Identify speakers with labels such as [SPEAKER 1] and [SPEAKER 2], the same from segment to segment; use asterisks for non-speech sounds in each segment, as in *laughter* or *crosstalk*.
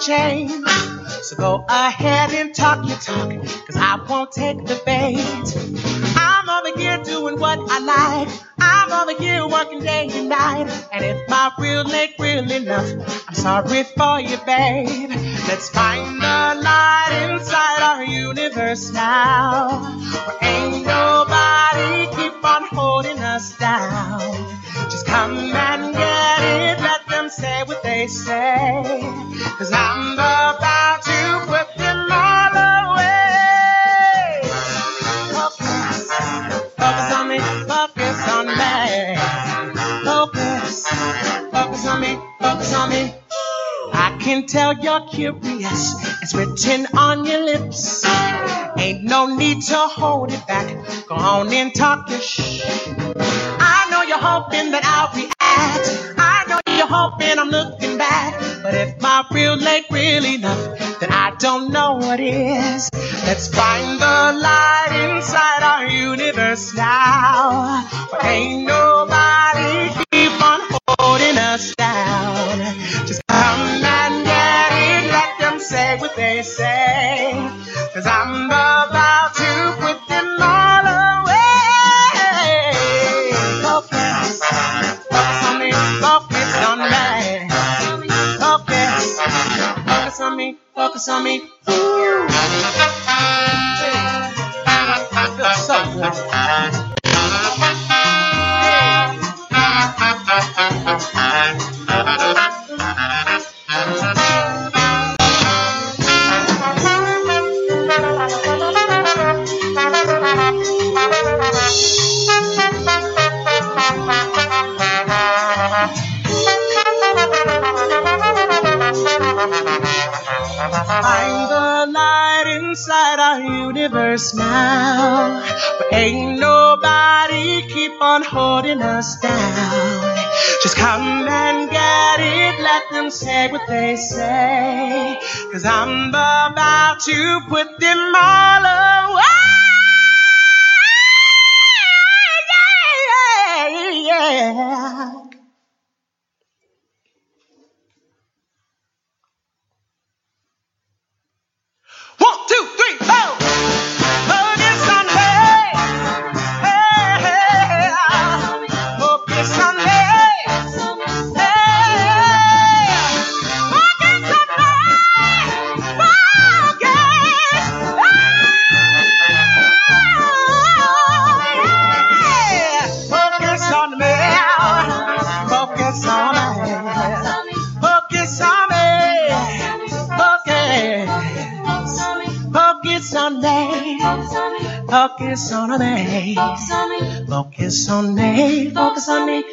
[SPEAKER 1] shame. So go ahead and talk your talk, cause I won't take the bait. I'm over here doing what I like. I'm over here working day and night. And if my real ain't real enough, I'm sorry for you, babe. Let's find the light inside our universe now. Where ain't nobody keep on holding us down. Just come and get it, let them say what they say. Cause I'm about to put them all away. Focus, focus on me, focus on me. Focus, focus on me, focus on me. I can tell you're curious. It's written on your lips. Ain't no need to hold it back. Go on and talk your shh. I know you're hoping that I'll react. I know you're hoping I'm looking back. But if my real ain't real enough, then I don't know what is. Let's find the light inside our universe now. Ain't nobody keep on holding us down. Just come and get it, let them say what they say. Cause I'm about to put them all away. Focus, focus on me, focus on me. Focus, focus on me, focus on me. Ooh. I feel so good. Find the light inside our universe now. But ain't nobody keep on holding us down. Just come and get it, let them say what they say. Cause I'm about to put them all away. Yeah. One, two, three, four. Focus on me. Focus on me. Focus on me. Focus on me. Focus on me. Focus. Focus on me. Focus on me. Focus on me. Focus on me.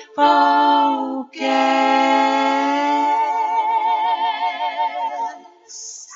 [SPEAKER 1] Focus.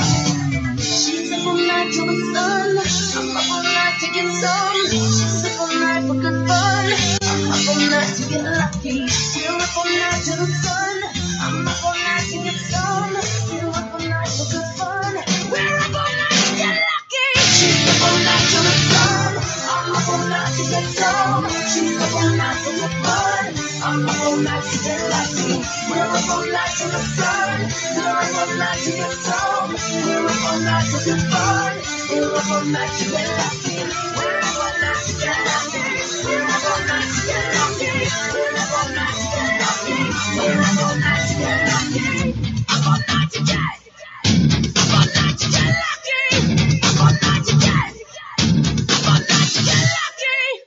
[SPEAKER 2] She's up all night till the sun. I'm up all night to get some. She's up all night for good fun. I'm up all night to get lucky. Still up all night till the sun. I'm up all night to get some. Still up all night for good fun. We're up all night to get lucky. She's up all night till the sun. I'm up all night to get some. She's up all night for good fun. I'm up all night to get lucky. We're up all night till the sun. We're up all night to get some. We're up all night to get fun. We're up all night to get lucky. We're up all night to get lucky. We're up all night to get lucky. We're up all night to get lucky. We're up all night to get lucky. Up all night to get. Up all night to get lucky. Up all night to get. Up all night to get lucky.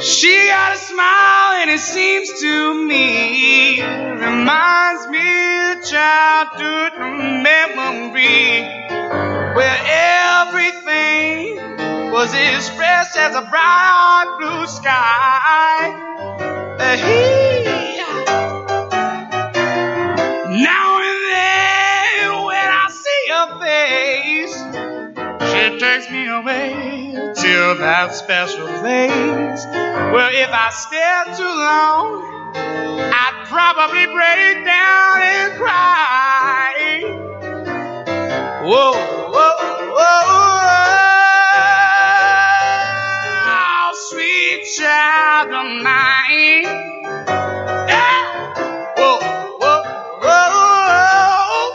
[SPEAKER 2] She got a smile and it seems to me reminds me of childhood memory where everything was expressed as a bright blue sky. Hey. Now and then when I see her face, she takes me away to that special place. Well, if I stare too long, I'd probably break down and cry. Whoa, whoa, whoa, oh, sweet child of mine. Yeah. Whoa, whoa, whoa,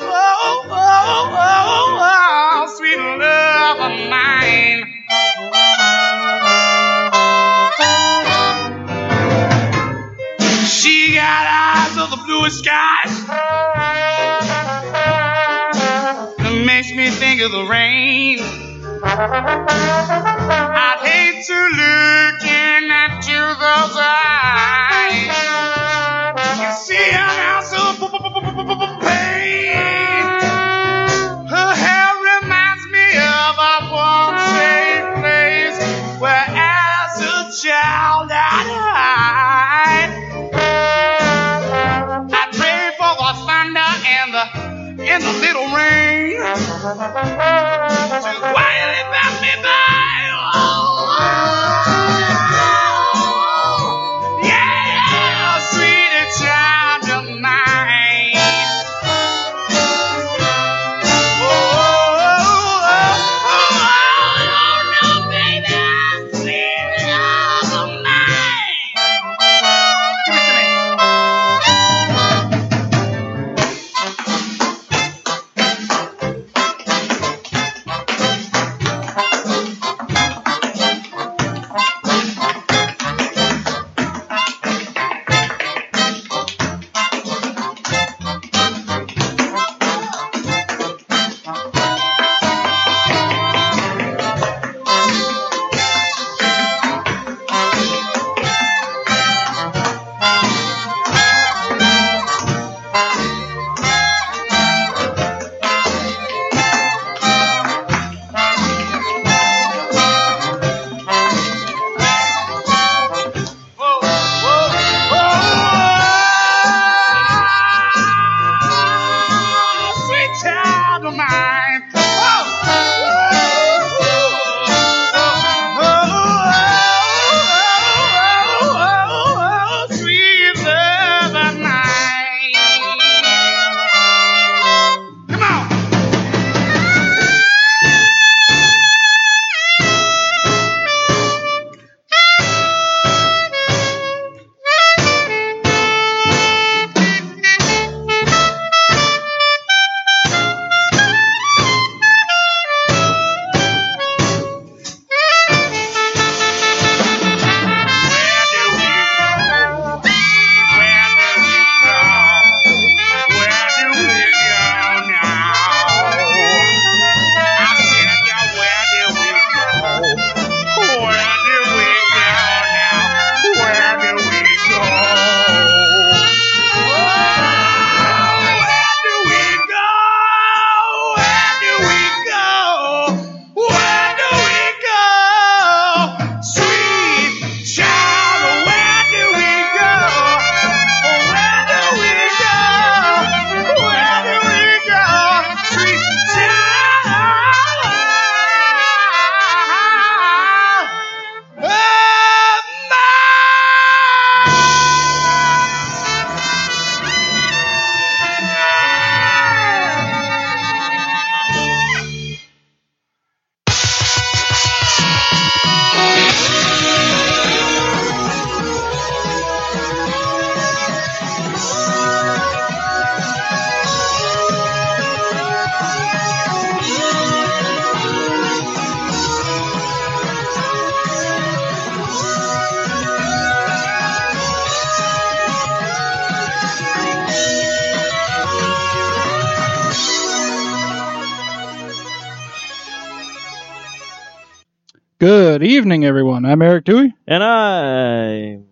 [SPEAKER 2] whoa, whoa, whoa, oh, sweet love of mine. She got eyes of the bluest skies that makes me think of the rain. I'd hate to look into those eyes. You see her eyes of p- p- p- p- p- pain. Her hair reminds me of a warm, safe place where, as a child, I'd hide. I pray for the thunder and the and the little rain to quietly pass me by. Oh, yeah, sweet child of mine. Oh, oh, oh, oh, no, baby, sweet love of mine. Give it to me.
[SPEAKER 3] Good evening, everyone. I'm Eric Dewey.
[SPEAKER 4] And I.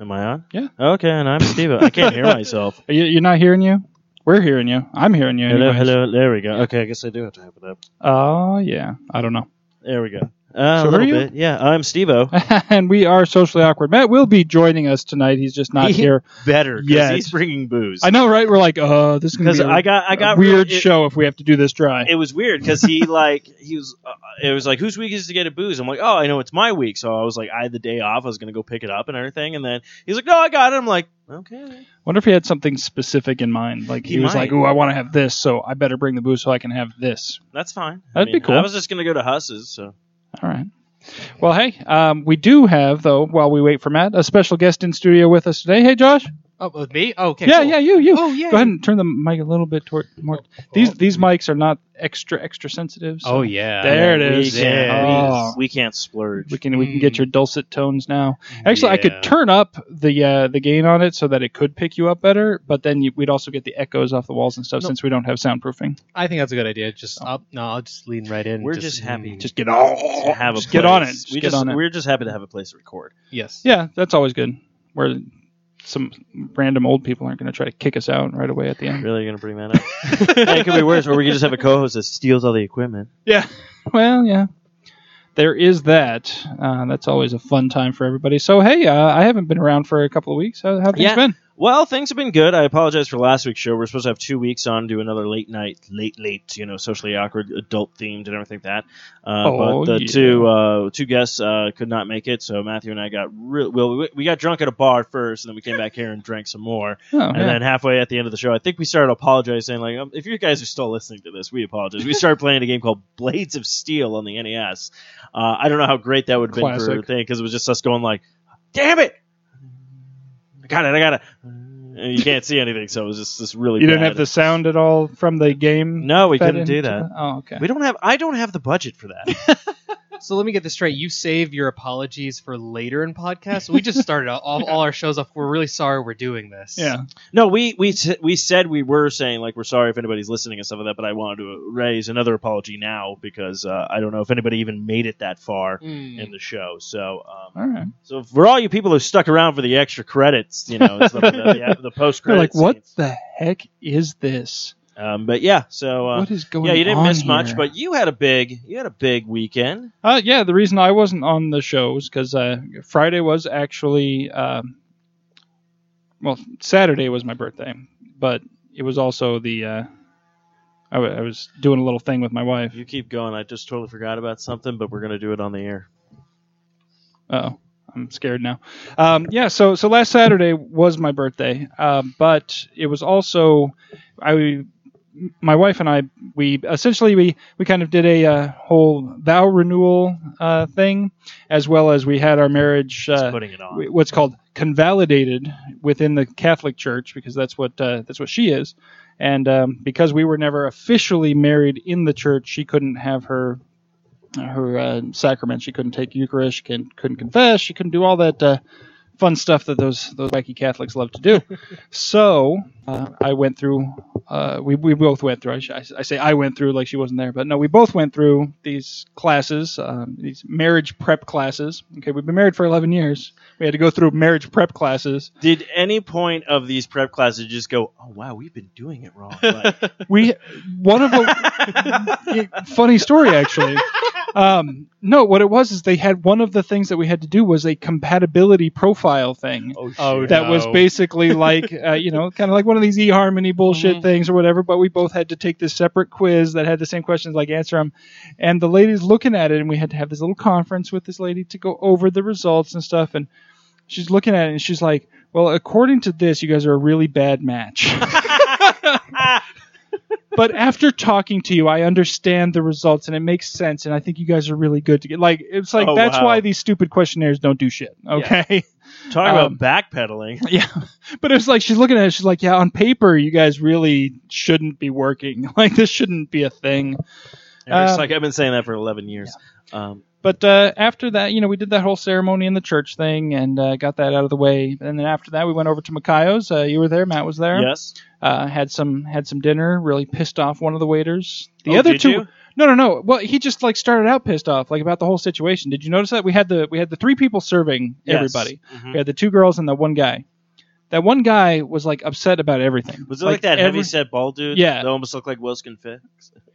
[SPEAKER 4] Am I on?
[SPEAKER 3] Yeah.
[SPEAKER 4] Okay, and I'm Steve. I
[SPEAKER 3] *laughs*
[SPEAKER 4] can't hear myself.
[SPEAKER 3] Are you, you're not hearing you? We're hearing you. I'm hearing you.
[SPEAKER 4] Hello,
[SPEAKER 3] anyways.
[SPEAKER 4] hello. There we go. Okay, I guess I do have to have it up.
[SPEAKER 3] Oh, yeah. I don't know. *laughs*
[SPEAKER 4] There we go. Uh,
[SPEAKER 3] So
[SPEAKER 4] a
[SPEAKER 3] who are
[SPEAKER 4] little
[SPEAKER 3] you?
[SPEAKER 4] bit. Yeah, I'm Steve O.
[SPEAKER 3] and we are socially awkward. Matt will be joining us tonight. He's just not
[SPEAKER 4] *laughs* He-
[SPEAKER 3] here.
[SPEAKER 4] Better, because
[SPEAKER 3] Yes.
[SPEAKER 4] he's bringing booze.
[SPEAKER 3] I know, right? We're like, oh, this is going
[SPEAKER 4] Because
[SPEAKER 3] to be a,
[SPEAKER 4] I got, I
[SPEAKER 3] a
[SPEAKER 4] got
[SPEAKER 3] weird
[SPEAKER 4] it-
[SPEAKER 3] show if we have to do this dry.
[SPEAKER 4] It was weird because he *laughs* like he was. Uh, it was like whose week is it to get a booze? I'm like, oh, I know it's my week. So I was like, I had the day off. I was gonna go pick it up and everything. And then he's like, no, I got it. I'm like, okay.
[SPEAKER 3] Wonder if he had something specific in mind. Like he,
[SPEAKER 4] He
[SPEAKER 3] was like,
[SPEAKER 4] might.
[SPEAKER 3] "Ooh, I want to have this, so I better bring the booze so I can have this."
[SPEAKER 4] That's fine. I
[SPEAKER 3] That'd be
[SPEAKER 4] mean,
[SPEAKER 3] cool.
[SPEAKER 4] I was just gonna go to Huss's. So
[SPEAKER 3] All right. Well, hey, um, we do have though, while we wait for Matt, a special guest in studio with us today. Hey, Josh.
[SPEAKER 2] Oh, with me? Oh, okay.
[SPEAKER 3] yeah,
[SPEAKER 2] cool.
[SPEAKER 3] yeah, you, you.
[SPEAKER 2] Oh, yeah.
[SPEAKER 3] Go ahead and turn the mic a little bit toward more. These these mics are not extra extra sensitive. So
[SPEAKER 2] Oh, yeah.
[SPEAKER 3] There it
[SPEAKER 4] we
[SPEAKER 3] is.
[SPEAKER 4] can't-
[SPEAKER 3] Yeah.
[SPEAKER 4] we-
[SPEAKER 3] Oh.
[SPEAKER 4] We, can't splurge.
[SPEAKER 3] we can we can get
[SPEAKER 2] Mm.
[SPEAKER 3] your dulcet tones now. Actually, I
[SPEAKER 2] Yeah.
[SPEAKER 3] could turn up the uh, the gain on it so that it could pick you up better, but then you, we'd also get the echoes off the walls and stuff
[SPEAKER 2] No.
[SPEAKER 3] since we don't have soundproofing.
[SPEAKER 2] I think that's a good idea. Just up. No, I'll just lean right in.
[SPEAKER 4] We're just happy.
[SPEAKER 3] Just get on.
[SPEAKER 4] to have a
[SPEAKER 3] Just get on it.
[SPEAKER 4] place.
[SPEAKER 3] Just
[SPEAKER 4] we
[SPEAKER 3] get
[SPEAKER 4] just
[SPEAKER 3] on it.
[SPEAKER 4] we're just happy to have a place to record.
[SPEAKER 2] Yes.
[SPEAKER 3] Yeah, that's always good. Where some random old people aren't going to try to kick us out right away at the end.
[SPEAKER 4] *clears throat* Really, you're gonna bring that up? *laughs* Hey, it could be worse, or we could just have a co-host that steals all the equipment.
[SPEAKER 3] Yeah. Well, yeah. There is that. Uh, that's always a fun time for everybody. So hey, uh, I haven't been around for a couple of weeks. How how have things
[SPEAKER 4] Yeah.
[SPEAKER 3] been?
[SPEAKER 4] Well, things have been good. I apologize for last week's show. We're supposed to have two weeks on, do another late night, late, late, you know, socially awkward, adult themed, and everything like that. Uh,
[SPEAKER 3] Oh,
[SPEAKER 4] but the
[SPEAKER 3] yeah.
[SPEAKER 4] two uh, two guests uh, could not make it, so Matthew and I got real. Well, we, we got drunk at a bar first, and then we came back here and drank some more.
[SPEAKER 3] Oh,
[SPEAKER 4] And
[SPEAKER 3] yeah.
[SPEAKER 4] then halfway at the end of the show, I think we started apologizing. Like, um, if you guys are still listening to this, we apologize. We started playing a game called Blades of Steel on the NES. Uh, I don't know how great that would have been for
[SPEAKER 3] Classic.
[SPEAKER 4] the thing because it was just us going like, "Damn it, I got it, I got it." And you can't see anything, so it was just this really.
[SPEAKER 3] you didn't
[SPEAKER 4] bad-
[SPEAKER 3] have the sound at all from the game.
[SPEAKER 4] No, we
[SPEAKER 3] fed
[SPEAKER 4] couldn't do
[SPEAKER 3] into
[SPEAKER 4] that.
[SPEAKER 3] the- Oh, okay.
[SPEAKER 4] We don't have. I don't have the budget for that.
[SPEAKER 5] So let me get this straight. You save your apologies for later in podcasts. We just started all,
[SPEAKER 3] *laughs*
[SPEAKER 5] all, all our shows off. We're really sorry we're doing this.
[SPEAKER 3] Yeah.
[SPEAKER 4] No, we we s- we said we were saying like we're sorry if anybody's listening and stuff like that, but I wanted to raise another apology now because uh, I don't know if anybody even made it that far
[SPEAKER 5] Mm.
[SPEAKER 4] in the show. So um,
[SPEAKER 3] All right.
[SPEAKER 4] So for all you people who stuck around for the extra credits, you know, and stuff like that, the, the post
[SPEAKER 3] *laughs* They're like,
[SPEAKER 4] credits.
[SPEAKER 3] what the heck is this?
[SPEAKER 4] Um, but yeah, so uh,
[SPEAKER 3] what is going on?
[SPEAKER 4] yeah, you didn't miss much,
[SPEAKER 3] here?
[SPEAKER 4] but you had a big you had a big weekend.
[SPEAKER 3] Uh, yeah, the reason I wasn't on the show was because uh, Friday was actually, um, well, Saturday was my birthday, but it was also the, uh, I, w- I was doing a little thing with my wife.
[SPEAKER 4] You keep going. I just totally forgot about something, but we're gonna do it on the air.
[SPEAKER 3] Oh, I'm scared now. Um, yeah, so so last Saturday was my birthday, uh, but it was also I, my wife and I, we essentially we we kind of did a uh, whole vow renewal uh, thing, as well as we had our marriage.
[SPEAKER 4] Just
[SPEAKER 3] Uh,
[SPEAKER 4] putting it on.
[SPEAKER 3] w- what's called convalidated within the Catholic Church because that's what uh, that's what she is. And um, because we were never officially married in the church, she couldn't have her her uh, sacrament. She couldn't take Eucharist. She couldn't, couldn't confess. She couldn't do all that uh, fun stuff that those those wacky Catholics love to do. so uh, I went through. Uh, we we both went through. I, sh- I s- I say I went through like she wasn't there, but no, we both went through these classes, um, these marriage prep classes. Okay, we've been married for eleven years. We had to go through marriage prep classes.
[SPEAKER 4] Did any point of these prep classes just go? Oh wow, we've been doing it wrong. Like, *laughs*
[SPEAKER 3] We one of the funny story actually. Um, no, what it was is they had one of the things that we had to do was a compatibility profile thing.
[SPEAKER 4] oh shit.
[SPEAKER 2] Oh,
[SPEAKER 3] that was
[SPEAKER 2] No.
[SPEAKER 3] basically like uh, you know kind of like one of these eharmony bullshit
[SPEAKER 5] Mhm.
[SPEAKER 3] things or whatever but we both had to take this separate quiz that had the same questions like answer them and the lady's looking at it and we had to have this little conference with this lady to go over the results and stuff and she's looking at it and she's like well according to this you guys are a really bad match but after talking to you i understand the results and it makes sense and i think you guys are really good to get like it's like
[SPEAKER 4] Oh,
[SPEAKER 3] that's
[SPEAKER 4] wow.
[SPEAKER 3] why these stupid questionnaires don't do shit okay
[SPEAKER 4] Talk
[SPEAKER 3] Um,
[SPEAKER 4] about backpedaling.
[SPEAKER 3] *laughs* yeah. But it's like she's looking at it, she's like, Yeah, on paper you guys really shouldn't be working. *laughs* Like this shouldn't be a thing.
[SPEAKER 4] And it's
[SPEAKER 3] um,
[SPEAKER 4] like I've been saying that for 11 years. Um,
[SPEAKER 3] But uh, after that, you know, we did that whole ceremony in the church thing and uh, got that out of the way. And then after that, we went over to Makayo's. Uh, you were there, Matt was there.
[SPEAKER 4] yes.
[SPEAKER 3] Uh, had some had some dinner. Really pissed off one of the waiters. The
[SPEAKER 4] Oh,
[SPEAKER 3] other
[SPEAKER 4] did
[SPEAKER 3] two.
[SPEAKER 4] you?
[SPEAKER 3] No, no, no. Well, he just like started out pissed off, like about the whole situation. Did you notice that we had the we had the three people serving
[SPEAKER 4] Yes.
[SPEAKER 3] everybody?
[SPEAKER 4] Mhm.
[SPEAKER 3] We had the two girls and the one guy. That one guy was like upset about everything.
[SPEAKER 4] Was it like, that
[SPEAKER 3] every-
[SPEAKER 4] heavy set bald dude?
[SPEAKER 3] Yeah.
[SPEAKER 4] They almost look like Wilson Fisk.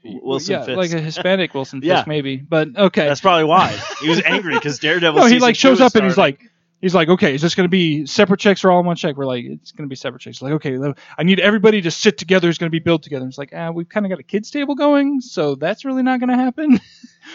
[SPEAKER 4] Wilson
[SPEAKER 3] yeah,
[SPEAKER 4] Fisk.
[SPEAKER 3] like a Hispanic
[SPEAKER 4] *laughs*
[SPEAKER 3] Wilson Fisk,
[SPEAKER 4] Yeah.
[SPEAKER 3] maybe. But okay,
[SPEAKER 4] That's probably why he
[SPEAKER 3] *laughs*
[SPEAKER 4] was angry because Daredevil.
[SPEAKER 3] no, he
[SPEAKER 4] season
[SPEAKER 3] like
[SPEAKER 4] two
[SPEAKER 3] shows
[SPEAKER 4] is
[SPEAKER 3] up and he's
[SPEAKER 4] starting.
[SPEAKER 3] like, he's like, okay, is this going to be separate checks or all in one check? We're like, it's going to be separate checks. Like, okay, le- I need everybody to sit together. It's going to be built together. And it's like, ah, we've kind of got a kids table going, so that's really not going to
[SPEAKER 4] *laughs*
[SPEAKER 3] happen.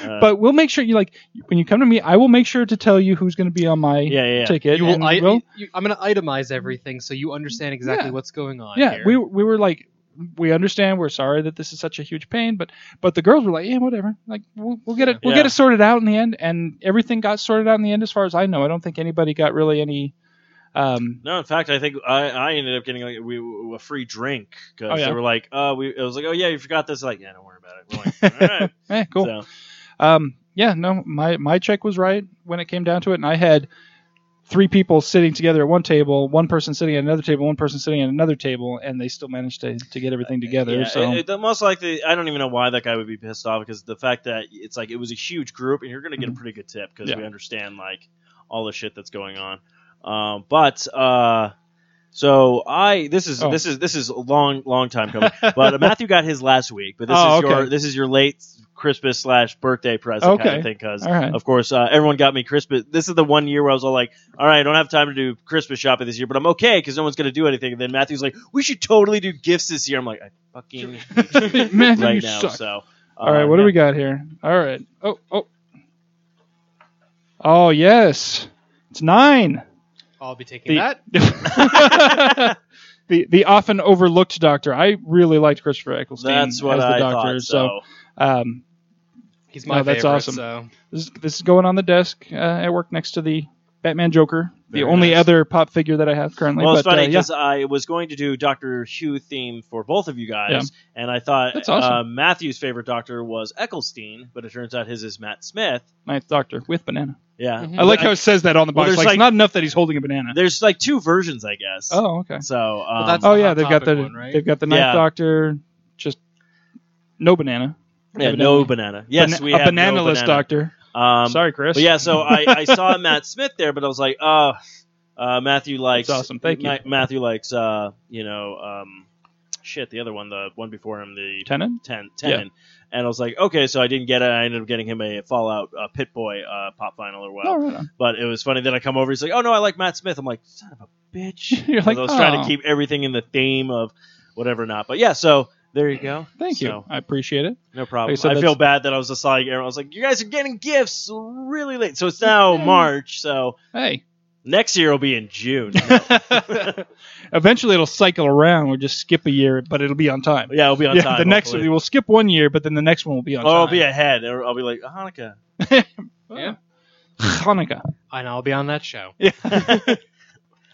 [SPEAKER 4] Uh,
[SPEAKER 3] but we'll make sure you like when you come to me, I will make sure to tell you who's going to be on my
[SPEAKER 4] yeah, yeah, yeah.
[SPEAKER 3] ticket.
[SPEAKER 5] you will,
[SPEAKER 3] and
[SPEAKER 5] I,
[SPEAKER 3] we'll-
[SPEAKER 5] you- I'm going to itemize everything so you understand exactly
[SPEAKER 3] Yeah.
[SPEAKER 5] what's going on.
[SPEAKER 3] yeah,
[SPEAKER 5] here.
[SPEAKER 3] we we were like. We understand. We're sorry that this is such a huge pain, but but the girls were like, yeah, whatever. Like we'll, we'll get it. We'll get
[SPEAKER 4] Yeah.
[SPEAKER 3] it sorted out in the end, and everything got sorted out in the end, as far as I know. I don't think anybody got really any. Um,
[SPEAKER 4] No, in fact, I think I, I ended up getting like we, a free drink because
[SPEAKER 3] Oh, yeah.
[SPEAKER 4] they were like, "Oh, we." It was like, "Oh yeah, you forgot this." Like, yeah, don't worry about it. We're
[SPEAKER 3] *laughs*
[SPEAKER 4] like, All right.
[SPEAKER 3] eh, cool.
[SPEAKER 4] So,
[SPEAKER 3] Um, yeah, no, my my check was right when it came down to it, and I had three people sitting together at one table, one person sitting at another table, one person sitting at another table, and they still managed to, to get everything together.
[SPEAKER 4] Uh, yeah,
[SPEAKER 3] so
[SPEAKER 4] it- it- most likely, I don't even know why that guy would be pissed off because the fact that it's like it was a huge group and you're gonna get a pretty good tip because
[SPEAKER 3] Mm-hmm. Yeah.
[SPEAKER 4] we understand like all the shit that's going on. Um, but uh, so I this is
[SPEAKER 3] Oh.
[SPEAKER 4] this is this is a long long time coming. but uh, Matthew got his last week, but this
[SPEAKER 3] *laughs* Oh,
[SPEAKER 4] is your
[SPEAKER 3] okay.
[SPEAKER 4] this is your late Christmas slash birthday present kind
[SPEAKER 3] Okay.
[SPEAKER 4] of thing because
[SPEAKER 3] all
[SPEAKER 4] *laughs*
[SPEAKER 3] right,
[SPEAKER 4] Of course, uh, everyone got me Christmas. This is the one year where I was all like, "All right, I don't have time to do Christmas shopping this year, but I'm okay because no one's gonna do anything." And then Matthew's like, "We should totally do gifts this year." I'm like, "I fucking hate you
[SPEAKER 3] *laughs* *laughs* man, you
[SPEAKER 4] right now."
[SPEAKER 3] suck.
[SPEAKER 4] So, uh,
[SPEAKER 3] all right, what do we got here? All right, oh oh oh yes, it's nine.
[SPEAKER 5] I'll be taking
[SPEAKER 3] The-
[SPEAKER 5] that.
[SPEAKER 3] the *laughs* the often overlooked doctor. I really liked Christopher Eccleston
[SPEAKER 4] That's what
[SPEAKER 3] as the
[SPEAKER 4] I
[SPEAKER 3] doctor.
[SPEAKER 4] thought. So,
[SPEAKER 3] um,
[SPEAKER 5] He's my
[SPEAKER 3] Oh, that's
[SPEAKER 5] favorite.
[SPEAKER 3] awesome.
[SPEAKER 5] So
[SPEAKER 3] This, this is going on the desk uh, at work next to the Batman Joker, the
[SPEAKER 4] Very
[SPEAKER 3] only
[SPEAKER 4] nice.
[SPEAKER 3] other pop figure that I have currently.
[SPEAKER 4] well,
[SPEAKER 3] but,
[SPEAKER 4] it's funny
[SPEAKER 3] uh, yeah.
[SPEAKER 4] because I was going to do Doctor Who theme for both of you guys, and I thought
[SPEAKER 3] That's awesome.
[SPEAKER 4] uh, Matthew's favorite doctor was Ecclestein, but it turns out his is Matt Smith.
[SPEAKER 3] Ninth Doctor with banana.
[SPEAKER 4] Yeah,
[SPEAKER 5] Mhm.
[SPEAKER 3] I like how it says that on the
[SPEAKER 4] Well,
[SPEAKER 3] box.
[SPEAKER 4] there's
[SPEAKER 3] like,
[SPEAKER 4] like-
[SPEAKER 3] not enough that he's holding a banana.
[SPEAKER 4] there's like two versions, I guess.
[SPEAKER 3] Oh, okay.
[SPEAKER 4] So um,
[SPEAKER 5] that's-
[SPEAKER 3] Oh
[SPEAKER 5] the
[SPEAKER 3] yeah,
[SPEAKER 5] Hot
[SPEAKER 3] they've got the
[SPEAKER 5] Topic one, right?
[SPEAKER 3] they've got the Ninth
[SPEAKER 4] Yeah.
[SPEAKER 3] Doctor, just no banana.
[SPEAKER 4] Yeah,
[SPEAKER 3] Evidently.
[SPEAKER 4] no banana. Yes,
[SPEAKER 3] Bana-
[SPEAKER 4] we
[SPEAKER 3] a
[SPEAKER 4] have
[SPEAKER 3] banana
[SPEAKER 4] no
[SPEAKER 3] list
[SPEAKER 4] banana.
[SPEAKER 3] doctor.
[SPEAKER 4] Um,
[SPEAKER 3] Sorry, Chris.
[SPEAKER 4] But yeah, so I,
[SPEAKER 3] *laughs*
[SPEAKER 4] I saw Matt Smith there, but I was like, oh, uh, Matthew likes.
[SPEAKER 3] That's awesome. Thank you.
[SPEAKER 4] Ma- Matthew likes, uh, you know, um, shit, the other one, the one before him, the
[SPEAKER 3] Tennant.
[SPEAKER 4] ten, ten. And I was like, okay, so I didn't get it. I ended up getting him a Fallout uh, Pit Boy uh, pop final or
[SPEAKER 3] Oh,
[SPEAKER 4] well.
[SPEAKER 3] right on.
[SPEAKER 4] But it was funny. Then I come over, he's like, oh no, I like Matt Smith. I'm like, son of a
[SPEAKER 3] *laughs*
[SPEAKER 4] bitch.
[SPEAKER 3] You're like,
[SPEAKER 4] I was trying
[SPEAKER 3] "Oh."
[SPEAKER 4] to keep everything in the theme of whatever not. But yeah, so there you go.
[SPEAKER 3] Thank you.
[SPEAKER 4] So-
[SPEAKER 3] I appreciate it.
[SPEAKER 4] no problem.
[SPEAKER 3] Like I said,
[SPEAKER 4] I
[SPEAKER 3] that's-
[SPEAKER 4] feel bad that I was just like, I was like, you guys are getting gifts really late. So it's now
[SPEAKER 3] Yeah.
[SPEAKER 4] March. So
[SPEAKER 3] Hey.
[SPEAKER 4] next year will be in
[SPEAKER 3] *laughs*
[SPEAKER 4] June.
[SPEAKER 3] Eventually, it'll cycle around. We'll just skip a year, but it'll be on time.
[SPEAKER 4] yeah, it'll be on
[SPEAKER 3] yeah,
[SPEAKER 4] time.
[SPEAKER 3] the next
[SPEAKER 4] hopefully. Oh,
[SPEAKER 3] we'll skip one year, but then the next one will be on
[SPEAKER 4] or
[SPEAKER 3] time.
[SPEAKER 4] I'll be ahead. Or I'll be like Hanukkah.
[SPEAKER 5] Yeah.
[SPEAKER 3] Hanukkah.
[SPEAKER 5] and I'll be on that show.
[SPEAKER 3] *laughs*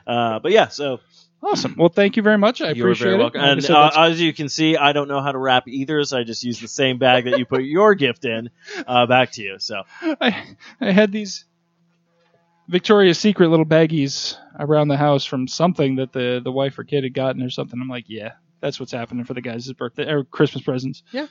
[SPEAKER 4] Uh, but yeah, so
[SPEAKER 3] Awesome. Well, thank you very much. I
[SPEAKER 4] you're
[SPEAKER 3] appreciate
[SPEAKER 4] very
[SPEAKER 3] it.
[SPEAKER 4] welcome.
[SPEAKER 3] Like I
[SPEAKER 4] and
[SPEAKER 3] said,
[SPEAKER 4] uh,
[SPEAKER 3] that's-
[SPEAKER 4] as you can see, I don't know how to wrap either, so I just use the same bag that you put your gift in uh, back to you. So
[SPEAKER 3] I, I had these Victoria's Secret little baggies around the house from something that the, the wife or kid had gotten or something. I'm like, yeah, that's what's happening for the guys' birthday or Christmas presents.
[SPEAKER 5] Yeah.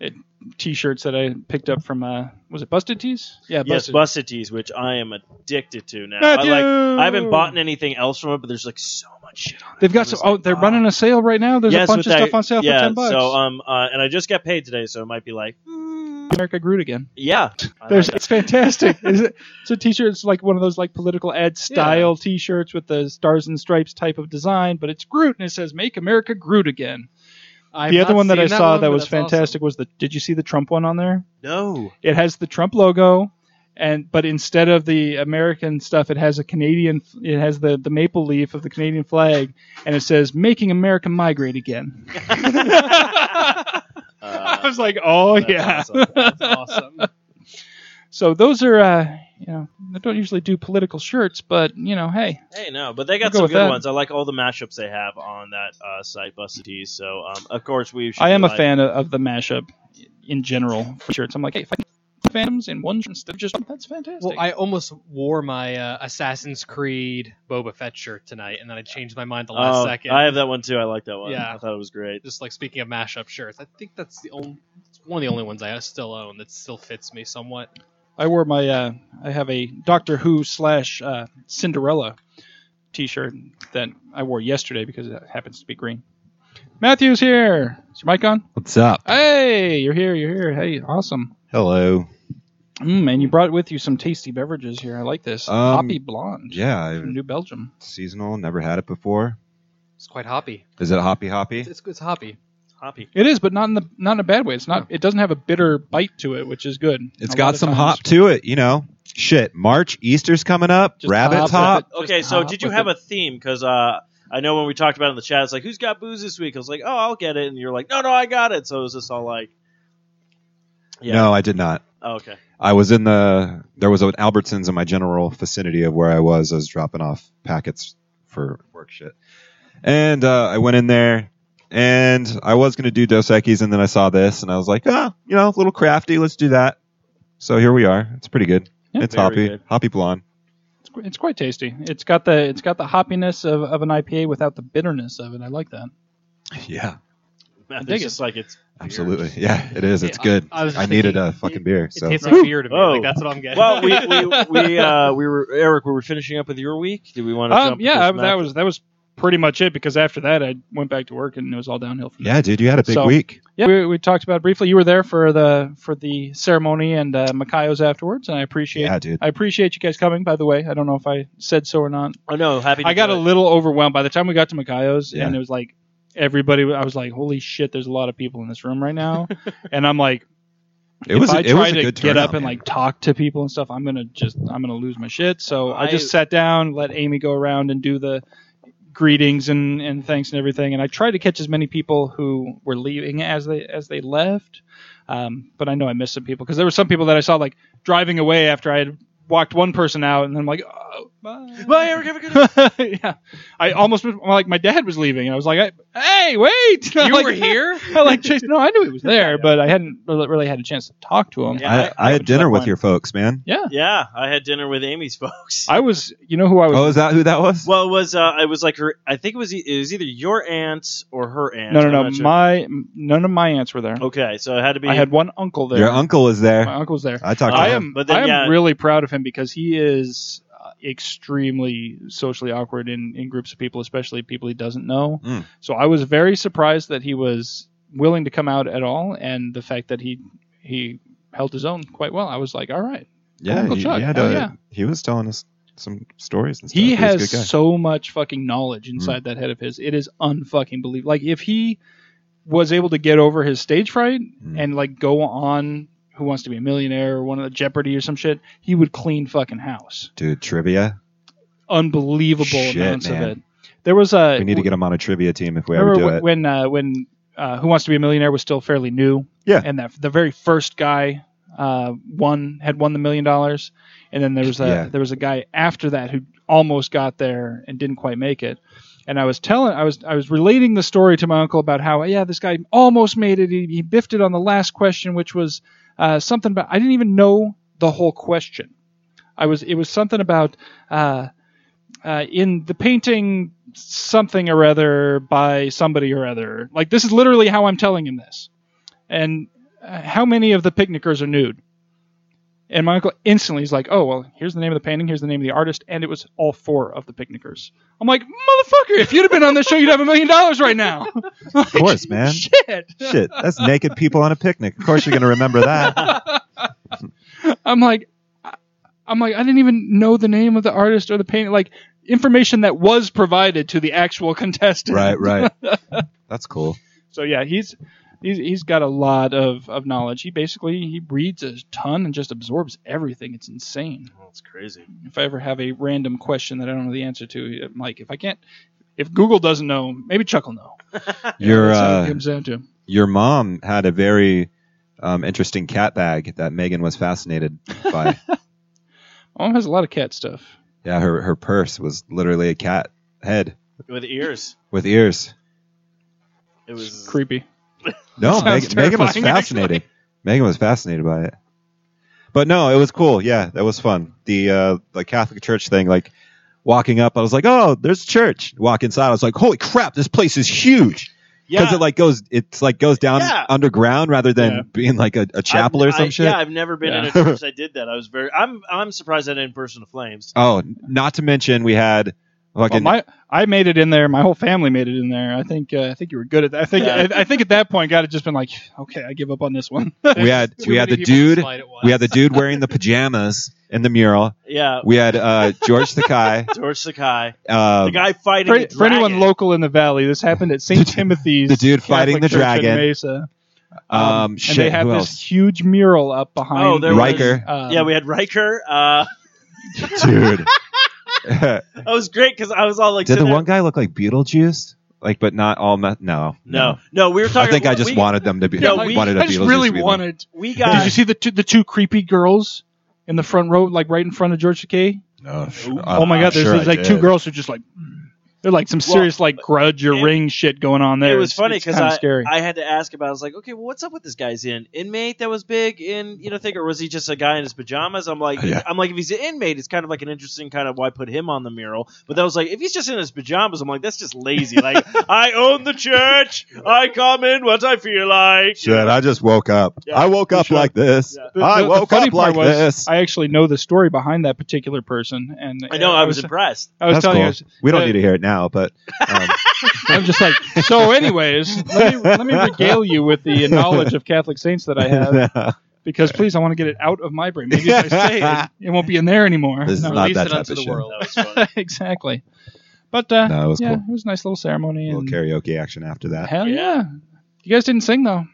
[SPEAKER 3] It, t-shirts that I picked up from uh, was it Busted Tees? Yeah,
[SPEAKER 4] yes,
[SPEAKER 3] Busted.
[SPEAKER 4] busted teas, which I am addicted to now.
[SPEAKER 3] Matthew!
[SPEAKER 4] I like. I haven't bought anything else from it, but there's like so much shit on it.
[SPEAKER 3] They've got
[SPEAKER 4] I
[SPEAKER 3] some.
[SPEAKER 4] was
[SPEAKER 3] Oh,
[SPEAKER 4] like,
[SPEAKER 3] they're running a sale right now. There's a
[SPEAKER 4] Yes,
[SPEAKER 3] bunch
[SPEAKER 4] with
[SPEAKER 3] of
[SPEAKER 4] that-
[SPEAKER 3] stuff on sale
[SPEAKER 4] yeah,
[SPEAKER 3] for ten bucks.
[SPEAKER 4] So um uh, and I just got paid today, so it might be like
[SPEAKER 3] America Groot again.
[SPEAKER 4] yeah. Uh,
[SPEAKER 3] *laughs*
[SPEAKER 4] I
[SPEAKER 3] There's,
[SPEAKER 4] like
[SPEAKER 3] it's
[SPEAKER 5] *laughs*
[SPEAKER 3] fantastic. Is it- It's a t-shirt. It's like one of those like political ad style t-shirts with the stars and stripes type of design, but it's Groot and it says "Make America Groot Again."
[SPEAKER 5] I've
[SPEAKER 3] the other
[SPEAKER 5] not
[SPEAKER 3] one that
[SPEAKER 5] seen
[SPEAKER 3] I saw
[SPEAKER 5] one,
[SPEAKER 3] that
[SPEAKER 5] but
[SPEAKER 3] was
[SPEAKER 5] that's awesome.
[SPEAKER 3] fantastic was the. Did you see the Trump one on there?
[SPEAKER 4] it.
[SPEAKER 3] *laughs*
[SPEAKER 4] no. *laughs*
[SPEAKER 3] It has the Trump logo, and but instead of the American stuff, it has a Canadian. It has the the maple leaf of the Canadian flag, and it says "Making America Migrate
[SPEAKER 5] *laughs*
[SPEAKER 3] Again." *laughs* I
[SPEAKER 4] Uh,
[SPEAKER 3] was like, oh
[SPEAKER 4] that's
[SPEAKER 3] yeah.
[SPEAKER 4] awesome.
[SPEAKER 5] That's awesome.
[SPEAKER 3] So those are, uh, you know, I don't usually do political shirts, but you know, hey,
[SPEAKER 4] hey, no, but they
[SPEAKER 3] We'll
[SPEAKER 4] got
[SPEAKER 3] go
[SPEAKER 4] some
[SPEAKER 3] with
[SPEAKER 4] good
[SPEAKER 3] that.
[SPEAKER 4] ones. I like all the mashups they have on that uh, site, Busted Tees. So, um, of course, we. should
[SPEAKER 3] I am
[SPEAKER 4] be
[SPEAKER 3] a
[SPEAKER 4] like-
[SPEAKER 3] fan of, of the mashup in general for shirts. I'm like, hey, if I can put phantoms in one shirt instead of just one, that's fantastic.
[SPEAKER 5] Well, I almost wore my uh, Assassin's Creed Boba Fett shirt tonight, and then I changed my mind the last
[SPEAKER 4] Oh,
[SPEAKER 5] second.
[SPEAKER 4] I have that one too. I like that one.
[SPEAKER 5] Yeah.
[SPEAKER 4] I thought it was great.
[SPEAKER 5] Just like speaking of mashup shirts, I think that's the only one of the only ones I still own that still fits me somewhat.
[SPEAKER 3] I wore my uh, I have a Doctor Who slash uh, Cinderella T-shirt that I wore yesterday because it happens to be green. Matthew's here. Is your mic on?
[SPEAKER 6] What's up?
[SPEAKER 3] Hey, you're here. You're here. Hey, awesome.
[SPEAKER 6] Hello.
[SPEAKER 3] Mm, and you brought with you some tasty beverages here. I like this
[SPEAKER 6] Um,
[SPEAKER 3] hoppy blonde
[SPEAKER 6] Yeah,
[SPEAKER 3] from
[SPEAKER 6] I,
[SPEAKER 3] New Belgium.
[SPEAKER 6] seasonal. Never had it before.
[SPEAKER 5] It's quite hoppy.
[SPEAKER 6] Is it hoppy hoppy?
[SPEAKER 5] It's, it's, it's hoppy.
[SPEAKER 4] Hoppy.
[SPEAKER 3] It is, but not in the not in a bad way. It's not. It doesn't have a bitter bite to it, which is good.
[SPEAKER 6] It's
[SPEAKER 3] A lot
[SPEAKER 6] got
[SPEAKER 3] of
[SPEAKER 6] some
[SPEAKER 3] times-
[SPEAKER 6] hop to it. You know, shit. March, Easter's coming up.
[SPEAKER 3] Just hop
[SPEAKER 6] Rabbit's hop.
[SPEAKER 3] with
[SPEAKER 4] Okay,
[SPEAKER 3] Just
[SPEAKER 4] so
[SPEAKER 3] hop
[SPEAKER 4] did you
[SPEAKER 3] with
[SPEAKER 4] have
[SPEAKER 3] it.
[SPEAKER 4] a theme? Because uh, I know when we talked about it in the chat, it's like, who's got booze this week? I was like, oh, I'll get it. And you're like, no, no, I got it. So it was just all like, yeah.
[SPEAKER 6] No, I did not.
[SPEAKER 4] Oh, okay. *laughs*
[SPEAKER 6] I was in the. There was an Albertsons in my general vicinity of where I was. I was dropping off packets for work shit, and uh, I went in there, and I was gonna do Dos Equis, and then I saw this, and I was like, ah, you know, a little crafty. Let's do that. So here we are. It's pretty good.
[SPEAKER 3] Yeah,
[SPEAKER 6] it's
[SPEAKER 4] very
[SPEAKER 6] hoppy,
[SPEAKER 4] good.
[SPEAKER 6] hoppy blonde.
[SPEAKER 3] It's, qu- it's quite tasty. It's got the it's got the hoppiness of, of an IPA without the bitterness of it. I like that.
[SPEAKER 6] Yeah,
[SPEAKER 4] Matthew's
[SPEAKER 3] dig it.
[SPEAKER 4] just like, it's.
[SPEAKER 6] absolutely. Yeah, it is. It's
[SPEAKER 5] Yeah, I-
[SPEAKER 6] good.
[SPEAKER 5] I
[SPEAKER 6] I,
[SPEAKER 5] was just
[SPEAKER 6] needed
[SPEAKER 5] thinking-
[SPEAKER 6] a fucking beer.
[SPEAKER 5] It
[SPEAKER 6] So
[SPEAKER 5] tastes like beer to me.
[SPEAKER 4] Oh.
[SPEAKER 5] Like that's what I'm getting.
[SPEAKER 4] Well, we we
[SPEAKER 3] *laughs*
[SPEAKER 4] we, uh, we were Eric. We were finishing up with your week. Did we want to?
[SPEAKER 3] Um,
[SPEAKER 4] jump
[SPEAKER 3] yeah, I,
[SPEAKER 4] because
[SPEAKER 3] that
[SPEAKER 4] Matt-
[SPEAKER 3] was that was pretty much it because after that I went back to work and it was all downhill from there.
[SPEAKER 6] yeah, dude, you had a big
[SPEAKER 3] So-
[SPEAKER 6] week.
[SPEAKER 3] Yeah, we, we talked about it briefly. You were there for the for the ceremony and uh, Makayo's afterwards, and I appreciate
[SPEAKER 6] Yeah, dude.
[SPEAKER 3] I appreciate you guys coming. By the way, I don't know if I said so or not.
[SPEAKER 4] Oh no, happy. To
[SPEAKER 3] I got
[SPEAKER 4] do
[SPEAKER 3] a
[SPEAKER 4] it.
[SPEAKER 3] little overwhelmed by the time we got to Makayo's,
[SPEAKER 6] Yeah.
[SPEAKER 3] and it was like everybody. I was like, "Holy shit!" There's a lot of people in this room right now, and I'm like,
[SPEAKER 6] It was.
[SPEAKER 3] if I
[SPEAKER 6] it
[SPEAKER 3] try
[SPEAKER 6] was a
[SPEAKER 3] to
[SPEAKER 6] good
[SPEAKER 3] get
[SPEAKER 6] turnout,
[SPEAKER 3] up and
[SPEAKER 6] man.
[SPEAKER 3] like talk to people and stuff, I'm gonna just I'm gonna lose my shit. So I,
[SPEAKER 4] I-
[SPEAKER 3] just sat down, let Amy go around and do the greetings and, and thanks and everything. And I tried to catch as many people who were leaving as they as they left. Um, but I know I missed some people because there were some people that I saw like driving away after I had walked one person out, and then I'm like, oh, bye.
[SPEAKER 4] Bye, Eric. Have a good
[SPEAKER 3] *laughs* yeah, I almost was- like my dad was leaving, and I was like, I, "Hey, wait! *laughs*
[SPEAKER 5] you
[SPEAKER 3] Like,
[SPEAKER 5] were here.
[SPEAKER 3] I like chased. No, I knew he was there, but I hadn't really really had a chance to talk to him.
[SPEAKER 4] Yeah.
[SPEAKER 6] I, I had dinner with your folks, man.
[SPEAKER 3] Yeah.
[SPEAKER 4] Yeah, I had dinner with Amy's folks.
[SPEAKER 3] I was, you know who I was?
[SPEAKER 6] Oh, is that who that was?
[SPEAKER 4] well, it was uh, I was like her. I think it was e- it was either your aunt or her aunt.
[SPEAKER 3] no,
[SPEAKER 4] I'm
[SPEAKER 3] no, no.
[SPEAKER 4] not sure.
[SPEAKER 3] My none of my aunts were there.
[SPEAKER 4] Okay, so it had to be.
[SPEAKER 3] I had one uncle there.
[SPEAKER 6] Your uncle was
[SPEAKER 3] my
[SPEAKER 6] there.
[SPEAKER 3] uncle's there.
[SPEAKER 6] I talked to
[SPEAKER 3] I
[SPEAKER 6] him.
[SPEAKER 3] am,
[SPEAKER 4] Uh-huh. But then,
[SPEAKER 3] I am
[SPEAKER 4] yeah.
[SPEAKER 3] really proud of him because he is uh, extremely socially awkward in, in groups of people, especially people he doesn't know.
[SPEAKER 4] Hmm.
[SPEAKER 6] Mm.
[SPEAKER 3] So I was very surprised that he was willing to come out at all, and the fact that he he held his own quite well. I was like, all right.
[SPEAKER 6] Yeah,
[SPEAKER 3] Uncle
[SPEAKER 6] he,
[SPEAKER 3] Chuck.
[SPEAKER 6] he had
[SPEAKER 3] Oh,
[SPEAKER 6] a-
[SPEAKER 3] yeah.
[SPEAKER 6] he was telling us some stories and stuff.
[SPEAKER 3] He
[SPEAKER 6] was a
[SPEAKER 3] has
[SPEAKER 6] good guy. Mm.
[SPEAKER 3] so much fucking knowledge inside that head of his. It is unfucking believable. Like if he was able to get over his stage fright
[SPEAKER 6] Mm.
[SPEAKER 3] and like go on Who Wants to Be a Millionaire or one of the Jeopardy or some shit, he would clean fucking house.
[SPEAKER 6] dude trivia.
[SPEAKER 3] Unbelievable
[SPEAKER 6] Shit,
[SPEAKER 3] amounts
[SPEAKER 6] man.
[SPEAKER 3] of it. There was a
[SPEAKER 6] We need to get him on a trivia team if we ever
[SPEAKER 3] remember
[SPEAKER 6] do
[SPEAKER 3] wh-
[SPEAKER 6] it.
[SPEAKER 3] when uh, when uh, Who Wants to Be a Millionaire was still fairly new.
[SPEAKER 6] Yeah.
[SPEAKER 3] and that the very first guy uh, won had won the million dollars, and then there was a
[SPEAKER 6] Yeah.
[SPEAKER 3] there was a guy after that who almost got there and didn't quite make it. And I was telling I was I was relating the story to my uncle about how yeah this guy almost made it he, he biffed it on the last question which was uh, something about I didn't even know the whole question. I was it was something about uh, uh, in the painting something or other by somebody or other. Like this is literally how I'm telling him this. And uh, how many of the picnickers are nude? And my uncle instantly is like, "Oh well, here's the name of the painting, here's the name of the artist, and it was all four of the picnickers." I'm like, "Motherfucker, if you'd have been on this show, you'd have a million dollars right now."
[SPEAKER 6] *laughs*
[SPEAKER 3] *laughs*
[SPEAKER 6] Of course, man.
[SPEAKER 3] Shit.
[SPEAKER 6] Shit, that's naked people on a picnic. Of course, you're gonna remember that.
[SPEAKER 3] *laughs* I'm like, I- I'm like, I didn't even know the name of the artist or the painting, like information that was provided to the actual *laughs* contestant.
[SPEAKER 6] right, right. That's cool.
[SPEAKER 3] So yeah, he's he's he's got a lot of, of knowledge. He basically he reads a ton and just absorbs everything. It's insane.
[SPEAKER 4] Oh, it's crazy.
[SPEAKER 3] If I ever have a random question that I don't know the answer to, I'm like, if I can't, if Google doesn't know, maybe Chuck will
[SPEAKER 4] *laughs*
[SPEAKER 3] know.
[SPEAKER 6] Your
[SPEAKER 3] That's how it
[SPEAKER 6] uh,
[SPEAKER 3] comes down to.
[SPEAKER 6] your mom had a very um, interesting cat bag that Megan was fascinated
[SPEAKER 4] *laughs*
[SPEAKER 6] by.
[SPEAKER 3] Mom Oh, has a lot of cat stuff.
[SPEAKER 6] yeah, her her purse was literally a cat head
[SPEAKER 4] With ears,
[SPEAKER 6] with ears.
[SPEAKER 3] *laughs*
[SPEAKER 4] it was
[SPEAKER 3] Creepy.
[SPEAKER 6] No,
[SPEAKER 3] Sounds
[SPEAKER 6] Megan, Megan was
[SPEAKER 3] terrifying,
[SPEAKER 6] fascinated. Megan was fascinated by it. But no, it was cool. Yeah, that was fun. The uh, the Catholic Church thing, like walking up, I was like, "Oh, there's a church." Walk inside, I was like, "Holy crap, this place is huge!" because
[SPEAKER 4] Yeah.
[SPEAKER 6] it like goes it's like goes down
[SPEAKER 4] Yeah.
[SPEAKER 6] underground rather than
[SPEAKER 3] Yeah.
[SPEAKER 6] being like a, a chapel
[SPEAKER 4] I've-
[SPEAKER 6] or some
[SPEAKER 4] I-
[SPEAKER 6] shit.
[SPEAKER 4] Yeah, I've never been in
[SPEAKER 3] Yeah.
[SPEAKER 4] a church that did that. I was very. I'm I'm surprised I didn't burst into flames.
[SPEAKER 6] Oh, not to mention we had
[SPEAKER 3] Well,
[SPEAKER 6] fucking
[SPEAKER 3] my I made it in there. My whole family made it in there. I think uh, I think you were good at that. I think
[SPEAKER 4] Yeah.
[SPEAKER 3] I, I think at that point, God had just been like, okay, I give up on this
[SPEAKER 4] *laughs*
[SPEAKER 3] one.
[SPEAKER 6] we had
[SPEAKER 5] Too
[SPEAKER 6] we had
[SPEAKER 5] many
[SPEAKER 6] the
[SPEAKER 5] people to
[SPEAKER 6] dude
[SPEAKER 5] slide at once.
[SPEAKER 6] we had the dude wearing the pajamas in the mural.
[SPEAKER 4] Yeah,
[SPEAKER 6] We had uh, George Takai.
[SPEAKER 3] *laughs*
[SPEAKER 4] George Sakai,
[SPEAKER 6] Uh,
[SPEAKER 4] the guy fighting
[SPEAKER 3] Um, for,
[SPEAKER 4] the
[SPEAKER 3] for anyone
[SPEAKER 4] dragon.
[SPEAKER 3] local in the valley, this happened at St. Timothy's.
[SPEAKER 6] the dude
[SPEAKER 3] Catholic
[SPEAKER 6] fighting the
[SPEAKER 3] Church in
[SPEAKER 6] dragon.
[SPEAKER 3] Mesa.
[SPEAKER 6] um,
[SPEAKER 3] and
[SPEAKER 6] shit,
[SPEAKER 3] they have
[SPEAKER 6] who
[SPEAKER 3] this
[SPEAKER 6] else?
[SPEAKER 3] huge mural up behind.
[SPEAKER 4] Oh, there
[SPEAKER 3] the,
[SPEAKER 4] was-
[SPEAKER 6] Riker,
[SPEAKER 3] um,
[SPEAKER 4] yeah, we had Riker. Uh, *laughs*
[SPEAKER 3] *laughs*
[SPEAKER 6] dude.
[SPEAKER 4] that was great because I was all like,
[SPEAKER 6] Did the
[SPEAKER 4] sitting
[SPEAKER 6] one guy look like Beetlejuice? Like, but not all. Me- no,
[SPEAKER 4] there- No, no, we were
[SPEAKER 6] I
[SPEAKER 4] talking.
[SPEAKER 6] think I
[SPEAKER 4] we-
[SPEAKER 6] just
[SPEAKER 4] we,
[SPEAKER 6] wanted them to be.
[SPEAKER 4] No,
[SPEAKER 6] I
[SPEAKER 4] we-
[SPEAKER 6] wanted a
[SPEAKER 3] I just
[SPEAKER 6] Beetlejuice
[SPEAKER 3] really
[SPEAKER 6] remake.
[SPEAKER 3] wanted.
[SPEAKER 4] We
[SPEAKER 3] Did you
[SPEAKER 4] got.
[SPEAKER 3] see the two, the two creepy girls in the front row, like right in front of George Takei?
[SPEAKER 6] No, sh-
[SPEAKER 3] oh my
[SPEAKER 6] I'm
[SPEAKER 3] God, there's,
[SPEAKER 6] Uh, sure
[SPEAKER 3] there's
[SPEAKER 6] I
[SPEAKER 3] like two
[SPEAKER 6] did.
[SPEAKER 3] girls who just like they're like some
[SPEAKER 4] Well,
[SPEAKER 3] serious like grudge or
[SPEAKER 4] it-
[SPEAKER 3] ring shit going on there.
[SPEAKER 4] It was
[SPEAKER 3] It's-
[SPEAKER 4] funny
[SPEAKER 3] it's
[SPEAKER 4] because
[SPEAKER 3] kinda
[SPEAKER 4] I,
[SPEAKER 3] scary.
[SPEAKER 4] I had to ask about. I was like, okay, well, what's up with this guy's in inmate that was big in you know thing, or was he just a guy in his pajamas? I'm like,
[SPEAKER 6] Yeah.
[SPEAKER 4] I'm like, if he's an inmate, it's kind of like an interesting kind of why put him on the mural. But that was like, if he's just in his pajamas, I'm like, that's just lazy. Like, I own the church. I come in what I feel like.
[SPEAKER 6] Shit, I just woke up.
[SPEAKER 4] Yeah.
[SPEAKER 6] I woke up
[SPEAKER 4] Sure.
[SPEAKER 6] like this.
[SPEAKER 4] Yeah.
[SPEAKER 3] The-
[SPEAKER 6] I
[SPEAKER 3] the- the
[SPEAKER 6] woke
[SPEAKER 3] funny
[SPEAKER 6] up
[SPEAKER 3] part
[SPEAKER 6] like
[SPEAKER 3] was,
[SPEAKER 6] this.
[SPEAKER 3] I actually know the story behind that particular person, and
[SPEAKER 4] I know.
[SPEAKER 3] uh,
[SPEAKER 4] I was impressed.
[SPEAKER 3] I was
[SPEAKER 6] That's
[SPEAKER 3] telling
[SPEAKER 6] cool.
[SPEAKER 3] you, I was-
[SPEAKER 6] we don't
[SPEAKER 3] uh,
[SPEAKER 6] need to hear it now,
[SPEAKER 3] *laughs*
[SPEAKER 6] but um,
[SPEAKER 3] I'm just like, so, anyways, let me, let me regale you with the knowledge of Catholic saints that I have because, please, I want to get it out of my brain. Maybe if I say it, it won't be in there anymore.
[SPEAKER 6] *laughs* This is
[SPEAKER 3] No.
[SPEAKER 6] not
[SPEAKER 5] Release
[SPEAKER 6] that
[SPEAKER 5] it
[SPEAKER 6] type
[SPEAKER 5] onto
[SPEAKER 6] of
[SPEAKER 5] the
[SPEAKER 6] shit.
[SPEAKER 5] world.
[SPEAKER 4] That was fun.
[SPEAKER 3] *laughs* exactly. But uh,
[SPEAKER 6] No, it was
[SPEAKER 3] yeah,
[SPEAKER 6] cool.
[SPEAKER 3] it was a nice little ceremony.
[SPEAKER 6] little
[SPEAKER 3] and-
[SPEAKER 6] karaoke action after that.
[SPEAKER 3] Hell
[SPEAKER 4] Yeah.
[SPEAKER 3] yeah. You guys didn't sing though.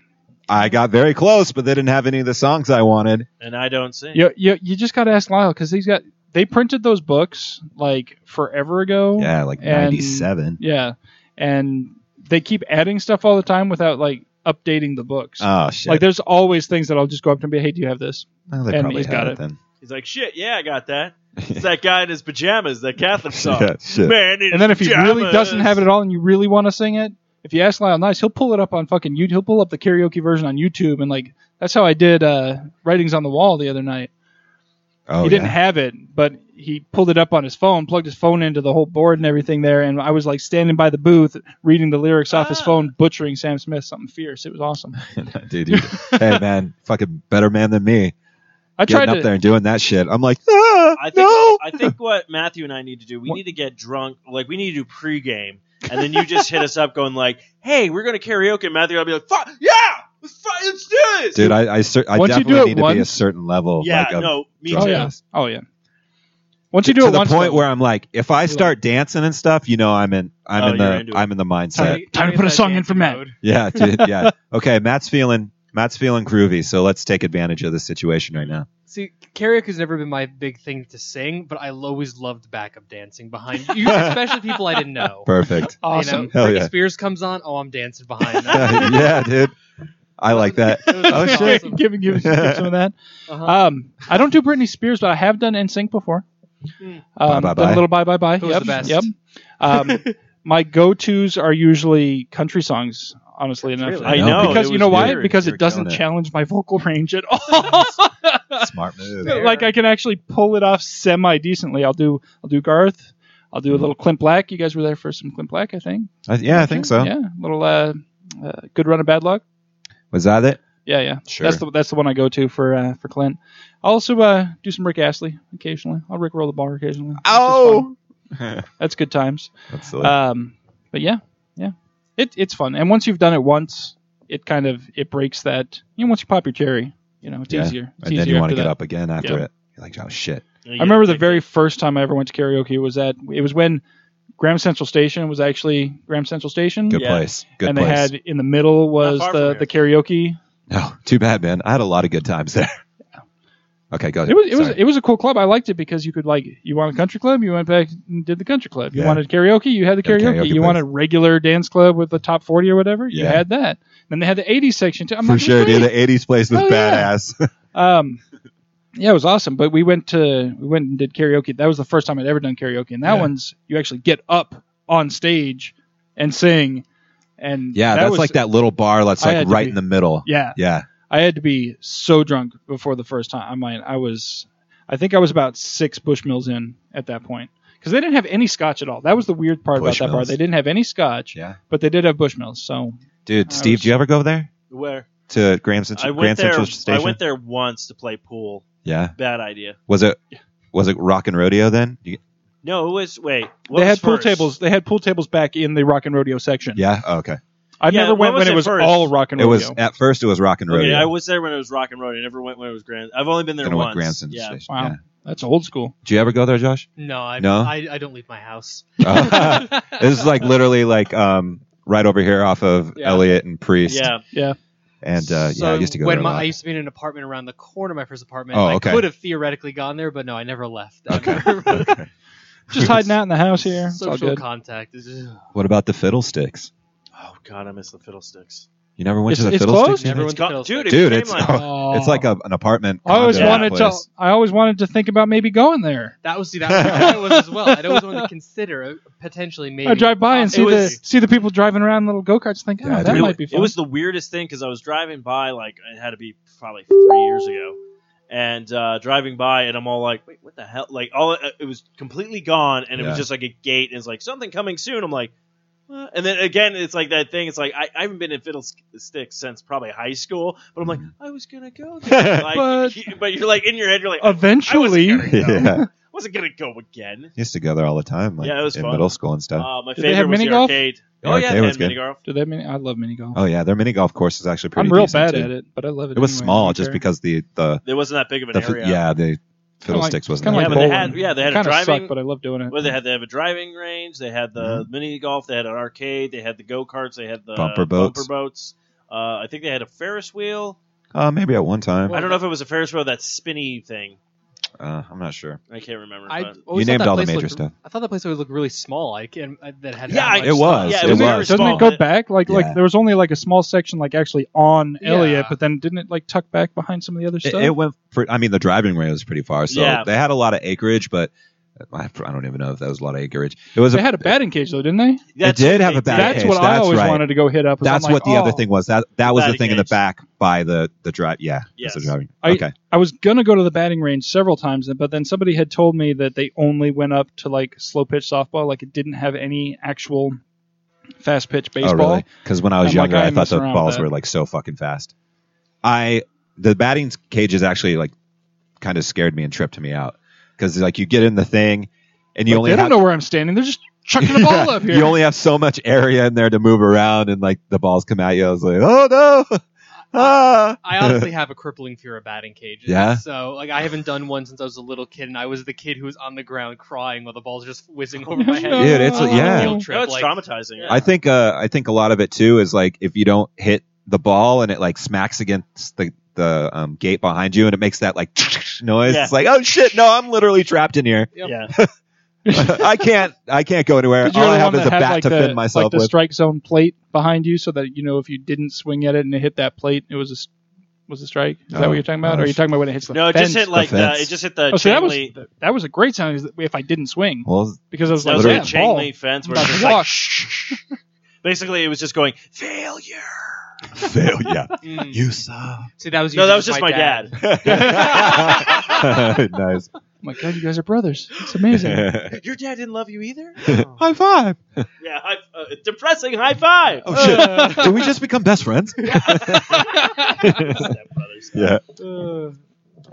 [SPEAKER 6] I got very close, but they didn't have any of the songs I wanted.
[SPEAKER 4] and I don't sing.
[SPEAKER 3] You you, you just got to ask Lyle because he's got they printed those books like forever ago.
[SPEAKER 6] Yeah, like
[SPEAKER 3] And-
[SPEAKER 6] ninety seven.
[SPEAKER 3] Yeah, and they keep adding stuff all the time without like updating the books.
[SPEAKER 6] Oh shit!
[SPEAKER 3] like there's always things that I'll just go up and be, hey, do you have this?
[SPEAKER 6] Well, they
[SPEAKER 3] and
[SPEAKER 6] probably
[SPEAKER 3] he's
[SPEAKER 6] had
[SPEAKER 3] got
[SPEAKER 6] it,
[SPEAKER 3] it.
[SPEAKER 6] then.
[SPEAKER 4] He's like, shit, yeah, I got that.
[SPEAKER 6] *laughs*
[SPEAKER 4] It's that guy in his pajamas, that Catholic song.
[SPEAKER 6] Yeah, shit.
[SPEAKER 4] Man, in
[SPEAKER 3] And then if he
[SPEAKER 4] his
[SPEAKER 3] really
[SPEAKER 4] pajamas.
[SPEAKER 3] doesn't have it at all, and you really want to sing it, if you ask Lyle Nice, he'll pull it up on fucking YouTube. He'll pull up the karaoke version on YouTube, and like that's how I did uh, writings on the wall the other night.
[SPEAKER 6] Oh,
[SPEAKER 3] he didn't
[SPEAKER 6] yeah.
[SPEAKER 3] have it, but he pulled it up on his phone, plugged his phone into the whole board and everything there, and I was like standing by the booth reading the lyrics off his
[SPEAKER 4] Ah.
[SPEAKER 3] phone, butchering Sam Smith something fierce. It was awesome.
[SPEAKER 6] *laughs* dude. you- hey man, fucking better man than me.
[SPEAKER 3] I tried
[SPEAKER 6] Getting up
[SPEAKER 3] to.
[SPEAKER 6] there and doing that shit. I'm like, ah,
[SPEAKER 4] I think,
[SPEAKER 6] no.
[SPEAKER 4] I think what Matthew and I need to do, we
[SPEAKER 3] What?
[SPEAKER 4] need to get drunk. Like, we need to do pregame. And then you just hit us up going, like, hey, we're going to karaoke. And Matthew, I'll be like, fuck, yeah, let's, fu- let's do this.
[SPEAKER 6] Dude, I I, cer- I
[SPEAKER 3] Once you do
[SPEAKER 6] definitely
[SPEAKER 3] it
[SPEAKER 6] need to be a
[SPEAKER 3] once-
[SPEAKER 6] certain level.
[SPEAKER 4] yeah,
[SPEAKER 6] like, of
[SPEAKER 4] no, me too.
[SPEAKER 6] drunkenness.
[SPEAKER 3] Oh yeah. Oh yeah. Once you do
[SPEAKER 6] to
[SPEAKER 3] it
[SPEAKER 6] the
[SPEAKER 3] once,
[SPEAKER 6] point
[SPEAKER 3] though-
[SPEAKER 6] where I'm like, if I
[SPEAKER 3] You're
[SPEAKER 6] start dancing and stuff, you know, I'm in, I'm
[SPEAKER 4] Oh,
[SPEAKER 6] in
[SPEAKER 4] you're
[SPEAKER 6] the,
[SPEAKER 4] into it.
[SPEAKER 6] I'm in the mindset.
[SPEAKER 3] Sorry.
[SPEAKER 5] Sorry,
[SPEAKER 3] Time to
[SPEAKER 5] get
[SPEAKER 3] put a
[SPEAKER 5] that
[SPEAKER 3] song in
[SPEAKER 5] dancing
[SPEAKER 3] for Matt.
[SPEAKER 5] mode.
[SPEAKER 6] *laughs* Yeah, dude,
[SPEAKER 3] *laughs*
[SPEAKER 6] yeah. Okay, Matt's feeling, Matt's feeling groovy. So let's take advantage of the situation right now.
[SPEAKER 5] See, karaoke's never been my big thing to sing, but I always loved backup dancing behind
[SPEAKER 6] *laughs*
[SPEAKER 5] you, especially people I didn't know.
[SPEAKER 6] Perfect.
[SPEAKER 3] awesome. *laughs*
[SPEAKER 5] You know,
[SPEAKER 6] Hell
[SPEAKER 5] Britney
[SPEAKER 6] yeah.
[SPEAKER 5] Spears comes on, oh, I'm dancing behind
[SPEAKER 6] *laughs*
[SPEAKER 5] that.
[SPEAKER 6] yeah, dude. I like that.
[SPEAKER 5] It was
[SPEAKER 6] Oh, shit.
[SPEAKER 3] *laughs*
[SPEAKER 5] awesome.
[SPEAKER 3] give, me- give, me- give some of that.
[SPEAKER 5] Uh-huh.
[SPEAKER 3] Um, I don't do Britney Spears, but I have done NSYNC before.
[SPEAKER 5] Mm.
[SPEAKER 3] Um,
[SPEAKER 6] Bye, bye,
[SPEAKER 3] done
[SPEAKER 6] bye.
[SPEAKER 3] a little bye bye bye.
[SPEAKER 5] Who was
[SPEAKER 3] yep,
[SPEAKER 5] the best?
[SPEAKER 3] Yep. Um, my go tos are usually country songs. Honestly enough,
[SPEAKER 4] Really? I
[SPEAKER 6] Oh,
[SPEAKER 4] know,
[SPEAKER 3] because
[SPEAKER 4] it
[SPEAKER 3] you know
[SPEAKER 4] was
[SPEAKER 3] why?
[SPEAKER 4] weird.
[SPEAKER 3] Because
[SPEAKER 6] You
[SPEAKER 3] it
[SPEAKER 6] were
[SPEAKER 3] doesn't
[SPEAKER 6] killing it.
[SPEAKER 3] challenge my vocal *laughs* range
[SPEAKER 6] *laughs*
[SPEAKER 3] at all.
[SPEAKER 6] Smart
[SPEAKER 4] *laughs*
[SPEAKER 6] move.
[SPEAKER 3] *laughs* like I can actually pull it off semi decently. I'll do I'll do Garth. I'll
[SPEAKER 6] Mm-hmm.
[SPEAKER 3] do a little Clint Black. You guys were there for some Clint Black, I think.
[SPEAKER 6] I- yeah, I think so.
[SPEAKER 3] Yeah, little uh, uh, good run of bad luck.
[SPEAKER 6] Was that
[SPEAKER 4] *laughs*
[SPEAKER 6] it?
[SPEAKER 3] Yeah, yeah.
[SPEAKER 6] Sure.
[SPEAKER 3] That's the that's the one I go to for uh, for Clint. I also uh, do some Rick Astley occasionally. I'll Rick roll the bar occasionally. It's just
[SPEAKER 6] Oh!
[SPEAKER 3] fun. that's good times.
[SPEAKER 6] That's silly.
[SPEAKER 3] Um, but yeah, yeah, it it's fun. And once you've done it once, it kind of it breaks that. You know, once you pop your cherry, you know, it's
[SPEAKER 6] Yeah.
[SPEAKER 3] easier. It's
[SPEAKER 6] and then
[SPEAKER 3] easier
[SPEAKER 6] you want to
[SPEAKER 3] after
[SPEAKER 6] get
[SPEAKER 3] that.
[SPEAKER 6] up again after
[SPEAKER 3] Yeah.
[SPEAKER 6] it. You're like, oh shit.
[SPEAKER 3] I remember the very first time I ever went to karaoke was at it was when Graham Central Station was actually Graham Central Station.
[SPEAKER 6] Good
[SPEAKER 4] Yeah.
[SPEAKER 6] place. Good
[SPEAKER 3] and
[SPEAKER 6] place.
[SPEAKER 3] they
[SPEAKER 6] *laughs*
[SPEAKER 3] had in the middle was
[SPEAKER 4] far
[SPEAKER 3] the,
[SPEAKER 4] from
[SPEAKER 3] the karaoke.
[SPEAKER 6] no, Oh, too bad, man. I had a lot of good times there. *laughs* Okay, go ahead.
[SPEAKER 3] It was it was
[SPEAKER 6] Sorry.
[SPEAKER 3] it was a cool club. I liked it because you could like you wanted country club, you went back and did the country club. You
[SPEAKER 6] Yeah.
[SPEAKER 3] wanted karaoke, you had the
[SPEAKER 6] Got a
[SPEAKER 3] karaoke.
[SPEAKER 6] karaoke
[SPEAKER 3] you
[SPEAKER 6] place.
[SPEAKER 3] wanted regular dance club with the top forty or whatever, you
[SPEAKER 6] Yeah.
[SPEAKER 3] had that. Then they had the '80s section too. I'm
[SPEAKER 6] for
[SPEAKER 3] like,
[SPEAKER 6] sure, dude.
[SPEAKER 3] "Great."
[SPEAKER 6] The '80s place was
[SPEAKER 3] Hell yeah.
[SPEAKER 6] badass. *laughs*
[SPEAKER 3] Um, yeah, it was awesome. But we went to we went and did karaoke. That was the first time I'd ever done karaoke, and that
[SPEAKER 6] Yeah.
[SPEAKER 3] one's you actually get up on stage and sing. And
[SPEAKER 6] Yeah,
[SPEAKER 3] that
[SPEAKER 6] that's
[SPEAKER 3] was,
[SPEAKER 6] like that little bar that's
[SPEAKER 3] I
[SPEAKER 6] like
[SPEAKER 3] had to
[SPEAKER 6] right
[SPEAKER 3] be-
[SPEAKER 6] in the middle.
[SPEAKER 3] Yeah,
[SPEAKER 6] Yeah.
[SPEAKER 3] I had to be so drunk before the first time. I mean, I was, I think I was about six Bushmills in at that point, because they didn't have any scotch at all. That was the weird part about that bar.
[SPEAKER 6] Bushmills.
[SPEAKER 3] They didn't have any scotch,
[SPEAKER 6] Yeah.
[SPEAKER 3] but they did have Bushmills. So
[SPEAKER 6] Dude,
[SPEAKER 3] I
[SPEAKER 6] Steve,
[SPEAKER 3] was-
[SPEAKER 6] do you ever go there
[SPEAKER 4] Where
[SPEAKER 6] to Grand, Central
[SPEAKER 4] I
[SPEAKER 6] Grand
[SPEAKER 4] went there,
[SPEAKER 6] Central Station?
[SPEAKER 4] I went there once to play pool.
[SPEAKER 6] Yeah.
[SPEAKER 4] Bad idea.
[SPEAKER 6] Was it was it Rock and Rodeo then? You-
[SPEAKER 4] No, it was wait. What
[SPEAKER 3] they
[SPEAKER 4] was
[SPEAKER 3] had pool
[SPEAKER 4] first?
[SPEAKER 3] tables. They had pool tables back in the Rock and Rodeo section.
[SPEAKER 6] yeah. Oh, okay.
[SPEAKER 3] I
[SPEAKER 4] Yeah,
[SPEAKER 3] never
[SPEAKER 4] when
[SPEAKER 3] went
[SPEAKER 4] was
[SPEAKER 3] when it
[SPEAKER 4] it
[SPEAKER 3] was
[SPEAKER 4] first?
[SPEAKER 3] all Rock and
[SPEAKER 6] It
[SPEAKER 3] Rodeo.
[SPEAKER 6] was at first it was Rock and Rodeo.
[SPEAKER 4] Okay, I was there when it was rock and roll. I never went when it was grand. I've only been there
[SPEAKER 6] then it went
[SPEAKER 4] once.
[SPEAKER 6] Grand Central
[SPEAKER 4] yeah.
[SPEAKER 6] Station.
[SPEAKER 3] Wow.
[SPEAKER 6] Yeah.
[SPEAKER 3] That's old school.
[SPEAKER 6] Do you ever go there,
[SPEAKER 3] *laughs*
[SPEAKER 6] Josh?
[SPEAKER 5] No, I,
[SPEAKER 6] No?
[SPEAKER 5] I, I don't leave my house.
[SPEAKER 6] Oh. *laughs* this
[SPEAKER 5] *laughs*
[SPEAKER 6] is like literally like um right over here off of
[SPEAKER 3] Yeah.
[SPEAKER 6] Elliott and Priest.
[SPEAKER 4] Yeah,
[SPEAKER 6] And uh,
[SPEAKER 5] So
[SPEAKER 6] yeah, I used to go
[SPEAKER 5] when
[SPEAKER 6] there a
[SPEAKER 5] my,
[SPEAKER 6] lot.
[SPEAKER 5] I used to be in an apartment around the corner, my first apartment.
[SPEAKER 6] Oh,
[SPEAKER 5] I
[SPEAKER 6] okay.
[SPEAKER 5] could have theoretically gone there, but no, I never left. I *laughs*
[SPEAKER 6] Okay.
[SPEAKER 5] never-
[SPEAKER 6] Okay.
[SPEAKER 3] Just hiding out in the house here. It's all
[SPEAKER 5] Social
[SPEAKER 3] good.
[SPEAKER 5] contact. is just-
[SPEAKER 6] *laughs* What about the fiddlesticks?
[SPEAKER 4] Oh god, I miss the fiddlesticks.
[SPEAKER 6] You never went
[SPEAKER 3] It's-
[SPEAKER 6] to the
[SPEAKER 3] it's
[SPEAKER 6] fiddlesticks?
[SPEAKER 3] closed?
[SPEAKER 6] You
[SPEAKER 5] Never
[SPEAKER 6] didn't-
[SPEAKER 5] went-
[SPEAKER 4] Go-
[SPEAKER 5] Fiddlesticks.
[SPEAKER 4] dude,
[SPEAKER 6] Dude,
[SPEAKER 4] it became
[SPEAKER 6] it's *laughs*
[SPEAKER 4] like-
[SPEAKER 3] Oh.
[SPEAKER 6] It's like a, an apartment.
[SPEAKER 3] I always
[SPEAKER 6] condo
[SPEAKER 3] wanted to. *laughs*
[SPEAKER 6] place.
[SPEAKER 3] I always wanted to think about maybe going there.
[SPEAKER 5] That was see that was, that was as well. I'd always wanted to consider uh, potentially maybe.
[SPEAKER 3] I drive by and see
[SPEAKER 4] It was-
[SPEAKER 3] the see the people driving around in little go karts. Think, oh,
[SPEAKER 6] Yeah,
[SPEAKER 3] that
[SPEAKER 6] dude.
[SPEAKER 4] it,
[SPEAKER 3] might be fun.
[SPEAKER 4] It was the weirdest thing because I was driving by, like it had to be probably three years ago, and uh, driving by, and I'm all like, "Wait, what the hell?" Like all uh, it was completely gone, and it
[SPEAKER 6] Yeah.
[SPEAKER 4] was just like a gate, and it's like something coming soon. I'm like, "What?" and then again, it's like that thing. It's like I, I haven't been in Fiddlesticks since probably high school, but I'm like,
[SPEAKER 6] Mm-hmm.
[SPEAKER 4] I was gonna go,
[SPEAKER 6] *laughs*
[SPEAKER 4] there. Like,
[SPEAKER 3] But-
[SPEAKER 4] you- but you're like in your head, you're like, I
[SPEAKER 3] Eventually,
[SPEAKER 4] I wasn't gonna
[SPEAKER 6] *laughs*
[SPEAKER 4] go.
[SPEAKER 6] yeah.
[SPEAKER 4] wasn't gonna go again.
[SPEAKER 6] Used to go there all the time, like
[SPEAKER 4] Yeah, it was
[SPEAKER 6] in
[SPEAKER 4] fun.
[SPEAKER 6] middle school and stuff.
[SPEAKER 4] Uh, my
[SPEAKER 3] Did they
[SPEAKER 4] favorite
[SPEAKER 3] have
[SPEAKER 4] was
[SPEAKER 3] mini
[SPEAKER 4] the
[SPEAKER 3] golf?
[SPEAKER 4] arcade.
[SPEAKER 6] The
[SPEAKER 4] oh yeah,
[SPEAKER 6] arcade
[SPEAKER 4] they
[SPEAKER 6] was
[SPEAKER 4] had
[SPEAKER 6] good.
[SPEAKER 4] mini golf.
[SPEAKER 3] do that mean? I love mini golf.
[SPEAKER 6] oh yeah, their mini golf course is actually pretty.
[SPEAKER 3] I'm real
[SPEAKER 6] decent,
[SPEAKER 3] bad
[SPEAKER 6] too.
[SPEAKER 3] at it, but I love it.
[SPEAKER 6] It was
[SPEAKER 3] anyway.
[SPEAKER 6] small,
[SPEAKER 3] Don't
[SPEAKER 6] just
[SPEAKER 3] care.
[SPEAKER 6] because the the,
[SPEAKER 4] There wasn't that big of an
[SPEAKER 6] the fi-
[SPEAKER 4] area.
[SPEAKER 6] yeah the fiddlesticks wasn't.
[SPEAKER 3] kinda
[SPEAKER 6] that
[SPEAKER 3] like
[SPEAKER 4] yeah, but
[SPEAKER 6] big.
[SPEAKER 4] they
[SPEAKER 3] bowling.
[SPEAKER 4] had yeah they had a
[SPEAKER 3] Kind of
[SPEAKER 4] driving.
[SPEAKER 3] suck, but uh, I love doing it.
[SPEAKER 4] Well, they had they have a driving range. They had the mini golf. They had an arcade. They had the go karts. They had the
[SPEAKER 6] Mm-hmm. Bumper boats.
[SPEAKER 4] boats. Uh, I think they had a Ferris wheel.
[SPEAKER 6] Uh, maybe at one time.
[SPEAKER 4] I don't know if it was a Ferris wheel that spinny thing.
[SPEAKER 6] Uh, I'm not sure.
[SPEAKER 4] I can't remember.
[SPEAKER 5] I
[SPEAKER 4] but-
[SPEAKER 6] You
[SPEAKER 5] always thought
[SPEAKER 6] named
[SPEAKER 5] that
[SPEAKER 6] all the
[SPEAKER 5] place
[SPEAKER 6] major
[SPEAKER 5] looked-
[SPEAKER 6] stuff.
[SPEAKER 5] I thought that place always looked really small. Like and uh, that had
[SPEAKER 4] Yeah,
[SPEAKER 5] that
[SPEAKER 4] I-
[SPEAKER 5] much
[SPEAKER 6] It was.
[SPEAKER 4] Yeah,
[SPEAKER 6] it
[SPEAKER 4] it
[SPEAKER 3] doesn't,
[SPEAKER 6] was.
[SPEAKER 4] was very
[SPEAKER 3] it, doesn't
[SPEAKER 4] small.
[SPEAKER 3] it go back? Like
[SPEAKER 6] Yeah.
[SPEAKER 3] like there was only like a small section like actually on
[SPEAKER 5] Yeah.
[SPEAKER 3] Elliot, but then didn't it like tuck back behind some of the other
[SPEAKER 6] It,
[SPEAKER 3] stuff?
[SPEAKER 6] it went. For, I mean, the driving range was pretty far, so
[SPEAKER 4] Yeah.
[SPEAKER 6] they had a lot of acreage, but uh, I, I don't even know if that was a lot of acreage. It was.
[SPEAKER 3] they
[SPEAKER 6] a,
[SPEAKER 3] had a batting cage though, didn't they?
[SPEAKER 4] That's
[SPEAKER 6] did
[SPEAKER 4] what
[SPEAKER 6] have
[SPEAKER 4] they
[SPEAKER 6] a back
[SPEAKER 4] did.
[SPEAKER 3] That's
[SPEAKER 6] cage,
[SPEAKER 3] what I
[SPEAKER 6] that's
[SPEAKER 3] always
[SPEAKER 6] right.
[SPEAKER 3] wanted to go hit up. is I'm
[SPEAKER 6] That's
[SPEAKER 3] like,
[SPEAKER 6] what the other
[SPEAKER 3] oh.
[SPEAKER 6] thing was. That that was the
[SPEAKER 4] Batting
[SPEAKER 6] thing in the
[SPEAKER 4] cage.
[SPEAKER 6] back by the the drive. Yeah,
[SPEAKER 4] Yes.
[SPEAKER 6] that's the driving.
[SPEAKER 3] I-
[SPEAKER 6] okay, Oh,
[SPEAKER 3] I was gonna go to the batting range several times, but then somebody had told me that they only went up to like slow pitch softball, like it didn't have any actual fast pitch baseball.
[SPEAKER 6] Oh, really? Because when I was
[SPEAKER 3] I'm like,
[SPEAKER 6] younger,
[SPEAKER 3] I
[SPEAKER 6] I thought
[SPEAKER 3] mess
[SPEAKER 6] the
[SPEAKER 3] around with
[SPEAKER 6] balls
[SPEAKER 3] that.
[SPEAKER 6] were like so fucking fast. I the batting cage is actually like kind of scared me and tripped me out because like you get in the thing and you
[SPEAKER 3] Like,
[SPEAKER 6] only
[SPEAKER 3] they
[SPEAKER 6] have,
[SPEAKER 3] don't know where I'm standing. They're just chucking the ball
[SPEAKER 6] *laughs* Yeah,
[SPEAKER 3] up here.
[SPEAKER 6] You only have so much area in there to move around and like the balls come at you. I was like, oh no, ah.
[SPEAKER 5] I honestly have a crippling fear of batting cages.
[SPEAKER 6] Yeah?
[SPEAKER 5] So like I haven't done one since I was a little kid, and I was the kid who was on the ground crying while the balls just whizzing over my head.
[SPEAKER 3] No.
[SPEAKER 6] Dude, it's-
[SPEAKER 5] On a
[SPEAKER 6] yeah.
[SPEAKER 5] Field trip,
[SPEAKER 4] No, it's
[SPEAKER 5] like,
[SPEAKER 4] traumatizing.
[SPEAKER 6] *laughs* I think uh, I think a lot of it too is like if you don't hit the ball and it like smacks against the the um, gate behind you and it makes that like *laughs* noise.
[SPEAKER 4] Yeah.
[SPEAKER 6] It's like oh shit, no, I'm literally trapped in here. *laughs*
[SPEAKER 5] Yep.
[SPEAKER 4] Yeah.
[SPEAKER 6] I can't. I can't go anywhere.
[SPEAKER 3] Did you
[SPEAKER 6] All I
[SPEAKER 3] ever
[SPEAKER 6] have
[SPEAKER 3] one
[SPEAKER 6] is a
[SPEAKER 3] that had,
[SPEAKER 6] bat
[SPEAKER 3] like,
[SPEAKER 6] to
[SPEAKER 3] the,
[SPEAKER 6] fend myself
[SPEAKER 3] like the
[SPEAKER 6] with.
[SPEAKER 3] strike zone plate behind you, so that you know if you didn't swing at it and it hit that plate, it was a s- was a strike. Is that
[SPEAKER 6] Oh,
[SPEAKER 3] what you're talking about? Or are
[SPEAKER 6] gosh.
[SPEAKER 3] you talking about when it hits the
[SPEAKER 4] No, it
[SPEAKER 3] fence?
[SPEAKER 4] just hit like the,
[SPEAKER 6] fence.
[SPEAKER 4] it just hit the
[SPEAKER 3] oh, so that
[SPEAKER 4] chain
[SPEAKER 3] was
[SPEAKER 4] link.
[SPEAKER 3] that was a great sound. is that- If I didn't swing,
[SPEAKER 6] well,
[SPEAKER 3] because I was
[SPEAKER 4] That
[SPEAKER 3] like,
[SPEAKER 4] was
[SPEAKER 3] yeah,
[SPEAKER 4] like a chain
[SPEAKER 3] ball.
[SPEAKER 4] link fence where
[SPEAKER 3] About
[SPEAKER 4] it's
[SPEAKER 3] to
[SPEAKER 4] just like
[SPEAKER 3] walk.
[SPEAKER 4] basically it was just going failure.
[SPEAKER 6] fail.
[SPEAKER 3] *laughs*
[SPEAKER 6] Yeah,
[SPEAKER 5] Mm.
[SPEAKER 6] you suck. *laughs*
[SPEAKER 5] See, that was
[SPEAKER 4] No,
[SPEAKER 5] usually
[SPEAKER 4] that was just my dad. *laughs*
[SPEAKER 6] nice. *laughs*
[SPEAKER 3] Oh my god, you guys are brothers. It's amazing. Uh,
[SPEAKER 4] Your dad didn't love
[SPEAKER 6] *laughs*
[SPEAKER 4] you either.
[SPEAKER 6] High five.
[SPEAKER 4] *laughs* yeah, high, uh, depressing high five. *laughs*
[SPEAKER 6] Oh shit! *laughs* Did we just become best friends?
[SPEAKER 4] Stepbrothers.
[SPEAKER 6] yeah.
[SPEAKER 3] uh,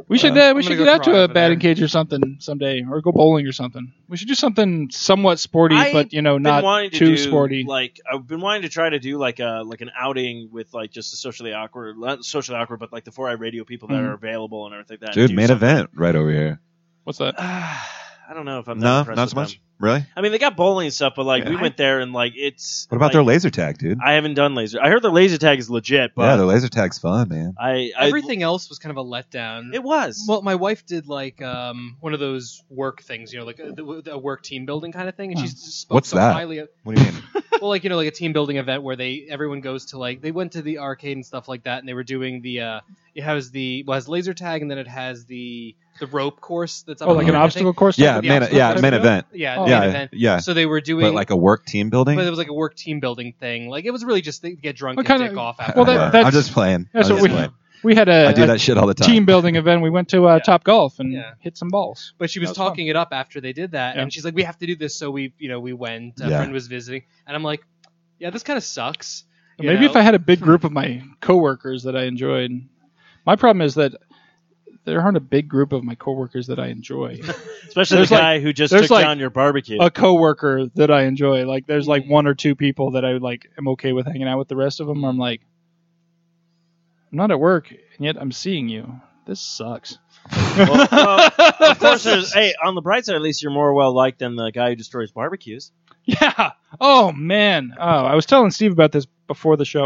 [SPEAKER 3] we should
[SPEAKER 6] Uh,
[SPEAKER 3] uh, we
[SPEAKER 5] I'm
[SPEAKER 3] should get
[SPEAKER 5] gonna go
[SPEAKER 3] out
[SPEAKER 5] cry
[SPEAKER 3] to a
[SPEAKER 5] over
[SPEAKER 3] batting
[SPEAKER 5] there.
[SPEAKER 3] cage or something someday, or go bowling or something. We should do something somewhat sporty,
[SPEAKER 4] I've
[SPEAKER 3] but you know,
[SPEAKER 4] been
[SPEAKER 3] not
[SPEAKER 4] wanting to
[SPEAKER 3] too
[SPEAKER 4] do,
[SPEAKER 3] sporty.
[SPEAKER 4] Like I've been wanting to try to do like a like an outing with like just the socially awkward, not socially awkward, but like the four eye radio people that
[SPEAKER 3] Mhm.
[SPEAKER 4] are available and everything like that.
[SPEAKER 6] Dude,
[SPEAKER 4] Do
[SPEAKER 6] main
[SPEAKER 4] something.
[SPEAKER 6] event right over here.
[SPEAKER 3] What's that?
[SPEAKER 4] *sighs* I don't know if I'm that
[SPEAKER 6] No,
[SPEAKER 4] impressed
[SPEAKER 6] not
[SPEAKER 4] with
[SPEAKER 6] so much.
[SPEAKER 4] them.
[SPEAKER 6] Really?
[SPEAKER 4] I mean, they got bowling and stuff, but like
[SPEAKER 6] Yeah.
[SPEAKER 4] we went there and like it's.
[SPEAKER 6] What about
[SPEAKER 4] like,
[SPEAKER 6] their laser tag, dude?
[SPEAKER 4] I haven't done laser. I heard the laser tag is legit, but
[SPEAKER 6] yeah, the laser tag's fun, man.
[SPEAKER 4] I, I
[SPEAKER 5] Everything else was kind of a letdown.
[SPEAKER 4] It was.
[SPEAKER 5] Well, my wife did like um, one of those work things, you know, like uh, a, a work team building kind of thing, and she spoke
[SPEAKER 6] What's
[SPEAKER 5] so
[SPEAKER 6] that?
[SPEAKER 5] highly. Of,
[SPEAKER 6] What do you mean?
[SPEAKER 5] well, like you know, like a team building event where they everyone goes to like they went to the arcade and stuff like that, and they were doing the uh, it has the well, it has laser tag, and then it has the the rope course that's up
[SPEAKER 3] Oh,
[SPEAKER 5] on
[SPEAKER 3] like
[SPEAKER 5] the
[SPEAKER 3] an
[SPEAKER 5] thing.
[SPEAKER 3] obstacle course?
[SPEAKER 6] *laughs* yeah,
[SPEAKER 5] the
[SPEAKER 6] main,
[SPEAKER 5] obstacle
[SPEAKER 6] yeah,
[SPEAKER 5] course
[SPEAKER 6] main
[SPEAKER 3] stuff?
[SPEAKER 6] event.
[SPEAKER 5] Yeah,
[SPEAKER 3] Oh.
[SPEAKER 5] main
[SPEAKER 6] yeah,
[SPEAKER 5] event.
[SPEAKER 6] yeah.
[SPEAKER 5] So they were doing,
[SPEAKER 6] But like a work team building.
[SPEAKER 5] but it was like a work team building thing. Like it was really just they get drunk
[SPEAKER 3] What
[SPEAKER 5] and
[SPEAKER 3] kind
[SPEAKER 5] dick
[SPEAKER 3] of-
[SPEAKER 5] off.
[SPEAKER 6] I
[SPEAKER 5] After
[SPEAKER 3] Well,
[SPEAKER 6] don't
[SPEAKER 3] that-
[SPEAKER 6] know.
[SPEAKER 3] that's-
[SPEAKER 6] I'm just playing.
[SPEAKER 3] That's
[SPEAKER 6] I'm
[SPEAKER 3] what
[SPEAKER 6] just
[SPEAKER 3] we-
[SPEAKER 6] playing.
[SPEAKER 3] We had a,
[SPEAKER 6] I do
[SPEAKER 3] a
[SPEAKER 6] that shit all the time.
[SPEAKER 3] team building event. We went to uh,
[SPEAKER 5] Yeah.
[SPEAKER 3] Top Golf and
[SPEAKER 5] Yeah.
[SPEAKER 3] hit some balls.
[SPEAKER 5] But she
[SPEAKER 3] That
[SPEAKER 5] was
[SPEAKER 3] was fun.
[SPEAKER 5] talking it up after they did that,
[SPEAKER 3] Yeah.
[SPEAKER 5] and she's like, "We have to do this." So we, you know, we went. A
[SPEAKER 6] Yeah.
[SPEAKER 5] friend was visiting, and I'm like, "Yeah, this kind of sucks." you
[SPEAKER 3] Maybe if
[SPEAKER 5] know?
[SPEAKER 3] I had a big group of my coworkers that I enjoyed. My problem is that there aren't a big group of my coworkers that I enjoy.
[SPEAKER 4] Especially
[SPEAKER 3] There's
[SPEAKER 4] the
[SPEAKER 3] like-
[SPEAKER 4] guy who just
[SPEAKER 3] there's
[SPEAKER 4] took
[SPEAKER 3] like
[SPEAKER 4] down your barbecue.
[SPEAKER 3] a coworker that I enjoy. Like there's like one or two people that I like am okay with hanging out with. The rest of them I'm like I'm not at work and yet I'm seeing you. This sucks.
[SPEAKER 4] Well, well,
[SPEAKER 3] *laughs*
[SPEAKER 4] of course, there's, hey, on the bright side, at least you're more well liked than the guy who destroys barbecues.
[SPEAKER 3] *laughs* Yeah. Oh man. Oh, I was telling Steve about this before the show.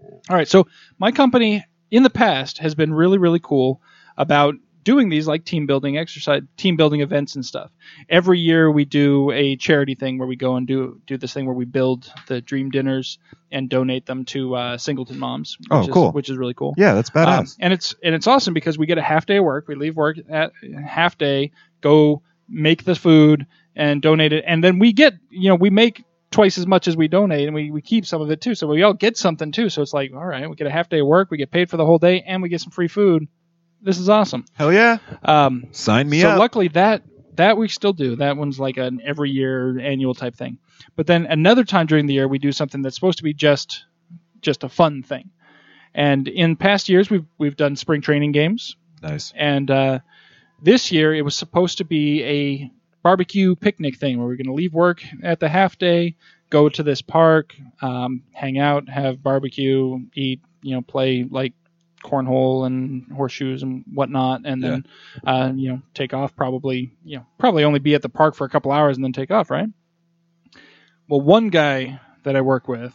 [SPEAKER 3] All right. So my company in the past has been really, really cool about doing these like team building exercise, team building events and stuff. Every year we do a charity thing where we go and do do this thing where we build the dream dinners and donate them to uh, singleton moms. Which
[SPEAKER 6] Oh,
[SPEAKER 3] is,
[SPEAKER 6] cool.
[SPEAKER 3] Which is really cool.
[SPEAKER 6] Yeah, that's
[SPEAKER 3] Um,
[SPEAKER 6] badass.
[SPEAKER 3] and it's and it's awesome because we get a half day of work. We leave work at half day, go make the food and donate it, and then we get you know we make twice as much as we donate, and we, we keep some of it too. So we all get something too. So it's like all right, we get a half day of work, we get paid for the whole day, and we get some free food. This is awesome.
[SPEAKER 6] Hell yeah!
[SPEAKER 3] Um,
[SPEAKER 6] Sign me
[SPEAKER 3] so
[SPEAKER 6] up.
[SPEAKER 3] luckily that that we still do. That one's like an every year annual type thing. But then another time during the year we do something that's supposed to be just just a fun thing. And in past years we've we've done spring training games
[SPEAKER 6] nice.
[SPEAKER 3] and uh, this year it was supposed to be a barbecue picnic thing where we're going to leave work at the half day, go to this park, um, hang out, have barbecue, eat, you know, play like cornhole and horseshoes and whatnot, and then uh, you know take off. Probably you know probably only be at the park for a couple hours and then take off, right? Well, one guy that I work with,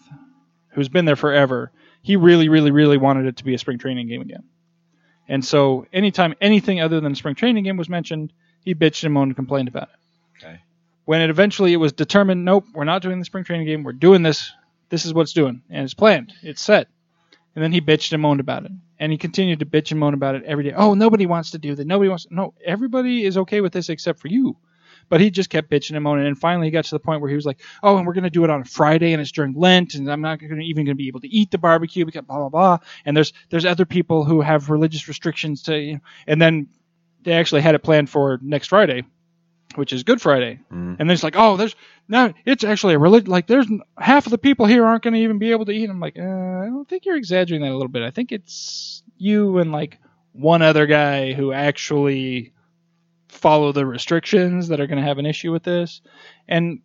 [SPEAKER 3] who's been there forever, he really, really, really wanted it to be a spring training game again. And so anytime anything other than spring training game was mentioned, he bitched and moaned and complained about it.
[SPEAKER 6] Okay.
[SPEAKER 3] When it eventually it was determined, nope, we're not doing the spring training game. We're doing this. This is what's doing, and it's planned. It's set. And then he bitched and moaned about it, and he continued to bitch and moan about it every day. Oh, nobody wants to do that. Nobody wants. No, everybody is okay with this except for you. But he just kept bitching and moaning, and finally he got to the point where he was like, "Oh, and we're going to do it on a Friday, and it's during Lent, and I'm not gonna, even going to be able to eat the barbecue because blah blah blah." And there's there's other people who have religious restrictions to, you know, and then they actually had it planned for next Friday, which is Good Friday,
[SPEAKER 6] Mm.
[SPEAKER 3] and then it's like, "Oh, there's no, it's actually a religion. Like, there's n- half of the people here aren't going to even be able to eat." I'm like, uh, I don't think you're exaggerating that a little bit. I think it's you and like one other guy who actually follow the restrictions that are going to have an issue with this. And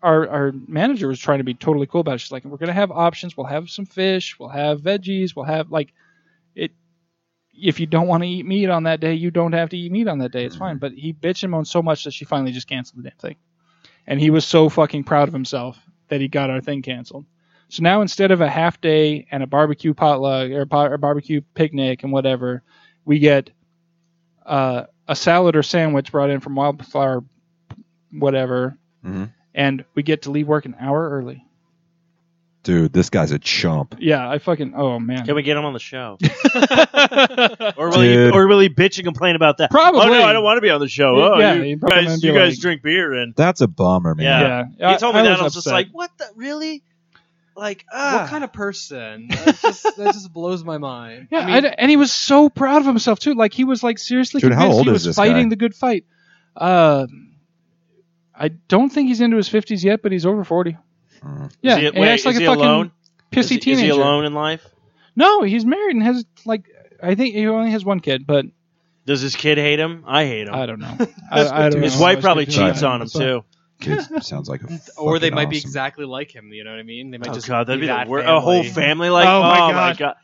[SPEAKER 3] our our manager was trying to be totally cool about it. She's like, "We're going to have options. We'll have some fish. We'll have veggies. We'll have like it. If you don't want to eat meat on that day, you don't have to eat meat on that day. It's fine." But he bitched and moaned so much that she finally just canceled the damn thing. And he was so fucking proud of himself that he got our thing canceled. So now instead of a half day and a barbecue potluck or, pot, or barbecue picnic and whatever, we get uh, a salad or sandwich brought in from Wildflower, whatever,
[SPEAKER 6] Mhm.
[SPEAKER 3] and we get to leave work an hour early.
[SPEAKER 6] Dude, this guy's a chump.
[SPEAKER 3] Yeah, I fucking oh man.
[SPEAKER 4] Can we get him on the show? *laughs* or will
[SPEAKER 6] Dude.
[SPEAKER 4] he? Or will he bitch and complain about that?
[SPEAKER 3] Probably.
[SPEAKER 4] Oh no, I don't want to be on the show. Oh,
[SPEAKER 3] Yeah,
[SPEAKER 4] you
[SPEAKER 3] he'd probably
[SPEAKER 4] guys,
[SPEAKER 3] be
[SPEAKER 4] you guys
[SPEAKER 3] like-
[SPEAKER 4] drink beer and
[SPEAKER 6] That's a bummer, man.
[SPEAKER 4] Yeah.
[SPEAKER 3] yeah,
[SPEAKER 4] he told me that. I was just
[SPEAKER 3] upset.
[SPEAKER 4] like, what? the Really? Like, ah.
[SPEAKER 5] what kind of person? That just, that just blows my mind.
[SPEAKER 3] Yeah,
[SPEAKER 5] I mean,
[SPEAKER 3] I d- and he was so proud of himself too. Like he was like seriously
[SPEAKER 6] Dude, how
[SPEAKER 3] convinced
[SPEAKER 6] old
[SPEAKER 3] he
[SPEAKER 6] is
[SPEAKER 3] was
[SPEAKER 6] this
[SPEAKER 3] fighting
[SPEAKER 6] guy?
[SPEAKER 3] the good fight. Uh, I don't think he's into his fifties yet, but he's over forty.
[SPEAKER 6] Mm.
[SPEAKER 3] Yeah,
[SPEAKER 4] Is he,
[SPEAKER 3] and
[SPEAKER 4] wait,
[SPEAKER 3] acts like
[SPEAKER 4] is
[SPEAKER 3] a
[SPEAKER 4] he
[SPEAKER 3] fucking
[SPEAKER 4] alone?
[SPEAKER 3] pissy
[SPEAKER 4] is, he-
[SPEAKER 3] teenager.
[SPEAKER 4] Is he alone in life?
[SPEAKER 3] No, he's married and has like I think he only has one kid, but
[SPEAKER 4] Does his kid hate him? I hate him.
[SPEAKER 3] I don't
[SPEAKER 4] *laughs*
[SPEAKER 3] know. I, I don't
[SPEAKER 4] His
[SPEAKER 3] know.
[SPEAKER 4] wife
[SPEAKER 3] It's
[SPEAKER 4] probably
[SPEAKER 3] good to
[SPEAKER 4] cheats
[SPEAKER 3] know.
[SPEAKER 4] on him
[SPEAKER 3] So-
[SPEAKER 4] too.
[SPEAKER 6] Dude, sounds like a.
[SPEAKER 5] or they
[SPEAKER 6] fucking
[SPEAKER 5] might be
[SPEAKER 6] awesome-
[SPEAKER 5] exactly like him. You know what I mean? They might
[SPEAKER 4] Oh
[SPEAKER 5] just
[SPEAKER 4] god, that'd be,
[SPEAKER 5] that
[SPEAKER 4] the worst.
[SPEAKER 5] family.
[SPEAKER 4] A whole family like,
[SPEAKER 3] Oh,
[SPEAKER 4] oh,
[SPEAKER 3] my
[SPEAKER 4] my, god.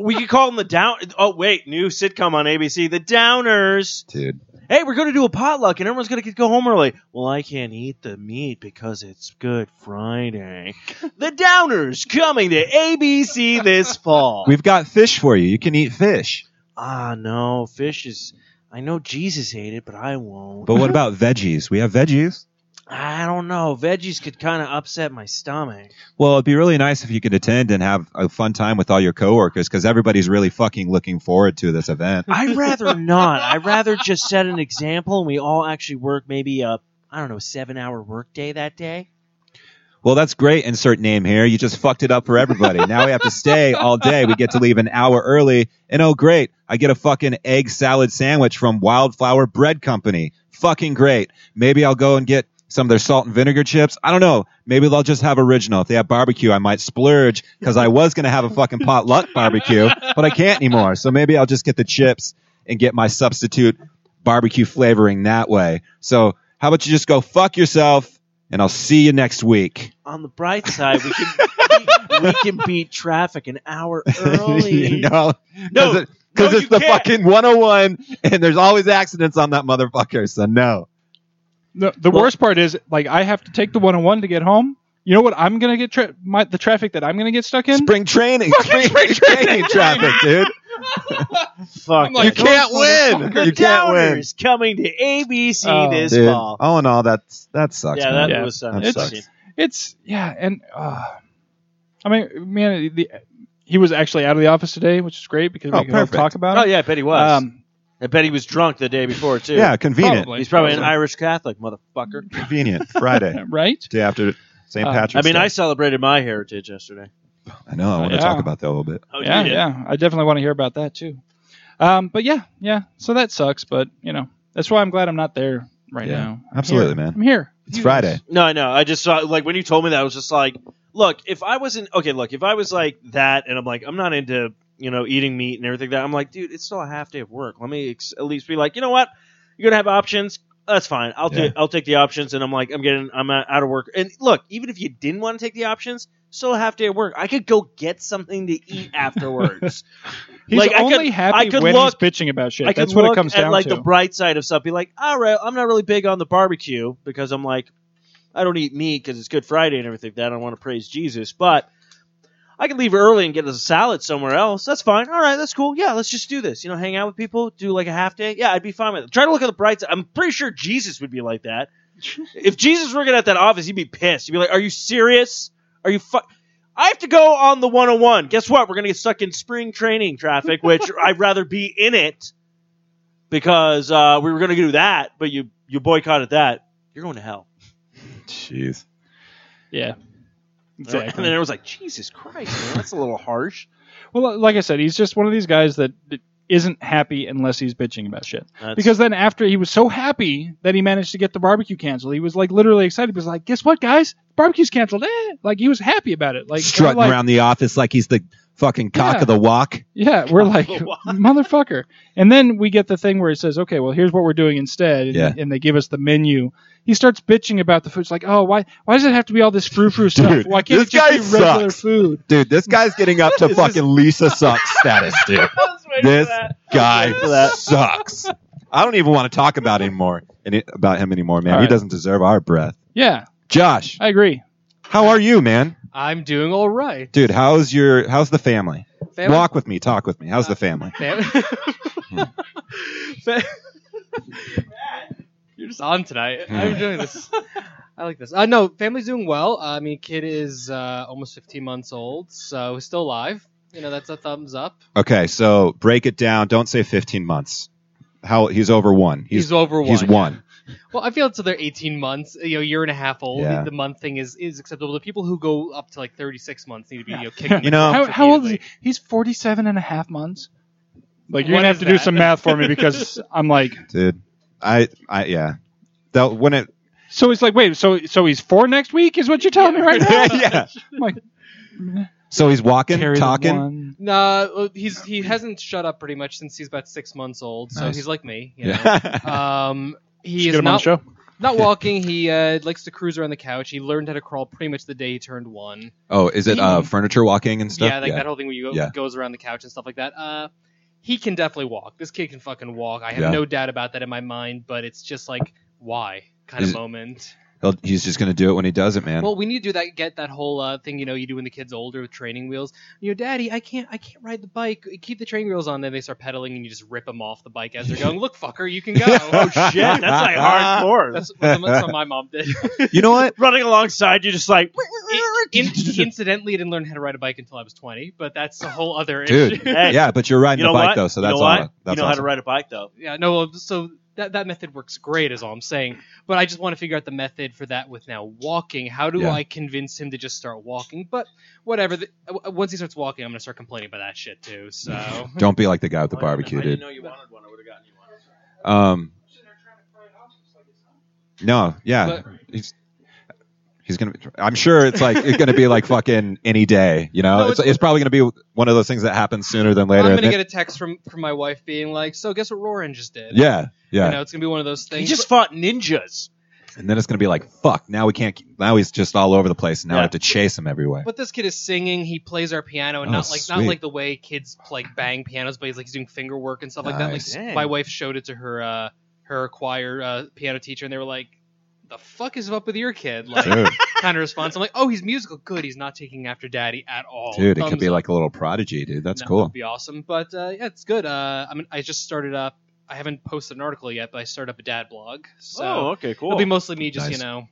[SPEAKER 4] We could call them the down. Oh wait, new sitcom on ABC, The Downers.
[SPEAKER 6] Dude,
[SPEAKER 4] Hey, we're going to do a potluck, and everyone's going to go home early. Well, I can't eat the meat because it's Good Friday. the Downers coming to ABC this fall.
[SPEAKER 6] we've got fish for you. You can eat fish.
[SPEAKER 4] ah no, fish is. I know Jesus ate it, but I won't.
[SPEAKER 6] But what about veggies? We have veggies.
[SPEAKER 4] I don't know. Veggies could kind of upset my stomach.
[SPEAKER 6] Well, it'd be really nice if you could attend and have a fun time with all your coworkers because everybody's really fucking looking forward to this event.
[SPEAKER 4] I'd rather not. I'd rather just set an example and we all actually work maybe a I don't know, seven hour work day that day.
[SPEAKER 6] well, that's great. Insert name here. You just fucked it up for everybody. now we have to stay all day. We get to leave an hour early. And oh, great. I get a fucking egg salad sandwich from Wildflower Bread Company. Fucking great. Maybe I'll go and get some of their salt and vinegar chips. I don't know. Maybe they'll just have original. If they have barbecue, I might splurge because I was going to have a fucking potluck barbecue, but I can't anymore. So maybe I'll just get the chips and get my substitute barbecue flavoring that way. So how about you just go fuck yourself and I'll see you next week.
[SPEAKER 4] On the bright side, we can we, we can beat traffic an hour
[SPEAKER 6] *laughs*
[SPEAKER 4] early.
[SPEAKER 6] no,
[SPEAKER 4] No,
[SPEAKER 6] because because
[SPEAKER 4] no,
[SPEAKER 6] it's
[SPEAKER 4] you
[SPEAKER 6] the
[SPEAKER 4] can't.
[SPEAKER 6] fucking 101 and there's always accidents on that motherfucker. So no.
[SPEAKER 3] The, the worst part is like I have to take the 101 to get home. You know what? I'm gonna get tra- my, the traffic that I'm gonna get stuck in.
[SPEAKER 6] Spring training. Spring, training traffic, dude.
[SPEAKER 4] Fuck.
[SPEAKER 5] like,
[SPEAKER 6] you can't win. You can't win.
[SPEAKER 4] Downers coming to ABC
[SPEAKER 3] Oh,
[SPEAKER 4] this
[SPEAKER 6] Dude,
[SPEAKER 4] fall.
[SPEAKER 6] all in all, that's that sucks.
[SPEAKER 4] yeah,
[SPEAKER 6] man.
[SPEAKER 4] that
[SPEAKER 3] Yeah.
[SPEAKER 4] was uh,
[SPEAKER 6] That
[SPEAKER 3] it's
[SPEAKER 6] sucks.
[SPEAKER 3] it's yeah, and uh, I mean, man, the, he was actually out of the office today, which is great because
[SPEAKER 6] Oh,
[SPEAKER 3] we can all
[SPEAKER 6] perfect.
[SPEAKER 3] talk about Um,
[SPEAKER 4] Oh
[SPEAKER 3] it.
[SPEAKER 4] yeah, I bet he was. I bet he was drunk the day before too.
[SPEAKER 6] Um, yeah, convenient.
[SPEAKER 3] probably.
[SPEAKER 4] he's probably an Irish Catholic motherfucker.
[SPEAKER 3] *laughs*
[SPEAKER 6] Convenient. Friday,
[SPEAKER 3] right.
[SPEAKER 6] day after St.
[SPEAKER 3] Uh,
[SPEAKER 6] Patrick's.
[SPEAKER 4] I mean,
[SPEAKER 6] Day.
[SPEAKER 4] I celebrated my heritage yesterday.
[SPEAKER 6] I know. I want
[SPEAKER 3] Yeah.
[SPEAKER 6] to talk about that a little bit.
[SPEAKER 4] Oh, you
[SPEAKER 3] yeah,
[SPEAKER 4] did?
[SPEAKER 3] yeah. I definitely want to hear about that too. Um, but yeah, yeah. So that sucks, but you know, that's why I'm glad I'm not there right
[SPEAKER 6] Yeah.
[SPEAKER 3] now. I'm
[SPEAKER 6] Absolutely,
[SPEAKER 3] here.
[SPEAKER 6] man.
[SPEAKER 3] I'm here.
[SPEAKER 6] It's
[SPEAKER 3] You
[SPEAKER 6] Friday.
[SPEAKER 3] guys.
[SPEAKER 4] No, I know. I just saw like when you told me that, I was just like, look, if I wasn't okay, look, if I was like that, and I'm like, I'm not into you know eating meat and everything like that. I'm like, dude, it's still a half day of work. Let me ex- at least be like, you know what, you're gonna have options. That's fine. I'll
[SPEAKER 6] Yeah.
[SPEAKER 4] do. I'll take the options, and I'm like, I'm getting. I'm out out of work. And look, even if you didn't want to take the options, still a half day of work. I could go get something to eat afterwards.
[SPEAKER 3] He's
[SPEAKER 4] Like, I
[SPEAKER 3] only
[SPEAKER 4] could-
[SPEAKER 3] happy
[SPEAKER 4] I could
[SPEAKER 3] when he's
[SPEAKER 4] look-
[SPEAKER 3] bitching about shit.
[SPEAKER 4] I could
[SPEAKER 3] That's what
[SPEAKER 4] look
[SPEAKER 3] it comes
[SPEAKER 4] at
[SPEAKER 3] down
[SPEAKER 4] like
[SPEAKER 3] to.
[SPEAKER 4] the bright side of stuff. Be like, all right, I'm not really big on the barbecue because I'm like, I don't eat meat because it's Good Friday and everything. like That I want to praise Jesus, but I can leave early and get a salad somewhere else. That's fine. All right, that's cool. Yeah, let's just do this. You know, hang out with people, do like a half day. Yeah, I'd be fine with it. Try to look at the bright side. I'm pretty sure Jesus would be
[SPEAKER 3] *laughs*
[SPEAKER 4] like that. if Jesus were working at that office, he'd be pissed. He'd be like, "Are you serious? Are you fuck?" I have to go on the 101. Guess what? We're going to get stuck in spring training
[SPEAKER 3] *laughs*
[SPEAKER 4] traffic, which I'd rather be in it because uh, we were going to do that, but you you boycotted that. You're going to hell.
[SPEAKER 6] Jeez.
[SPEAKER 3] yeah.
[SPEAKER 4] *laughs* And then everyone's like, Jesus Christ, man, that's a little harsh.
[SPEAKER 3] Well, like I said, he's just one of these guys that that isn't happy unless he's bitching about shit.
[SPEAKER 4] That's-
[SPEAKER 3] Because then after he was so happy that he managed to get the barbecue canceled, he was like literally excited. He was like, "Guess what, guys? Barbecue's canceled!" Eh. Like he was happy about it. Like we're
[SPEAKER 6] Strutting
[SPEAKER 3] like,
[SPEAKER 6] around the office like he's the fucking cock
[SPEAKER 3] Yeah.
[SPEAKER 6] of the walk.
[SPEAKER 3] Yeah,
[SPEAKER 6] *laughs*
[SPEAKER 3] we're like
[SPEAKER 4] What?
[SPEAKER 3] motherfucker. And then we get the thing where it says, "Okay, well, here's what we're doing instead," and,
[SPEAKER 6] Yeah.
[SPEAKER 3] and they give us the menu. He starts bitching about the food. It's like, "Oh, why? Why does it have to be all this frou frou stuff?
[SPEAKER 6] Dude,
[SPEAKER 3] Why can't it
[SPEAKER 6] this
[SPEAKER 3] just be
[SPEAKER 6] guy
[SPEAKER 3] regular
[SPEAKER 6] sucks.
[SPEAKER 3] food?"
[SPEAKER 6] Dude, this guy's getting up to fucking Lisa sucks status, dude. This guy
[SPEAKER 4] waiting for that.
[SPEAKER 6] sucks. I don't even want to talk about anymore and it, about him anymore, man.
[SPEAKER 3] All
[SPEAKER 6] He
[SPEAKER 3] right.
[SPEAKER 6] doesn't deserve our breath.
[SPEAKER 3] Yeah,
[SPEAKER 6] Josh,
[SPEAKER 3] I agree.
[SPEAKER 6] how are you, man?
[SPEAKER 5] I'm doing all right.
[SPEAKER 6] Dude, how's your how's the family?
[SPEAKER 5] Family-
[SPEAKER 6] Walk with me, talk with me. How's the family?
[SPEAKER 5] Fam- *laughs* Fa- *laughs* You're just on tonight.
[SPEAKER 6] Hmm.
[SPEAKER 5] I'm enjoying this. I like this. Uh, no, family's doing well. I mean, kid is uh, almost 15 months old, so he's still alive. You know, that's a thumbs up.
[SPEAKER 6] Okay, so break it down. Don't say 15 months. How he's over 1.
[SPEAKER 5] He's,
[SPEAKER 6] He's
[SPEAKER 5] over one.
[SPEAKER 6] he's one.
[SPEAKER 5] Well, I feel it's they're 18 months, you know, year and a half old.
[SPEAKER 6] Yeah.
[SPEAKER 5] The month thing is, is acceptable. The people who go up to like 36 months need to
[SPEAKER 6] *laughs*
[SPEAKER 5] be you know, kicked. in
[SPEAKER 6] You
[SPEAKER 5] the
[SPEAKER 6] know-
[SPEAKER 5] nuts
[SPEAKER 3] How, how old is he?
[SPEAKER 5] repeatedly.
[SPEAKER 3] He's 47 and a half months. Like, you're going
[SPEAKER 5] What
[SPEAKER 3] to have
[SPEAKER 5] is
[SPEAKER 3] to do
[SPEAKER 5] that?
[SPEAKER 3] some math for me
[SPEAKER 4] *laughs*
[SPEAKER 3] because I'm like,
[SPEAKER 6] Dude, I I yeah. That when it *laughs*
[SPEAKER 3] so it's like, wait, so so he's four next week is what you're telling me right
[SPEAKER 4] *laughs*
[SPEAKER 3] now?
[SPEAKER 6] yeah.
[SPEAKER 3] I'm like,
[SPEAKER 6] So he's walking,
[SPEAKER 3] carry the
[SPEAKER 6] talking.
[SPEAKER 3] one.
[SPEAKER 5] Nah, well, he's he hasn't shut up pretty much since he's about six months old. So
[SPEAKER 6] Nice.
[SPEAKER 5] he's like me.
[SPEAKER 6] *laughs*
[SPEAKER 5] You know?
[SPEAKER 6] Yeah.
[SPEAKER 5] Um,
[SPEAKER 3] Should
[SPEAKER 5] he is
[SPEAKER 3] Get him on the
[SPEAKER 5] not
[SPEAKER 3] show.
[SPEAKER 5] not walking. He uh, likes to cruise around the couch. He learned how to crawl pretty much the day he turned one.
[SPEAKER 6] oh, is it uh, furniture walking and stuff?
[SPEAKER 5] yeah, like that whole thing where you go,
[SPEAKER 6] Yeah.
[SPEAKER 5] goes around the couch and stuff like that. Uh, he can definitely walk. This kid can fucking walk. I have
[SPEAKER 6] Yeah.
[SPEAKER 5] no doubt about that in my mind. But it's just like why kind
[SPEAKER 6] Is-
[SPEAKER 5] of moment.
[SPEAKER 6] He'll, he's just gonna do it when he does it, man. *laughs*
[SPEAKER 5] Well, we need to do that. Get that whole uh, thing you know you do when the kid's older with training wheels. You know, Daddy, I can't, I can't ride the bike. Keep the training wheels on. Then they start pedaling, and you just rip them off the bike as they're going. Look, fucker,
[SPEAKER 6] *laughs*
[SPEAKER 5] you can go. oh
[SPEAKER 4] *laughs*
[SPEAKER 5] shit.
[SPEAKER 4] Shit, that's like hardcore. *laughs*
[SPEAKER 5] That's, that's what my mom
[SPEAKER 6] *laughs*
[SPEAKER 5] did.
[SPEAKER 6] you know what?
[SPEAKER 4] running alongside you, just like,
[SPEAKER 5] In- incidentally, I didn't learn how to ride a bike until I was 20, but that's a whole other
[SPEAKER 6] Dude.
[SPEAKER 5] issue.
[SPEAKER 4] hey,
[SPEAKER 6] yeah, but you're riding
[SPEAKER 4] you know
[SPEAKER 6] the bike
[SPEAKER 4] what?
[SPEAKER 6] though, so
[SPEAKER 4] you
[SPEAKER 6] that's
[SPEAKER 4] know
[SPEAKER 6] all.
[SPEAKER 4] what?
[SPEAKER 6] That's
[SPEAKER 4] you know how to
[SPEAKER 6] awesome.
[SPEAKER 4] ride a bike though.
[SPEAKER 5] *laughs* yeah, no, well, so that that method works great, is all I'm saying. But I just want to figure out the method for that with now walking. How do
[SPEAKER 6] Yeah.
[SPEAKER 5] I convince him to just start walking? But whatever. The, w- w- once he starts walking, I'm gonna start complaining about that shit too. So
[SPEAKER 6] *laughs*
[SPEAKER 5] *laughs*
[SPEAKER 6] Don't be like the guy with the
[SPEAKER 4] I didn't-
[SPEAKER 6] barbecue,
[SPEAKER 4] I didn't
[SPEAKER 6] dude.
[SPEAKER 4] know you wanted one. I would have gotten you one.
[SPEAKER 6] Um, no, yeah,
[SPEAKER 5] But-
[SPEAKER 6] he's he's gonna. Be, I'm sure it's like it's gonna be like fucking any day. You know,
[SPEAKER 5] No,
[SPEAKER 6] it's,
[SPEAKER 5] it's-
[SPEAKER 6] it's probably gonna be one of those things that happens sooner than later.
[SPEAKER 5] I'm
[SPEAKER 6] and
[SPEAKER 5] gonna
[SPEAKER 6] then-
[SPEAKER 5] get a text from from my wife being like, "So guess what, Roran just did."
[SPEAKER 6] yeah, yeah,
[SPEAKER 5] You know, it's gonna be one of those
[SPEAKER 4] He
[SPEAKER 5] things.
[SPEAKER 4] just fought ninjas.
[SPEAKER 6] and then it's gonna be like fuck. Now we can't. Now he's just all over the place, and now I
[SPEAKER 4] Yeah.
[SPEAKER 6] have to chase him everywhere.
[SPEAKER 5] But this kid is singing. He plays our piano, and
[SPEAKER 6] Oh,
[SPEAKER 5] not like not
[SPEAKER 6] sweet.
[SPEAKER 5] like the way kids like bang pianos, but he's like he's doing finger work and stuff like that. Like
[SPEAKER 6] Nice.
[SPEAKER 4] Dang.
[SPEAKER 5] my wife showed it to her uh, her choir uh, piano teacher, and they were like, "The fuck is up with
[SPEAKER 6] *laughs*
[SPEAKER 5] your kid?" Like *laughs*
[SPEAKER 6] Dude,
[SPEAKER 5] kind of response. I'm like, "Oh, he's musical. Good. He's not taking after daddy at all."
[SPEAKER 6] dude, it could
[SPEAKER 5] Thumbs
[SPEAKER 6] be
[SPEAKER 5] up.
[SPEAKER 6] like a little prodigy, dude. That's
[SPEAKER 5] No,
[SPEAKER 6] cool.
[SPEAKER 5] That'd be awesome. But uh, yeah, it's good. Uh, I mean, I just started up. I haven't posted an article yet, but I started up a dad blog. So
[SPEAKER 4] oh, okay, cool.
[SPEAKER 5] it'll be mostly me just
[SPEAKER 6] Nice.
[SPEAKER 5] you know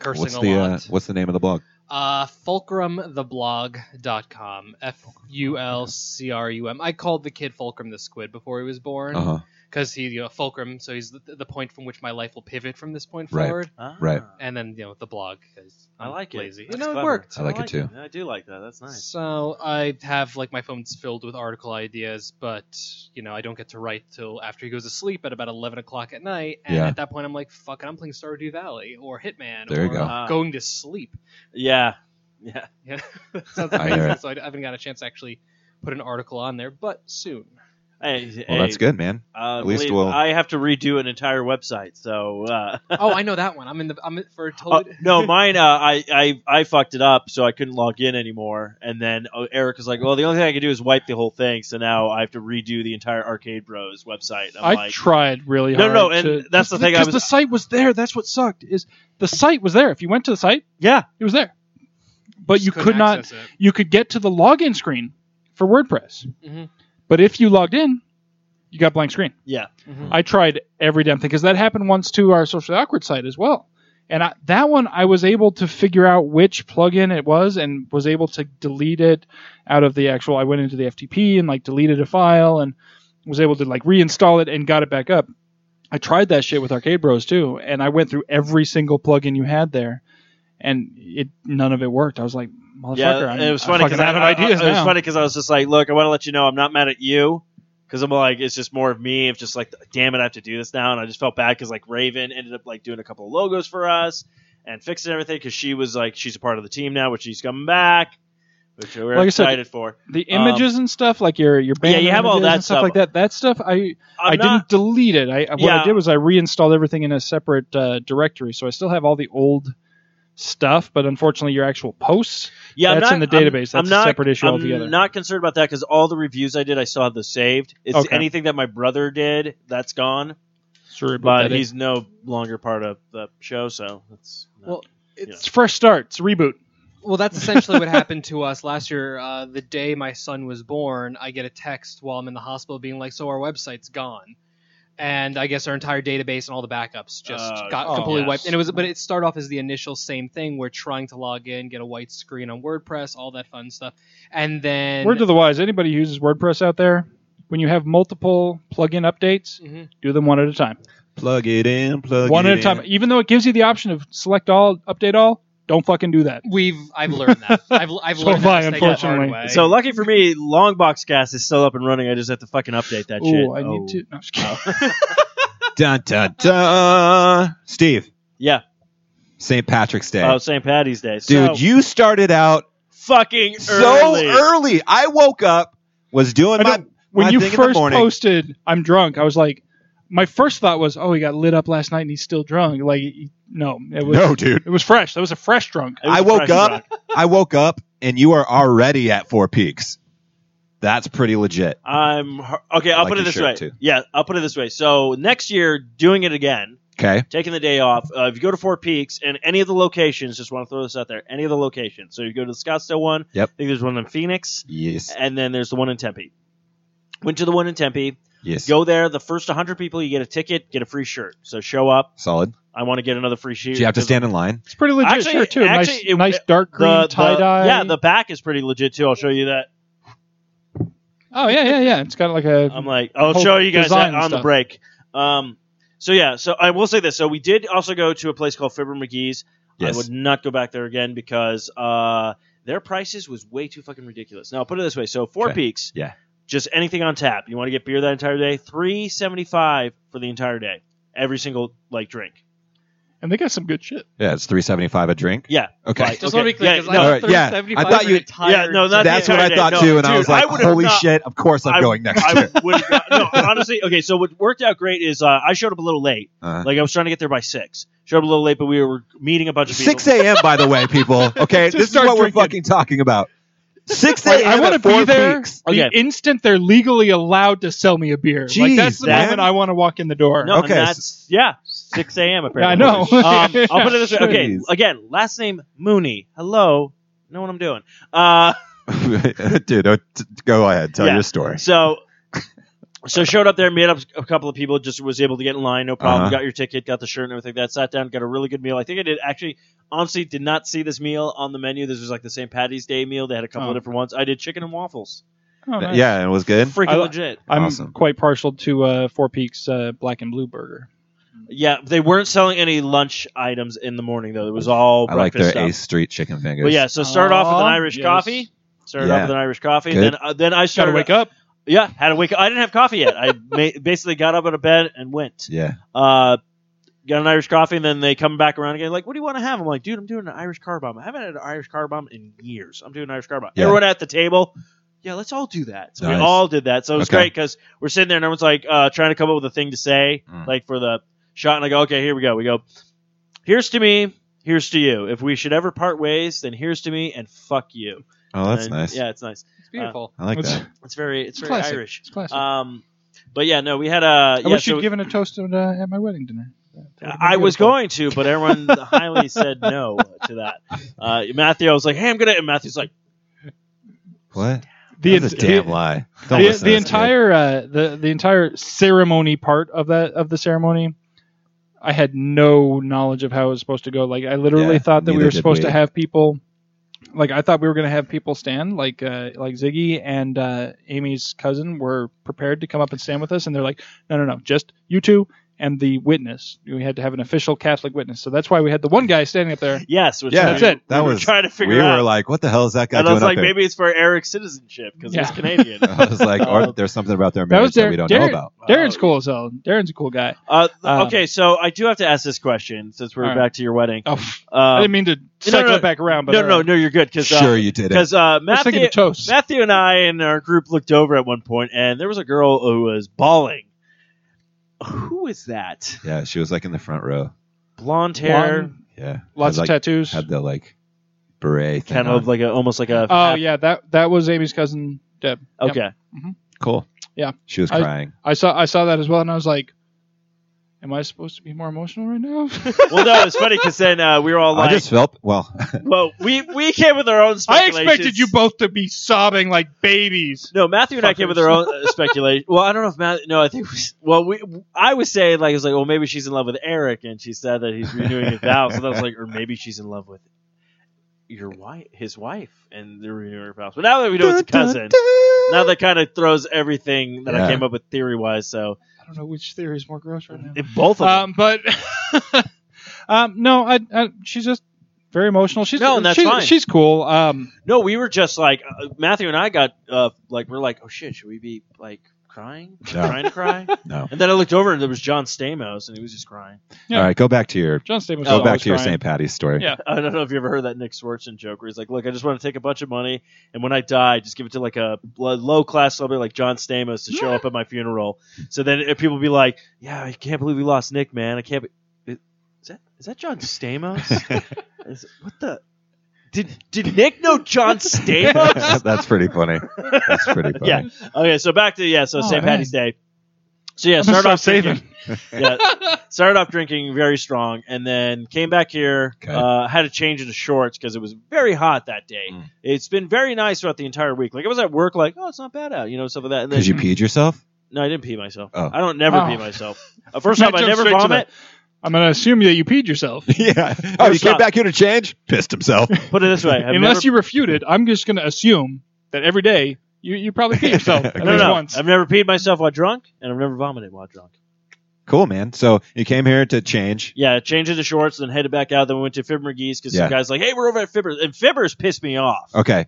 [SPEAKER 5] cursing
[SPEAKER 6] What's
[SPEAKER 5] a
[SPEAKER 6] the
[SPEAKER 5] lot.
[SPEAKER 6] uh, what's the name of the blog?
[SPEAKER 5] Uh, fulcrumtheblog.com. F U L C R U M. I called the kid Fulcrum the Squid before he was
[SPEAKER 6] Uh
[SPEAKER 5] born
[SPEAKER 6] huh.
[SPEAKER 5] because he, you know, Fulcrum, so he's the, the point from which my life will pivot from this point
[SPEAKER 6] Right.
[SPEAKER 5] forward.
[SPEAKER 4] Ah,
[SPEAKER 6] Right.
[SPEAKER 5] And then, you know, the blog because
[SPEAKER 4] I like it.
[SPEAKER 5] lazy.
[SPEAKER 4] That's
[SPEAKER 5] you know, it
[SPEAKER 4] clever.
[SPEAKER 5] worked.
[SPEAKER 6] I like it too.
[SPEAKER 4] I do like that. That's nice.
[SPEAKER 5] So I have like my phone's filled with article ideas, but you know I don't get to write till after he goes to sleep at about eleven o'clock at night. And
[SPEAKER 6] Yeah.
[SPEAKER 5] at that point, I'm like, "Fuck it, I'm playing Stardew Valley or Hitman
[SPEAKER 6] There
[SPEAKER 5] or
[SPEAKER 6] you go.
[SPEAKER 5] uh, going to sleep."
[SPEAKER 4] Yeah. Yeah.
[SPEAKER 5] Yeah, that sounds
[SPEAKER 6] I hear
[SPEAKER 5] amazing.
[SPEAKER 6] it.
[SPEAKER 5] so I I haven't got a chance to actually put an article on there, but soon.
[SPEAKER 4] Hey,
[SPEAKER 6] Well, that's good, man.
[SPEAKER 4] Uh,
[SPEAKER 6] At least
[SPEAKER 4] believe-
[SPEAKER 6] we'll-
[SPEAKER 4] I have to redo an entire website. So uh,
[SPEAKER 5] Oh, I know that one. I'm in the. I'm in for a
[SPEAKER 4] uh,
[SPEAKER 5] total.
[SPEAKER 3] *laughs*
[SPEAKER 4] no, mine. Uh, I, I I fucked it up, so I couldn't log in anymore. And then oh, Eric was like, "Well, the only thing I can do is wipe the whole thing." So now I have to redo the entire Arcade Bros website. I'm
[SPEAKER 3] I
[SPEAKER 4] like,
[SPEAKER 3] tried really
[SPEAKER 4] No,
[SPEAKER 3] hard.
[SPEAKER 4] no, and
[SPEAKER 3] to-
[SPEAKER 4] that's the thing I
[SPEAKER 3] because
[SPEAKER 4] was-
[SPEAKER 3] the site was there. That's what sucked. Is the site was there? If you went to the site,
[SPEAKER 4] "Yeah,
[SPEAKER 3] it was there, but you
[SPEAKER 5] Just
[SPEAKER 3] could not.
[SPEAKER 5] access it.
[SPEAKER 3] You could get to the login screen for WordPress,
[SPEAKER 5] Mhm.
[SPEAKER 3] but if you logged in, you got blank screen.
[SPEAKER 4] yeah,
[SPEAKER 3] I tried every damn thing because that happened once to our socially awkward site as well. And I, that one, I was able to figure out which plugin it was and was able to delete it out of the actual. I went into the FTP and like deleted a file and was able to like reinstall it and got it back up. I tried that shit with Arcade Bros too, and I went through every single plugin you had there, and it none of it worked. I was like, motherfucker,
[SPEAKER 4] yeah."
[SPEAKER 3] I'm,
[SPEAKER 4] and it was
[SPEAKER 3] I'm
[SPEAKER 4] funny
[SPEAKER 3] fucking
[SPEAKER 4] because I
[SPEAKER 3] out of
[SPEAKER 4] I-
[SPEAKER 3] ideas
[SPEAKER 4] I- It was
[SPEAKER 3] now.
[SPEAKER 4] funny because I was just like, "Look, I want to let you know I'm not mad at you." Because I'm like, it's just more of me of just like, damn it, I have to do this now, and I just felt bad because like Raven ended up like doing a couple of logos for us and fixing everything because she was like, she's a part of the team now, which she's coming back, which we're
[SPEAKER 3] Like I said,
[SPEAKER 4] excited for.
[SPEAKER 3] The images and stuff, like your your banner
[SPEAKER 4] Um, you have all
[SPEAKER 3] images
[SPEAKER 4] that
[SPEAKER 3] and stuff,
[SPEAKER 4] stuff.
[SPEAKER 3] like that. That stuff, I
[SPEAKER 4] I'm
[SPEAKER 3] I didn't
[SPEAKER 4] not,
[SPEAKER 3] delete it. I what I
[SPEAKER 4] Yeah.
[SPEAKER 3] did was I reinstalled everything in a separate uh, directory, so I still have all the old stuff. But unfortunately, your actual posts
[SPEAKER 4] yeah, I'm
[SPEAKER 3] that's
[SPEAKER 4] not-
[SPEAKER 3] in the
[SPEAKER 4] I'm-
[SPEAKER 3] database.
[SPEAKER 4] I'm
[SPEAKER 3] that's
[SPEAKER 4] not,
[SPEAKER 3] a separate issue
[SPEAKER 4] I'm
[SPEAKER 3] altogether.
[SPEAKER 4] not concerned about that because all the reviews I did, I still have those saved. It's
[SPEAKER 3] Okay.
[SPEAKER 4] anything that my brother did that's gone,
[SPEAKER 3] Sorry about
[SPEAKER 4] but
[SPEAKER 3] that.
[SPEAKER 4] he's no longer part of the show, so that's not-
[SPEAKER 5] Well,
[SPEAKER 3] it's fresh start. It's reboot.
[SPEAKER 5] Well, that's essentially what happened to us last year. Uh, the day my son was born, I get a text while I'm in the hospital being like, "So our website's gone." And I guess our entire database and all the backups just
[SPEAKER 4] Uh,
[SPEAKER 5] got
[SPEAKER 3] oh,
[SPEAKER 5] completely
[SPEAKER 4] yes.
[SPEAKER 5] wiped. And it was, but it started off as the initial same thing. We're trying to log in, get a white screen on WordPress, all that fun stuff, and then
[SPEAKER 3] Word to the wise: anybody who uses WordPress out there, when you have multiple plugin updates,
[SPEAKER 4] Mm-hmm.
[SPEAKER 5] Mhm.
[SPEAKER 3] do them one at a time.
[SPEAKER 6] Plug it in. Plug
[SPEAKER 3] one
[SPEAKER 6] it
[SPEAKER 3] at a time.
[SPEAKER 6] in.
[SPEAKER 3] Even though it gives you the option of select all, update all, don't fucking do that.
[SPEAKER 5] we've I've learned
[SPEAKER 6] *laughs*
[SPEAKER 5] that I've I've
[SPEAKER 3] So
[SPEAKER 5] learned
[SPEAKER 3] have I,
[SPEAKER 5] that mistake the hard
[SPEAKER 3] unfortunately.
[SPEAKER 5] way.
[SPEAKER 4] So lucky for me, Longbox Cast is still up and running. I just have to fucking update that shit.
[SPEAKER 3] Ooh, I
[SPEAKER 4] Oh.
[SPEAKER 3] need to. No, I'm just kidding.
[SPEAKER 4] *laughs*
[SPEAKER 6] Dun dun dun. Steve,
[SPEAKER 4] Yeah.
[SPEAKER 6] St. Patrick's Day.
[SPEAKER 4] Oh, St. Patty's Day. So
[SPEAKER 6] Dude, you started out
[SPEAKER 4] fucking
[SPEAKER 6] so
[SPEAKER 4] early.
[SPEAKER 6] early. I woke up, was doing
[SPEAKER 3] I
[SPEAKER 6] my,
[SPEAKER 3] don't- when
[SPEAKER 6] my
[SPEAKER 3] you
[SPEAKER 6] thing in the
[SPEAKER 3] first
[SPEAKER 6] morning.
[SPEAKER 3] posted i'm drunk i was like my first thought was oh he got lit up last night and he's still drunk like he- no it was
[SPEAKER 6] *laughs* no, dude.
[SPEAKER 3] it was fresh that was a fresh drunk
[SPEAKER 4] It was
[SPEAKER 6] I woke
[SPEAKER 4] fresh
[SPEAKER 6] up.
[SPEAKER 4] rock.
[SPEAKER 6] I woke up, and you are already at Four Peaks. That's pretty legit.
[SPEAKER 4] I'm har- okay. I'll
[SPEAKER 6] like
[SPEAKER 4] put it
[SPEAKER 6] your
[SPEAKER 4] this
[SPEAKER 6] shirt,
[SPEAKER 4] way.
[SPEAKER 6] too.
[SPEAKER 4] Yeah, I'll put it this way. So next year, doing it again,
[SPEAKER 6] Okay.
[SPEAKER 4] taking the day off. Uh, if you go to Four Peaks and any of the locations, just want to throw this out there. Any of the locations. So you go to the Scottsdale one.
[SPEAKER 6] Yep.
[SPEAKER 4] I think there's one in Phoenix,
[SPEAKER 6] Yes.
[SPEAKER 4] and then there's the one in Tempe. Went to the one in Tempe.
[SPEAKER 6] Yes.
[SPEAKER 4] Go there. The first 100 people, you get a ticket, get a free shirt. So show up.
[SPEAKER 6] Solid.
[SPEAKER 4] I want to get another free shirt.
[SPEAKER 6] Do you have to
[SPEAKER 4] because
[SPEAKER 6] stand in line?
[SPEAKER 3] it's pretty legit
[SPEAKER 4] Actually-
[SPEAKER 3] shirt too nice,
[SPEAKER 4] actually, it-
[SPEAKER 3] nice dark green
[SPEAKER 4] the- the-
[SPEAKER 3] tie dye
[SPEAKER 4] Yeah, the back is pretty legit too. I'll show you that.
[SPEAKER 3] oh yeah yeah yeah it's got like a
[SPEAKER 4] I'm like, I'll
[SPEAKER 3] Whole
[SPEAKER 4] show you guys
[SPEAKER 3] design and
[SPEAKER 4] that on the
[SPEAKER 3] stuff.
[SPEAKER 4] break. Um, So yeah, so I will say this. So we did also go to a place called Fibber McGee's. I
[SPEAKER 6] Yes.
[SPEAKER 4] would not go back there again because uh, their prices was way too fucking ridiculous. Now I'll put it this way: so Four
[SPEAKER 6] Okay.
[SPEAKER 4] Peaks,
[SPEAKER 6] Yeah.
[SPEAKER 4] just anything on tap. You want to get beer that entire day? Three seventy five for the entire day, every single like drink.
[SPEAKER 3] and they got some good shit.
[SPEAKER 6] Yeah, it's three seventy five a drink.
[SPEAKER 4] Yeah,
[SPEAKER 6] Okay.
[SPEAKER 4] right.
[SPEAKER 5] Just want to be clear,
[SPEAKER 4] Okay,
[SPEAKER 5] 'cause
[SPEAKER 4] yeah,
[SPEAKER 5] I
[SPEAKER 6] no,
[SPEAKER 5] was
[SPEAKER 6] alright, yeah.
[SPEAKER 5] 35
[SPEAKER 6] I thought
[SPEAKER 5] for
[SPEAKER 6] you-
[SPEAKER 5] an entire
[SPEAKER 4] Yeah, no, not the
[SPEAKER 6] *laughs* That's what I
[SPEAKER 4] entire
[SPEAKER 6] thought
[SPEAKER 4] day. No,
[SPEAKER 6] too, and I
[SPEAKER 4] dude,
[SPEAKER 6] was like,
[SPEAKER 4] I would've
[SPEAKER 6] "Holy
[SPEAKER 4] not-
[SPEAKER 6] shit! Of course, I'm
[SPEAKER 4] I-
[SPEAKER 6] going next
[SPEAKER 4] I
[SPEAKER 6] year."
[SPEAKER 4] would no, honestly. Okay, so what worked out great is uh, I showed up a little late.
[SPEAKER 6] Uh-huh.
[SPEAKER 4] Like I was trying to get there by six. Showed up a little late, but we were meeting a
[SPEAKER 6] *laughs*
[SPEAKER 4] bunch of people.
[SPEAKER 6] Six a.m. By the way,
[SPEAKER 4] *laughs*
[SPEAKER 6] people. Okay,
[SPEAKER 3] Just
[SPEAKER 6] this is
[SPEAKER 3] start
[SPEAKER 6] what we're
[SPEAKER 3] drinking.
[SPEAKER 6] fucking talking about. Six
[SPEAKER 3] Like,
[SPEAKER 6] a.m.
[SPEAKER 3] I want to
[SPEAKER 6] at Four
[SPEAKER 3] be there
[SPEAKER 6] Peaks.
[SPEAKER 4] Okay.
[SPEAKER 3] the instant they're legally allowed to sell me a beer. like
[SPEAKER 6] Jeez,
[SPEAKER 3] that's the
[SPEAKER 4] man.
[SPEAKER 3] moment I want to walk in the door.
[SPEAKER 4] No,
[SPEAKER 6] Okay,
[SPEAKER 4] and that's yeah, six
[SPEAKER 6] *laughs*
[SPEAKER 4] a.m.
[SPEAKER 3] Yeah, I
[SPEAKER 4] Apparently,
[SPEAKER 3] know.
[SPEAKER 4] Um, I'll put it this way. Okay,
[SPEAKER 6] Jeez.
[SPEAKER 4] again, last name Mooney. Hello, know what I'm doing. Uh,
[SPEAKER 6] *laughs* Dude, oh, t- go ahead. Tell
[SPEAKER 4] Yeah.
[SPEAKER 6] your story.
[SPEAKER 4] so, so showed up there, met up a couple of people, just was able to get in line, no problem.
[SPEAKER 6] Uh-huh.
[SPEAKER 4] Got your ticket, got the shirt and everything. like That sat down, got a really good meal. I think I did actually. Honestly, did not see this meal on the menu. This was like the St. Patty's Day meal. They had a couple
[SPEAKER 3] Oh.
[SPEAKER 4] of different ones. I did chicken and waffles.
[SPEAKER 3] Oh, nice.
[SPEAKER 6] Yeah, it was good.
[SPEAKER 4] Freaking
[SPEAKER 3] I li-
[SPEAKER 4] legit.
[SPEAKER 3] I'm
[SPEAKER 6] Awesome.
[SPEAKER 3] quite partial to uh, Four Peaks uh, Black and Blue Burger.
[SPEAKER 4] Yeah, they weren't selling any lunch items in the morning though. It was all
[SPEAKER 6] I like
[SPEAKER 4] breakfast
[SPEAKER 6] their
[SPEAKER 4] stuff.
[SPEAKER 6] Ace Street chicken fingers.
[SPEAKER 4] But yeah, so start off with an
[SPEAKER 3] Aw,
[SPEAKER 4] Irish
[SPEAKER 3] yes.
[SPEAKER 4] coffee. Started off
[SPEAKER 6] Yeah.
[SPEAKER 4] with an Irish coffee.
[SPEAKER 6] Good.
[SPEAKER 4] Then uh, then I
[SPEAKER 3] Gotta
[SPEAKER 4] started
[SPEAKER 3] wake up.
[SPEAKER 4] Yeah, had to wake up. I didn't have coffee yet. I *laughs* ma- basically got up out of bed and went.
[SPEAKER 6] yeah.
[SPEAKER 4] Uh, got an Irish coffee, and then they come back around again. Like, what do you want to have? I'm like, dude, I'm doing an Irish car bomb. I haven't had an Irish car bomb in years. I'm doing an Irish car bomb.
[SPEAKER 6] Yeah.
[SPEAKER 4] Everyone at the table. Yeah, let's all do that. So we
[SPEAKER 6] Nice.
[SPEAKER 4] all did that. So it was
[SPEAKER 6] Okay.
[SPEAKER 4] great great because we're sitting there and everyone's like uh, trying to come up with a thing to say,
[SPEAKER 6] Mm.
[SPEAKER 4] like for the shot. And I go, okay, here we go. We go, here's to me, here's to you. If we should ever part ways, then here's to me and fuck you.
[SPEAKER 6] Oh, that's
[SPEAKER 4] And-
[SPEAKER 6] nice.
[SPEAKER 4] Yeah, it's nice.
[SPEAKER 5] It's beautiful.
[SPEAKER 6] I like
[SPEAKER 3] It's-
[SPEAKER 6] that.
[SPEAKER 4] It's very, it's very
[SPEAKER 3] classic.
[SPEAKER 4] Irish.
[SPEAKER 3] It's classic.
[SPEAKER 4] Um, but yeah, no, we had a.
[SPEAKER 3] I
[SPEAKER 4] yeah,
[SPEAKER 3] wish
[SPEAKER 4] so
[SPEAKER 3] you'd given a toast at, uh, at my wedding dinner.
[SPEAKER 4] I was going to, but everyone highly said no
[SPEAKER 3] *laughs*
[SPEAKER 4] to that. Uh, Matthew, I was like, "Hey, I'm gonna," and Matthew's like,
[SPEAKER 6] What?
[SPEAKER 3] The,
[SPEAKER 6] that's a
[SPEAKER 3] the-
[SPEAKER 6] damn lie. Don't
[SPEAKER 3] the,
[SPEAKER 6] listen
[SPEAKER 3] the
[SPEAKER 6] to this kid.
[SPEAKER 3] entire uh, the the entire ceremony part of that of the ceremony, I had no knowledge of how it was supposed to go. Like I literally
[SPEAKER 6] Yeah,
[SPEAKER 3] thought that we
[SPEAKER 6] neither
[SPEAKER 3] were
[SPEAKER 6] did
[SPEAKER 3] supposed to
[SPEAKER 6] we.
[SPEAKER 3] have people. Like I thought we were going to have people stand, like uh, like Ziggy and uh, Amy's cousin were prepared to come up and stand with us, and they're like, no, no, no, just you two and the witness. We had to have an official Catholic witness, so that's why we had the one guy standing up there.
[SPEAKER 4] "Yes," which
[SPEAKER 6] Yeah,
[SPEAKER 4] we-
[SPEAKER 3] That's it.
[SPEAKER 6] That
[SPEAKER 4] we were
[SPEAKER 6] was-
[SPEAKER 4] trying to figure
[SPEAKER 6] we
[SPEAKER 4] out.
[SPEAKER 6] were like, what the hell is that guy
[SPEAKER 4] and I
[SPEAKER 6] doing
[SPEAKER 4] was
[SPEAKER 6] up
[SPEAKER 4] like,
[SPEAKER 6] there?
[SPEAKER 4] maybe it's for Eric's citizenship because
[SPEAKER 3] Yeah.
[SPEAKER 4] he's
[SPEAKER 3] *laughs*
[SPEAKER 4] Canadian.
[SPEAKER 6] *laughs* I was like,
[SPEAKER 4] *laughs*
[SPEAKER 6] or there's something about their marriage that,
[SPEAKER 3] Dar-
[SPEAKER 6] we don't know
[SPEAKER 3] Darren-
[SPEAKER 6] about.
[SPEAKER 3] Darren's cool as hell. Darren's a cool guy.
[SPEAKER 4] Uh,
[SPEAKER 3] Um,
[SPEAKER 4] okay, so I do have to ask this question since we're
[SPEAKER 3] all right.
[SPEAKER 4] back to your wedding.
[SPEAKER 3] Oh,
[SPEAKER 4] Um,
[SPEAKER 3] I didn't mean to cycle
[SPEAKER 4] no,
[SPEAKER 3] it back around, but
[SPEAKER 4] no,
[SPEAKER 3] all
[SPEAKER 4] no,
[SPEAKER 3] right.
[SPEAKER 4] no, you're good because
[SPEAKER 6] Sure, you did it.
[SPEAKER 4] because uh,
[SPEAKER 3] I was thinking
[SPEAKER 4] Matthew,
[SPEAKER 3] of toast.
[SPEAKER 4] Matthew and I and our group looked over at one point, and there was a girl who was bawling. Who is that?
[SPEAKER 6] Yeah, she was like in the front row.
[SPEAKER 4] Blonde hair,
[SPEAKER 3] Blonde,
[SPEAKER 6] Yeah,
[SPEAKER 3] lots of
[SPEAKER 6] had, like,
[SPEAKER 3] tattoos.
[SPEAKER 6] Had the like beret. Thing
[SPEAKER 4] kind
[SPEAKER 6] on.
[SPEAKER 4] of like a almost like a.
[SPEAKER 3] Oh yeah, that that was Amy's cousin Deb. Yep.
[SPEAKER 4] Okay.
[SPEAKER 6] cool.
[SPEAKER 3] Yeah.
[SPEAKER 6] she was
[SPEAKER 3] I-
[SPEAKER 6] crying.
[SPEAKER 3] I saw I saw that as well, and I was like, "Am I supposed to be more emotional right now?"
[SPEAKER 4] *laughs* Well, no, it's funny because then uh, we were all like,
[SPEAKER 6] I just felt well. *laughs*
[SPEAKER 4] "Well, we we came with our
[SPEAKER 3] *laughs*
[SPEAKER 4] own
[SPEAKER 3] I
[SPEAKER 4] speculations."
[SPEAKER 3] expected you both to be sobbing like babies.
[SPEAKER 4] No, Matthew and I came with our own
[SPEAKER 3] *laughs*
[SPEAKER 4] uh, speculation. Well, I don't know if Matt. No, I think. we- Well, we. I was saying like, I was like, well, maybe she's in love with Eric, and she said that he's renewing his vows. And I was like, or maybe she's in love with your wife, his wife, and they're renewing her vows. But now that we know it's a cousin, now that kind of throws everything that I
[SPEAKER 6] Yeah.
[SPEAKER 4] came up with theory wise. So
[SPEAKER 3] I don't know which theory is more gross right now.
[SPEAKER 4] it, both of
[SPEAKER 3] Um,
[SPEAKER 4] them.
[SPEAKER 3] but *laughs* um, no, I, I she's just very emotional. She's
[SPEAKER 4] No, and that's
[SPEAKER 3] she's,
[SPEAKER 4] fine.
[SPEAKER 3] she's cool. Um,
[SPEAKER 4] No, we were just like uh, Matthew and I got uh, like we're like, oh shit, should we be like crying,
[SPEAKER 6] No.
[SPEAKER 4] trying to cry?
[SPEAKER 6] *laughs* No.
[SPEAKER 4] And then I looked over and there was John Stamos and he was just crying.
[SPEAKER 3] Yeah.
[SPEAKER 6] All right, go back to your
[SPEAKER 3] John Stamos. was
[SPEAKER 6] go Oh, back
[SPEAKER 3] always
[SPEAKER 6] to your
[SPEAKER 3] crying.
[SPEAKER 6] St. Patty's story.
[SPEAKER 3] Yeah.
[SPEAKER 4] I don't know if you ever heard that Nick Swartzen joke where he's like, look, I just want to take a bunch of money and when I die, just give it to like a low class celebrity like John Stamos to show up at my funeral. So then if people be like, yeah, I can't believe we lost Nick, man. I can't. Be- is that is that
[SPEAKER 6] *laughs*
[SPEAKER 4] John Stamos? Is- what the. Did, did Nick know
[SPEAKER 6] *laughs*
[SPEAKER 4] John
[SPEAKER 6] *laughs*
[SPEAKER 4] Stamos?
[SPEAKER 6] That's pretty funny.
[SPEAKER 3] *laughs*
[SPEAKER 6] That's pretty funny.
[SPEAKER 4] Yeah. Okay, so back to yeah, so
[SPEAKER 3] Oh, man.
[SPEAKER 4] St. Patty's Day. So yeah,
[SPEAKER 3] I'm
[SPEAKER 4] started
[SPEAKER 3] gonna
[SPEAKER 4] off
[SPEAKER 3] start
[SPEAKER 4] saving. *laughs* yeah, started off drinking very strong, and then came back here.
[SPEAKER 6] Okay.
[SPEAKER 4] Uh, had to change into shorts because it was very hot that day.
[SPEAKER 6] Mm.
[SPEAKER 4] It's been very nice throughout the entire week. Like I was at work, like oh, it's not bad out, you know, stuff like that. And then
[SPEAKER 6] Because you peed yourself.
[SPEAKER 4] no, I didn't pee myself.
[SPEAKER 6] Oh.
[SPEAKER 4] I don't never
[SPEAKER 3] Oh.
[SPEAKER 4] pee myself. Uh,
[SPEAKER 3] *laughs*
[SPEAKER 4] first
[SPEAKER 3] Matt
[SPEAKER 4] off, I
[SPEAKER 3] jumped
[SPEAKER 4] never
[SPEAKER 3] straight to
[SPEAKER 4] vomit.
[SPEAKER 3] I'm gonna assume that you peed yourself.
[SPEAKER 6] yeah. Oh, you
[SPEAKER 4] First off-
[SPEAKER 6] came back here to change. Pissed himself.
[SPEAKER 4] Put it this way,
[SPEAKER 3] *laughs*
[SPEAKER 4] I've
[SPEAKER 3] Unless
[SPEAKER 4] never,
[SPEAKER 3] you refute it, I'm just going to assume that every day
[SPEAKER 4] *laughs*
[SPEAKER 3] you, you probably pee yourself at
[SPEAKER 6] No,
[SPEAKER 4] no,
[SPEAKER 3] least
[SPEAKER 4] no,
[SPEAKER 3] once.
[SPEAKER 4] I've never peed myself while drunk, and I've never vomited while drunk.
[SPEAKER 6] cool, man. So you came here to change.
[SPEAKER 4] Yeah, changed into shorts, then headed back out. Then we went to Fibber McGee's because
[SPEAKER 6] Yeah.
[SPEAKER 4] the guy's like, "Hey, we're over at Fibber's," and Fibber's pissed me off.
[SPEAKER 6] Okay.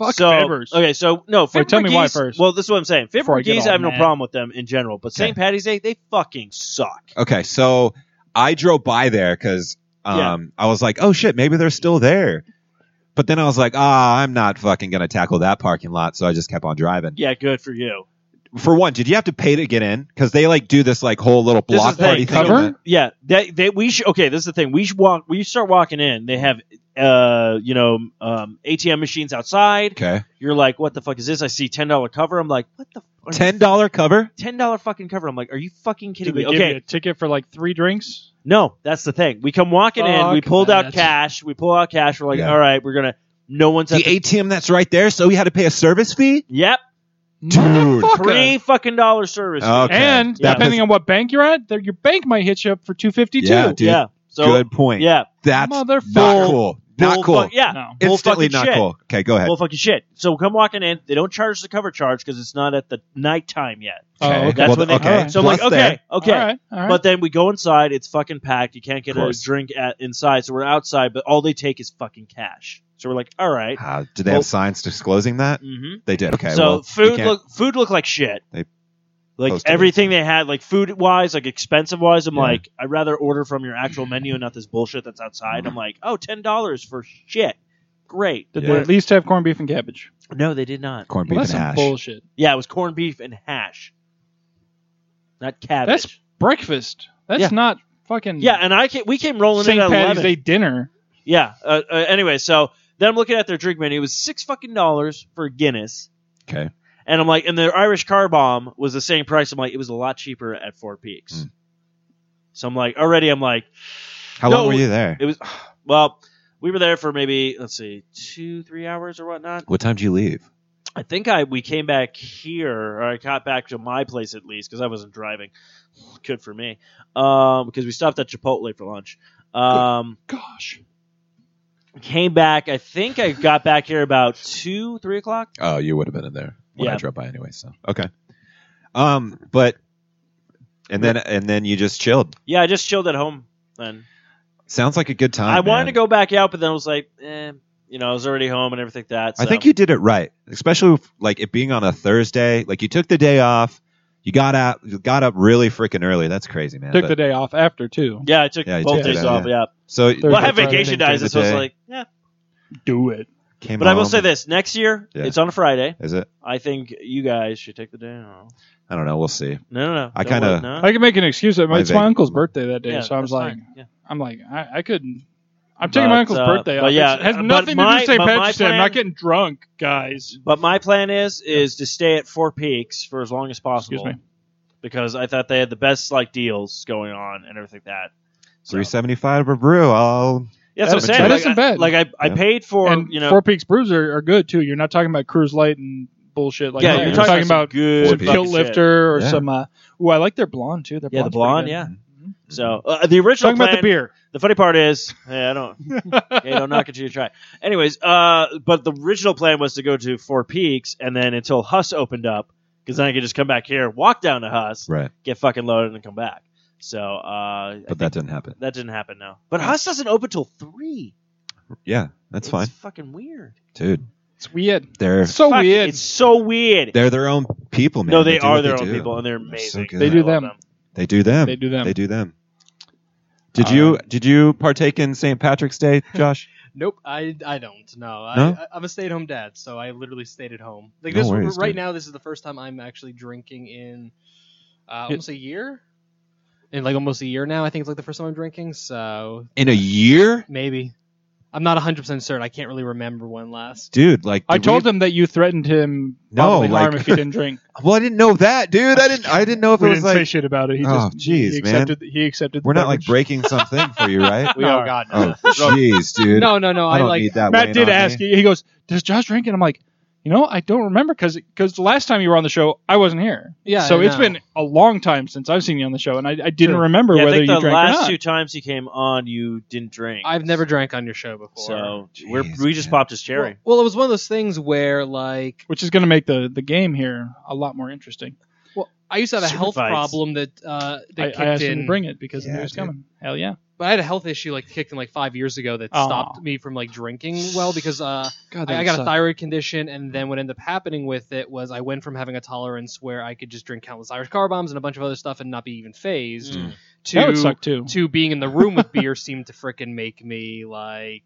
[SPEAKER 3] Oh, Fuck
[SPEAKER 4] so,
[SPEAKER 3] Fibbers.
[SPEAKER 4] Okay, so no, Fibber
[SPEAKER 3] tell me why
[SPEAKER 4] McGee's-
[SPEAKER 3] first.
[SPEAKER 4] Well, this is what I'm saying. Fibber
[SPEAKER 3] Before I get
[SPEAKER 4] McGee's, I
[SPEAKER 3] all
[SPEAKER 4] have no
[SPEAKER 3] mad.
[SPEAKER 4] problem with them in general, but St. Patty's Day, they fucking suck.
[SPEAKER 6] Okay. So I drove by there because um, I was like, oh shit, maybe they're still there. But then I was like, ah, I'm not fucking gonna tackle that parking lot. So I just kept on driving.
[SPEAKER 4] Yeah, good for you.
[SPEAKER 6] For one, did you have to pay to get in? Because they like do this like whole little
[SPEAKER 4] This is
[SPEAKER 6] block
[SPEAKER 4] the
[SPEAKER 6] party
[SPEAKER 4] thing.
[SPEAKER 6] thing.
[SPEAKER 3] Cover?
[SPEAKER 4] Yeah, they, they we should okay. This is the thing. We should walk. We start walking in. They have uh you know um ATM machines outside.
[SPEAKER 6] Okay.
[SPEAKER 4] You're like, what the fuck is this? I see ten dollar cover. I'm like, what the fuck?
[SPEAKER 6] Ten dollar cover.
[SPEAKER 4] ten dollar fucking cover. I'm like, are you fucking kidding
[SPEAKER 3] Did they
[SPEAKER 4] me?
[SPEAKER 3] give
[SPEAKER 4] Okay,
[SPEAKER 3] you a ticket for like three drinks?
[SPEAKER 4] no, that's the thing. We come walking in. We
[SPEAKER 5] Fuck
[SPEAKER 4] pulled out
[SPEAKER 5] that.
[SPEAKER 4] cash. We pull out cash. We're like,
[SPEAKER 6] Yeah.
[SPEAKER 4] all right, we're gonna. No one's
[SPEAKER 6] The
[SPEAKER 4] at the,
[SPEAKER 6] ATM that's right there. So you had to pay a service fee.
[SPEAKER 4] Yep,
[SPEAKER 6] Dude.
[SPEAKER 3] Motherfucker.
[SPEAKER 4] three fucking dollar service.
[SPEAKER 6] Okay.
[SPEAKER 3] And
[SPEAKER 4] Yeah.
[SPEAKER 3] depending on what bank you're at, there- your bank might hit you up for two fifty two.
[SPEAKER 6] Yeah, dude.
[SPEAKER 4] yeah. So
[SPEAKER 6] Good point.
[SPEAKER 4] yeah,
[SPEAKER 6] That's
[SPEAKER 3] Motherfucker.
[SPEAKER 6] not cool. Not
[SPEAKER 4] Bull
[SPEAKER 6] cool.
[SPEAKER 4] fuck- yeah,
[SPEAKER 3] No.
[SPEAKER 4] bull
[SPEAKER 6] Instantly
[SPEAKER 4] fucking
[SPEAKER 6] not
[SPEAKER 4] shit.
[SPEAKER 6] cool. Okay, go ahead.
[SPEAKER 4] Well, fucking shit. So come walking in. They don't charge the cover charge because it's not at the nighttime yet.
[SPEAKER 3] Oh, okay.
[SPEAKER 4] That's
[SPEAKER 6] Well,
[SPEAKER 4] when they.
[SPEAKER 6] okay.
[SPEAKER 3] alright.
[SPEAKER 4] So I'm like,
[SPEAKER 6] Plus
[SPEAKER 4] okay,
[SPEAKER 6] there.
[SPEAKER 4] okay.
[SPEAKER 3] All right. All right.
[SPEAKER 4] But then we go inside. It's fucking packed. You can't get
[SPEAKER 6] Of
[SPEAKER 4] a
[SPEAKER 6] course.
[SPEAKER 4] drink at, inside, so we're outside. But all they take is fucking cash. So we're like, all right.
[SPEAKER 6] Uh, did they
[SPEAKER 4] Well-
[SPEAKER 6] have signs disclosing that?
[SPEAKER 4] Mm-hmm.
[SPEAKER 6] They did. Okay.
[SPEAKER 4] so
[SPEAKER 6] well, you
[SPEAKER 4] food
[SPEAKER 6] can't-
[SPEAKER 4] look food looked like shit.
[SPEAKER 6] They
[SPEAKER 4] like
[SPEAKER 6] posted it.
[SPEAKER 4] everything they had, like food wise, like expensive wise, I'm
[SPEAKER 6] Yeah.
[SPEAKER 4] like, I'd rather order from your actual menu and not this bullshit that's outside.
[SPEAKER 6] Mm-hmm.
[SPEAKER 4] I'm like, oh, ten dollars for shit. Great.
[SPEAKER 3] Did
[SPEAKER 6] Yeah.
[SPEAKER 3] they at least have corned beef and cabbage?
[SPEAKER 4] No, they did not.
[SPEAKER 6] corned beef
[SPEAKER 3] Well,
[SPEAKER 6] and
[SPEAKER 3] that's some
[SPEAKER 6] hash.
[SPEAKER 3] bullshit.
[SPEAKER 4] Yeah, it was corned beef and hash. Not cabbage.
[SPEAKER 3] That's breakfast. That's
[SPEAKER 4] Yeah.
[SPEAKER 3] not fucking
[SPEAKER 4] yeah, and I ca- we came rolling
[SPEAKER 3] St.
[SPEAKER 4] in at
[SPEAKER 3] Patty's
[SPEAKER 4] eleven.
[SPEAKER 3] Day dinner.
[SPEAKER 4] Yeah. Uh, uh, anyway, so then I'm looking at their drink menu. It was six fucking dollars for Guinness,
[SPEAKER 6] Okay.
[SPEAKER 4] and I'm like, and their Irish car bomb was the same price. I'm like, it was a lot cheaper at Four Peaks.
[SPEAKER 6] Mm.
[SPEAKER 4] So I'm like, already, I'm like,
[SPEAKER 6] How
[SPEAKER 4] No,
[SPEAKER 6] long were you there?
[SPEAKER 4] it was. Well, we were there for maybe let's see, two, three hours or whatnot.
[SPEAKER 6] What time did you leave?
[SPEAKER 4] I think I we came back here, or I got back to my place at least because I wasn't driving. Good for me, um, because we stopped at Chipotle for lunch. Um,
[SPEAKER 3] Gosh.
[SPEAKER 4] came back. I think I got back here about two, three o'clock.
[SPEAKER 6] Oh, you would have been in there when I
[SPEAKER 4] Yeah.
[SPEAKER 6] drove by anyway. So okay. Um, but and then and then you just chilled.
[SPEAKER 4] Yeah, I just chilled at home. Then
[SPEAKER 6] Sounds like a good time.
[SPEAKER 4] I wanted
[SPEAKER 6] man.
[SPEAKER 4] to go back out, but then I was like, eh, you know, I was already home and everything like that.
[SPEAKER 6] I
[SPEAKER 4] so-
[SPEAKER 6] think you did it right, especially with, like it being on a Thursday. Like you took the day off. You got out. You got up really freaking early. That's crazy, man.
[SPEAKER 3] Took
[SPEAKER 6] But-
[SPEAKER 3] the day off after too.
[SPEAKER 4] Yeah, I took
[SPEAKER 6] Yeah, you
[SPEAKER 4] both
[SPEAKER 6] did
[SPEAKER 4] days
[SPEAKER 6] that,
[SPEAKER 4] off.
[SPEAKER 6] yeah.
[SPEAKER 4] Yeah,
[SPEAKER 6] so
[SPEAKER 4] well, I have
[SPEAKER 3] Thursday,
[SPEAKER 4] vacation
[SPEAKER 6] Friday,
[SPEAKER 4] days,
[SPEAKER 6] took
[SPEAKER 4] so I was
[SPEAKER 6] the day,
[SPEAKER 4] like, yeah.
[SPEAKER 3] Do it.
[SPEAKER 6] came
[SPEAKER 4] But I will
[SPEAKER 6] home.
[SPEAKER 4] say this: next year,
[SPEAKER 6] Yeah.
[SPEAKER 4] it's on a Friday.
[SPEAKER 6] Is it?
[SPEAKER 4] I think you guys should take the day off.
[SPEAKER 6] I don't know. We'll see.
[SPEAKER 4] No, no, no.
[SPEAKER 6] I
[SPEAKER 4] Don't
[SPEAKER 6] kinda-
[SPEAKER 4] worry, no.
[SPEAKER 3] I can make an excuse.
[SPEAKER 6] My
[SPEAKER 3] It's
[SPEAKER 6] vac-
[SPEAKER 3] my uncle's birthday that day,
[SPEAKER 4] Yeah,
[SPEAKER 3] so I was
[SPEAKER 4] that's
[SPEAKER 3] like,
[SPEAKER 4] fine. Yeah.
[SPEAKER 3] I'm like, I, I couldn't. I'm taking
[SPEAKER 4] But,
[SPEAKER 3] my uncle's
[SPEAKER 4] uh,
[SPEAKER 3] birthday
[SPEAKER 4] but
[SPEAKER 3] off.
[SPEAKER 4] yeah,
[SPEAKER 3] It's- it has
[SPEAKER 4] uh, but
[SPEAKER 3] nothing to
[SPEAKER 4] my-
[SPEAKER 3] do with St.
[SPEAKER 4] but my
[SPEAKER 3] Patrick's Day. I'm not
[SPEAKER 4] plan-
[SPEAKER 3] getting drunk, guys.
[SPEAKER 4] But my plan is is to stay at Four Peaks for as long as possible.
[SPEAKER 3] Excuse
[SPEAKER 4] Because I thought they had the best like deals going on and everything like that. So,
[SPEAKER 6] Three seventy five for brew. I'll
[SPEAKER 4] yeah, that's what I'm
[SPEAKER 6] That
[SPEAKER 4] saying. like,
[SPEAKER 3] isn't
[SPEAKER 4] I-
[SPEAKER 3] bad.
[SPEAKER 4] Like I, I
[SPEAKER 6] Yeah.
[SPEAKER 4] paid for
[SPEAKER 3] and
[SPEAKER 4] you know
[SPEAKER 3] Four Peaks brews are, are good too. You're not talking about Cruise Light and bullshit like
[SPEAKER 4] yeah,
[SPEAKER 3] that.
[SPEAKER 4] you're,
[SPEAKER 6] you're
[SPEAKER 4] talking, about
[SPEAKER 3] about
[SPEAKER 6] Four
[SPEAKER 4] good
[SPEAKER 6] Peaks.
[SPEAKER 3] Kilt
[SPEAKER 4] fucking shit.
[SPEAKER 3] Lifter or
[SPEAKER 6] Yeah.
[SPEAKER 3] some. Uh, ooh, I like their blonde too. Their
[SPEAKER 4] Yeah, the
[SPEAKER 3] blonde's pretty
[SPEAKER 4] blonde.
[SPEAKER 3] good.
[SPEAKER 4] Yeah. So uh, the original
[SPEAKER 3] Talking
[SPEAKER 4] plan,
[SPEAKER 3] about the beer.
[SPEAKER 4] The funny part is, yeah,
[SPEAKER 3] *laughs*
[SPEAKER 4] I don't, hey, don't knock it till you try. Anyways, uh, but the original plan was to go to Four Peaks and then until Huss opened up, because then I could just come back here, walk down to Huss,
[SPEAKER 6] right.
[SPEAKER 4] get fucking loaded, and come back. So uh, I
[SPEAKER 6] But
[SPEAKER 4] think
[SPEAKER 6] that didn't happen.
[SPEAKER 4] that didn't happen. No, but Huss doesn't open till three.
[SPEAKER 6] Yeah, that's
[SPEAKER 4] it's
[SPEAKER 6] fine,
[SPEAKER 4] Fucking weird.
[SPEAKER 6] dude.
[SPEAKER 3] It's weird.
[SPEAKER 6] They're
[SPEAKER 3] It's so
[SPEAKER 4] Fuck,
[SPEAKER 3] weird.
[SPEAKER 4] It's so weird.
[SPEAKER 6] they're their own people, man.
[SPEAKER 4] no, they,
[SPEAKER 6] do
[SPEAKER 4] are
[SPEAKER 6] what
[SPEAKER 4] their
[SPEAKER 6] they
[SPEAKER 4] own
[SPEAKER 6] do.
[SPEAKER 4] people, and they're
[SPEAKER 6] They're so
[SPEAKER 4] amazing.
[SPEAKER 6] good.
[SPEAKER 3] They
[SPEAKER 4] I
[SPEAKER 3] do
[SPEAKER 4] love
[SPEAKER 3] them.
[SPEAKER 6] They do them.
[SPEAKER 3] They do them.
[SPEAKER 6] They do them. Did
[SPEAKER 3] Uh,
[SPEAKER 6] you did you partake in St. Patrick's Day, Josh?
[SPEAKER 5] Nope, I, I don't. No, I,
[SPEAKER 6] No?
[SPEAKER 5] I, I'm a stay-at-home dad, so I literally stayed at home. Like
[SPEAKER 6] No
[SPEAKER 5] this,
[SPEAKER 6] worries,
[SPEAKER 5] right
[SPEAKER 6] dude.
[SPEAKER 5] now, this is the first time I'm actually drinking in uh, almost a year. In like almost a year now, I think it's like the first time I'm drinking. So
[SPEAKER 6] *laughs* in a year,
[SPEAKER 5] maybe I'm not 100 percent certain. I can't really remember when last.
[SPEAKER 6] dude. Like
[SPEAKER 3] I
[SPEAKER 6] did
[SPEAKER 3] told
[SPEAKER 6] we-
[SPEAKER 3] him that you threatened him
[SPEAKER 6] No,
[SPEAKER 3] bodily
[SPEAKER 6] like-
[SPEAKER 3] harm if he didn't
[SPEAKER 4] *laughs*
[SPEAKER 3] drink.
[SPEAKER 6] Well, I didn't know that, dude. I didn't. I didn't know if
[SPEAKER 3] we
[SPEAKER 6] it
[SPEAKER 3] didn't
[SPEAKER 6] was
[SPEAKER 3] say
[SPEAKER 6] like
[SPEAKER 3] shit about it. He
[SPEAKER 6] Oh,
[SPEAKER 3] just
[SPEAKER 6] jeez,
[SPEAKER 3] he
[SPEAKER 6] man.
[SPEAKER 3] accepted, He accepted.
[SPEAKER 6] we're
[SPEAKER 3] the
[SPEAKER 6] not like
[SPEAKER 3] beverage.
[SPEAKER 6] breaking something for
[SPEAKER 3] *laughs*
[SPEAKER 6] you, right?
[SPEAKER 5] We oh God, no.
[SPEAKER 6] Oh, jeez, dude.
[SPEAKER 5] no, no, no.
[SPEAKER 6] I
[SPEAKER 5] I,
[SPEAKER 6] don't
[SPEAKER 5] like
[SPEAKER 6] need that.
[SPEAKER 3] Matt
[SPEAKER 6] weighing
[SPEAKER 3] did
[SPEAKER 6] on
[SPEAKER 3] ask.
[SPEAKER 6] me.
[SPEAKER 3] He, he goes, "Does Josh drink?" And I'm like, "You know, I don't remember because the last time you were on the show, I wasn't here.
[SPEAKER 5] Yeah,
[SPEAKER 3] so
[SPEAKER 5] I
[SPEAKER 3] it's
[SPEAKER 5] know.
[SPEAKER 3] been a long time since I've seen you on the show, and I, I didn't
[SPEAKER 5] True.
[SPEAKER 3] remember
[SPEAKER 4] Yeah, I
[SPEAKER 3] whether
[SPEAKER 4] think
[SPEAKER 3] you
[SPEAKER 4] the
[SPEAKER 3] drank or
[SPEAKER 4] last
[SPEAKER 3] not.
[SPEAKER 4] two times he came on, you didn't drink.
[SPEAKER 5] I've never drank on your show before.
[SPEAKER 4] So we're,
[SPEAKER 6] Jeez,
[SPEAKER 4] we just
[SPEAKER 6] man.
[SPEAKER 4] popped his cherry.
[SPEAKER 5] Well, well, it was one of those things where like
[SPEAKER 3] which is going to make the the game here a lot more interesting.
[SPEAKER 5] Well, I used to have a health
[SPEAKER 4] Supervised.
[SPEAKER 5] problem that uh, that
[SPEAKER 3] I,
[SPEAKER 5] kicked
[SPEAKER 3] I asked
[SPEAKER 5] in.
[SPEAKER 3] him to bring it because
[SPEAKER 6] Yeah,
[SPEAKER 3] the news
[SPEAKER 6] dude.
[SPEAKER 3] coming. Hell yeah.
[SPEAKER 5] But I had a health issue like kicked in like five years ago that
[SPEAKER 3] Aw.
[SPEAKER 5] stopped me from like drinking well because uh,
[SPEAKER 3] God,
[SPEAKER 5] I,
[SPEAKER 3] that
[SPEAKER 5] I got
[SPEAKER 3] sucked.
[SPEAKER 5] a thyroid condition, and then what ended up happening with it was I went from having a tolerance where I could just drink countless Irish car bombs and a bunch of other stuff and not be even phased
[SPEAKER 6] Mm.
[SPEAKER 3] That would
[SPEAKER 5] to
[SPEAKER 3] suck too.
[SPEAKER 5] to being in the room with
[SPEAKER 3] *laughs*
[SPEAKER 5] beer seemed to frickin' make me like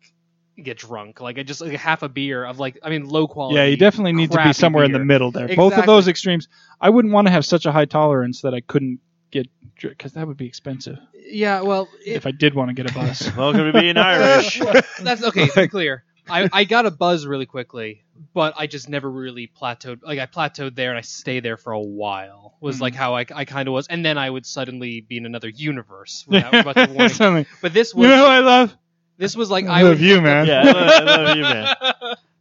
[SPEAKER 5] get drunk. Like I just like half a beer of like I mean low quality.
[SPEAKER 3] Yeah, you definitely need to be
[SPEAKER 5] crappy
[SPEAKER 3] somewhere in the
[SPEAKER 5] beer.
[SPEAKER 3] middle there. Both of
[SPEAKER 5] Exactly.
[SPEAKER 3] those extremes. I wouldn't want to have such a high tolerance that I couldn't get because that would be expensive.
[SPEAKER 5] Yeah, well, it,
[SPEAKER 3] if I did want to get a
[SPEAKER 5] *laughs*
[SPEAKER 3] bus,
[SPEAKER 4] Welcome to being *laughs* Irish.
[SPEAKER 5] That's okay. To be clear. I, I got a buzz really quickly, but I just never really plateaued. Like I plateaued there and I stayed there for a while. Was like how I, I kind of was, and then I would suddenly be in another universe without
[SPEAKER 3] *laughs*
[SPEAKER 5] much warning.
[SPEAKER 3] Something.
[SPEAKER 5] But this
[SPEAKER 3] You
[SPEAKER 5] was
[SPEAKER 3] know who I love?
[SPEAKER 5] this was like
[SPEAKER 3] I
[SPEAKER 5] I
[SPEAKER 3] love
[SPEAKER 5] would,
[SPEAKER 3] you,
[SPEAKER 5] *laughs*
[SPEAKER 3] man.
[SPEAKER 4] yeah, I love, I love you, man.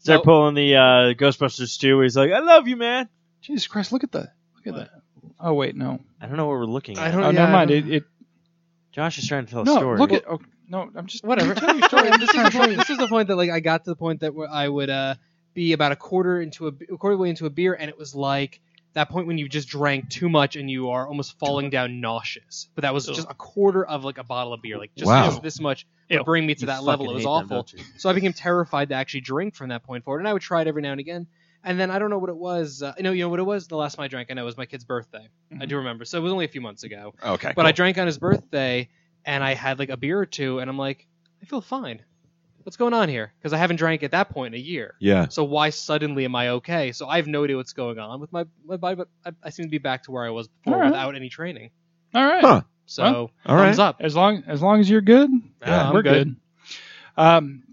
[SPEAKER 4] They're
[SPEAKER 5] So-
[SPEAKER 4] pulling the uh, Ghostbusters 2 where he's like, I love you, man.
[SPEAKER 3] Jesus Christ, look at the look at that. Oh wait, no.
[SPEAKER 4] I don't know what we're looking at.
[SPEAKER 5] I
[SPEAKER 3] Oh,
[SPEAKER 5] don't. yeah,
[SPEAKER 3] never
[SPEAKER 5] I
[SPEAKER 3] mind.
[SPEAKER 5] don't-
[SPEAKER 3] It, it
[SPEAKER 4] Josh is trying to tell a
[SPEAKER 3] no.
[SPEAKER 4] story.
[SPEAKER 3] Look at. Oh, no, I'm just
[SPEAKER 5] whatever.
[SPEAKER 3] I'm telling you a story. I'm
[SPEAKER 5] this,
[SPEAKER 3] just
[SPEAKER 5] is
[SPEAKER 3] trying
[SPEAKER 5] the
[SPEAKER 3] to show
[SPEAKER 5] point,
[SPEAKER 3] you.
[SPEAKER 5] this is the point that like I got to the point that where I would uh, be about a quarter into a, a quarter way into a beer, and it was like that point when you just drank too much and you are almost falling down nauseous. But that was just a quarter of like a bottle of beer, like just
[SPEAKER 6] Wow.
[SPEAKER 5] this, this much
[SPEAKER 3] Ew.
[SPEAKER 5] would bring me to
[SPEAKER 4] You
[SPEAKER 5] that
[SPEAKER 4] fucking
[SPEAKER 5] level. It was
[SPEAKER 4] hate them,
[SPEAKER 5] awful.
[SPEAKER 4] don't you?
[SPEAKER 5] So I became terrified to actually drink from that point forward, and I would try it every now and again. And then I don't know what it was. Uh, no, you know what it was. The last time I drank, I know it was my kid's birthday. I
[SPEAKER 3] Mhm.
[SPEAKER 5] do remember. So it was only a few months ago
[SPEAKER 6] Okay.
[SPEAKER 3] *laughs*
[SPEAKER 5] but I drank on his birthday and I had like a beer or two and I'm like, I feel fine. What's going on here? Because I haven't drank at that point in a year.
[SPEAKER 6] yeah.
[SPEAKER 5] So why suddenly am I okay? So I have no idea what's going on with my, my body, but I, I seem to be back to where I was before
[SPEAKER 3] All right.
[SPEAKER 5] without any training.
[SPEAKER 3] All right.
[SPEAKER 6] Huh.
[SPEAKER 5] So
[SPEAKER 3] Well,
[SPEAKER 6] All right.
[SPEAKER 5] thumbs up.
[SPEAKER 3] As long as long as you're good,
[SPEAKER 6] Yeah,
[SPEAKER 5] I'm
[SPEAKER 3] we're
[SPEAKER 5] good.
[SPEAKER 3] good. Um,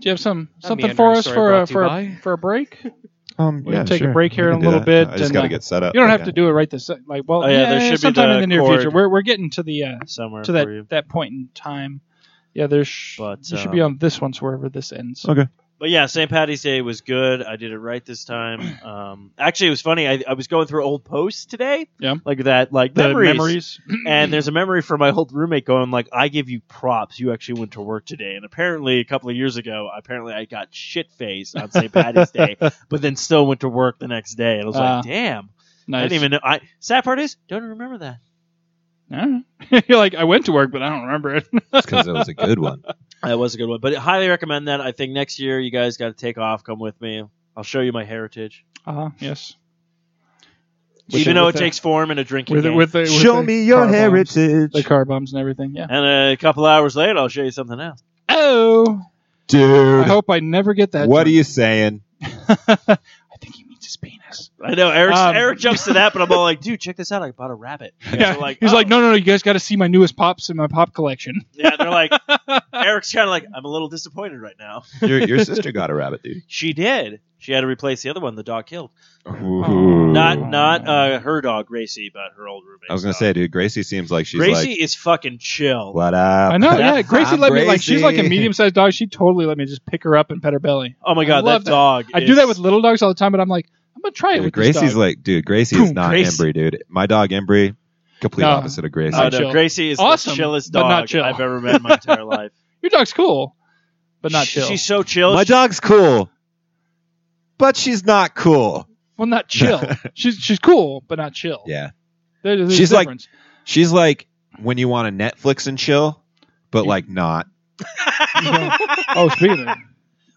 [SPEAKER 3] do you have some something
[SPEAKER 5] meandering
[SPEAKER 3] for us for a,
[SPEAKER 5] story brought to you
[SPEAKER 3] for a,
[SPEAKER 5] by-
[SPEAKER 3] for a break? You
[SPEAKER 6] Um,
[SPEAKER 3] We're gonna
[SPEAKER 6] yeah,
[SPEAKER 3] take a
[SPEAKER 6] sure.
[SPEAKER 3] break here
[SPEAKER 6] We
[SPEAKER 3] in a
[SPEAKER 6] can do
[SPEAKER 3] little
[SPEAKER 6] that.
[SPEAKER 3] bit,
[SPEAKER 6] I just
[SPEAKER 3] and,
[SPEAKER 6] got to
[SPEAKER 3] uh,
[SPEAKER 6] get set up.
[SPEAKER 3] don't
[SPEAKER 6] but
[SPEAKER 3] have
[SPEAKER 6] yeah.
[SPEAKER 3] to do it right this sec- like well
[SPEAKER 4] Oh, yeah, there
[SPEAKER 3] eh,
[SPEAKER 4] should be
[SPEAKER 3] sometime
[SPEAKER 4] the
[SPEAKER 3] in the near
[SPEAKER 4] chord.
[SPEAKER 3] future. We're we're getting to the uh,
[SPEAKER 4] Somewhere
[SPEAKER 3] to
[SPEAKER 4] for
[SPEAKER 3] that
[SPEAKER 4] you.
[SPEAKER 3] that point in time. Yeah, there's sh-
[SPEAKER 4] But,
[SPEAKER 3] you should be
[SPEAKER 4] um,
[SPEAKER 3] on this one, so wherever this ends.
[SPEAKER 6] Okay.
[SPEAKER 4] But yeah, St. Patty's Day was good. I did it right this time.
[SPEAKER 5] *clears throat*
[SPEAKER 4] Um, actually, it was funny. I, I was going through old posts today.
[SPEAKER 3] Yeah.
[SPEAKER 4] Like that, like
[SPEAKER 3] The
[SPEAKER 4] memories.
[SPEAKER 3] memories.
[SPEAKER 4] And there's a memory from my old roommate going like, "I give you props. You actually went to work today." And apparently, a couple of years ago, apparently I got shit faced on St. Patty's *laughs* Day, but then still went to work the next day. And I was
[SPEAKER 3] Ah.
[SPEAKER 4] like, "Damn, I
[SPEAKER 3] *laughs* Nice.
[SPEAKER 4] didn't even know." I sad part is, don't remember that.
[SPEAKER 3] All right. *laughs* You're like I went to work, but I don't remember it. *laughs*
[SPEAKER 6] It's because it was a good one.
[SPEAKER 4] That was a good one, but I highly recommend that. I think next year you guys got to take off. Come with me. I'll show you my heritage,
[SPEAKER 3] Uh,
[SPEAKER 6] Uh-huh.
[SPEAKER 3] yes. With
[SPEAKER 4] even
[SPEAKER 3] the-
[SPEAKER 4] though it
[SPEAKER 3] with the-
[SPEAKER 4] takes form in a drinking
[SPEAKER 3] with the,
[SPEAKER 4] game.
[SPEAKER 3] with the, with
[SPEAKER 6] Show
[SPEAKER 3] the
[SPEAKER 6] me your
[SPEAKER 3] car bombs.
[SPEAKER 6] heritage.
[SPEAKER 3] the car bombs and everything. Yeah.
[SPEAKER 4] and a couple hours later, I'll show you something else.
[SPEAKER 3] Oh, I
[SPEAKER 6] Dude.
[SPEAKER 3] hope I never get that.
[SPEAKER 6] what are you saying?
[SPEAKER 3] *laughs* I think he means his penis.
[SPEAKER 4] I know Eric.
[SPEAKER 3] Um,
[SPEAKER 4] Eric jumps to that, but I'm all *laughs* like, "Dude, check this out! I bought a rabbit." And
[SPEAKER 3] Yeah,
[SPEAKER 4] they're like,
[SPEAKER 3] he's
[SPEAKER 4] "Oh."
[SPEAKER 3] like, no, no, no. You guys got to see my newest pops in my pop collection.
[SPEAKER 4] Yeah,
[SPEAKER 3] *laughs*
[SPEAKER 4] they're like, Eric's kind of like, I'm a little disappointed right now.
[SPEAKER 6] Your, your sister got a rabbit, dude.
[SPEAKER 4] She did. She had to replace the other one the dog killed.
[SPEAKER 6] Ooh.
[SPEAKER 4] Not not uh, her dog, Gracie, but her old roommate.
[SPEAKER 6] I was gonna
[SPEAKER 4] So-
[SPEAKER 6] say, dude, Gracie seems like she's
[SPEAKER 4] Gracie
[SPEAKER 6] like,
[SPEAKER 4] is fucking chill.
[SPEAKER 6] what up?
[SPEAKER 3] I
[SPEAKER 6] *laughs*
[SPEAKER 3] know. Yeah,
[SPEAKER 4] I'm
[SPEAKER 3] Gracie let me like she's like a
[SPEAKER 6] Gracie.
[SPEAKER 3] medium sized dog. She totally let me just pick her up and pet her belly.
[SPEAKER 4] Oh my god,
[SPEAKER 3] love that.
[SPEAKER 4] that dog.
[SPEAKER 3] I do that
[SPEAKER 4] is-
[SPEAKER 3] with little dogs all the time, but I'm like, I'm gonna try it
[SPEAKER 6] Dude,
[SPEAKER 3] with this
[SPEAKER 6] Gracie's
[SPEAKER 3] dog.
[SPEAKER 6] like, dude, Gracie is
[SPEAKER 3] Boom,
[SPEAKER 6] not
[SPEAKER 4] Gracie.
[SPEAKER 6] Embry, dude. My dog Embry, complete
[SPEAKER 3] No.
[SPEAKER 6] opposite of Gracie.
[SPEAKER 4] Oh,
[SPEAKER 3] not
[SPEAKER 4] no,
[SPEAKER 3] chill.
[SPEAKER 4] Gracie is
[SPEAKER 3] Awesome,
[SPEAKER 4] the chillest
[SPEAKER 3] but
[SPEAKER 4] dog
[SPEAKER 3] not chill.
[SPEAKER 4] I've ever met in
[SPEAKER 3] *laughs*
[SPEAKER 4] my entire life.
[SPEAKER 3] Your dog's cool, but not chill.
[SPEAKER 4] She's so chill.
[SPEAKER 6] My dog's cool, but she's not cool.
[SPEAKER 3] well, not
[SPEAKER 6] *laughs*
[SPEAKER 3] chill. she's she's cool, but not chill.
[SPEAKER 6] Yeah,
[SPEAKER 3] There- there's a
[SPEAKER 6] She's like-
[SPEAKER 3] difference. *laughs*
[SPEAKER 6] she's like when you want to Netflix and chill, but
[SPEAKER 3] Yeah.
[SPEAKER 6] like not.
[SPEAKER 3] oh, speaking. Of that, have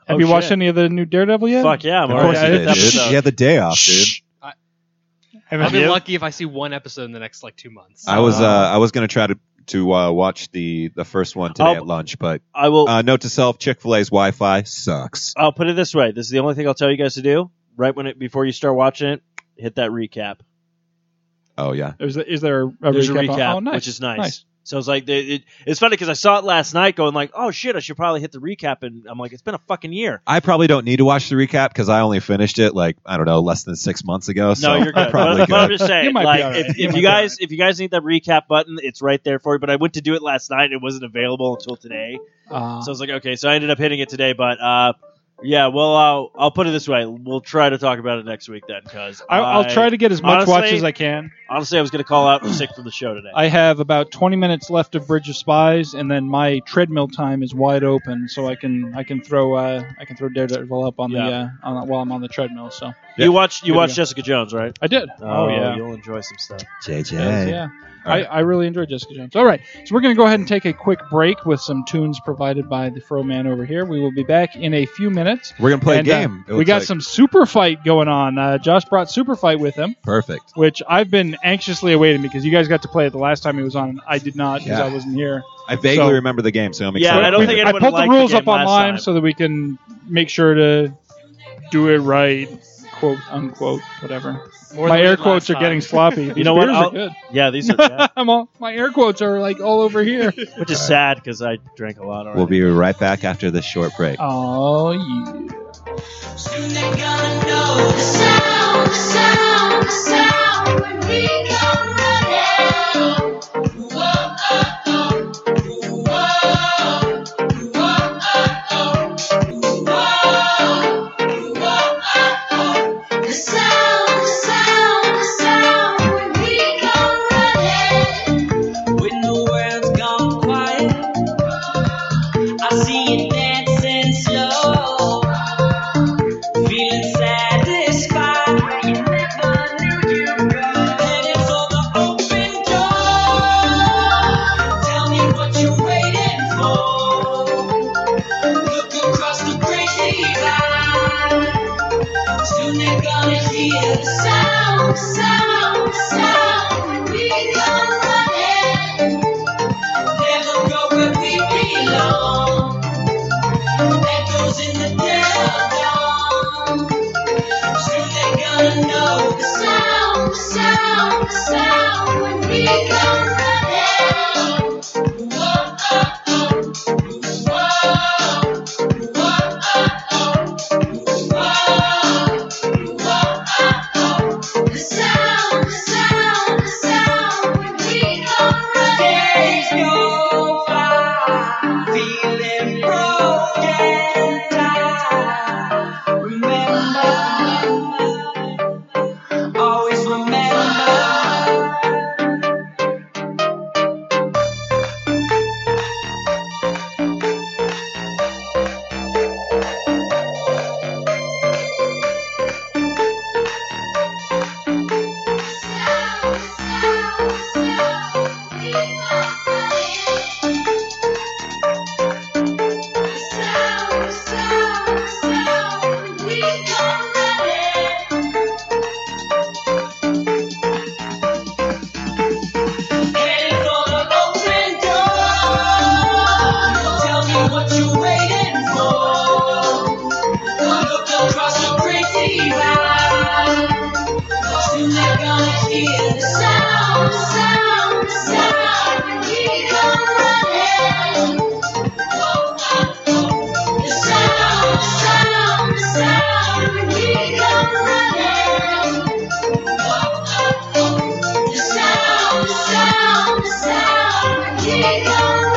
[SPEAKER 4] Oh,
[SPEAKER 3] you watched
[SPEAKER 4] shit.
[SPEAKER 3] any of the new Daredevil yet?
[SPEAKER 4] Fuck yeah, I'm
[SPEAKER 6] Of
[SPEAKER 3] Oh,
[SPEAKER 4] already
[SPEAKER 6] course
[SPEAKER 3] yeah,
[SPEAKER 6] you
[SPEAKER 4] in
[SPEAKER 6] did,
[SPEAKER 4] that
[SPEAKER 6] dude.
[SPEAKER 3] it's-
[SPEAKER 4] episode.
[SPEAKER 6] She had the day off, dude.
[SPEAKER 4] Shh.
[SPEAKER 5] I'll
[SPEAKER 3] Haven't
[SPEAKER 5] be
[SPEAKER 3] you?
[SPEAKER 5] lucky if I see one episode in the next like two months.
[SPEAKER 6] I was uh,
[SPEAKER 4] Uh,
[SPEAKER 3] Uh-huh.
[SPEAKER 6] I was gonna try to to uh, watch the the first one today
[SPEAKER 4] I'll-
[SPEAKER 6] at lunch, but
[SPEAKER 4] I will.
[SPEAKER 6] uh, note to self: Chick Fil A's Wi-Fi sucks.
[SPEAKER 4] I'll put it this way. This is the only thing I'll tell you guys to do. Right when it before you start watching it, hit that recap.
[SPEAKER 6] Oh yeah,
[SPEAKER 3] Is there, is there a, a
[SPEAKER 4] There's
[SPEAKER 3] recap?
[SPEAKER 4] a recap,
[SPEAKER 3] oh, nice.
[SPEAKER 4] which is nice.
[SPEAKER 3] Nice.
[SPEAKER 4] So it's like it, it- it's funny because I saw it last night, going like, "Oh shit, I should probably hit the recap," and I'm like, "It's been a fucking year."
[SPEAKER 6] I probably don't need to watch the recap because I only finished it like I don't know less than six months ago. So
[SPEAKER 4] no, you're
[SPEAKER 6] I'm
[SPEAKER 4] good.
[SPEAKER 6] probably
[SPEAKER 4] but, but I'm *laughs*
[SPEAKER 6] good.
[SPEAKER 4] just saying,
[SPEAKER 3] You might be
[SPEAKER 4] like,
[SPEAKER 3] all right.
[SPEAKER 4] if,
[SPEAKER 3] You
[SPEAKER 4] if
[SPEAKER 3] might
[SPEAKER 4] you
[SPEAKER 3] be all
[SPEAKER 4] guys if you guys need that recap button, it's right there for you. But I went to do it last night, and it wasn't available until today.
[SPEAKER 3] Uh,
[SPEAKER 4] So I was like, okay, so I ended up hitting it today, but uh, yeah, well, I'll, I'll put it this way: we'll try to talk about it next week then, because
[SPEAKER 3] I, I'll try to get as much watch
[SPEAKER 4] honestly-
[SPEAKER 3] as I can.
[SPEAKER 4] Honestly, I was going to call out sick from the show today.
[SPEAKER 3] I have about 20 minutes left of Bridge of Spies, and then my treadmill time is wide open, so I can I can throw uh, I can throw Daredevil up on the
[SPEAKER 4] Yeah.
[SPEAKER 3] uh, on, while I'm on the treadmill. So
[SPEAKER 6] Yeah.
[SPEAKER 4] You watch you
[SPEAKER 3] Good
[SPEAKER 4] watch
[SPEAKER 3] to
[SPEAKER 4] Jessica Jones, right?
[SPEAKER 3] I did. Oh, yeah.
[SPEAKER 4] you'll enjoy some stuff.
[SPEAKER 6] JJ.
[SPEAKER 3] Yeah.
[SPEAKER 6] All right.
[SPEAKER 3] I, I really enjoyed Jessica Jones. All right. So we're going to go ahead and take a quick break with some tunes provided by the Fro Man over here. We will be back in a few minutes.
[SPEAKER 6] We're gonna play
[SPEAKER 3] And,
[SPEAKER 6] a
[SPEAKER 3] uh,
[SPEAKER 6] game. it
[SPEAKER 3] we
[SPEAKER 6] looks
[SPEAKER 3] got
[SPEAKER 6] like.
[SPEAKER 3] some super fight going on. Uh, Josh brought super fight with him,
[SPEAKER 6] perfect.
[SPEAKER 3] which I've been anxiously awaiting because you guys got to play it the last time he was on. and I did not because
[SPEAKER 6] Yeah.
[SPEAKER 3] I wasn't here.
[SPEAKER 6] I vaguely
[SPEAKER 3] So-
[SPEAKER 6] remember the game, so I'm
[SPEAKER 4] Yeah,
[SPEAKER 6] excited.
[SPEAKER 4] I don't
[SPEAKER 6] We-
[SPEAKER 4] think
[SPEAKER 3] I
[SPEAKER 4] anyone
[SPEAKER 3] pulled the
[SPEAKER 4] liked the
[SPEAKER 3] rules
[SPEAKER 4] game
[SPEAKER 3] up online
[SPEAKER 4] last time.
[SPEAKER 3] so that we can make sure to do it right, quote unquote, whatever.
[SPEAKER 5] More
[SPEAKER 3] my
[SPEAKER 5] than we
[SPEAKER 3] air
[SPEAKER 5] did
[SPEAKER 3] quotes
[SPEAKER 5] last
[SPEAKER 3] are
[SPEAKER 5] time.
[SPEAKER 3] getting
[SPEAKER 4] *laughs*
[SPEAKER 3] sloppy. These
[SPEAKER 4] know what?
[SPEAKER 3] beers are
[SPEAKER 4] I'll-
[SPEAKER 3] good.
[SPEAKER 4] Yeah, these are yeah,
[SPEAKER 3] *laughs* I'm all, my air quotes are like all over
[SPEAKER 4] *laughs*
[SPEAKER 3] here.
[SPEAKER 4] which is sad because I drank a lot. Already.
[SPEAKER 6] We'll be right back after this short break.
[SPEAKER 3] Oh yeah.
[SPEAKER 7] sound, the sound, the sound when we come running. Whoa, oh, oh, whoa, oh, whoa, oh, whoa, whoa, oh, oh. The sound, the sound, the sound when we come running. When the world's gone quiet, I see you dancing slow. Feeling satisfied when you never knew you were headed for the open door. Tell me what you're waiting for. Look across the great divide. Soon they're gonna hear the sound, sound, sound. We come running. Never go where we belong. Echoes in the dead of dawn. Soon they're gonna know the sound, the sound, the sound when we come running. Whoa, oh, oh. Whoa, whoa, oh, oh. Whoa, whoa, oh, oh. The sound, the sound, the sound when we come running. Days go by, feeling broken down. Remember, always remember. Sound, sound, sound, we are running. The sound, the sound, the sound, we are running. Headed for the open door. Tell me what you're waiting for. Look across the great divide. Soon they're gonna hear the sound, the sound, the sound. We are running. The sound, the sound, the sound, we come running. The sound, the sound, the sound, we come running.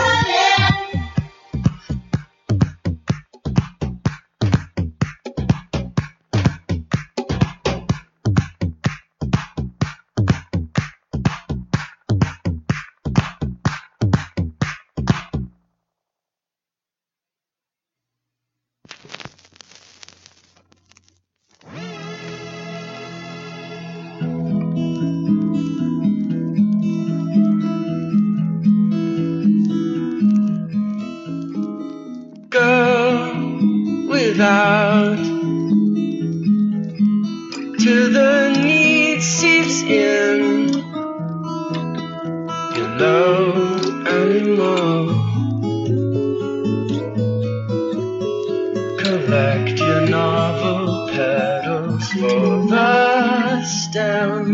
[SPEAKER 2] girl without till the need seeps in. You know anymore. Collect your novel petals for the stem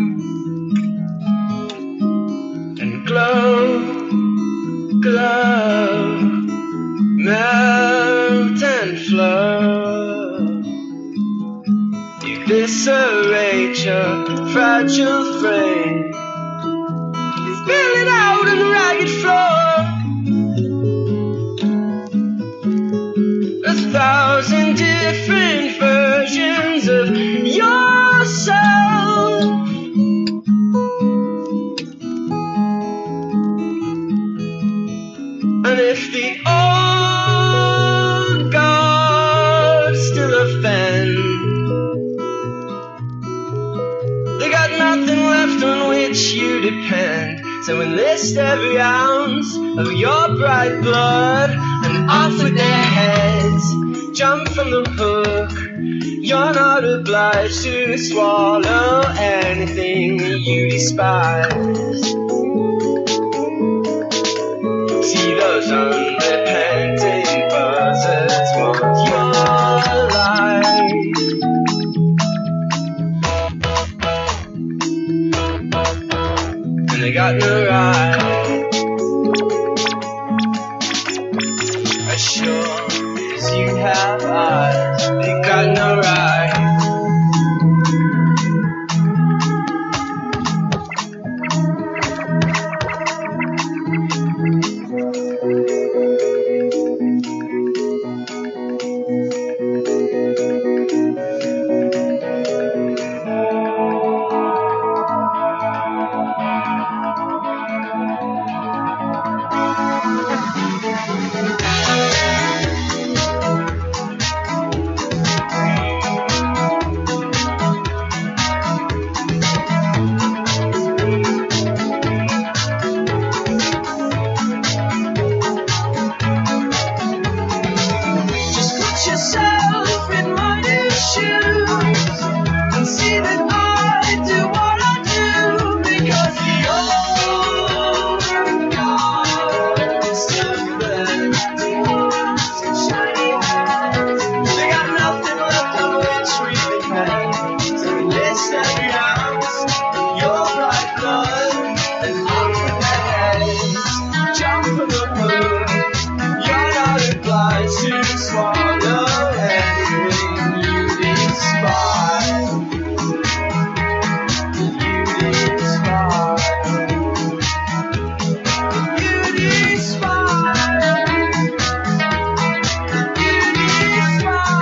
[SPEAKER 2] and glow, glow melt and flow. Eviscerate your fragile frame. Spill it out on the ragged floor. A thousand different versions of yourself. And if the old gods still offend, So enlist every ounce of your bright blood and off with their heads. Jump from the hook. You're not obliged to swallow anything you despise. See those unrepentant buzzards want your life. And they got no right. As sure as you have eyes, they got no right. Just put yourself in my new shoes and see that I do what I do because the old God is so good. Some shiny eyes, they got nothing left on which we depend. So enlist every ounce of your bright blood and on with their heads, jump from the moon. You're not obliged to swallow anything you despise. You despise. You despise. You despise. You despise.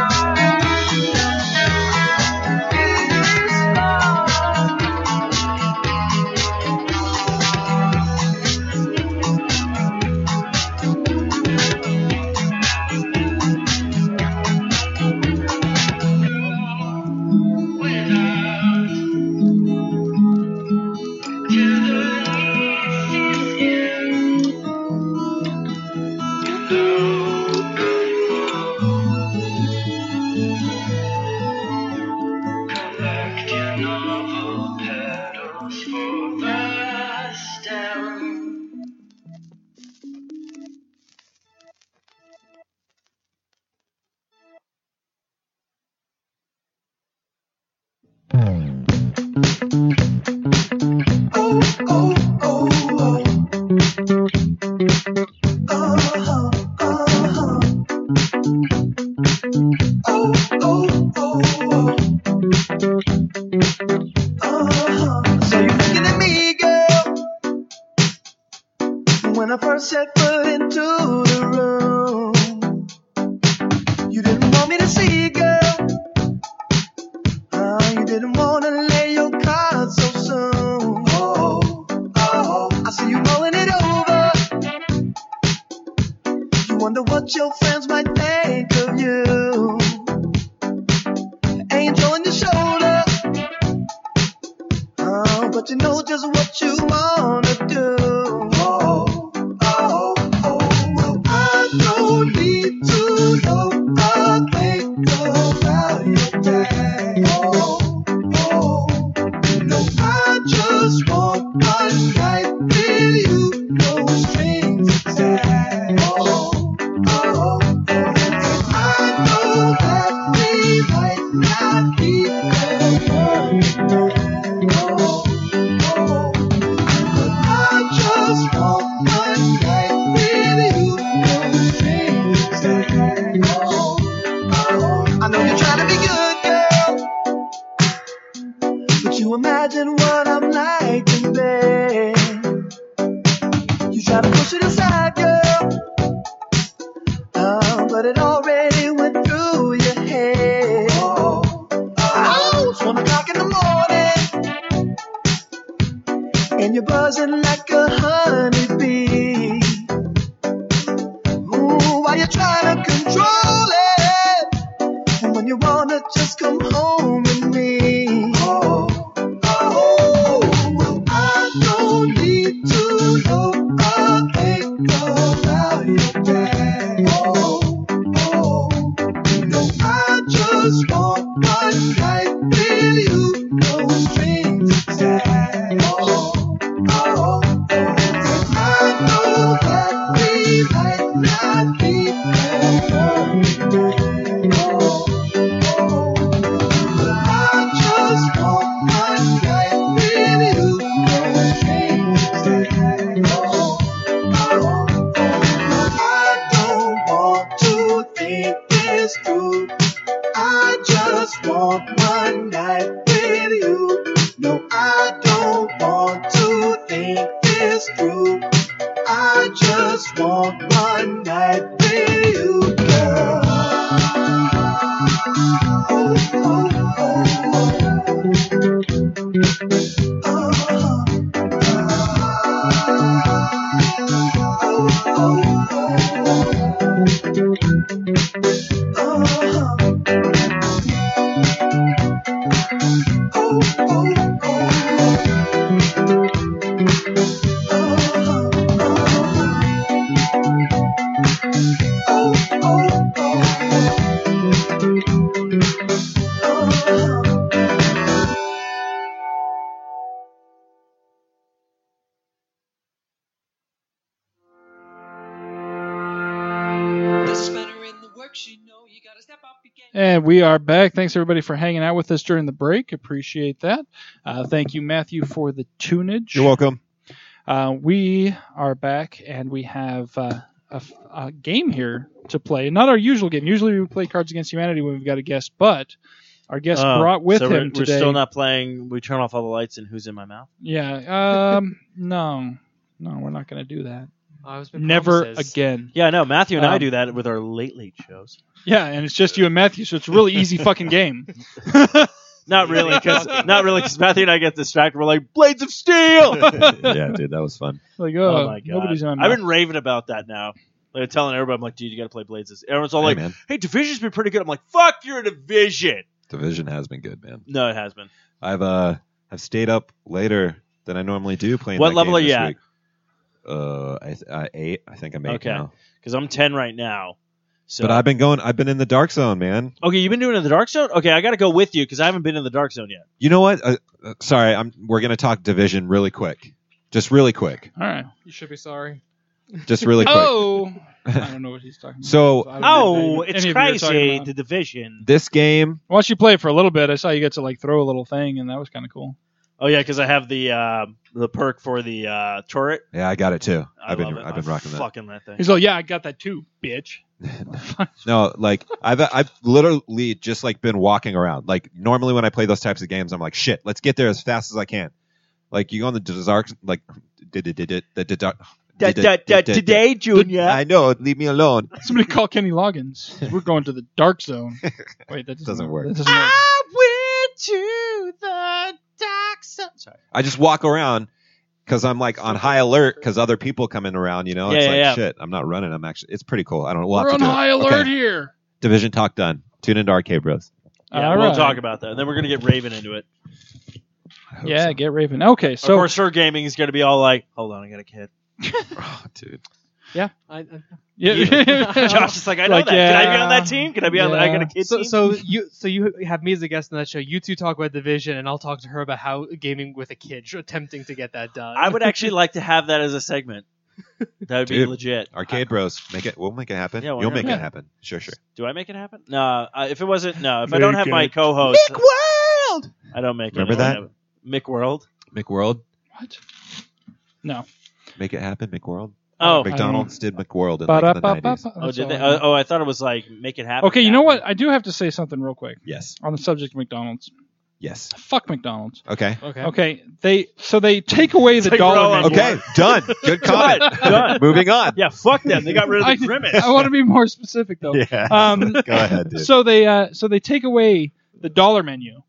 [SPEAKER 2] So you're looking at me, girl. When I first set foot into the room, you didn't want me to see, girl. Oh, you didn't want to lay your cards so soon. Oh, oh, I see you mulling it over. You wonder what your friends might think of you. Angel on your shoulder. Oh, but you know just what you wanna do. Oh, oh, oh, well, I don't need to know a thing about your past. Oh, oh, no, I just want a night with you, no strings attached. Oh, oh, oh, and I know that we might not be perfect. Oh, oh, but I just want a night with you, no strings attached. Oh, oh, I know you're trying to be good, girl. But you imagine what I'm like in bed. You try to push it aside, girl. Oh, but it already went through your head. Oh, it's one o'clock in the morning. And you're buzzing like a honeybee. Ooh, why you trying to control it? And when you wanna just come home with me. Oh, oh, well, I don't need to
[SPEAKER 8] is true. I just want one night with you. No, I don't want to think this through. I just want one night with you, girl. Ooh,
[SPEAKER 3] And we are back. Thanks everybody for hanging out with us during the break. Appreciate that. Uh, thank you, Matthew, for the tunage.
[SPEAKER 6] You're welcome.
[SPEAKER 3] Uh, we are back, and we have uh, a, f- a game here to play. Not our usual game. Usually we play Cards Against Humanity when we've got a guest, but our guest
[SPEAKER 4] Oh,
[SPEAKER 3] brought with
[SPEAKER 4] so
[SPEAKER 3] him
[SPEAKER 4] we're, we're
[SPEAKER 3] today.
[SPEAKER 4] still not playing. We turn off all the lights and who's in my mouth?
[SPEAKER 3] yeah. Um. no. No, we're not going to do that.
[SPEAKER 5] I
[SPEAKER 4] Oh,
[SPEAKER 5] was making
[SPEAKER 3] Never
[SPEAKER 5] promises.
[SPEAKER 3] again.
[SPEAKER 4] Yeah, I know. Matthew and I
[SPEAKER 3] Um,
[SPEAKER 4] do that with our late late shows.
[SPEAKER 3] Yeah, and it's just you and Matthew, so it's a really easy fucking
[SPEAKER 4] *laughs*
[SPEAKER 3] game.
[SPEAKER 4] Not really,
[SPEAKER 3] *laughs*
[SPEAKER 4] because not really, 'cause Matthew and I get distracted. We're like blades
[SPEAKER 3] *laughs*
[SPEAKER 4] of steel.
[SPEAKER 6] *laughs* yeah, dude, that was fun.
[SPEAKER 3] Like, oh,
[SPEAKER 4] oh my god,
[SPEAKER 3] nobody's on.
[SPEAKER 4] I've been raving about that now. Like, I'm telling everybody, I'm like, dude, you got to play blades. of Steel. Everyone's all
[SPEAKER 6] Hey,
[SPEAKER 4] like,
[SPEAKER 6] man,
[SPEAKER 4] hey, division's been pretty good. I'm like, fuck, you're a division.
[SPEAKER 6] division has been good, man.
[SPEAKER 4] No, it has been.
[SPEAKER 6] I've uh, I've stayed up later than I normally do playing.
[SPEAKER 4] What
[SPEAKER 6] that
[SPEAKER 4] level
[SPEAKER 6] game
[SPEAKER 4] are you
[SPEAKER 6] this
[SPEAKER 4] at?
[SPEAKER 6] Week. Uh, I, th- I eight. I think I'm eight
[SPEAKER 4] Okay.
[SPEAKER 6] now.
[SPEAKER 4] Because I'm ten right now. So
[SPEAKER 6] But I've been going. I've been in the dark zone, man.
[SPEAKER 4] okay, you've been doing it in the dark zone. Okay, I got to go with you because I haven't been in the dark zone yet.
[SPEAKER 6] You know what? Uh, uh, sorry, I'm. We're gonna talk division really quick. Just really quick.
[SPEAKER 3] All right.
[SPEAKER 5] You should be sorry.
[SPEAKER 6] Just
[SPEAKER 4] *laughs*
[SPEAKER 6] really quick.
[SPEAKER 3] Oh, I don't know what he's talking about.
[SPEAKER 6] So-
[SPEAKER 3] I don't know
[SPEAKER 4] Oh,
[SPEAKER 3] what any-
[SPEAKER 4] it's
[SPEAKER 3] any of you are talking
[SPEAKER 4] crazy.
[SPEAKER 3] about.
[SPEAKER 4] The division.
[SPEAKER 6] This game,
[SPEAKER 3] Once you play it for a little bit, I saw you get to like throw a little thing, and that was kind of cool.
[SPEAKER 4] Oh yeah, because I have the uh, the perk for the uh, turret.
[SPEAKER 6] yeah, I got it too.
[SPEAKER 4] I
[SPEAKER 6] I've been,
[SPEAKER 4] love it.
[SPEAKER 6] I've been
[SPEAKER 4] I
[SPEAKER 6] rocking that.
[SPEAKER 4] Fucking that thing.
[SPEAKER 3] He's like, "Yeah, I got that too, bitch."
[SPEAKER 6] No, like I've I've literally just like been walking around. Like normally when I play those types of games, I'm like, shit, let's get there as fast as I can. Like you go on the dark, like did it did it the dark.
[SPEAKER 4] Da- da- da- Today, Junior.
[SPEAKER 6] I know. Leave me alone.
[SPEAKER 3] Somebody call Kenny Loggins.
[SPEAKER 6] *laughs*
[SPEAKER 3] We're going to the dark zone. Wait, that doesn't,
[SPEAKER 6] Doesn't work.
[SPEAKER 3] That doesn't work.
[SPEAKER 6] I just walk around because I'm like on high alert because other people coming around. You know,
[SPEAKER 4] Yeah,
[SPEAKER 6] it's
[SPEAKER 4] yeah,
[SPEAKER 6] like
[SPEAKER 4] yeah.
[SPEAKER 6] shit. I'm not running. I'm actually. It's pretty cool. I don't. We'll have
[SPEAKER 3] We're
[SPEAKER 6] to
[SPEAKER 3] on
[SPEAKER 6] do it.
[SPEAKER 3] high
[SPEAKER 6] Okay.
[SPEAKER 3] alert here.
[SPEAKER 6] Division talk done. Tune into Arcade Bros.
[SPEAKER 4] Yeah,
[SPEAKER 3] All
[SPEAKER 4] we'll
[SPEAKER 3] right.
[SPEAKER 4] talk about that. And then we're gonna get Raven into it.
[SPEAKER 6] I hope
[SPEAKER 3] Yeah,
[SPEAKER 6] so.
[SPEAKER 3] get Raven. Okay,
[SPEAKER 4] of
[SPEAKER 3] so
[SPEAKER 4] course, her gaming is gonna be all like, "Hold on, I got a kid." *laughs*
[SPEAKER 6] Oh, dude.
[SPEAKER 5] I, I,
[SPEAKER 3] *laughs*
[SPEAKER 6] *laughs*
[SPEAKER 3] yeah.
[SPEAKER 4] Josh is like, "I know
[SPEAKER 3] Like,
[SPEAKER 4] that. Can I be
[SPEAKER 3] yeah,
[SPEAKER 4] on that team? Can I be on? The, I got a
[SPEAKER 3] yeah.
[SPEAKER 4] kid
[SPEAKER 5] so,
[SPEAKER 4] team."
[SPEAKER 5] so you so you have me as a guest on that show. You two talk about the vision, and I'll talk to her about how gaming with a kid, attempting to get that done.
[SPEAKER 4] I would actually like to have that as
[SPEAKER 3] *laughs*
[SPEAKER 4] a segment. That would be
[SPEAKER 6] Dude.
[SPEAKER 4] legit.
[SPEAKER 6] Arcade Bros. Make it. We'll make it happen.
[SPEAKER 4] Yeah, why
[SPEAKER 6] You'll
[SPEAKER 4] not?
[SPEAKER 6] make
[SPEAKER 3] Yeah.
[SPEAKER 6] it happen. Sure, sure.
[SPEAKER 4] Do I make it happen? No. Uh, if it wasn't, no. If I don't have my co-host,
[SPEAKER 8] World!
[SPEAKER 4] I don't make
[SPEAKER 6] Remember
[SPEAKER 4] it.
[SPEAKER 6] that?
[SPEAKER 4] Mick World?
[SPEAKER 6] McWorld.
[SPEAKER 3] What? No.
[SPEAKER 6] Make it happen. McWorld.
[SPEAKER 4] Oh,
[SPEAKER 6] McDonald's did McWorld in like, the 90s.
[SPEAKER 3] Ba-da-ba-ba-ba.
[SPEAKER 4] oh,
[SPEAKER 3] That's
[SPEAKER 4] did
[SPEAKER 3] all
[SPEAKER 4] they?
[SPEAKER 3] I know.
[SPEAKER 4] Oh, oh, I thought it was like make it happen.
[SPEAKER 3] Okay, you know
[SPEAKER 4] happen.
[SPEAKER 3] what? I do have to say something real quick
[SPEAKER 6] Yes.
[SPEAKER 3] on the subject of McDonald's.
[SPEAKER 6] Yes.
[SPEAKER 3] Fuck McDonald's.
[SPEAKER 6] Okay.
[SPEAKER 5] Okay.
[SPEAKER 3] Okay, they so they take away the
[SPEAKER 4] Take it all
[SPEAKER 3] dollar
[SPEAKER 4] out.
[SPEAKER 3] menu.
[SPEAKER 6] Okay. Done.
[SPEAKER 3] *laughs*
[SPEAKER 6] Good comment.
[SPEAKER 4] Done.
[SPEAKER 6] Moving on.
[SPEAKER 4] Yeah, fuck them. They got rid
[SPEAKER 3] I,
[SPEAKER 4] of the grimace.
[SPEAKER 3] I want to be more specific though.
[SPEAKER 6] Yeah.
[SPEAKER 3] Um,
[SPEAKER 6] *laughs* Go ahead, dude.
[SPEAKER 3] So they uh, so they take away the dollar menu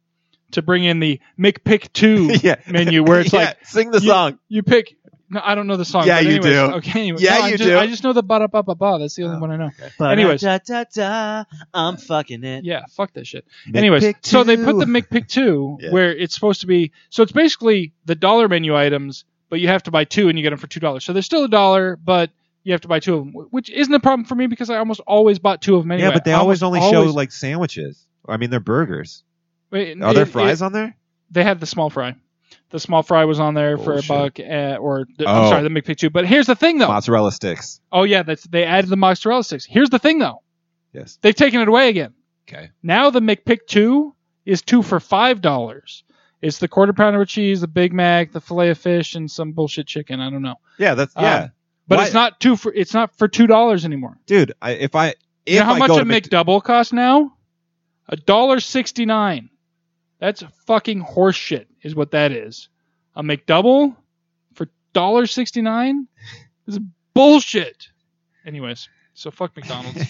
[SPEAKER 3] to bring in the McPick two
[SPEAKER 6] *laughs* yeah.
[SPEAKER 3] menu where it's
[SPEAKER 6] *laughs* Yeah,
[SPEAKER 3] like
[SPEAKER 6] sing the song.
[SPEAKER 3] you pick. No, I don't know the song.
[SPEAKER 6] Yeah,
[SPEAKER 3] but
[SPEAKER 6] you
[SPEAKER 3] anyways,
[SPEAKER 6] do.
[SPEAKER 3] Okay, anyway,
[SPEAKER 6] Yeah,
[SPEAKER 3] no, I
[SPEAKER 6] you
[SPEAKER 3] just,
[SPEAKER 6] do. Oh,
[SPEAKER 3] I just know the ba da ba ba ba. That's the only one I know. Anyways.
[SPEAKER 4] da, da, da, I'm fucking it.
[SPEAKER 3] Yeah, fuck that shit.
[SPEAKER 6] Mick
[SPEAKER 3] Anyways,
[SPEAKER 6] Pick
[SPEAKER 3] so they put
[SPEAKER 6] two.
[SPEAKER 3] the
[SPEAKER 6] *laughs*
[SPEAKER 3] McPick two
[SPEAKER 6] Yeah.
[SPEAKER 3] where it's supposed to be. So it's basically the dollar menu items, but you have to buy two and you get them for two dollars. So they're still a dollar, but you have to buy two of them, wh- which isn't a problem for me because I almost always bought two of them anyway.
[SPEAKER 6] yeah, but they
[SPEAKER 3] I
[SPEAKER 6] always only
[SPEAKER 3] almost
[SPEAKER 6] show
[SPEAKER 3] always-
[SPEAKER 6] like sandwiches. I mean, they're burgers.
[SPEAKER 3] Wait,
[SPEAKER 6] Are there
[SPEAKER 3] it- it-
[SPEAKER 6] fries on there?
[SPEAKER 3] they had the small fry. The small fry was on there
[SPEAKER 6] Bullshit.
[SPEAKER 3] for a buck, uh, or the,
[SPEAKER 6] Oh.
[SPEAKER 3] I'm sorry, the McPick two. But here's the thing, though.
[SPEAKER 6] Mozzarella sticks.
[SPEAKER 3] oh yeah, that's they added the mozzarella sticks. Here's the thing, though.
[SPEAKER 6] Yes.
[SPEAKER 3] They've taken it away again.
[SPEAKER 6] Okay.
[SPEAKER 3] Now the McPick two is two for five dollars. It's the quarter pounder with cheese, the Big Mac, the fillet of fish, and some bullshit chicken. I don't know,
[SPEAKER 6] Yeah, that's yeah,
[SPEAKER 3] Um, but
[SPEAKER 6] Why-
[SPEAKER 3] it's not two for it's not for two dollars anymore.
[SPEAKER 6] dude. I, if I If
[SPEAKER 3] you know how
[SPEAKER 6] I
[SPEAKER 3] much
[SPEAKER 6] go
[SPEAKER 3] a
[SPEAKER 6] to Mc-
[SPEAKER 3] McDouble costs now? A dollar sixty nine. That's fucking horseshit, is what that is. A McDouble for dollar sixty nine is bullshit. Anyways, so fuck McDonald's.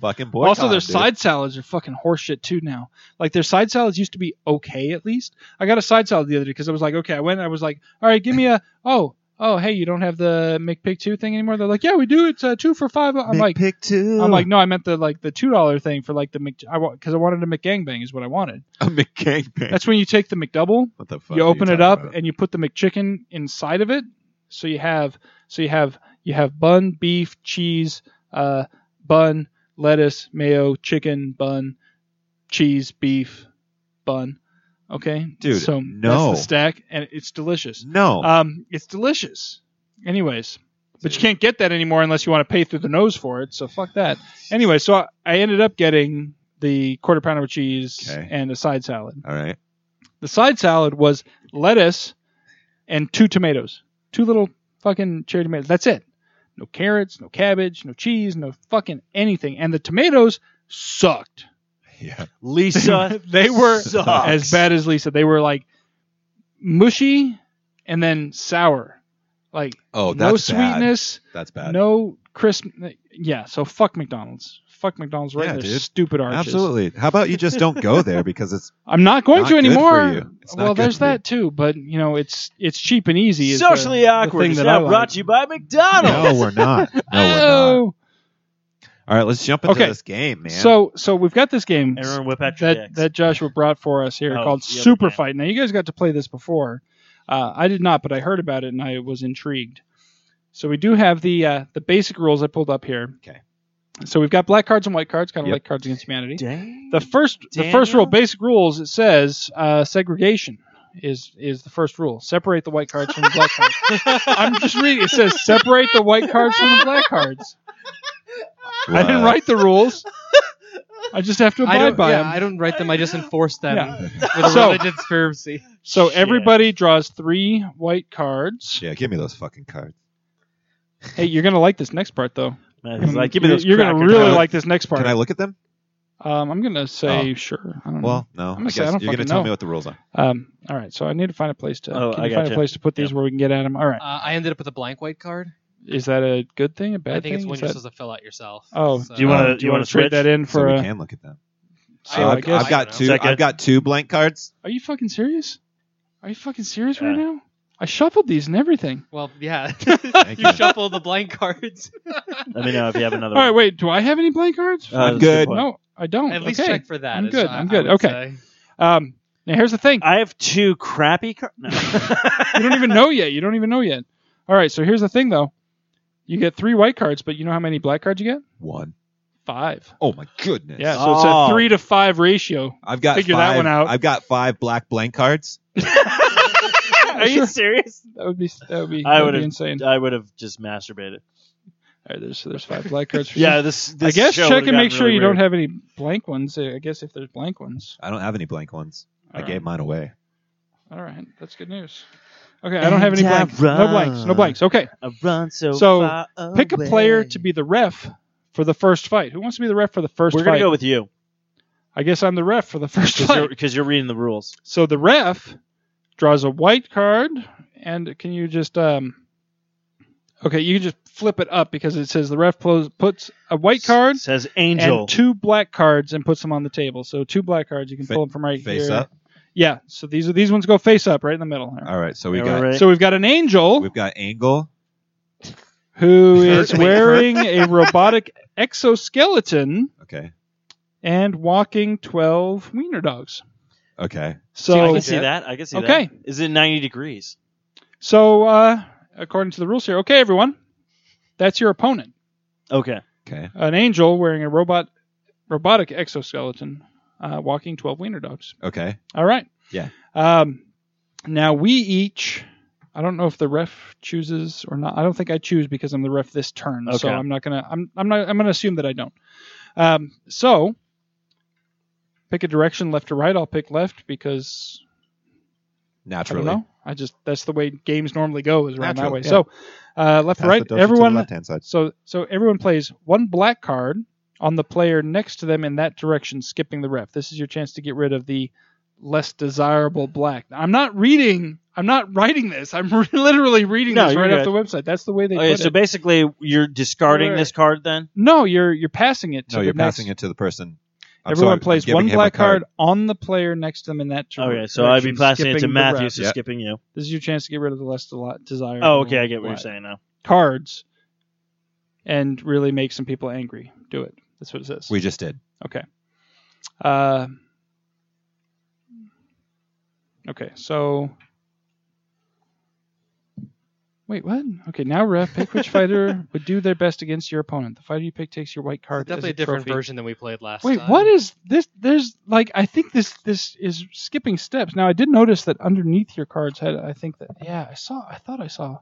[SPEAKER 6] fucking boy.
[SPEAKER 3] also, their side salads are fucking horseshit too now. Like their side salads used to be okay at least. I got a side salad the other day because I was like, okay, I went. I was like, all right, give me a oh oh hey, you don't have the McPick two thing anymore. They're like, yeah, we do. It's uh, two for five. I'm like,
[SPEAKER 6] pick two.
[SPEAKER 3] I'm like, no, I meant the like the two dollar thing for like the Mc, I because I wanted a McGangbang is what I wanted.
[SPEAKER 6] *laughs* a McGangbang.
[SPEAKER 3] That's when you take the McDouble,
[SPEAKER 6] what the fuck?
[SPEAKER 3] you
[SPEAKER 6] are
[SPEAKER 3] open it
[SPEAKER 6] talking
[SPEAKER 3] up,
[SPEAKER 6] about?
[SPEAKER 3] and you put the McChicken inside of it. So you have so you have you have bun, beef, cheese, uh, bun, lettuce, mayo, chicken, bun, cheese, beef, bun. Okay,
[SPEAKER 6] Dude,
[SPEAKER 3] So
[SPEAKER 6] no.
[SPEAKER 3] that's the stack, and it's delicious.
[SPEAKER 6] no.
[SPEAKER 3] Um, it's delicious. Anyways, but you can't get that anymore unless you want to pay through the nose for it. So fuck that. Anyway, so I, I ended up getting the quarter pounder with cheese
[SPEAKER 6] Okay.
[SPEAKER 3] and a side salad.
[SPEAKER 6] All right.
[SPEAKER 3] The side salad was lettuce and two tomatoes, two little fucking cherry tomatoes. That's it. No carrots, no cabbage, no cheese, no fucking anything. And the tomatoes sucked.
[SPEAKER 6] Yeah.
[SPEAKER 4] Lisa,
[SPEAKER 3] *laughs* they were
[SPEAKER 4] sucks.
[SPEAKER 3] as bad as Lisa. They were like mushy and then sour. Like
[SPEAKER 6] Oh, that's
[SPEAKER 3] no
[SPEAKER 6] bad.
[SPEAKER 3] sweetness,
[SPEAKER 6] That's bad.
[SPEAKER 3] no crisp. Yeah, so fuck McDonald's. Fuck McDonald's right
[SPEAKER 6] Yeah,
[SPEAKER 3] there.
[SPEAKER 6] dude.
[SPEAKER 3] Stupid arches.
[SPEAKER 6] Absolutely. How about you just don't go there
[SPEAKER 3] *laughs*
[SPEAKER 6] because it's
[SPEAKER 3] I'm not going
[SPEAKER 6] Not
[SPEAKER 3] to
[SPEAKER 6] good for
[SPEAKER 3] anymore.
[SPEAKER 6] you. It's not
[SPEAKER 3] Well,
[SPEAKER 6] good
[SPEAKER 3] there's
[SPEAKER 6] for you.
[SPEAKER 3] that too, but you know, it's it's cheap and easy. is the-
[SPEAKER 4] socially
[SPEAKER 3] the
[SPEAKER 4] awkward
[SPEAKER 3] thing
[SPEAKER 4] is
[SPEAKER 3] that I
[SPEAKER 4] now
[SPEAKER 3] like.
[SPEAKER 4] brought to you by McDonald's.
[SPEAKER 6] no,
[SPEAKER 3] *laughs*
[SPEAKER 6] we're not. No, we're not.
[SPEAKER 3] Oh,
[SPEAKER 6] All right, let's jump into
[SPEAKER 3] Okay.
[SPEAKER 6] this game, man.
[SPEAKER 3] so so we've got this game
[SPEAKER 4] Everyone whip out your
[SPEAKER 3] that
[SPEAKER 4] dicks.
[SPEAKER 3] that Joshua brought for us here
[SPEAKER 4] Oh,
[SPEAKER 3] called
[SPEAKER 4] the other
[SPEAKER 3] Super
[SPEAKER 4] game.
[SPEAKER 3] Fight. Now you guys got to play this before. Uh, I did not, but I heard about it and I was intrigued. So we do have the uh, the basic rules I pulled up here.
[SPEAKER 6] Okay.
[SPEAKER 3] So we've got black cards and white cards, kind of
[SPEAKER 6] Yep.
[SPEAKER 3] like Cards Against Humanity.
[SPEAKER 4] Dang.
[SPEAKER 3] The first the first
[SPEAKER 4] Daniel?
[SPEAKER 3] rule, basic rules, it says uh, segregation is is the first rule. Separate the white cards from the black cards. I'm just reading. It says separate the white cards from the black cards. I didn't
[SPEAKER 6] Wow.
[SPEAKER 3] write the rules. I just have to
[SPEAKER 5] I
[SPEAKER 3] abide
[SPEAKER 5] don't,
[SPEAKER 3] by
[SPEAKER 5] yeah,
[SPEAKER 3] them.
[SPEAKER 5] I don't write them. I just enforce them
[SPEAKER 3] Yeah.
[SPEAKER 5] with a
[SPEAKER 3] So-
[SPEAKER 5] religious fervency.
[SPEAKER 3] So
[SPEAKER 4] Shit.
[SPEAKER 3] everybody draws three white cards.
[SPEAKER 6] Yeah, give me those fucking cards.
[SPEAKER 3] Hey, you're gonna like this next part though.
[SPEAKER 4] Man, he's like, give me
[SPEAKER 3] You're-
[SPEAKER 4] those
[SPEAKER 3] you're gonna
[SPEAKER 4] cracker
[SPEAKER 3] really
[SPEAKER 4] jokes.
[SPEAKER 3] like this next part.
[SPEAKER 6] Can I look at them?
[SPEAKER 3] um, I'm gonna
[SPEAKER 4] Oh.
[SPEAKER 3] say sure. I don't know.
[SPEAKER 6] Well, no. I
[SPEAKER 3] Mm. gonna
[SPEAKER 6] guess
[SPEAKER 3] say I don't
[SPEAKER 6] you're gonna
[SPEAKER 3] fucking
[SPEAKER 6] tell
[SPEAKER 3] know.
[SPEAKER 6] me what the rules are.
[SPEAKER 3] Um, all right. So I need to find a place to.
[SPEAKER 4] Oh,
[SPEAKER 3] can
[SPEAKER 4] I
[SPEAKER 3] you find
[SPEAKER 4] gotcha.
[SPEAKER 3] a place to put these
[SPEAKER 4] Yep.
[SPEAKER 3] where we can get at them? All right.
[SPEAKER 5] Uh, I ended up with a blank white card.
[SPEAKER 3] Is that a good thing? A bad
[SPEAKER 5] I think it's
[SPEAKER 3] thing?
[SPEAKER 5] one
[SPEAKER 3] Is
[SPEAKER 5] you're
[SPEAKER 3] that-
[SPEAKER 5] supposed to fill out yourself.
[SPEAKER 3] Oh,
[SPEAKER 5] So-
[SPEAKER 4] do you want
[SPEAKER 3] Um,
[SPEAKER 4] to? Uh, Do you want to
[SPEAKER 3] trade
[SPEAKER 4] trade
[SPEAKER 3] that in
[SPEAKER 6] So
[SPEAKER 3] for?
[SPEAKER 6] we
[SPEAKER 3] a-
[SPEAKER 6] can look at them.
[SPEAKER 3] So
[SPEAKER 6] I've,
[SPEAKER 3] I guess-
[SPEAKER 6] I've got
[SPEAKER 5] I don't know.
[SPEAKER 6] two.
[SPEAKER 4] Is that
[SPEAKER 6] I've
[SPEAKER 4] good?
[SPEAKER 6] got two blank cards.
[SPEAKER 3] Are you fucking serious? Are you fucking serious right
[SPEAKER 4] Yeah.
[SPEAKER 3] now? I shuffled these and everything.
[SPEAKER 5] Well,
[SPEAKER 3] *laughs*
[SPEAKER 5] yeah.
[SPEAKER 6] Thank
[SPEAKER 5] you
[SPEAKER 6] you.
[SPEAKER 5] shuffle the blank *laughs* cards.
[SPEAKER 4] Let me know if you have
[SPEAKER 3] *laughs*
[SPEAKER 4] another.
[SPEAKER 3] All right.
[SPEAKER 4] one.
[SPEAKER 3] Wait. Do I have any blank cards?
[SPEAKER 4] Uh, that's a
[SPEAKER 6] good.
[SPEAKER 4] point.
[SPEAKER 3] no, I don't.
[SPEAKER 5] At least
[SPEAKER 3] okay.
[SPEAKER 5] check for that.
[SPEAKER 3] I'm
[SPEAKER 5] is-
[SPEAKER 3] good,
[SPEAKER 5] I-
[SPEAKER 3] I'm
[SPEAKER 5] I
[SPEAKER 3] good,
[SPEAKER 5] would
[SPEAKER 3] okay.
[SPEAKER 5] say.
[SPEAKER 3] Um. Now here's the thing.
[SPEAKER 4] I have two crappy *laughs* cards. No.
[SPEAKER 3] you don't even know yet. You don't even know yet. All right, so here's the thing though. You get three white cards, but you know how many black cards you get?
[SPEAKER 6] One.
[SPEAKER 3] Five.
[SPEAKER 6] Oh my goodness.
[SPEAKER 3] Yeah, so it's
[SPEAKER 4] Oh.
[SPEAKER 3] a three to five
[SPEAKER 4] *laughs*
[SPEAKER 3] ratio.
[SPEAKER 6] I've got
[SPEAKER 3] Figure that
[SPEAKER 6] five,
[SPEAKER 3] one out.
[SPEAKER 6] I've got five black blank cards.
[SPEAKER 4] Are you
[SPEAKER 3] Sure.
[SPEAKER 4] serious?
[SPEAKER 3] That would be that would be,
[SPEAKER 4] I
[SPEAKER 3] that would be
[SPEAKER 4] would've-
[SPEAKER 3] insane.
[SPEAKER 4] I would have just masturbated.
[SPEAKER 3] All right, there's so there's five black cards.
[SPEAKER 4] *laughs*
[SPEAKER 3] For
[SPEAKER 4] Yeah,
[SPEAKER 3] you.
[SPEAKER 4] this.
[SPEAKER 3] I
[SPEAKER 4] this
[SPEAKER 3] guess
[SPEAKER 4] show
[SPEAKER 3] check
[SPEAKER 4] would've
[SPEAKER 3] and make
[SPEAKER 4] gotten
[SPEAKER 3] sure
[SPEAKER 4] really
[SPEAKER 3] you don't
[SPEAKER 4] weird.
[SPEAKER 3] have any blank ones. uh, I guess if there's blank ones.
[SPEAKER 6] I don't have any blank ones. I
[SPEAKER 3] All
[SPEAKER 6] gave mine away.
[SPEAKER 3] All right, that's good news. Okay, I don't have any
[SPEAKER 4] And I
[SPEAKER 3] blanks. No blanks. No
[SPEAKER 4] run.
[SPEAKER 3] blanks. Okay,
[SPEAKER 4] I run so.
[SPEAKER 3] So,
[SPEAKER 4] far
[SPEAKER 3] pick a player
[SPEAKER 4] away.
[SPEAKER 3] to be the ref for the first fight. Who wants to be the ref for the 1st
[SPEAKER 4] We're
[SPEAKER 3] fight?
[SPEAKER 4] gonna go with you
[SPEAKER 3] I guess I'm the ref for the first
[SPEAKER 4] because
[SPEAKER 3] fight.
[SPEAKER 4] you're, 'cause you're reading the rules.
[SPEAKER 3] So the ref draws a white card, and can you just um? Okay, you can just flip it up because it says the ref plos- puts a white card
[SPEAKER 4] says
[SPEAKER 3] and
[SPEAKER 4] angel.
[SPEAKER 3] two black cards and puts them on the table. So two black cards you can
[SPEAKER 6] Fa-
[SPEAKER 3] pull them from right
[SPEAKER 6] Face
[SPEAKER 3] here.
[SPEAKER 6] up.
[SPEAKER 3] Yeah. So these are these ones go face up, right in the middle.
[SPEAKER 6] All right. So we
[SPEAKER 4] Yeah,
[SPEAKER 6] got
[SPEAKER 4] we're ready.
[SPEAKER 3] So we've got an angel
[SPEAKER 6] we've got angle.
[SPEAKER 3] who
[SPEAKER 6] Kurt,
[SPEAKER 3] is
[SPEAKER 6] wait,
[SPEAKER 3] wearing a robotic exoskeleton
[SPEAKER 6] Okay.
[SPEAKER 3] and walking twelve wiener dogs.
[SPEAKER 6] Okay.
[SPEAKER 4] See, I
[SPEAKER 3] So
[SPEAKER 4] can see that. I can see that.
[SPEAKER 3] Okay.
[SPEAKER 4] Is it 90 degrees?
[SPEAKER 3] so uh, according to the rules here, okay, everyone, that's your opponent.
[SPEAKER 4] Okay.
[SPEAKER 6] Okay.
[SPEAKER 3] an angel wearing a robot robotic exoskeleton uh, walking 12 wiener dogs
[SPEAKER 6] Okay.
[SPEAKER 3] all right
[SPEAKER 6] Yeah.
[SPEAKER 3] um, now we each i don't know if the ref chooses or not i don't think i choose because i'm the ref this turn so
[SPEAKER 4] Okay.
[SPEAKER 3] i'm not gonna i'm, I'm not i'm gonna assume that i don't um, so pick a direction left or right i'll pick left because
[SPEAKER 6] Naturally.
[SPEAKER 3] I don't know. I just that's the way games normally go is around that
[SPEAKER 6] Naturally,
[SPEAKER 3] way.
[SPEAKER 6] yeah.
[SPEAKER 3] So, Uh, left,
[SPEAKER 6] Pass
[SPEAKER 3] right.
[SPEAKER 6] the doja to the
[SPEAKER 3] Everyone
[SPEAKER 6] left-hand side.
[SPEAKER 3] So so everyone plays one black card on the player next to them in that direction, skipping the ref. This is your chance to get rid of the less desirable black. I'm not reading. I'm not writing this. I'm *laughs* literally reading
[SPEAKER 4] No,
[SPEAKER 3] this
[SPEAKER 4] you're
[SPEAKER 3] right off
[SPEAKER 4] good.
[SPEAKER 3] the website. That's the way
[SPEAKER 6] Oh,
[SPEAKER 3] they
[SPEAKER 4] Okay,
[SPEAKER 3] put
[SPEAKER 4] so
[SPEAKER 3] it.
[SPEAKER 4] basically, you're discarding
[SPEAKER 3] Right.
[SPEAKER 4] this card then.
[SPEAKER 3] No, you're you're passing it. To
[SPEAKER 6] No,
[SPEAKER 3] the
[SPEAKER 6] you're
[SPEAKER 3] next-
[SPEAKER 6] passing it to the person. I'm
[SPEAKER 3] Everyone
[SPEAKER 6] sorry, I'm
[SPEAKER 3] plays
[SPEAKER 6] giving
[SPEAKER 3] one
[SPEAKER 6] him a
[SPEAKER 3] black card. on the player next to them in that turn.
[SPEAKER 4] Okay, so I'd be passing it to Matthew, so
[SPEAKER 6] Yeah.
[SPEAKER 4] skipping you.
[SPEAKER 3] This is your chance to get rid of the less deli- desirable.
[SPEAKER 4] Oh, okay, I get what you're
[SPEAKER 3] black
[SPEAKER 4] saying now.
[SPEAKER 3] Cards, and really make some people angry. Do it. That's what it says.
[SPEAKER 6] We just did.
[SPEAKER 3] Okay. Uh, okay, so. Wait, what? Okay, now ref, pick which fighter would do their best against your opponent. The fighter you pick takes your white card. as
[SPEAKER 5] Definitely a different
[SPEAKER 3] trophy.
[SPEAKER 5] version than we played last
[SPEAKER 3] Wait,
[SPEAKER 5] time.
[SPEAKER 3] what is this? There's like I think this this is skipping steps. Now I did notice that underneath your cards had I think that yeah I saw I thought I saw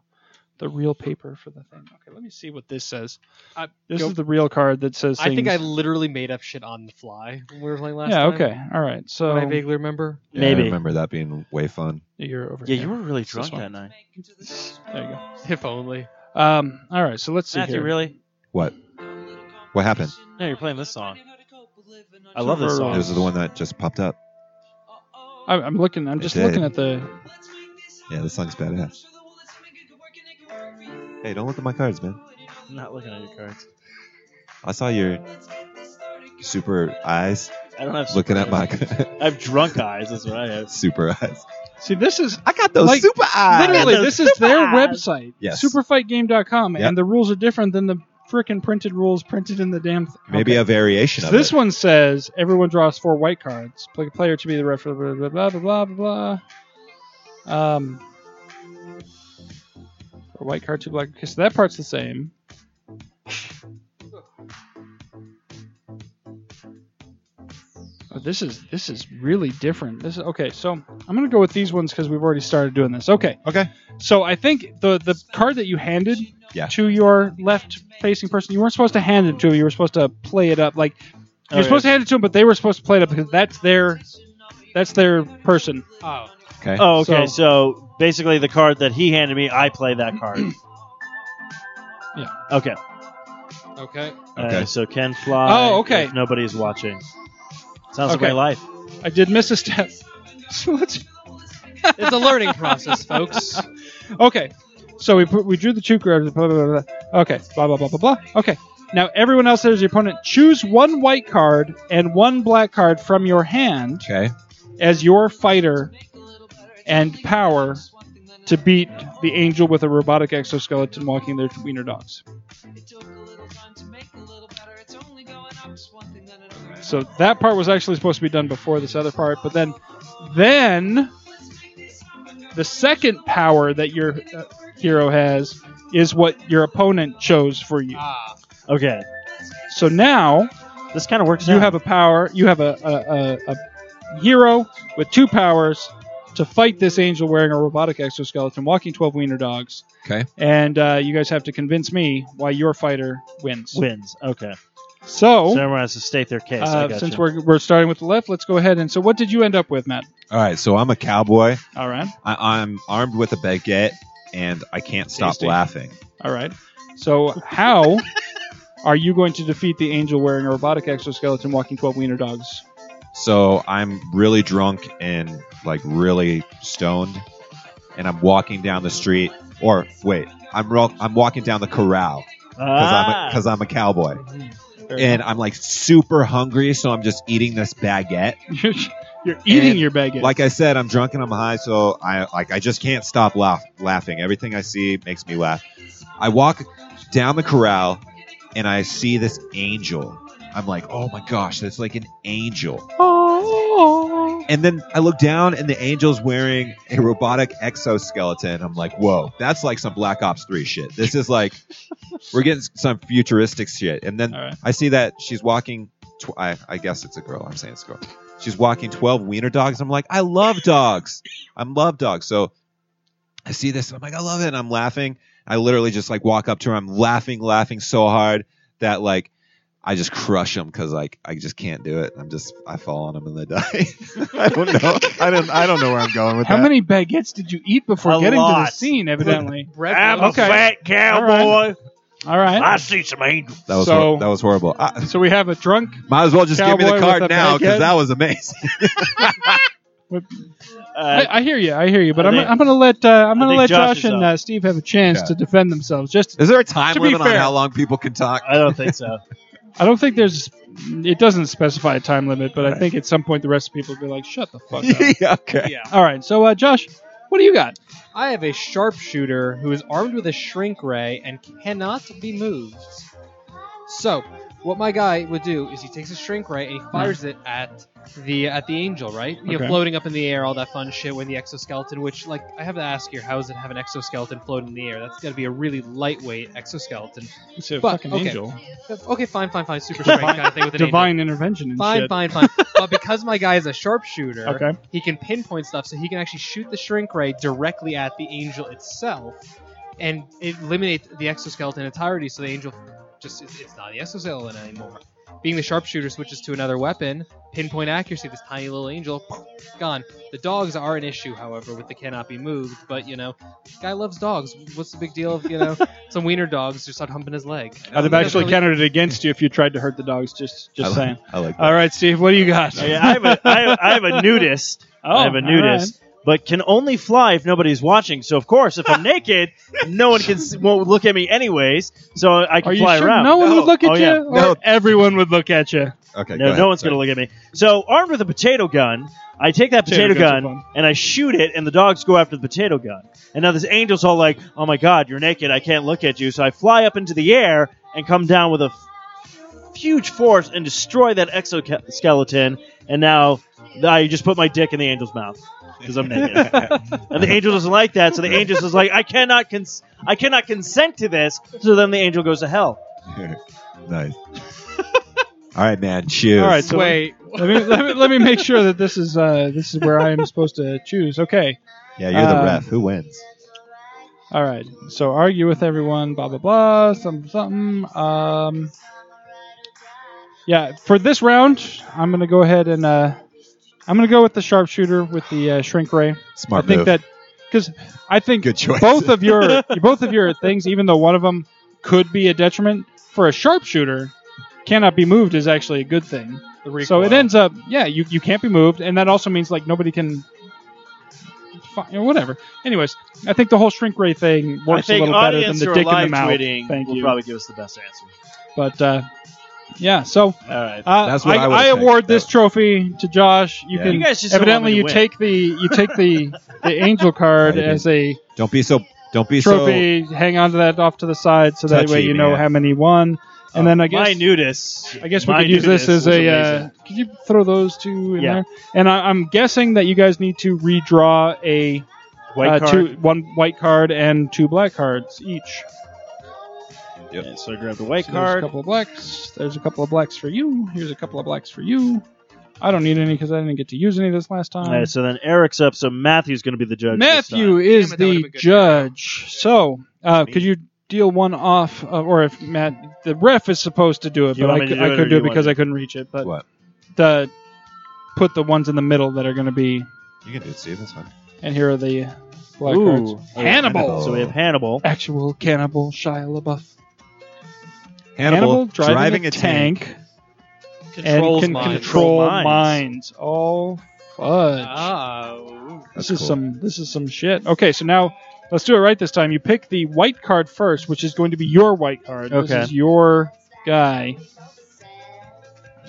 [SPEAKER 3] the real paper for the thing. Okay, let me see what this says.
[SPEAKER 5] Uh,
[SPEAKER 3] this
[SPEAKER 5] go-
[SPEAKER 3] is the real card that says.
[SPEAKER 5] I think I
[SPEAKER 3] things.
[SPEAKER 5] literally made up shit on the fly when we were playing last
[SPEAKER 3] Yeah.
[SPEAKER 5] time.
[SPEAKER 3] Okay. Um, All right. So
[SPEAKER 5] When I vaguely remember.
[SPEAKER 6] Yeah,
[SPEAKER 4] Maybe.
[SPEAKER 6] I remember that being way fun.
[SPEAKER 3] you're over.
[SPEAKER 4] Yeah,
[SPEAKER 3] here.
[SPEAKER 4] you were really drunk
[SPEAKER 3] one.
[SPEAKER 4] that night.
[SPEAKER 3] There you go.
[SPEAKER 5] If only.
[SPEAKER 3] Um. All right. So let's see
[SPEAKER 4] Matthew,
[SPEAKER 3] here.
[SPEAKER 4] really?
[SPEAKER 6] What? What happened?
[SPEAKER 4] No, you're playing this song. I love
[SPEAKER 3] Sure.
[SPEAKER 4] this song.
[SPEAKER 6] This is the one that just popped up.
[SPEAKER 3] I'm, I'm looking. I'm
[SPEAKER 6] I
[SPEAKER 3] just
[SPEAKER 6] did.
[SPEAKER 3] looking at the.
[SPEAKER 6] Yeah, this song's badass. Hey, don't look at my cards, man.
[SPEAKER 4] I'm not looking at your cards.
[SPEAKER 6] I saw your super eyes
[SPEAKER 4] I don't have.
[SPEAKER 6] looking
[SPEAKER 3] *laughs*
[SPEAKER 6] at my *laughs*
[SPEAKER 4] I have drunk eyes. That's what I have.
[SPEAKER 6] super eyes.
[SPEAKER 3] See, this is
[SPEAKER 6] I got those
[SPEAKER 3] Like,
[SPEAKER 6] super eyes.
[SPEAKER 3] literally
[SPEAKER 4] those
[SPEAKER 3] this is their
[SPEAKER 4] superbars.
[SPEAKER 3] website.
[SPEAKER 6] Yes.
[SPEAKER 3] Superfightgame.com,
[SPEAKER 6] Yep.
[SPEAKER 3] and the rules are different than the frickin' printed rules printed in the damn. Th-
[SPEAKER 6] Maybe
[SPEAKER 3] Okay.
[SPEAKER 6] a variation
[SPEAKER 3] So
[SPEAKER 6] of
[SPEAKER 3] this
[SPEAKER 6] it.
[SPEAKER 3] one says everyone draws four white cards. Play a player to be the referee. Blah blah blah blah blah blah. blah. Um, a white card, two black. Okay, so that part's the same. Oh, this is this is really different. This is okay. So I'm gonna go with these ones because we've already started doing this. Okay.
[SPEAKER 6] Okay.
[SPEAKER 3] So I think the the card that you handed
[SPEAKER 6] Yeah.
[SPEAKER 3] to your left facing person, you weren't supposed to hand it to. him, You were supposed to play it up. Like you're
[SPEAKER 4] Oh,
[SPEAKER 3] supposed to hand it to them, but they were supposed to play it up because that's their that's their person.
[SPEAKER 5] Oh.
[SPEAKER 6] Okay.
[SPEAKER 4] Oh,
[SPEAKER 3] So-
[SPEAKER 4] okay. So, basically, the card that he handed me, I play that card.
[SPEAKER 3] *clears throat* Yeah.
[SPEAKER 4] Okay.
[SPEAKER 5] Okay.
[SPEAKER 6] Okay.
[SPEAKER 4] Uh, so Ken fly.
[SPEAKER 3] Oh, okay.
[SPEAKER 4] If nobody's watching. Sounds
[SPEAKER 3] Okay.
[SPEAKER 4] like my life.
[SPEAKER 3] I did miss a step. *laughs* So let's
[SPEAKER 5] It's a learning process, folks.
[SPEAKER 3] okay. So we put, we drew the two cards. Blah, blah, blah, blah. Okay. Blah blah blah blah blah. Okay. Now everyone else there's your opponent. Choose one white card and one black card from your hand
[SPEAKER 6] Okay.
[SPEAKER 3] as your fighter and power to beat the angel with a robotic exoskeleton walking their wiener dogs. So that part was actually supposed to be done before this other part, but then, then the second power that your uh, hero has is what your opponent chose for you.
[SPEAKER 5] Ah.
[SPEAKER 4] Okay.
[SPEAKER 3] So now
[SPEAKER 4] This kind of works.
[SPEAKER 3] you
[SPEAKER 4] out.
[SPEAKER 3] have a power. You have a, a, a, a hero with two powers to fight this angel wearing a robotic exoskeleton, walking twelve wiener dogs.
[SPEAKER 6] Okay.
[SPEAKER 3] And uh, you guys have to convince me why your fighter wins.
[SPEAKER 4] wins. Okay.
[SPEAKER 3] So,
[SPEAKER 4] So everyone has to state their case. I
[SPEAKER 3] Oh. uh,
[SPEAKER 4] gotcha.
[SPEAKER 3] since we're, we're starting with the left, let's go ahead and. So what did you end up with, Matt?
[SPEAKER 6] All right. So I'm a cowboy.
[SPEAKER 3] All right.
[SPEAKER 6] I, I'm armed with a baguette, and I can't stop
[SPEAKER 3] Tasty.
[SPEAKER 6] laughing.
[SPEAKER 3] All right. So how are you going to defeat the angel wearing a robotic exoskeleton walking 12 wiener dogs? *laughs*
[SPEAKER 6] So I'm really drunk and like really stoned, and I'm walking down the street. Or wait, I'm ro- I'm walking down the corral because I'm
[SPEAKER 4] ah,
[SPEAKER 6] because I'm a cowboy,
[SPEAKER 3] Fair
[SPEAKER 6] and I'm like super hungry, so I'm just eating this baguette.
[SPEAKER 3] You're eating
[SPEAKER 6] And
[SPEAKER 3] your baguette.
[SPEAKER 6] Like I said, I'm drunk and I'm high, so I like I just can't stop laugh- laughing. Everything I see makes me laugh. I walk down the corral and I see this angel. I'm like, oh my gosh, that's like an angel. And then I look down and the angel's wearing a robotic exoskeleton. I'm like, whoa, that's like some Black Ops 3 shit. This is like, we're getting some futuristic shit. And then
[SPEAKER 3] All right.
[SPEAKER 6] I see that she's walking. Tw- I, I guess it's a girl. I'm saying it's a girl. She's walking 12 wiener dogs. I'm like, I love dogs. I love dogs. So I see this. I'm like, I love it. And I'm laughing. I literally just like walk up to her. I'm laughing, laughing so hard that like I just crush them because like I just can't do it. I'm just I fall on them and they *laughs* die. I don't know. I don't. I don't know where I'm going with
[SPEAKER 3] How
[SPEAKER 6] that.
[SPEAKER 3] many baguettes did you eat before
[SPEAKER 4] A
[SPEAKER 3] getting to the
[SPEAKER 4] lot.
[SPEAKER 3] scene? Evidently.
[SPEAKER 5] Bread
[SPEAKER 3] a Okay. fat cowboy. All right.
[SPEAKER 4] I see some angels.
[SPEAKER 6] That was
[SPEAKER 3] So-
[SPEAKER 6] hor- that was horrible. I,
[SPEAKER 3] So we have a drunk.
[SPEAKER 6] might as well just give me
[SPEAKER 3] Cowboy
[SPEAKER 6] the
[SPEAKER 3] with
[SPEAKER 6] card
[SPEAKER 3] a
[SPEAKER 6] now
[SPEAKER 3] baguette.
[SPEAKER 6] because that was amazing.
[SPEAKER 3] *laughs*
[SPEAKER 4] Uh,
[SPEAKER 3] I, I hear you. I hear you. But
[SPEAKER 4] I
[SPEAKER 3] I'm,
[SPEAKER 4] think-
[SPEAKER 3] I'm gonna let uh, I'm
[SPEAKER 4] I
[SPEAKER 3] gonna
[SPEAKER 4] think
[SPEAKER 3] let
[SPEAKER 4] Josh
[SPEAKER 3] Josh,
[SPEAKER 4] is
[SPEAKER 3] and
[SPEAKER 4] up.
[SPEAKER 3] uh, Steve have a chance
[SPEAKER 6] Yeah.
[SPEAKER 3] to defend themselves. Just
[SPEAKER 6] Is there a time
[SPEAKER 3] To be
[SPEAKER 6] limit on
[SPEAKER 3] fair.
[SPEAKER 6] how long people can talk?
[SPEAKER 4] I don't think so.
[SPEAKER 3] I don't think there's it doesn't specify a time limit, but I think at some point the rest of people will be like, shut the fuck up.
[SPEAKER 6] *laughs* Yeah, okay.
[SPEAKER 5] Yeah.
[SPEAKER 3] All right. So uh, Josh, what do you got?
[SPEAKER 5] I have a sharpshooter who is armed with a shrink ray and cannot be moved. So, what my guy would do is he takes a shrink ray and he fires it at the at the angel, right? You
[SPEAKER 3] Hmm. Okay.
[SPEAKER 5] know, floating up in the air, all that fun shit with the exoskeleton. Which, like, I have to ask here, how does it have an exoskeleton floating in the air? That's got to be a really lightweight exoskeleton.
[SPEAKER 3] It's a
[SPEAKER 5] But,
[SPEAKER 3] fucking
[SPEAKER 5] okay.
[SPEAKER 3] angel.
[SPEAKER 5] Okay, fine, fine,
[SPEAKER 3] *laughs*
[SPEAKER 5] fine. Super strength kind of thing with an angel.
[SPEAKER 3] Divine intervention and
[SPEAKER 5] Fine,
[SPEAKER 3] shit.
[SPEAKER 5] fine, fine. but because my guy is a
[SPEAKER 3] *laughs*
[SPEAKER 5] sharpshooter,
[SPEAKER 3] Okay.
[SPEAKER 5] he can pinpoint stuff, so he can actually shoot the shrink ray directly at the angel itself, and eliminate the exoskeleton entirety. So the angel just it's, it's not the exoskeleton anymore. Being the sharpshooter switches to another weapon, pinpoint accuracy. This tiny little angel, gone. The dogs are an issue, however, with the cannot be moved. But you know, guy loves dogs. What's the big deal if you *laughs* know some wiener dogs just start humping his leg?
[SPEAKER 3] I'd have actually counted it against you if you tried to hurt the dogs. Just,
[SPEAKER 6] I
[SPEAKER 3] just
[SPEAKER 6] like,
[SPEAKER 3] saying.
[SPEAKER 6] I like that.
[SPEAKER 3] All right, Steve, what do you got?
[SPEAKER 4] Oh, Yeah, I have a, I have, I have a nudist.
[SPEAKER 3] Oh,
[SPEAKER 4] I have a
[SPEAKER 3] all right.
[SPEAKER 4] nudist, but can only fly if nobody's watching. So of
[SPEAKER 3] *laughs*
[SPEAKER 4] course, if I'm naked, no one can see, won't look at me anyways. So I can
[SPEAKER 3] Are you
[SPEAKER 4] fly
[SPEAKER 3] sure
[SPEAKER 4] around.
[SPEAKER 3] no one
[SPEAKER 6] No.
[SPEAKER 3] would look at
[SPEAKER 4] Oh,
[SPEAKER 3] you?
[SPEAKER 4] yeah.
[SPEAKER 3] Or
[SPEAKER 6] No.
[SPEAKER 3] everyone would look at you.
[SPEAKER 6] Okay.
[SPEAKER 4] no, no one's going to look at me. So armed with a potato gun, I take that
[SPEAKER 3] Potato
[SPEAKER 4] potato,
[SPEAKER 3] guns are
[SPEAKER 4] gun
[SPEAKER 3] fun.
[SPEAKER 4] and I shoot it, and the dogs go after the potato gun. And now this angel's all like, "Oh my God, you're naked. I can't look at you." So I fly up into the air and come down with a f- huge force and destroy that exoskeleton. And now I just put my dick in the angel's mouth because I'm
[SPEAKER 3] *laughs*
[SPEAKER 6] *laughs*
[SPEAKER 4] naked. and the angel doesn't like that, so the angel is like, "I cannot cons- I cannot consent to this." So then the angel goes to hell.
[SPEAKER 6] *laughs* nice. All right, man. Cheers.
[SPEAKER 3] All right, so wait. Let me, let me let me make sure that this is uh, this is where I am supposed to choose. Okay.
[SPEAKER 6] Yeah, you're the
[SPEAKER 3] Um,
[SPEAKER 6] ref. Who wins?
[SPEAKER 3] All right. So argue with everyone. Blah blah blah. Something something. Um. Yeah. For this round, I'm gonna go ahead and uh, I'm gonna go with the sharpshooter with the uh, shrink ray.
[SPEAKER 6] Smart
[SPEAKER 3] I think
[SPEAKER 6] move.
[SPEAKER 3] that because I think
[SPEAKER 6] Good choice.
[SPEAKER 3] both of your both of your things, even though one of them could be a detriment for a sharpshooter, cannot be moved is actually a good thing.
[SPEAKER 5] The
[SPEAKER 3] So it
[SPEAKER 5] recoil.
[SPEAKER 3] ends up, yeah, you, you can't be moved, and that also means like nobody can, fi- you know, whatever. Anyways, I think the whole shrink ray thing works
[SPEAKER 4] I
[SPEAKER 3] a
[SPEAKER 4] think
[SPEAKER 3] little better than
[SPEAKER 4] audience
[SPEAKER 3] the
[SPEAKER 4] or
[SPEAKER 3] dick in the
[SPEAKER 4] live
[SPEAKER 3] mouth.
[SPEAKER 4] tweeting
[SPEAKER 3] Thank
[SPEAKER 4] will
[SPEAKER 3] you.
[SPEAKER 4] probably give us the best answer.
[SPEAKER 3] But uh, yeah, so
[SPEAKER 4] All right.
[SPEAKER 3] uh,
[SPEAKER 6] That's what I
[SPEAKER 3] I,
[SPEAKER 6] would've picked,
[SPEAKER 3] award this
[SPEAKER 6] though.
[SPEAKER 3] trophy to Josh. You
[SPEAKER 6] Yeah.
[SPEAKER 3] can
[SPEAKER 4] You guys just don't want
[SPEAKER 3] evidently
[SPEAKER 4] me to
[SPEAKER 3] you
[SPEAKER 4] win.
[SPEAKER 3] take the you take the
[SPEAKER 4] *laughs*
[SPEAKER 3] the angel card
[SPEAKER 6] I did.
[SPEAKER 3] as a
[SPEAKER 6] *laughs* Don't be so. Don't be
[SPEAKER 3] trophy. hang on to that off to the side, so that
[SPEAKER 6] Touchy,
[SPEAKER 3] way you know
[SPEAKER 6] man.
[SPEAKER 3] how many won. And then I guess
[SPEAKER 4] Uh, my nudist.
[SPEAKER 3] I guess we
[SPEAKER 4] my
[SPEAKER 3] could use this as
[SPEAKER 4] nudist was
[SPEAKER 3] a. Uh,
[SPEAKER 4] amazing.
[SPEAKER 3] could you throw those two in
[SPEAKER 4] Yeah.
[SPEAKER 3] there? And I, I'm guessing that you guys need to redraw a
[SPEAKER 4] white
[SPEAKER 3] uh,
[SPEAKER 4] card.
[SPEAKER 3] Two, one white card and two black cards each.
[SPEAKER 4] Yeah, so I grabbed a white
[SPEAKER 3] So There's a
[SPEAKER 4] card.
[SPEAKER 3] couple of blacks. There's a couple of blacks for you. Here's a couple of blacks for you. I don't need any because I didn't get to use any this last time.
[SPEAKER 4] All right, so then Eric's up, so Matthew's going to be the judge. this
[SPEAKER 3] Matthew
[SPEAKER 4] time.
[SPEAKER 3] is
[SPEAKER 5] Damn it, that would've
[SPEAKER 3] the
[SPEAKER 5] been good.
[SPEAKER 3] judge. So, uh, could you deal one off, uh, or if Matt, the ref is supposed to do it,
[SPEAKER 4] Do you
[SPEAKER 3] but I,
[SPEAKER 4] want me to
[SPEAKER 3] cou-
[SPEAKER 4] do
[SPEAKER 3] I
[SPEAKER 4] it, or
[SPEAKER 3] could
[SPEAKER 4] do
[SPEAKER 3] do it
[SPEAKER 4] you want
[SPEAKER 3] because
[SPEAKER 4] me-
[SPEAKER 3] I couldn't reach it. But
[SPEAKER 6] What?
[SPEAKER 3] the put the ones in the middle that are going to be,
[SPEAKER 6] So, you can do it, Steve. That's fine.
[SPEAKER 3] and here are the black
[SPEAKER 4] Ooh.
[SPEAKER 3] cards.
[SPEAKER 4] Oh,
[SPEAKER 3] Hannibal.
[SPEAKER 4] So we have Hannibal.
[SPEAKER 3] Actual cannibal Shia LaBeouf.
[SPEAKER 6] Hannibal,
[SPEAKER 3] driving, a, tank, and
[SPEAKER 5] Controls
[SPEAKER 3] can
[SPEAKER 5] mine.
[SPEAKER 3] control
[SPEAKER 4] Control
[SPEAKER 3] mines.
[SPEAKER 4] mines.
[SPEAKER 3] All fudge.
[SPEAKER 5] Ah. Oh.
[SPEAKER 6] That's
[SPEAKER 3] this is
[SPEAKER 6] cool.
[SPEAKER 3] some this is some shit. Okay, so now let's do it right this time. You pick the white card first, which is going to be your white card.
[SPEAKER 4] Okay.
[SPEAKER 3] This is your guy.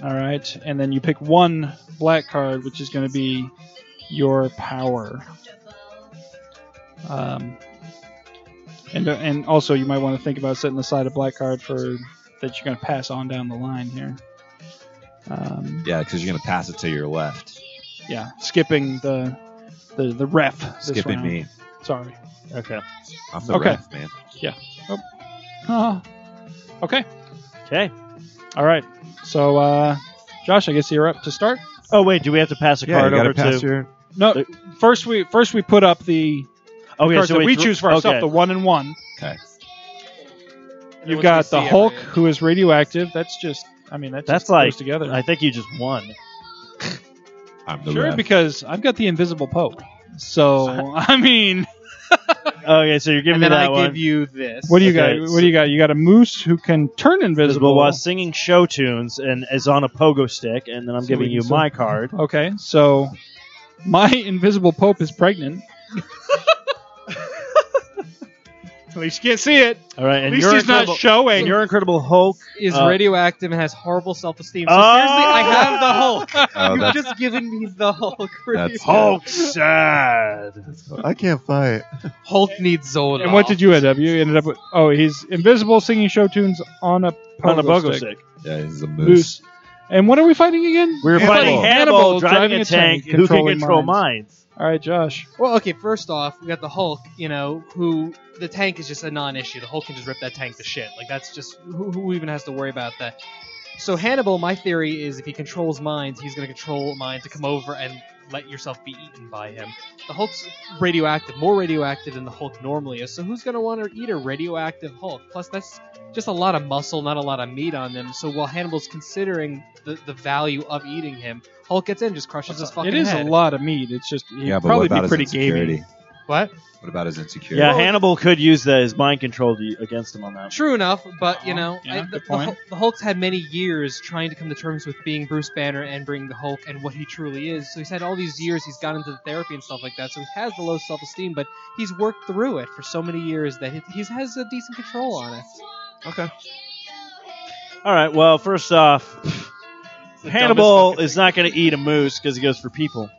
[SPEAKER 3] All right, and then you pick one black card, which is going to be your power. Um, and uh, and also you might want to think about setting aside a black card for that you're going to pass on down the line here. Um,
[SPEAKER 6] Yeah, because you're gonna pass it to your left,
[SPEAKER 3] yeah, skipping the the the ref. this
[SPEAKER 6] skipping
[SPEAKER 3] round.
[SPEAKER 6] me.
[SPEAKER 3] Sorry.
[SPEAKER 4] Okay.
[SPEAKER 6] I'm the
[SPEAKER 3] Okay.
[SPEAKER 6] ref, man.
[SPEAKER 3] Huh. Uh, Okay.
[SPEAKER 4] Okay.
[SPEAKER 3] All right. So, uh, Josh, I guess you're up to start.
[SPEAKER 4] Oh wait, do we have to pass a
[SPEAKER 6] Yeah,
[SPEAKER 4] card
[SPEAKER 6] you gotta
[SPEAKER 4] over
[SPEAKER 6] pass
[SPEAKER 4] to?
[SPEAKER 6] your-
[SPEAKER 3] No,
[SPEAKER 4] The-
[SPEAKER 3] first we first we put up the
[SPEAKER 4] okay,
[SPEAKER 3] cards
[SPEAKER 4] Oh, so
[SPEAKER 3] that we
[SPEAKER 4] threw-
[SPEAKER 3] choose for ourselves,
[SPEAKER 4] okay.
[SPEAKER 3] the one and one.
[SPEAKER 6] Okay.
[SPEAKER 3] You've got the Hulk, who is radioactive. That's just I mean, that
[SPEAKER 4] That's
[SPEAKER 3] just
[SPEAKER 4] like-
[SPEAKER 3] goes together.
[SPEAKER 4] I think you just won.
[SPEAKER 6] I'm the
[SPEAKER 3] sure,
[SPEAKER 6] ref.
[SPEAKER 3] because I've got the invisible pope. So I mean,
[SPEAKER 4] Okay, so you're giving
[SPEAKER 5] and
[SPEAKER 4] me
[SPEAKER 5] then
[SPEAKER 4] that
[SPEAKER 5] I
[SPEAKER 4] one.
[SPEAKER 5] give you this.
[SPEAKER 3] what do you
[SPEAKER 4] Okay,
[SPEAKER 3] got? What do you got? You got a moose who can turn invisible.
[SPEAKER 4] Visible while singing show tunes and is on a pogo stick, and then I'm
[SPEAKER 3] So
[SPEAKER 4] giving
[SPEAKER 3] we-
[SPEAKER 4] you
[SPEAKER 3] so-
[SPEAKER 4] my card.
[SPEAKER 3] Okay, so my *laughs* invisible pope is pregnant. At least you can't see it.
[SPEAKER 4] All right,
[SPEAKER 3] At
[SPEAKER 4] and
[SPEAKER 3] least
[SPEAKER 4] you're
[SPEAKER 3] he's not showing.
[SPEAKER 4] And your Incredible Hulk.
[SPEAKER 5] Is
[SPEAKER 4] Uh,
[SPEAKER 5] radioactive and has horrible self-esteem. So
[SPEAKER 4] Oh!
[SPEAKER 5] seriously, I have the Hulk.
[SPEAKER 6] Oh,
[SPEAKER 5] You've
[SPEAKER 6] that's-
[SPEAKER 5] just given me the Hulk.
[SPEAKER 6] that's-
[SPEAKER 4] Hulk sad.
[SPEAKER 6] I can't fight.
[SPEAKER 5] Hulk needs Zolder.
[SPEAKER 3] and what did you end up? You ended up with oh, he's invisible singing show tunes on a pogo
[SPEAKER 4] On a pogo
[SPEAKER 3] stick.
[SPEAKER 4] stick.
[SPEAKER 6] Yeah, he's a
[SPEAKER 3] Moose. And what are we fighting again?
[SPEAKER 4] We were
[SPEAKER 6] Hannibal.
[SPEAKER 4] fighting Hannibal, driving, a tank. Who can
[SPEAKER 3] controlling
[SPEAKER 4] control
[SPEAKER 3] minds.
[SPEAKER 4] minds?
[SPEAKER 3] All right, Josh.
[SPEAKER 5] Well, okay. First off, we got the Hulk. You know, who the tank is just a non-issue. The Hulk can just rip that tank to shit. Like that's just who, who even has to worry about that. So Hannibal, my theory is if he controls minds, he's going to control minds to come over and let yourself be eaten by him. The Hulk's radioactive, more radioactive than the Hulk normally is. So who's going to want to eat a radioactive Hulk? Plus, that's just a lot of muscle, not a lot of meat on them. So while Hannibal's considering the, the value of eating him, Hulk gets in, just crushes his fucking
[SPEAKER 3] It is
[SPEAKER 5] head.
[SPEAKER 3] a lot of meat. It's just he'd
[SPEAKER 6] Yeah, but
[SPEAKER 3] probably
[SPEAKER 6] what about
[SPEAKER 3] be
[SPEAKER 6] his
[SPEAKER 3] pretty
[SPEAKER 6] insecurity?
[SPEAKER 3] gamey.
[SPEAKER 5] What?
[SPEAKER 6] What about his insecurity?
[SPEAKER 4] Yeah, Hannibal could use the, his mind control to, against him on that.
[SPEAKER 5] True enough, but you
[SPEAKER 3] Uh-huh.
[SPEAKER 5] know,
[SPEAKER 3] Yeah,
[SPEAKER 5] I,
[SPEAKER 3] good
[SPEAKER 5] the, the
[SPEAKER 3] point.
[SPEAKER 5] Hulk- the Hulk's had many years trying to come to terms with being Bruce Banner and being the Hulk and what he truly is. So he's had all these years. He's gone into the therapy and stuff like that. So he has the low self-esteem, but he's worked through it for so many years that he he's has a decent control on it.
[SPEAKER 3] Okay.
[SPEAKER 4] All right. Well, first *laughs* off, Hannibal is not going to eat a moose because he goes for people.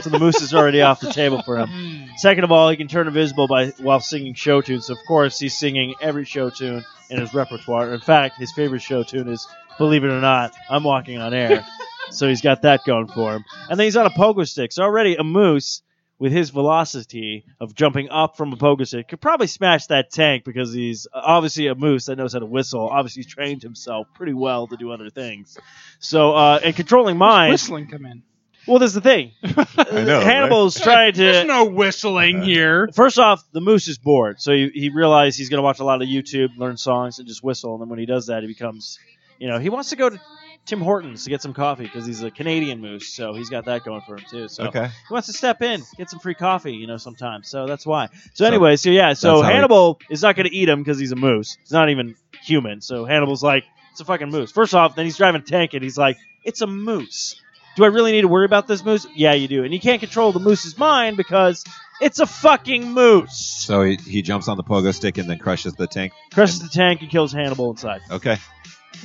[SPEAKER 4] So the moose is already off the table for him.
[SPEAKER 3] Hmm.
[SPEAKER 4] Second of all, he can turn invisible by while singing show tunes. of course, he's singing every show tune in his repertoire. In fact, his favorite show tune is "Believe It or Not, I'm Walking
[SPEAKER 3] *laughs*
[SPEAKER 4] on Air." so he's got that going for him. And then he's on a pogo stick. So already a moose with his velocity of jumping up from a pogo stick could probably smash that tank because he's obviously a moose that knows how to whistle. Obviously, he's trained himself pretty well to do other things. So uh, and controlling minds.
[SPEAKER 3] Whistling come in.
[SPEAKER 4] Well, that's
[SPEAKER 3] *laughs*
[SPEAKER 4] the thing.
[SPEAKER 6] I know.
[SPEAKER 4] Hannibal's trying to.
[SPEAKER 3] There's no whistling here.
[SPEAKER 4] First off, the moose is bored, so he, he realized he's going to watch a lot of YouTube, learn songs, and just whistle. And then when he does that, he becomes, you know, he wants to go to Tim Hortons to get some coffee because he's a Canadian moose, so he's got that going for him too. So
[SPEAKER 6] Right? Okay.
[SPEAKER 4] he wants to step in, get some free coffee, you know, sometimes. So that's why. So,
[SPEAKER 6] So
[SPEAKER 4] anyway, so yeah, so
[SPEAKER 6] that's how he-
[SPEAKER 4] Hannibal is not going to eat him because he's a moose. He's not even human. So Hannibal's like, it's a fucking moose. First off, then he's driving a tank and he's like, it's a moose. Do I really need to worry about this moose? Yeah, you do. And you can't control the moose's mind because it's a fucking moose.
[SPEAKER 6] So he, he jumps on the pogo stick and then crushes the tank.
[SPEAKER 4] Crushes the tank and kills Hannibal inside.
[SPEAKER 6] Okay.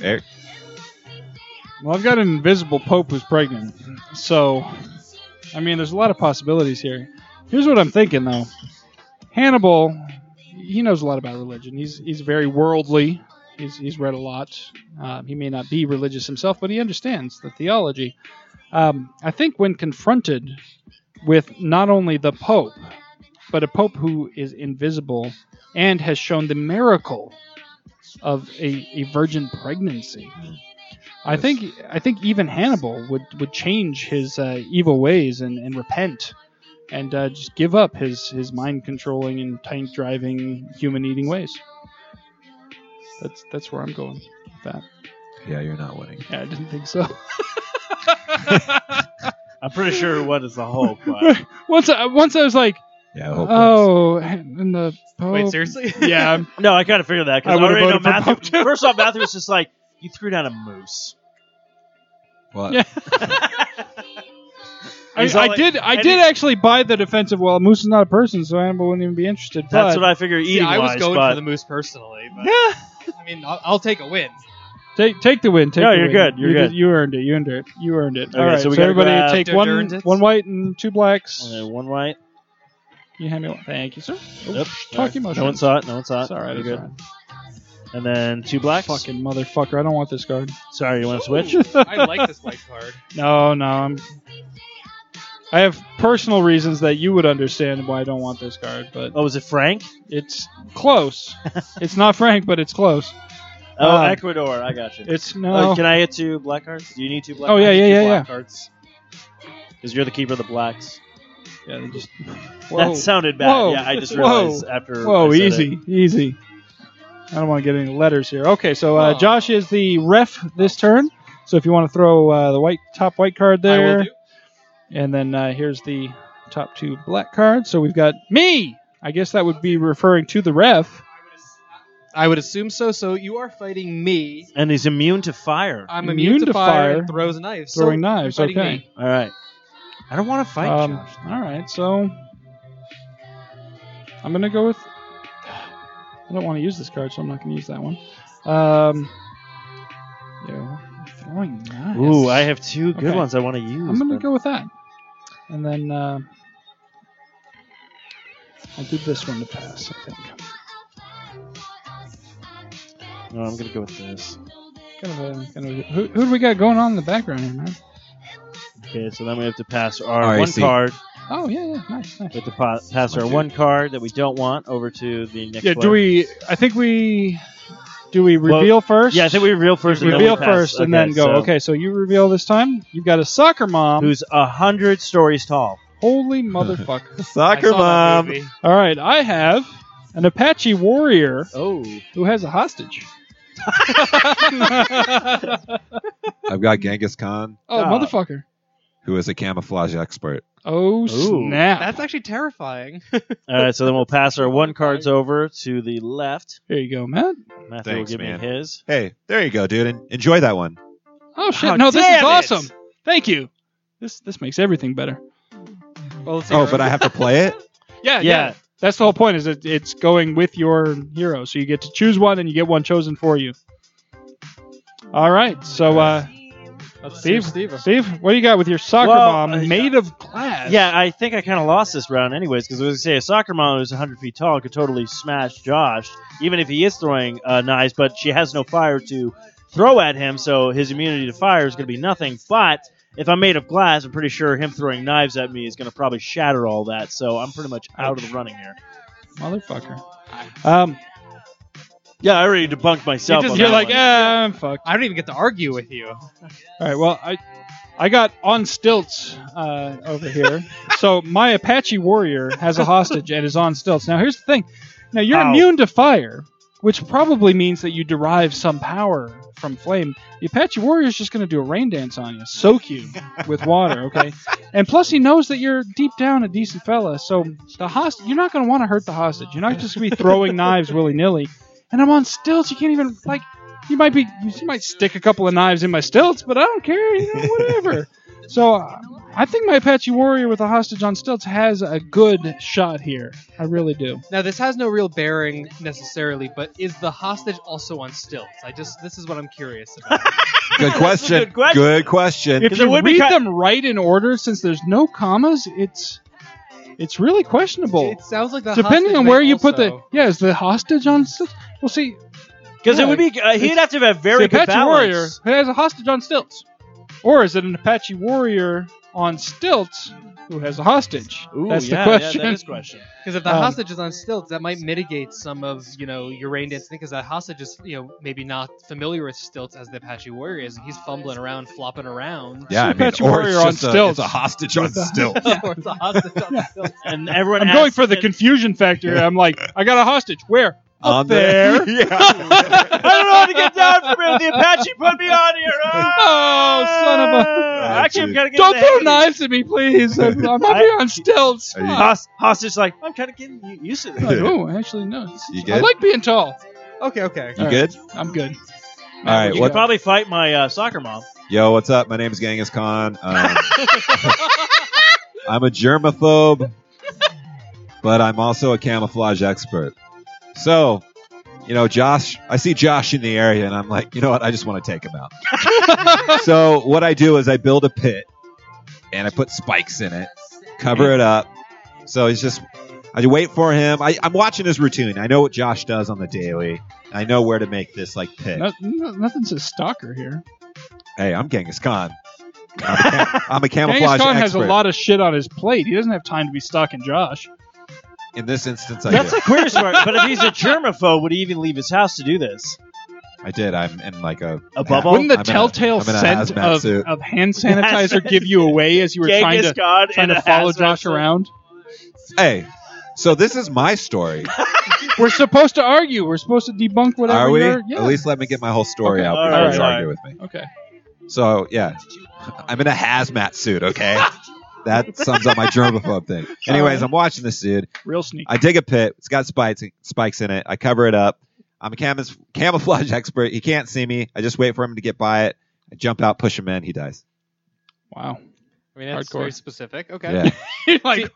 [SPEAKER 6] There.
[SPEAKER 3] Well, I've got an invisible pope who's pregnant. So, I mean, there's a lot of possibilities here. Here's what I'm thinking, though. Hannibal, he knows a lot about religion. He's he's very worldly. He's he's read a lot. Um, he may not be religious himself, but he understands the theology. Um, I think when confronted with not only the pope, but a pope who is invisible and has shown the miracle of a, a virgin pregnancy. I
[SPEAKER 6] Yes.
[SPEAKER 3] think I think even Hannibal would, would change his uh, evil ways and, and repent and uh, just give up his, his mind controlling and tank driving human eating ways. That's that's where I'm going with that.
[SPEAKER 6] Yeah, you're not winning.
[SPEAKER 3] Yeah, I didn't think so. *laughs*
[SPEAKER 4] I'm pretty sure what is the *laughs* Hulk, but
[SPEAKER 3] once I, once I was like,
[SPEAKER 6] Yeah. I hope
[SPEAKER 3] oh, and the Pope.
[SPEAKER 5] Wait, seriously?
[SPEAKER 3] Yeah, I'm-
[SPEAKER 4] no, I kind of figured that
[SPEAKER 3] I
[SPEAKER 4] because I,
[SPEAKER 3] would've
[SPEAKER 4] already know
[SPEAKER 3] voted for
[SPEAKER 4] Matthew.
[SPEAKER 3] Pope, too.
[SPEAKER 4] First off, Matthew was just like, you threw down a moose.
[SPEAKER 6] Well,
[SPEAKER 3] Yeah. I,
[SPEAKER 4] He's all
[SPEAKER 3] I
[SPEAKER 4] like-
[SPEAKER 3] did. I
[SPEAKER 4] and
[SPEAKER 3] did
[SPEAKER 4] he-
[SPEAKER 3] actually buy the defensive. Well, moose is not a person, so animal wouldn't even be interested.
[SPEAKER 4] That's
[SPEAKER 3] but
[SPEAKER 4] what I figured eating
[SPEAKER 5] See, I was
[SPEAKER 4] wise,
[SPEAKER 5] going
[SPEAKER 4] but
[SPEAKER 5] for the moose personally, but
[SPEAKER 3] *laughs*
[SPEAKER 5] I mean, I'll, I'll take a win.
[SPEAKER 3] take take the win. Take
[SPEAKER 4] No,
[SPEAKER 3] the
[SPEAKER 4] you're
[SPEAKER 3] win.
[SPEAKER 4] good, you're
[SPEAKER 3] you
[SPEAKER 4] good.
[SPEAKER 3] did- you earned it. You earned it. You earned it.
[SPEAKER 4] Okay,
[SPEAKER 3] All right.
[SPEAKER 4] so
[SPEAKER 3] So,
[SPEAKER 4] we gotta go
[SPEAKER 3] everybody
[SPEAKER 4] after
[SPEAKER 3] take
[SPEAKER 5] earned
[SPEAKER 3] one
[SPEAKER 5] it.
[SPEAKER 3] one white and two blacks.
[SPEAKER 4] Uh, one white.
[SPEAKER 3] You hand me one. Thank you, sir. Oh,
[SPEAKER 4] Yep.
[SPEAKER 3] Talking
[SPEAKER 4] Sorry.
[SPEAKER 3] motion.
[SPEAKER 4] No one saw it. No one saw it.
[SPEAKER 3] It's all right.
[SPEAKER 4] You're
[SPEAKER 3] It's
[SPEAKER 4] good.
[SPEAKER 3] all right.
[SPEAKER 4] And then two blacks.
[SPEAKER 3] Fucking motherfucker! I don't want this card.
[SPEAKER 4] Sorry, you want to
[SPEAKER 3] *laughs*
[SPEAKER 4] *laughs* switch?
[SPEAKER 5] Ooh, I like this white card.
[SPEAKER 3] No, no. I'm. I have personal reasons that you would understand why I don't want this card, but
[SPEAKER 4] Oh, was it Frank?
[SPEAKER 3] it's
[SPEAKER 4] *laughs*
[SPEAKER 3] close. it's not Frank, but it's close.
[SPEAKER 4] Oh,
[SPEAKER 3] Um,
[SPEAKER 4] Ecuador. I got you.
[SPEAKER 3] It's no.
[SPEAKER 4] Oh, can I get two black cards? Do you need two black?
[SPEAKER 3] Oh, yeah,
[SPEAKER 4] cards?
[SPEAKER 3] yeah,
[SPEAKER 4] Two
[SPEAKER 3] yeah,
[SPEAKER 4] black
[SPEAKER 3] yeah.
[SPEAKER 4] Cards. Because you're the keeper of the blacks.
[SPEAKER 3] Yeah, they just.
[SPEAKER 4] That sounded bad.
[SPEAKER 3] Whoa.
[SPEAKER 4] Yeah, I just
[SPEAKER 3] Whoa.
[SPEAKER 4] realized after. I
[SPEAKER 3] Whoa,
[SPEAKER 4] said
[SPEAKER 3] easy,
[SPEAKER 4] it.
[SPEAKER 3] easy. I don't want to get any letters here. Okay, so uh,
[SPEAKER 5] Oh.
[SPEAKER 3] Josh is the ref this turn. So if you want to throw uh, the white top white card
[SPEAKER 5] I will
[SPEAKER 3] there,
[SPEAKER 5] do.
[SPEAKER 3] and then uh, here's the top two black cards. So we've got me. I guess that would be referring to the ref.
[SPEAKER 5] I would assume so. So you are fighting me.
[SPEAKER 4] And he's immune to fire.
[SPEAKER 5] I'm
[SPEAKER 3] Immune
[SPEAKER 5] immune,
[SPEAKER 3] to
[SPEAKER 5] to fire,
[SPEAKER 3] fire.
[SPEAKER 5] and throws knives. So
[SPEAKER 3] Throwing
[SPEAKER 5] you're
[SPEAKER 3] knives,
[SPEAKER 5] fighting
[SPEAKER 3] okay.
[SPEAKER 5] me.
[SPEAKER 4] All right. I don't want to fight
[SPEAKER 3] Um,
[SPEAKER 4] Josh.
[SPEAKER 3] all right, so I'm gonna go with. I don't want to use this card, so I'm not gonna use that one. Um, yeah, throwing knives.
[SPEAKER 4] Ooh, I have two good
[SPEAKER 3] Okay.
[SPEAKER 4] ones I want to use.
[SPEAKER 3] I'm gonna
[SPEAKER 4] but-
[SPEAKER 3] go with that, and then uh, I'll do this one to pass. I think.
[SPEAKER 4] No, I'm gonna go with this.
[SPEAKER 3] Kind of a, kind of a, who, who do we got going on in the background here, man?
[SPEAKER 4] Okay, so then we have to pass our
[SPEAKER 6] I
[SPEAKER 4] one
[SPEAKER 6] see.
[SPEAKER 4] card.
[SPEAKER 3] Oh yeah, yeah, nice, nice.
[SPEAKER 4] We have to pa- pass our one card that we don't want over to the next.
[SPEAKER 3] Yeah, do
[SPEAKER 4] player.
[SPEAKER 3] we? I think we. Do we
[SPEAKER 4] Well,
[SPEAKER 3] reveal first?
[SPEAKER 4] Yeah, I think we reveal first. and then we
[SPEAKER 3] reveal
[SPEAKER 4] pass.
[SPEAKER 3] first and then go.
[SPEAKER 4] so-
[SPEAKER 3] Okay, so you reveal this time. You've got a soccer mom.
[SPEAKER 4] Who's a hundred stories tall?
[SPEAKER 3] Holy
[SPEAKER 4] *laughs*
[SPEAKER 3] motherfucker!
[SPEAKER 5] I
[SPEAKER 6] Soccer
[SPEAKER 5] saw that
[SPEAKER 6] mom.
[SPEAKER 5] movie.
[SPEAKER 3] All right, I have an Apache warrior
[SPEAKER 5] Oh,
[SPEAKER 3] who has a
[SPEAKER 4] *laughs*
[SPEAKER 3] hostage. *laughs* Oh,
[SPEAKER 6] I've got Genghis Khan,
[SPEAKER 3] Oh,
[SPEAKER 4] Ah.
[SPEAKER 3] motherfucker!
[SPEAKER 6] who is a camouflage expert.
[SPEAKER 3] Oh
[SPEAKER 4] Ooh.
[SPEAKER 3] snap!
[SPEAKER 5] that's actually terrifying.
[SPEAKER 4] All right, so then we'll pass our one cards over to the left.
[SPEAKER 3] there you go, Matt.
[SPEAKER 4] Matthew
[SPEAKER 6] Thanks,
[SPEAKER 4] will give
[SPEAKER 6] man.
[SPEAKER 4] me his.
[SPEAKER 6] Hey, there you go, dude. En- Enjoy that one.
[SPEAKER 3] Oh shit!
[SPEAKER 4] Oh,
[SPEAKER 3] no, this is
[SPEAKER 4] damn it.
[SPEAKER 3] awesome. Thank you. This this makes everything better.
[SPEAKER 5] Well, let's see
[SPEAKER 6] Oh,
[SPEAKER 5] here.
[SPEAKER 6] but I have to play it.
[SPEAKER 3] Yeah,
[SPEAKER 4] Yeah.
[SPEAKER 3] That's the whole point. Is that it's going with your hero, so you get to choose one, and you get one chosen for you. All right, so uh,
[SPEAKER 5] Let's see
[SPEAKER 3] Steve,
[SPEAKER 5] if
[SPEAKER 3] Steve,
[SPEAKER 5] Steve-
[SPEAKER 3] what do you got with your soccer
[SPEAKER 4] Well,
[SPEAKER 3] mom
[SPEAKER 4] uh,
[SPEAKER 3] made of glass?
[SPEAKER 4] Yeah, I think I kind of lost this round anyways because I was going to say a soccer mom who's 100 feet tall could totally smash Josh, even if he is throwing uh, knives, but she has no fire to throw at him, so his immunity to fire is going to be nothing. But if I'm made of glass, I'm pretty sure him throwing knives at me is going to probably shatter all that, so I'm pretty much out of the running here.
[SPEAKER 3] motherfucker. Um,
[SPEAKER 4] Yeah, I already debunked myself.
[SPEAKER 5] just-
[SPEAKER 4] on
[SPEAKER 3] you're
[SPEAKER 4] that
[SPEAKER 3] like,
[SPEAKER 4] one.
[SPEAKER 3] ah, I'm fucked.
[SPEAKER 5] I don't even get to argue with you.
[SPEAKER 3] All right, well, I, I got on stilts uh, over here. so my Apache warrior has a hostage and is on stilts. Now here's the thing. Now you're
[SPEAKER 4] Ow.
[SPEAKER 3] immune to fire, which probably means that you derive some power from flame. The Apache warrior is just going to do a rain dance on you, soak you with water, okay? And plus, he knows that you're deep down a decent fella, so the host you're not going to want to hurt the hostage. You're not just going to be throwing knives willy nilly. And I'm on stilts. You can't even like. You might be. You might stick a couple of knives in my stilts, but I don't care. You know, whatever. so uh, I think my Apache warrior with a hostage on stilts has a good shot here. I really do.
[SPEAKER 5] Now, this has no real bearing necessarily, but is the hostage also on stilts? I just this is what I'm curious about.
[SPEAKER 3] *laughs*
[SPEAKER 6] Good question.
[SPEAKER 4] good question.
[SPEAKER 6] question.
[SPEAKER 3] If
[SPEAKER 4] Because it
[SPEAKER 3] you
[SPEAKER 4] would be
[SPEAKER 3] read
[SPEAKER 4] ki-
[SPEAKER 3] them right in order, since there's no commas, it's it's really questionable.
[SPEAKER 5] it sounds like the
[SPEAKER 3] Depending
[SPEAKER 5] hostage
[SPEAKER 3] on
[SPEAKER 5] may
[SPEAKER 3] where you put the
[SPEAKER 5] also-
[SPEAKER 3] yeah, is the hostage on stilts? Well, see,
[SPEAKER 4] Because it would be, uh, he'd have to have a very
[SPEAKER 3] the
[SPEAKER 4] good
[SPEAKER 3] Apache warrior
[SPEAKER 4] balance.
[SPEAKER 3] who has a hostage on stilts, or is it an Apache warrior on stilts who has a hostage?
[SPEAKER 4] Ooh,
[SPEAKER 3] That's
[SPEAKER 4] yeah,
[SPEAKER 3] the question.
[SPEAKER 4] Yeah, that is question.
[SPEAKER 5] Because if the
[SPEAKER 3] Um,
[SPEAKER 5] hostage is on stilts, that might mitigate some of you know your rain dancing. Because that hostage is you know maybe not familiar with stilts as the Apache warrior is, and he's fumbling around, flopping around.
[SPEAKER 6] Yeah, I mean,
[SPEAKER 3] Apache
[SPEAKER 6] or it's
[SPEAKER 3] warrior on
[SPEAKER 6] just a,
[SPEAKER 3] stilts.
[SPEAKER 6] it's a hostage on stilts.
[SPEAKER 5] *laughs* Or the
[SPEAKER 3] *laughs*
[SPEAKER 5] hostage on stilts.
[SPEAKER 4] And
[SPEAKER 3] *laughs*
[SPEAKER 4] everyone
[SPEAKER 3] I'm going
[SPEAKER 4] asks
[SPEAKER 3] for the
[SPEAKER 4] it-
[SPEAKER 3] confusion factor. I'm like, I got a hostage. Where?
[SPEAKER 6] On
[SPEAKER 3] Up
[SPEAKER 4] *laughs*
[SPEAKER 3] there.
[SPEAKER 6] *laughs* yeah.
[SPEAKER 4] *laughs* I don't know how to get down
[SPEAKER 3] *laughs*
[SPEAKER 4] from here. The Apache put me on here.
[SPEAKER 3] Oh, son of a!
[SPEAKER 4] Ah! Actually, I'm kind of
[SPEAKER 3] Don't throw knives at me, please. I'm, I'm up here on stilts.
[SPEAKER 6] Are you- *laughs*
[SPEAKER 3] Fuck.
[SPEAKER 4] Host, hostage, like I'm kind of getting u- used to
[SPEAKER 3] I
[SPEAKER 4] this.
[SPEAKER 3] don't actually no.
[SPEAKER 6] You
[SPEAKER 3] I
[SPEAKER 6] good?
[SPEAKER 3] like being tall.
[SPEAKER 5] Okay, okay.
[SPEAKER 6] you good?
[SPEAKER 3] I'm good.
[SPEAKER 6] All right.
[SPEAKER 3] you
[SPEAKER 4] You
[SPEAKER 6] What?
[SPEAKER 4] could probably fight my uh, soccer mom.
[SPEAKER 6] Yo, what's up? My name is Genghis Khan. Um, I'm a germaphobe, but I'm also a camouflage expert. So, you know, Josh, I see Josh in the area, and I'm like, you know what? I just want to take him out. so, what I do is I build a pit, and I put spikes in it, cover it up. So it's just, I wait for him. I, I'm watching his routine. I know what Josh does on the daily. I know where to make this like pit.
[SPEAKER 3] No, no- nothing's a stalker here.
[SPEAKER 6] Hey, I'm Genghis Khan. I'm
[SPEAKER 3] *laughs*
[SPEAKER 6] a, cam- I'm a
[SPEAKER 3] Genghis
[SPEAKER 6] camouflage
[SPEAKER 3] Khan has a
[SPEAKER 6] expert.
[SPEAKER 3] lot of shit on his plate. He doesn't have time to be stalking Josh.
[SPEAKER 6] In this instance, I
[SPEAKER 4] That's
[SPEAKER 6] did.
[SPEAKER 4] the queerest part. But if he's a germaphobe, would he even leave his house to do this?
[SPEAKER 6] I did. I'm in like a,
[SPEAKER 4] A bubble?
[SPEAKER 3] Wouldn't the
[SPEAKER 6] I'm in a-
[SPEAKER 3] telltale
[SPEAKER 6] I'm in a
[SPEAKER 3] scent
[SPEAKER 6] hazmat
[SPEAKER 3] of,
[SPEAKER 6] suit.
[SPEAKER 3] of hand
[SPEAKER 4] *laughs*
[SPEAKER 3] sanitizer give you away as you were trying
[SPEAKER 4] Genghis
[SPEAKER 3] to
[SPEAKER 4] God
[SPEAKER 3] trying
[SPEAKER 4] and
[SPEAKER 3] to
[SPEAKER 4] a
[SPEAKER 3] follow
[SPEAKER 4] hazmat
[SPEAKER 3] Josh
[SPEAKER 4] suit.
[SPEAKER 3] around?
[SPEAKER 6] Hey, so this is my story.
[SPEAKER 3] We're supposed to argue. We're supposed to debunk *laughs* whatever.
[SPEAKER 6] Are we?
[SPEAKER 3] you're- Yeah.
[SPEAKER 6] At least let me get my whole story
[SPEAKER 3] Okay.
[SPEAKER 6] out
[SPEAKER 4] All
[SPEAKER 6] before
[SPEAKER 3] right,
[SPEAKER 6] you
[SPEAKER 4] all
[SPEAKER 6] argue with me.
[SPEAKER 3] Okay.
[SPEAKER 6] So yeah, I'm in a hazmat suit. Okay,
[SPEAKER 3] *laughs*
[SPEAKER 6] that sums up my germaphobe thing. Anyways, I'm watching this dude.
[SPEAKER 3] Real sneaky.
[SPEAKER 6] I dig a pit. It's got spikes spikes in it. I cover it up. I'm a cam- camouflage *laughs* expert. He can't see me. I just wait for him to get by it. I jump out, push him in. He dies. *laughs*
[SPEAKER 3] Wow.
[SPEAKER 5] I mean, that's
[SPEAKER 3] Hardcore.
[SPEAKER 5] very specific. Okay.
[SPEAKER 3] *laughs*
[SPEAKER 6] Yeah.
[SPEAKER 3] like,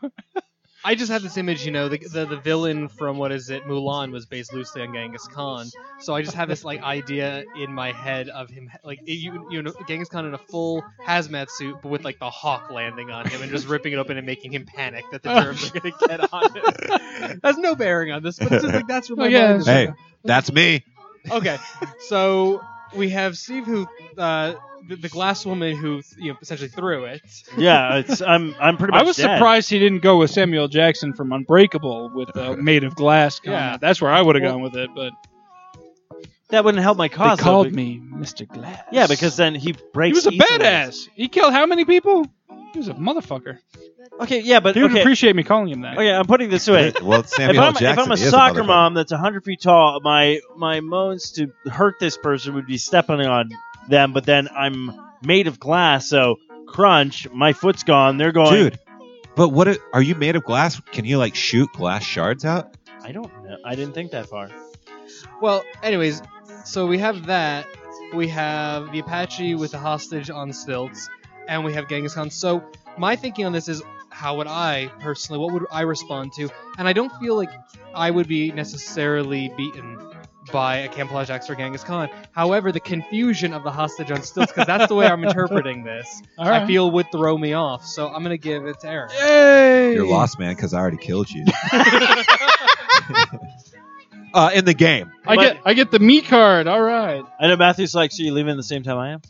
[SPEAKER 5] I just had this image, you know, the, the the villain from what is it, Mulan, was based loosely on Genghis Khan. So I just have this like idea in my head of him, like you you know, Genghis Khan in a full hazmat suit, but with like the hawk landing on him and just ripping it open and making him panic that
[SPEAKER 3] Oh,
[SPEAKER 5] the germs are gonna get on
[SPEAKER 3] *laughs*
[SPEAKER 5] him. That's no bearing on this, but it's just like that's where my
[SPEAKER 3] Oh, yeah,
[SPEAKER 5] mind is.
[SPEAKER 6] Hey, that's me.
[SPEAKER 5] Okay, so we have Steve who. Uh, the, the glass woman who you know essentially threw it.
[SPEAKER 4] yeah, it's, I'm I'm pretty much
[SPEAKER 3] I was
[SPEAKER 4] dead.
[SPEAKER 3] surprised he didn't go with Samuel Jackson from Unbreakable with
[SPEAKER 4] *laughs*
[SPEAKER 3] uh, Made of Glass. comment.
[SPEAKER 5] Yeah.
[SPEAKER 3] That's where I would have
[SPEAKER 5] Well,
[SPEAKER 3] gone with it, but
[SPEAKER 4] That wouldn't help my cause.
[SPEAKER 3] they
[SPEAKER 4] though,
[SPEAKER 3] called
[SPEAKER 4] be-
[SPEAKER 3] me Mr. Glass.
[SPEAKER 4] uh, Yeah, because then he
[SPEAKER 3] he
[SPEAKER 4] breaks.
[SPEAKER 3] was a
[SPEAKER 4] each of those.
[SPEAKER 3] badass. He killed how many people? He was a motherfucker.
[SPEAKER 4] Okay, yeah, but
[SPEAKER 3] He would
[SPEAKER 4] okay,
[SPEAKER 3] appreciate me calling him that.
[SPEAKER 4] okay, I'm putting this way.
[SPEAKER 6] Well, it's
[SPEAKER 4] If
[SPEAKER 6] Samuel
[SPEAKER 4] I'm, if
[SPEAKER 6] Jackson.
[SPEAKER 4] I'm a
[SPEAKER 6] He is
[SPEAKER 4] soccer
[SPEAKER 6] motherfucker.
[SPEAKER 4] mom that's 100 feet tall, my my moans to hurt this person would be stepping on them. But then I'm made of glass, so crunch, my foot's gone. They're going.
[SPEAKER 6] dude. But what if- are you made of glass? Can you like shoot glass shards out?
[SPEAKER 4] I don't know. I didn't think that far.
[SPEAKER 5] Well, anyways, so we have that. We have the Apache with the hostage on stilts, and we have Genghis Khan. So my thinking on this is, how would I personally? What would I respond to? And I don't feel like I would be necessarily beaten by a camouflage axe or Genghis Khan. However, the confusion of the hostage on stilts, because that's the way
[SPEAKER 3] *laughs*
[SPEAKER 5] I'm interpreting this,
[SPEAKER 3] All right.
[SPEAKER 5] I feel would throw me off. So I'm gonna give it to Eric.
[SPEAKER 3] Yay!
[SPEAKER 6] You're lost, man, because I already killed
[SPEAKER 4] *laughs*
[SPEAKER 6] you. *laughs* uh, in the
[SPEAKER 4] *laughs*
[SPEAKER 6] game,
[SPEAKER 3] I get I get the me card. All right.
[SPEAKER 4] I know Matthew's like, so you leaving the same time I am?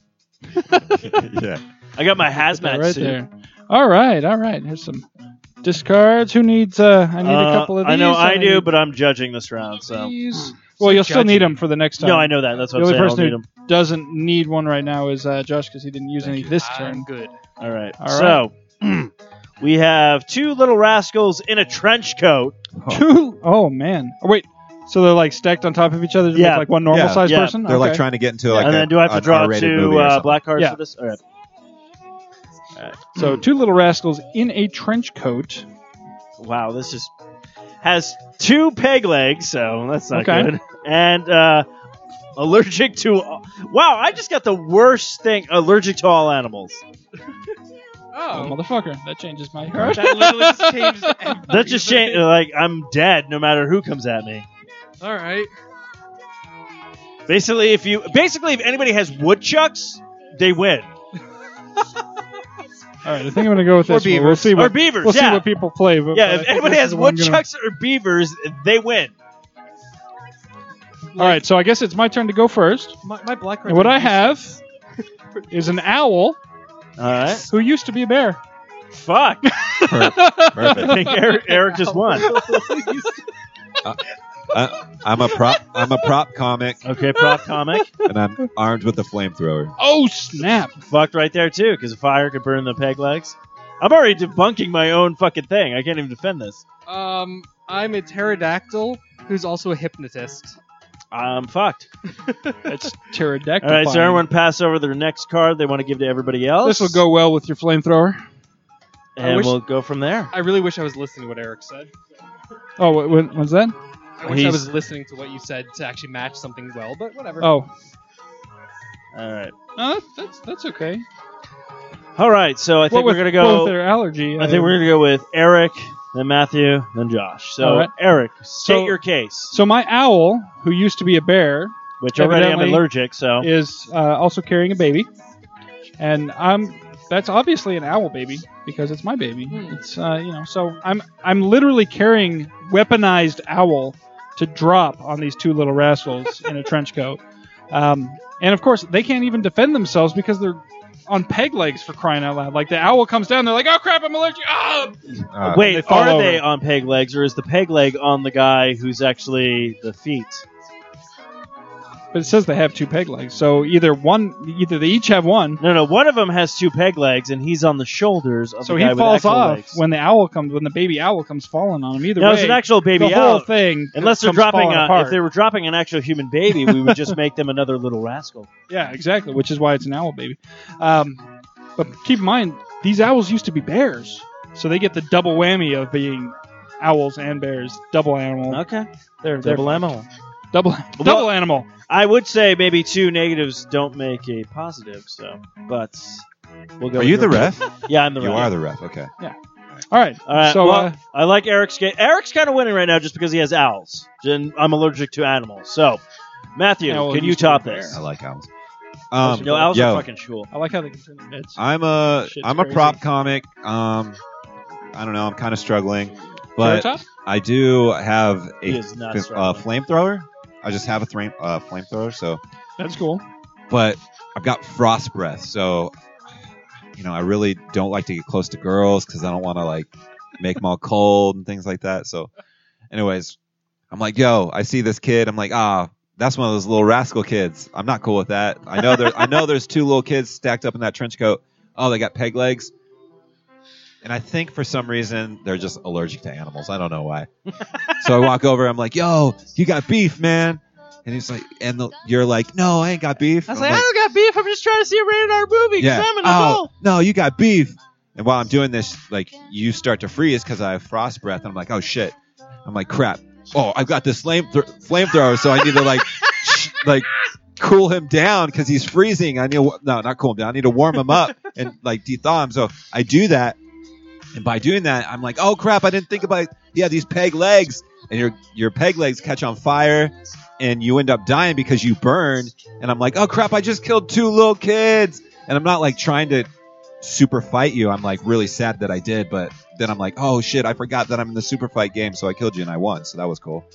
[SPEAKER 6] yeah.
[SPEAKER 4] I got my hazmat
[SPEAKER 3] right
[SPEAKER 4] suit.
[SPEAKER 3] there. All right. All right. Here's some discards. Who needs? Uh, I need
[SPEAKER 4] Uh,
[SPEAKER 3] a couple of these.
[SPEAKER 4] I know I, do,
[SPEAKER 3] need
[SPEAKER 4] but I'm judging this
[SPEAKER 3] one
[SPEAKER 4] round.
[SPEAKER 3] of
[SPEAKER 4] So
[SPEAKER 3] these. Well, you'll still need them for the next time.
[SPEAKER 4] no, I know that. That's what
[SPEAKER 3] The
[SPEAKER 4] I'm
[SPEAKER 3] only
[SPEAKER 4] saying. I'll
[SPEAKER 3] person
[SPEAKER 4] need
[SPEAKER 3] who-
[SPEAKER 4] 'em.
[SPEAKER 3] Doesn't need one right now is uh, Josh because he didn't use
[SPEAKER 6] Thank
[SPEAKER 3] any
[SPEAKER 6] you.
[SPEAKER 3] this
[SPEAKER 5] I'm
[SPEAKER 3] turn.
[SPEAKER 5] good.
[SPEAKER 4] All right.
[SPEAKER 3] All
[SPEAKER 4] so *clears throat* we have two little rascals in a trench coat.
[SPEAKER 3] Two. Oh man. Oh, wait. So they're like stacked on top of each other to
[SPEAKER 4] Yeah.
[SPEAKER 3] make like one normal
[SPEAKER 6] Yeah.
[SPEAKER 3] sized
[SPEAKER 4] Yeah.
[SPEAKER 3] person.
[SPEAKER 6] They're like
[SPEAKER 3] Okay.
[SPEAKER 6] trying to get into like.
[SPEAKER 4] and
[SPEAKER 6] a-
[SPEAKER 4] then do I have to
[SPEAKER 6] an
[SPEAKER 4] draw
[SPEAKER 6] R-rated
[SPEAKER 4] two
[SPEAKER 6] movie or
[SPEAKER 4] uh,
[SPEAKER 6] something.
[SPEAKER 4] black cards
[SPEAKER 3] Yeah.
[SPEAKER 4] for this? All right.
[SPEAKER 3] so two little rascals in a trench coat.
[SPEAKER 4] Wow, this is has two peg legs, so that's not
[SPEAKER 3] Okay.
[SPEAKER 4] good. And uh, allergic to wow, I just got the worst thing. Allergic to all animals.
[SPEAKER 3] Oh,
[SPEAKER 5] Oh,
[SPEAKER 3] motherfucker! That changes my card.
[SPEAKER 5] that literally
[SPEAKER 3] *laughs*
[SPEAKER 5] just changed.
[SPEAKER 4] That just changed.
[SPEAKER 5] everything.
[SPEAKER 4] Like I'm dead, no matter who comes at me.
[SPEAKER 5] All right.
[SPEAKER 4] Basically, if you basically if anybody has woodchucks, they win.
[SPEAKER 3] All right. I think I'm gonna go with
[SPEAKER 5] Or
[SPEAKER 3] this. one. We'll
[SPEAKER 5] beavers.
[SPEAKER 3] see
[SPEAKER 4] Or
[SPEAKER 3] what
[SPEAKER 4] beavers.
[SPEAKER 3] we'll
[SPEAKER 4] yeah,
[SPEAKER 3] see what people play. But, but I
[SPEAKER 4] yeah. If
[SPEAKER 3] think
[SPEAKER 4] anybody
[SPEAKER 3] this
[SPEAKER 4] has
[SPEAKER 3] is the one I'm gonna-
[SPEAKER 4] woodchucks or beavers, they win.
[SPEAKER 3] All right. So I guess it's my turn to go first.
[SPEAKER 5] My, my black card.
[SPEAKER 3] And what I have is an owl
[SPEAKER 4] All right.
[SPEAKER 3] who used to be a bear.
[SPEAKER 4] Fuck. I
[SPEAKER 6] Perfect.
[SPEAKER 4] think Eric, Eric just
[SPEAKER 3] *laughs*
[SPEAKER 4] won.
[SPEAKER 6] Uh, I'm a prop. I'm a prop comic,
[SPEAKER 4] Okay, prop comic.
[SPEAKER 6] and I'm armed with a flamethrower.
[SPEAKER 3] Oh snap!
[SPEAKER 4] fucked right there too, because fire could burn the peg legs. I'm already debunking my own fucking thing. I can't even defend this.
[SPEAKER 5] Um, I'm a pterodactyl who's also a
[SPEAKER 3] *laughs*
[SPEAKER 5] hypnotist.
[SPEAKER 4] I'm fucked.
[SPEAKER 3] That's pterodactyl.
[SPEAKER 4] All right, so everyone pass over their next card they want to give to everybody else.
[SPEAKER 3] This will go well with your flamethrower.
[SPEAKER 5] I
[SPEAKER 4] and
[SPEAKER 5] wish-
[SPEAKER 4] we'll go from there.
[SPEAKER 5] I really wish I was listening to what Eric said.
[SPEAKER 3] Oh, what, what what's that?
[SPEAKER 5] I wish I
[SPEAKER 4] He's-
[SPEAKER 5] was listening to what you said to actually match something well, but whatever.
[SPEAKER 3] Oh,
[SPEAKER 4] All right,
[SPEAKER 3] Uh, that's that's okay.
[SPEAKER 4] all right. So I think we're gonna
[SPEAKER 3] What
[SPEAKER 4] go.
[SPEAKER 3] with their allergy? uh,
[SPEAKER 4] I think we're gonna go with Eric, then Matthew, then Josh. So
[SPEAKER 3] All right.
[SPEAKER 4] Eric, state
[SPEAKER 3] So-
[SPEAKER 4] your case.
[SPEAKER 3] So my owl, who used to be a bear,
[SPEAKER 4] Which already I'm
[SPEAKER 3] evidently-
[SPEAKER 4] allergic. So
[SPEAKER 3] is uh, also carrying a baby, and I'm that's obviously an owl baby because it's my baby. It's uh, you know, so I'm I'm literally carrying weaponized owl to drop on these two little rascals in a trench coat, um, and of course they can't even defend themselves because they're on peg legs for crying out loud. Like the owl comes down, they're like, "Oh crap, I'm allergic!" Ah!
[SPEAKER 6] Uh,
[SPEAKER 4] wait,
[SPEAKER 3] they fall
[SPEAKER 4] are
[SPEAKER 3] over.
[SPEAKER 4] they on peg legs, or is the peg leg on the guy who's actually the feet?
[SPEAKER 3] But it says they have two peg legs, so either one, either they each have one,
[SPEAKER 4] No, no. One of them has two peg legs, and he's on the shoulders of
[SPEAKER 3] so
[SPEAKER 4] the
[SPEAKER 3] he
[SPEAKER 4] guy
[SPEAKER 3] falls
[SPEAKER 4] with actual
[SPEAKER 3] off
[SPEAKER 4] legs.
[SPEAKER 3] when the owl comes, when the baby owl comes falling on him. Either
[SPEAKER 4] no,
[SPEAKER 3] way,
[SPEAKER 4] it's an actual baby
[SPEAKER 3] the
[SPEAKER 4] owl.
[SPEAKER 3] whole thing.
[SPEAKER 4] Unless they're
[SPEAKER 3] comes
[SPEAKER 4] dropping
[SPEAKER 3] falling
[SPEAKER 4] a,
[SPEAKER 3] apart.
[SPEAKER 4] if they were dropping an actual human baby, we would just make them another
[SPEAKER 3] *laughs*
[SPEAKER 4] little rascal.
[SPEAKER 3] yeah, exactly, which is why it's an owl baby. Um, but keep in mind, these owls used to be bears, so they get the double whammy of being owls and bears, double animal.
[SPEAKER 4] Okay,
[SPEAKER 3] They're, they're
[SPEAKER 4] double ammo.
[SPEAKER 3] double double animal.
[SPEAKER 4] I would say maybe two negatives don't make a positive, so but we'll go.
[SPEAKER 6] Are
[SPEAKER 4] with
[SPEAKER 6] you
[SPEAKER 4] your
[SPEAKER 6] the ref?
[SPEAKER 4] Yeah, I'm the
[SPEAKER 6] You
[SPEAKER 4] ref.
[SPEAKER 6] are the ref. Okay.
[SPEAKER 3] All right,
[SPEAKER 4] All right.
[SPEAKER 3] so
[SPEAKER 4] well,
[SPEAKER 3] uh,
[SPEAKER 4] I like Eric's game. Eric's kind of winning right now just because he has owls, and I'm allergic to animals. So, Matthew,
[SPEAKER 3] Yeah, well,
[SPEAKER 4] can
[SPEAKER 3] you
[SPEAKER 4] you
[SPEAKER 3] still
[SPEAKER 4] top
[SPEAKER 3] there.
[SPEAKER 4] this?
[SPEAKER 6] I like owls.
[SPEAKER 3] Um,
[SPEAKER 4] No, owls
[SPEAKER 6] yo,
[SPEAKER 4] are fucking cool.
[SPEAKER 3] I like how they can turn their heads.
[SPEAKER 6] I'm a
[SPEAKER 3] Shit's
[SPEAKER 6] am a
[SPEAKER 3] crazy.
[SPEAKER 6] prop comic. Um, I don't know. I'm kind of struggling, but
[SPEAKER 3] Top?
[SPEAKER 6] I do have
[SPEAKER 4] He
[SPEAKER 6] a
[SPEAKER 4] is not
[SPEAKER 6] uh,
[SPEAKER 4] struggling.
[SPEAKER 6] flamethrower. I just have a thra- uh, flamethrower. So,
[SPEAKER 3] that's cool.
[SPEAKER 6] but I've got frost breath. So, you know, I really don't like to get close to girls because I don't want to like make them all cold and things like that. So, anyways, I'm like, yo, I see this kid. I'm like, ah. That's one of those little rascal kids. I'm not cool with that. I know there. I know there's two little kids stacked up in that trench coat. Oh, they got peg legs. And I think for some reason they're just allergic to animals. I don't know
[SPEAKER 4] *laughs*
[SPEAKER 6] why. so I walk over. I'm like, "Yo, you got beef, man?" And he's like, "And the, you're like, no, I ain't got beef."
[SPEAKER 4] I was
[SPEAKER 6] I'm
[SPEAKER 4] like, I don't got beef. I'm just trying to see a rated R movie. 'cause I'm an adult.
[SPEAKER 6] oh, no, you got beef. And while I'm doing this, like you start to freeze because I have frost breath. And I'm like, oh shit. I'm like, crap. Oh, I've got this flame thr flamethrower, so I need to like, *laughs* sh- like, cool him down because he's freezing. I need to, no, not cool him down. I need to warm him up and like de-thaw him. So I do that, and by doing that, I'm like, oh crap, I didn't think about. Yeah, these peg legs, and your your peg legs catch on fire, and you end up dying because you burn. And I'm like, oh crap, I just killed two little kids and I'm not like trying to super fight you. I'm like really sad that I did, but then I'm like, oh shit, I forgot that I'm in the super fight game, so I killed you and I won, so that was cool.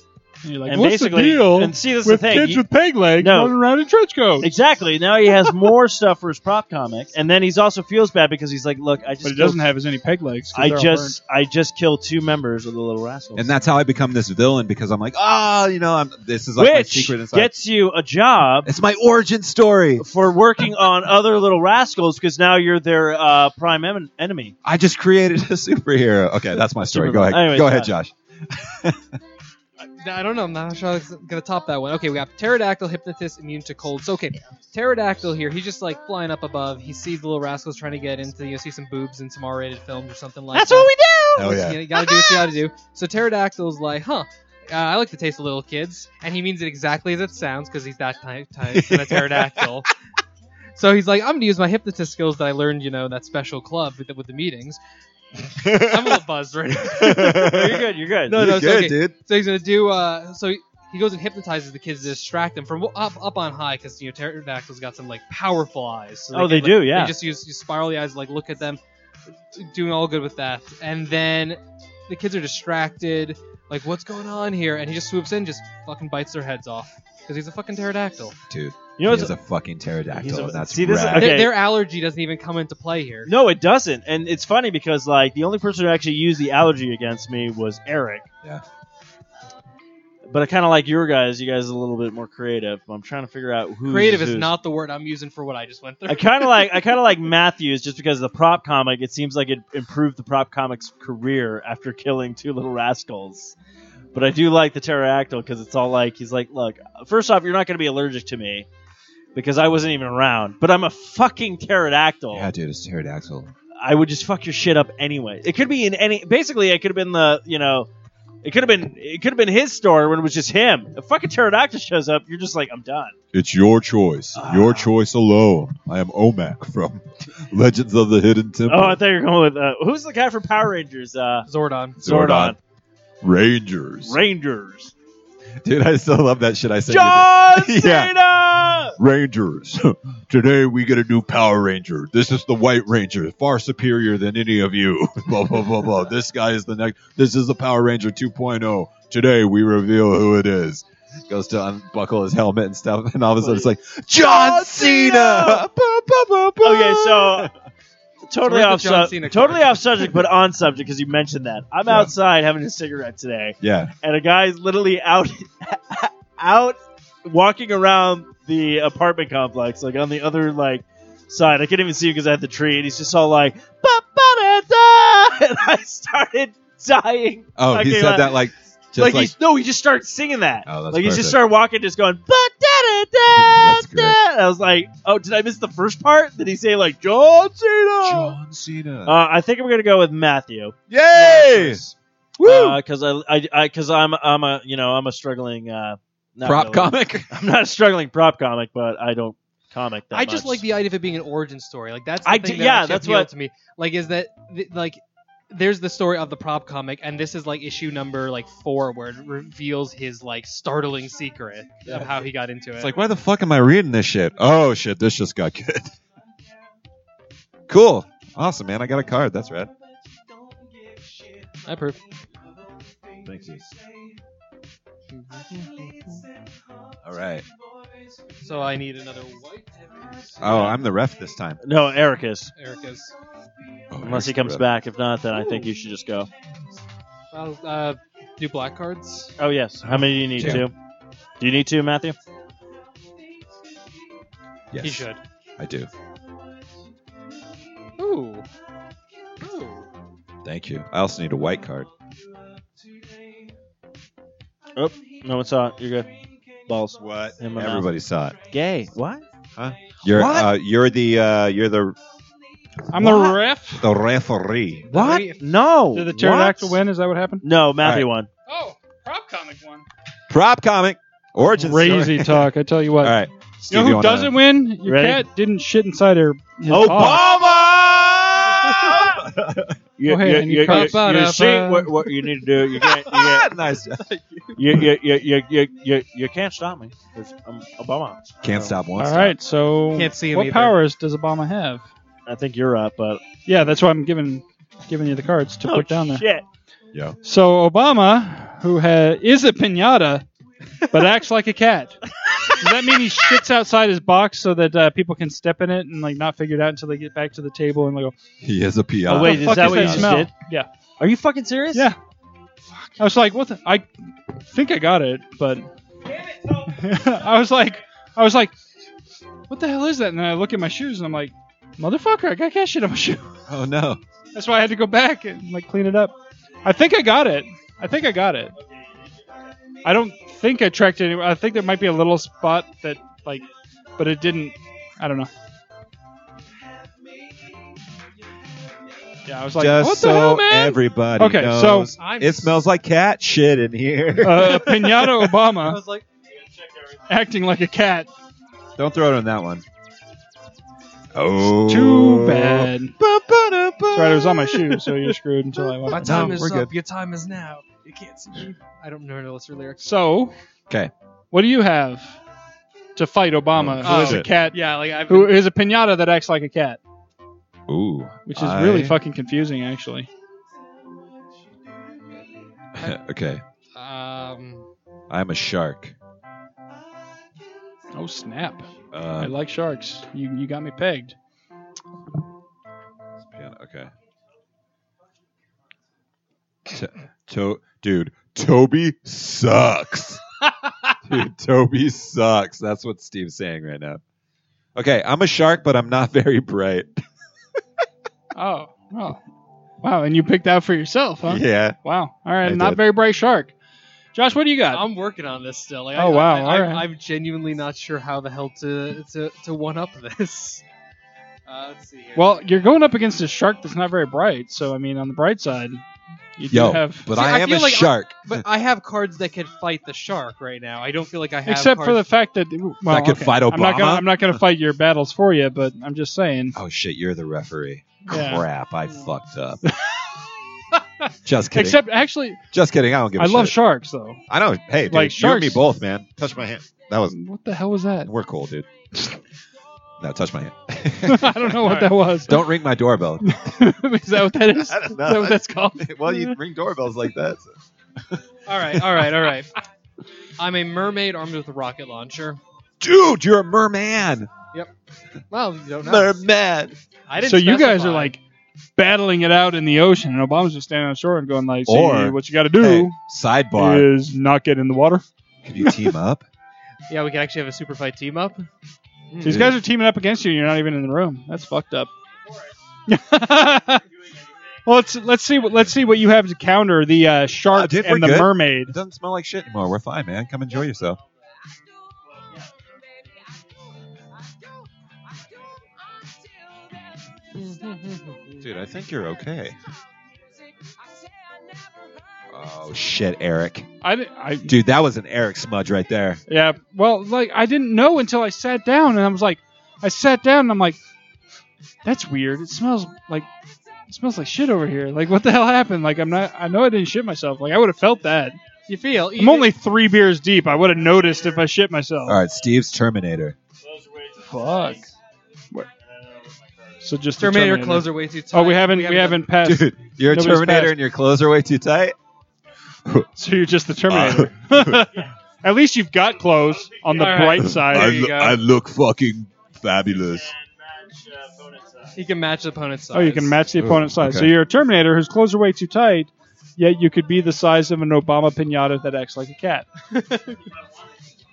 [SPEAKER 3] And you're like,
[SPEAKER 4] and
[SPEAKER 3] what's the
[SPEAKER 4] basically,
[SPEAKER 3] deal
[SPEAKER 4] and see, this is the
[SPEAKER 3] with
[SPEAKER 4] thing.
[SPEAKER 3] kids
[SPEAKER 4] You-
[SPEAKER 3] with peg legs
[SPEAKER 4] No.
[SPEAKER 3] running around in trench coats?
[SPEAKER 4] Exactly. Now he has more stuff for his prop comic, and then he's also feels bad because he's like, "Look, I just
[SPEAKER 3] But it doesn't
[SPEAKER 4] killed-
[SPEAKER 3] have as many peg legs. 'cause
[SPEAKER 4] I
[SPEAKER 3] they're all
[SPEAKER 4] just I just killed two members of the Little Rascals."
[SPEAKER 6] And that's how I become this villain because I'm like, ah, you know, I'm this is like my
[SPEAKER 4] which
[SPEAKER 6] secret inside.
[SPEAKER 4] gets you a job
[SPEAKER 6] it's my origin story.
[SPEAKER 4] for working on other Little Rascals because now you're their uh, prime em- enemy.
[SPEAKER 6] I just created a superhero. Okay, that's my story. Go ahead.
[SPEAKER 4] Anyways,
[SPEAKER 6] Go ahead, Josh.
[SPEAKER 5] I don't know. I'm not sure I was gonna top that one. Okay, we got pterodactyl, hypnotist, immune to colds. Okay, pterodactyl here. He's just like flying up above. He sees the little rascals trying to get into you know, see some boobs in some R-rated films or something like
[SPEAKER 4] That's
[SPEAKER 5] that.
[SPEAKER 4] what we do.
[SPEAKER 6] Hell
[SPEAKER 5] It's-
[SPEAKER 6] Oh, yeah.
[SPEAKER 4] *laughs*
[SPEAKER 5] You, know, you gotta do what you gotta do. So pterodactyl's like, huh. Uh, I like the taste of little kids, and he means it exactly as it sounds because he's that type, type of a pterodactyl. so he's like, I'm gonna use my hypnotist skills that I learned, you know, in that special club with the, with the meetings. I'm
[SPEAKER 6] *laughs*
[SPEAKER 5] a little buzzed right now.
[SPEAKER 4] *laughs* No, you're good. You're good.
[SPEAKER 5] No,
[SPEAKER 6] You're
[SPEAKER 5] no, it's
[SPEAKER 6] good,
[SPEAKER 5] okay.
[SPEAKER 6] dude.
[SPEAKER 5] So he's gonna do. Uh, so he- he goes and hypnotizes the kids to distract them from up up on high because you know pterodactyls got some like powerful eyes. So
[SPEAKER 4] Oh, they
[SPEAKER 5] can, like-
[SPEAKER 4] do, yeah.
[SPEAKER 5] They just use, use spirally eyes, like look at them, doing all good with that. And then the kids are distracted, like what's going on here? And he just swoops in, just fucking bites their heads off because he's a fucking pterodactyl.
[SPEAKER 6] Dude,
[SPEAKER 4] you know
[SPEAKER 6] he
[SPEAKER 4] what's
[SPEAKER 6] is a fucking
[SPEAKER 4] he's
[SPEAKER 6] pterodactyl,
[SPEAKER 4] a-
[SPEAKER 6] and that's
[SPEAKER 4] see, this is-
[SPEAKER 6] rad.
[SPEAKER 4] okay.
[SPEAKER 5] Their, their allergy doesn't even come into play here.
[SPEAKER 4] No, it doesn't. And it's funny because like the only person who actually used the allergy against me was Eric.
[SPEAKER 6] Yeah.
[SPEAKER 4] But I kind of like your guys. You guys are a little bit more creative. I'm trying to figure out who
[SPEAKER 5] Creative
[SPEAKER 4] who's.
[SPEAKER 5] is not the word I'm using for what I just went through.
[SPEAKER 4] I kind of like I kind of like Matthews just because the prop comic. It seems like it improved the prop comic's career after killing two little rascals. But I do like the pterodactyl because it's all like he's like, look, first off, you're not going to be allergic to me because I wasn't even around. But I'm a fucking pterodactyl.
[SPEAKER 6] Yeah, dude, it's pterodactyl.
[SPEAKER 4] I would just fuck your shit up anyway. It could be in any. Basically, it could have been the you know, it could have been it could have been his story when it was just him. If fucking pterodactyl shows up, you're just like I'm done.
[SPEAKER 6] It's your choice.
[SPEAKER 4] Your
[SPEAKER 6] choice alone. I am Omak from *laughs* Legends of the Hidden Temple.
[SPEAKER 4] Oh, I thought you were going with uh, who's the guy from Power Rangers? Uh,
[SPEAKER 5] Zordon.
[SPEAKER 6] Zordon. Rangers. *laughs*
[SPEAKER 4] Rangers.
[SPEAKER 6] Dude, I still love that shit I said.
[SPEAKER 4] John
[SPEAKER 6] Yeah.
[SPEAKER 5] *laughs*
[SPEAKER 4] Cena.
[SPEAKER 6] Rangers. *laughs* Today we get a new Power Ranger. This is the White Ranger, far superior than any of you. *laughs* blah blah blah blah. This guy is the next. This is the Power Ranger 2.0. Today we reveal who it is. Goes to unbuckle his helmet and stuff, and all of a sudden it's like John Cena. *laughs* Bah, bah, bah, bah.
[SPEAKER 4] Okay,
[SPEAKER 5] *laughs*
[SPEAKER 4] so totally
[SPEAKER 5] Where's the
[SPEAKER 4] off
[SPEAKER 5] John
[SPEAKER 4] sub-
[SPEAKER 5] Cena
[SPEAKER 4] totally
[SPEAKER 5] card?
[SPEAKER 4] off subject, but on subject because you mentioned that. I'm
[SPEAKER 6] Yeah.
[SPEAKER 4] outside having a cigarette today,
[SPEAKER 6] yeah,
[SPEAKER 4] and a guy's literally *laughs* out out walking around the apartment complex, like on the other like side. I couldn't even see him because I had the tree, and he's just all like, "Ba-ba-ba-da!" *laughs* and I started dying.
[SPEAKER 6] Oh, he
[SPEAKER 4] Okay,
[SPEAKER 6] said
[SPEAKER 4] well,
[SPEAKER 6] that like just
[SPEAKER 4] like,
[SPEAKER 6] like,
[SPEAKER 4] he's no, he just started singing that.
[SPEAKER 6] Oh, that's
[SPEAKER 4] like he
[SPEAKER 6] perfect.
[SPEAKER 4] just started walking, just going, "Ba-da-da-da-da!"
[SPEAKER 6] *laughs* That's great.
[SPEAKER 4] I was like, oh, did I miss the first part? Did he say like John Cena?
[SPEAKER 6] John Cena.
[SPEAKER 4] Uh, I think I'm gonna go with Matthew.
[SPEAKER 6] Yay! Woo!
[SPEAKER 4] because Uh, I, I, because I'm, I'm a, you know, I'm a struggling uh, not
[SPEAKER 6] Prop
[SPEAKER 4] really.
[SPEAKER 6] comic. *laughs*
[SPEAKER 4] I'm not a struggling prop comic, but I don't comic that.
[SPEAKER 5] I just
[SPEAKER 4] much.
[SPEAKER 5] like the idea of it being an origin story. Like that's the
[SPEAKER 4] I
[SPEAKER 5] thing
[SPEAKER 4] d-
[SPEAKER 5] that
[SPEAKER 4] yeah,
[SPEAKER 5] actually
[SPEAKER 4] that's
[SPEAKER 5] appealed
[SPEAKER 4] what-
[SPEAKER 5] to me. Like is that th- like there's the story of the prop comic, and this is like issue number like four where it reveals his like startling secret of how he got into it.
[SPEAKER 6] It's like, why the fuck am I reading this shit? Oh shit, this just got good. *laughs* Cool. Awesome, man. I got a card. That's rad.
[SPEAKER 5] I approve.
[SPEAKER 6] Thank you. All right.
[SPEAKER 5] So I need another white.
[SPEAKER 6] Oh, I'm the ref this time.
[SPEAKER 4] no Ericus,
[SPEAKER 5] Erica's.
[SPEAKER 6] Oh,
[SPEAKER 4] unless
[SPEAKER 6] here's
[SPEAKER 4] he
[SPEAKER 6] the
[SPEAKER 4] comes
[SPEAKER 6] ref.
[SPEAKER 4] back. If not, then I think you should just go.
[SPEAKER 5] Well, uh, do black cards.
[SPEAKER 4] Oh yes. How many do you need?
[SPEAKER 6] Two.
[SPEAKER 4] Two. Do you need two, Matthew?
[SPEAKER 6] Yes,
[SPEAKER 5] He should.
[SPEAKER 6] I do.
[SPEAKER 5] Ooh. Ooh.
[SPEAKER 6] Thank you. I also need a white card.
[SPEAKER 4] Oh, no one saw it. You're good. Balls.
[SPEAKER 6] What?
[SPEAKER 4] In my mouth.
[SPEAKER 6] Everybody saw it.
[SPEAKER 4] Gay. What?
[SPEAKER 6] You're
[SPEAKER 4] What?
[SPEAKER 6] uh, you're the uh, you're the
[SPEAKER 3] I'm
[SPEAKER 4] What?
[SPEAKER 3] the ref.
[SPEAKER 6] the referee.
[SPEAKER 4] What?
[SPEAKER 5] Three.
[SPEAKER 4] No.
[SPEAKER 3] Did the
[SPEAKER 4] What?
[SPEAKER 3] pterodactyl win? Is that what happened?
[SPEAKER 4] No, Matthew won.
[SPEAKER 3] Oh, prop comic won.
[SPEAKER 6] Prop comic origin
[SPEAKER 3] Crazy
[SPEAKER 4] *laughs*
[SPEAKER 6] story. *laughs*
[SPEAKER 3] talk. I tell you
[SPEAKER 6] All
[SPEAKER 3] what.
[SPEAKER 6] right.
[SPEAKER 3] You know who doesn't win? Your
[SPEAKER 4] Ready?
[SPEAKER 3] cat didn't shit inside her. his
[SPEAKER 4] Oh,
[SPEAKER 3] paw.
[SPEAKER 6] Obama!
[SPEAKER 4] You,
[SPEAKER 3] ahead,
[SPEAKER 4] you-
[SPEAKER 3] and you
[SPEAKER 4] you-
[SPEAKER 3] prop
[SPEAKER 4] you-
[SPEAKER 5] that
[SPEAKER 4] you
[SPEAKER 5] up,
[SPEAKER 4] see
[SPEAKER 5] uh,
[SPEAKER 4] what, what you need to do. You can't. You
[SPEAKER 3] *laughs*
[SPEAKER 4] can't
[SPEAKER 6] *laughs* nice.
[SPEAKER 4] you you you you you you, you can't stop me. 'cause I'm Obama.
[SPEAKER 6] Can't
[SPEAKER 4] So,
[SPEAKER 6] stop once.
[SPEAKER 3] All right, so
[SPEAKER 5] Can't see him
[SPEAKER 3] what
[SPEAKER 5] either.
[SPEAKER 3] powers does Obama have?
[SPEAKER 4] I think you're up, but
[SPEAKER 3] Yeah, that's why I'm giving giving you the cards to
[SPEAKER 4] oh,
[SPEAKER 3] put down there.
[SPEAKER 4] Shit.
[SPEAKER 6] Yeah.
[SPEAKER 3] So Obama, who ha- is a pinata,
[SPEAKER 4] *laughs*
[SPEAKER 3] but acts like a cat. Does that mean he shits outside his box so that uh, people can step in it and like not figure it out until they get back to the table and they go,
[SPEAKER 6] He is a
[SPEAKER 4] Oh,
[SPEAKER 6] peon.
[SPEAKER 4] wait,
[SPEAKER 3] "The
[SPEAKER 4] is
[SPEAKER 3] fuck
[SPEAKER 4] that what you
[SPEAKER 3] that
[SPEAKER 4] just
[SPEAKER 3] smell?"
[SPEAKER 4] did?
[SPEAKER 3] Yeah,
[SPEAKER 4] Are you fucking serious?
[SPEAKER 3] yeah. I was like, "What? The-? I think I got it, but *laughs* I was like, I was like, what the hell is that?" And then I look at my shoes and I'm like, "Motherfucker, I got cat shit on my shoe."
[SPEAKER 6] Oh no.
[SPEAKER 3] That's why I had to go back and like clean it up. I think I got it. I think I got it. I don't think I tracked it anywhere. I think there might be a little spot that like, but it didn't. I don't know. Yeah, I was like,
[SPEAKER 6] Just
[SPEAKER 3] what the
[SPEAKER 6] so
[SPEAKER 3] hell, man?
[SPEAKER 6] everybody
[SPEAKER 3] Okay, so-
[SPEAKER 6] knows,
[SPEAKER 5] I'm-
[SPEAKER 6] it smells like cat shit in
[SPEAKER 3] *laughs*
[SPEAKER 6] here.
[SPEAKER 3] uh, Pinata
[SPEAKER 5] I
[SPEAKER 3] Obama
[SPEAKER 5] was like,
[SPEAKER 3] acting like a cat.
[SPEAKER 6] *laughs* Don't throw it on that one. Oh,
[SPEAKER 3] Too bad. That's
[SPEAKER 6] That's
[SPEAKER 3] right. It was on my shoe, so you're screwed until I
[SPEAKER 5] my
[SPEAKER 3] walk.
[SPEAKER 5] time
[SPEAKER 6] No,
[SPEAKER 5] is
[SPEAKER 6] we're
[SPEAKER 5] up.
[SPEAKER 6] good.
[SPEAKER 5] Your time is now. You can't see me. I don't know the list of lyrics.
[SPEAKER 3] So,
[SPEAKER 6] 'Kay.
[SPEAKER 3] What do you have to fight Obama,
[SPEAKER 6] Oh,
[SPEAKER 3] who is a
[SPEAKER 6] shit.
[SPEAKER 3] cat?
[SPEAKER 5] Yeah, like I've
[SPEAKER 3] Who is a pinata that acts like a cat?
[SPEAKER 6] Ooh,
[SPEAKER 3] Which is really
[SPEAKER 6] I-
[SPEAKER 3] fucking confusing, actually.
[SPEAKER 6] *laughs* okay,
[SPEAKER 5] um.
[SPEAKER 6] I'm a shark.
[SPEAKER 3] Oh snap! I
[SPEAKER 6] Uh,
[SPEAKER 3] like sharks. You you got me pegged.
[SPEAKER 6] piano- okay. To, to, dude, Toby
[SPEAKER 3] *laughs*
[SPEAKER 6] sucks. dude, Toby sucks. That's what Steve's saying right now. Okay, I'm a shark, but I'm not very bright.
[SPEAKER 3] Oh, well, wow! And you picked out for yourself, huh?
[SPEAKER 6] *laughs* Yeah.
[SPEAKER 3] Wow. All right,
[SPEAKER 6] I
[SPEAKER 3] not
[SPEAKER 6] did.
[SPEAKER 3] very bright shark. Josh, what do you got?
[SPEAKER 5] I'm working on this still. Like, I-
[SPEAKER 3] Oh, wow,
[SPEAKER 5] I,
[SPEAKER 3] all
[SPEAKER 5] I,
[SPEAKER 3] right.
[SPEAKER 5] I'm genuinely not sure how the hell to to, to one up this. Uh, let's see. Here.
[SPEAKER 3] well, you're going up against a shark that's not very bright. So I mean, on the bright side, you do
[SPEAKER 6] Yo,
[SPEAKER 3] have.
[SPEAKER 6] but
[SPEAKER 5] See,
[SPEAKER 6] I
[SPEAKER 5] I
[SPEAKER 6] am
[SPEAKER 5] feel
[SPEAKER 6] a
[SPEAKER 5] like I-
[SPEAKER 6] shark.
[SPEAKER 3] *laughs*
[SPEAKER 5] but I have cards that could fight the shark right now. I don't feel like I have.
[SPEAKER 3] Except for the
[SPEAKER 5] cards-
[SPEAKER 3] fact that well,
[SPEAKER 6] I could
[SPEAKER 3] okay.
[SPEAKER 6] fight
[SPEAKER 3] I'm not gonna
[SPEAKER 6] Obama?
[SPEAKER 3] I'm not gonna fight your battles for you, but I'm just saying.
[SPEAKER 6] Oh shit, you're the referee.
[SPEAKER 3] Yeah.
[SPEAKER 6] Crap, I fucked
[SPEAKER 3] *laughs*
[SPEAKER 6] up. Just kidding.
[SPEAKER 3] Except actually,
[SPEAKER 6] Just kidding. I don't give a
[SPEAKER 3] I love
[SPEAKER 6] shit.
[SPEAKER 3] sharks though.
[SPEAKER 6] I know. Hey, dude,
[SPEAKER 3] Like
[SPEAKER 6] you and me
[SPEAKER 3] sharks-
[SPEAKER 6] both, man. Touch
[SPEAKER 3] *laughs*
[SPEAKER 6] my hand. That was.
[SPEAKER 3] What the hell was
[SPEAKER 6] *laughs*
[SPEAKER 3] that? *laughs*
[SPEAKER 6] We're cool, dude. No, touch my
[SPEAKER 3] *laughs*
[SPEAKER 6] hand.
[SPEAKER 3] I don't know what that was.
[SPEAKER 6] Don't ring my doorbell.
[SPEAKER 3] *laughs* is that what that is?
[SPEAKER 6] *laughs* I don't know.
[SPEAKER 3] Is that what that's called?
[SPEAKER 6] *laughs* well, you ring doorbells like that. so-
[SPEAKER 5] all right, all right, all right. I'm a mermaid armed with a rocket launcher.
[SPEAKER 6] Dude, you're a merman.
[SPEAKER 5] Well, you don't know.
[SPEAKER 6] Merman.
[SPEAKER 5] I didn't
[SPEAKER 3] so you guys
[SPEAKER 5] specify.
[SPEAKER 3] are like battling it out in the ocean, and Obama's just standing on shore and going like, "See,
[SPEAKER 6] Or-
[SPEAKER 3] what you got to
[SPEAKER 6] Hey,
[SPEAKER 3] do
[SPEAKER 6] sidebar.
[SPEAKER 3] is not get in the water."
[SPEAKER 6] Could you team up?
[SPEAKER 5] Yeah, we could actually have a super fight team up.
[SPEAKER 6] Hmm.
[SPEAKER 3] These guys are teaming up against you. and You're not even in the room. That's fucked up. *laughs* well, let's let's see what let's see what you have to counter the uh, shark
[SPEAKER 6] dude, we're
[SPEAKER 3] and the
[SPEAKER 6] good.
[SPEAKER 3] mermaid.
[SPEAKER 6] It doesn't smell like shit anymore. We're fine, man. Come enjoy yourself. Dude, I think you're okay. Oh shit, Eric.
[SPEAKER 3] I, di- I
[SPEAKER 6] Dude, that was an Eric smudge right there.
[SPEAKER 3] yeah. Well, like I didn't know until I sat down and I was like, I sat down and I'm like, that's weird. It smells like it smells like shit over here. Like what the hell happened? Like I'm not. I know I didn't shit myself. Like I would have felt that.
[SPEAKER 5] You feel?
[SPEAKER 3] I'm only three beers deep. I would have noticed if I shit myself.
[SPEAKER 6] All right, Steve's Terminator.
[SPEAKER 5] oh,
[SPEAKER 3] Fuck. What? So just the
[SPEAKER 5] Terminator clothes are way too tight.
[SPEAKER 3] Oh, we haven't we, haven't passed.
[SPEAKER 6] Dude, you're a
[SPEAKER 3] Nobody's
[SPEAKER 6] Terminator
[SPEAKER 3] passed.
[SPEAKER 6] and your clothes are way too tight?
[SPEAKER 3] So you're just the Terminator. *laughs*
[SPEAKER 6] *laughs*
[SPEAKER 3] At least you've got clothes on the
[SPEAKER 5] All right.
[SPEAKER 3] bright side.
[SPEAKER 5] There you go.
[SPEAKER 6] look fucking fabulous.
[SPEAKER 5] You can match the opponent's size.
[SPEAKER 3] oh, you can match the
[SPEAKER 6] Ooh,
[SPEAKER 3] opponent's size. So
[SPEAKER 6] okay.
[SPEAKER 3] you're a Terminator whose clothes are way too tight, yet you could be the size of an Obama pinata that acts like a
[SPEAKER 5] *laughs*
[SPEAKER 3] cat.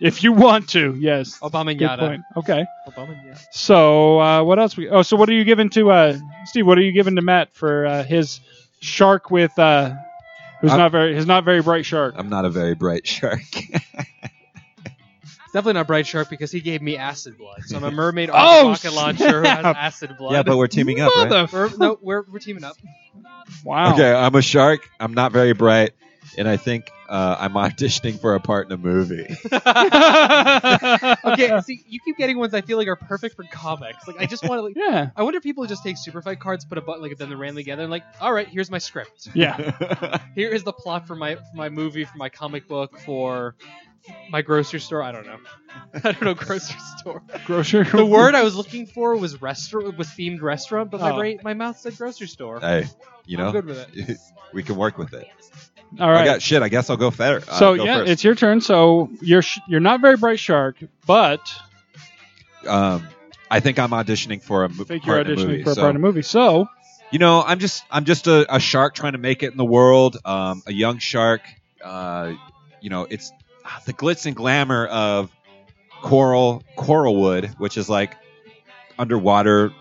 [SPEAKER 3] if you want to, yes.
[SPEAKER 5] Obama
[SPEAKER 3] Good
[SPEAKER 5] Yada.
[SPEAKER 3] point. Okay.
[SPEAKER 5] Obama Yada.
[SPEAKER 3] So uh, what else? We, oh, so what are you giving to uh, Steve? What are you giving to Matt for uh, his shark with? Uh, who's
[SPEAKER 6] I-
[SPEAKER 3] not very? His not very bright shark.
[SPEAKER 6] I'm not a very bright shark. *laughs*
[SPEAKER 5] It's definitely not Bright Shark because he gave me acid blood. So I'm a mermaid on
[SPEAKER 3] Oh,
[SPEAKER 5] a rocket launcher who has
[SPEAKER 3] snap.
[SPEAKER 5] acid blood.
[SPEAKER 6] yeah, but we're teaming up, right?
[SPEAKER 5] we're, no, we're, we're teaming up.
[SPEAKER 3] Wow. *laughs*
[SPEAKER 6] Okay, I'm a shark. I'm not very bright, and I think uh, I'm auditioning for a part in a movie.
[SPEAKER 5] Okay, see, you keep getting ones I feel like are perfect for comics. Like I just want to. Like,
[SPEAKER 3] Yeah.
[SPEAKER 5] I wonder if people just take super fight cards, put a button like them the random together, and like, all right, here's my script.
[SPEAKER 3] Yeah.
[SPEAKER 6] *laughs*
[SPEAKER 5] Here is the plot for my for my movie, for my comic book, for my grocery store. I don't know. *laughs* I don't know grocery store.
[SPEAKER 3] Grocer. *laughs*
[SPEAKER 5] The word I was looking for was restaurant was themed restaurant, but my
[SPEAKER 3] Oh.
[SPEAKER 5] brain, my mouth said grocery
[SPEAKER 6] *laughs*
[SPEAKER 5] store.
[SPEAKER 6] hey, Uh, you
[SPEAKER 5] I'm
[SPEAKER 6] know,
[SPEAKER 5] good with it.
[SPEAKER 6] we can work with it.
[SPEAKER 3] All right.
[SPEAKER 6] I got shit. I guess I'll go fair.
[SPEAKER 3] so
[SPEAKER 6] uh, go
[SPEAKER 3] yeah,
[SPEAKER 6] first.
[SPEAKER 3] it's your turn. So you're sh- you're not very bright shark, but
[SPEAKER 6] Um, I think I'm auditioning for a mo-
[SPEAKER 3] I think you're
[SPEAKER 6] part in a
[SPEAKER 3] auditioning
[SPEAKER 6] movie.
[SPEAKER 3] for a
[SPEAKER 6] so-
[SPEAKER 3] part in a movie. So
[SPEAKER 6] You know, I'm just I'm just a, a shark trying to make it in the world. Um, a young shark. Uh, you know, it's ah, the glitz and glamour of coral coralwood, which is like underwater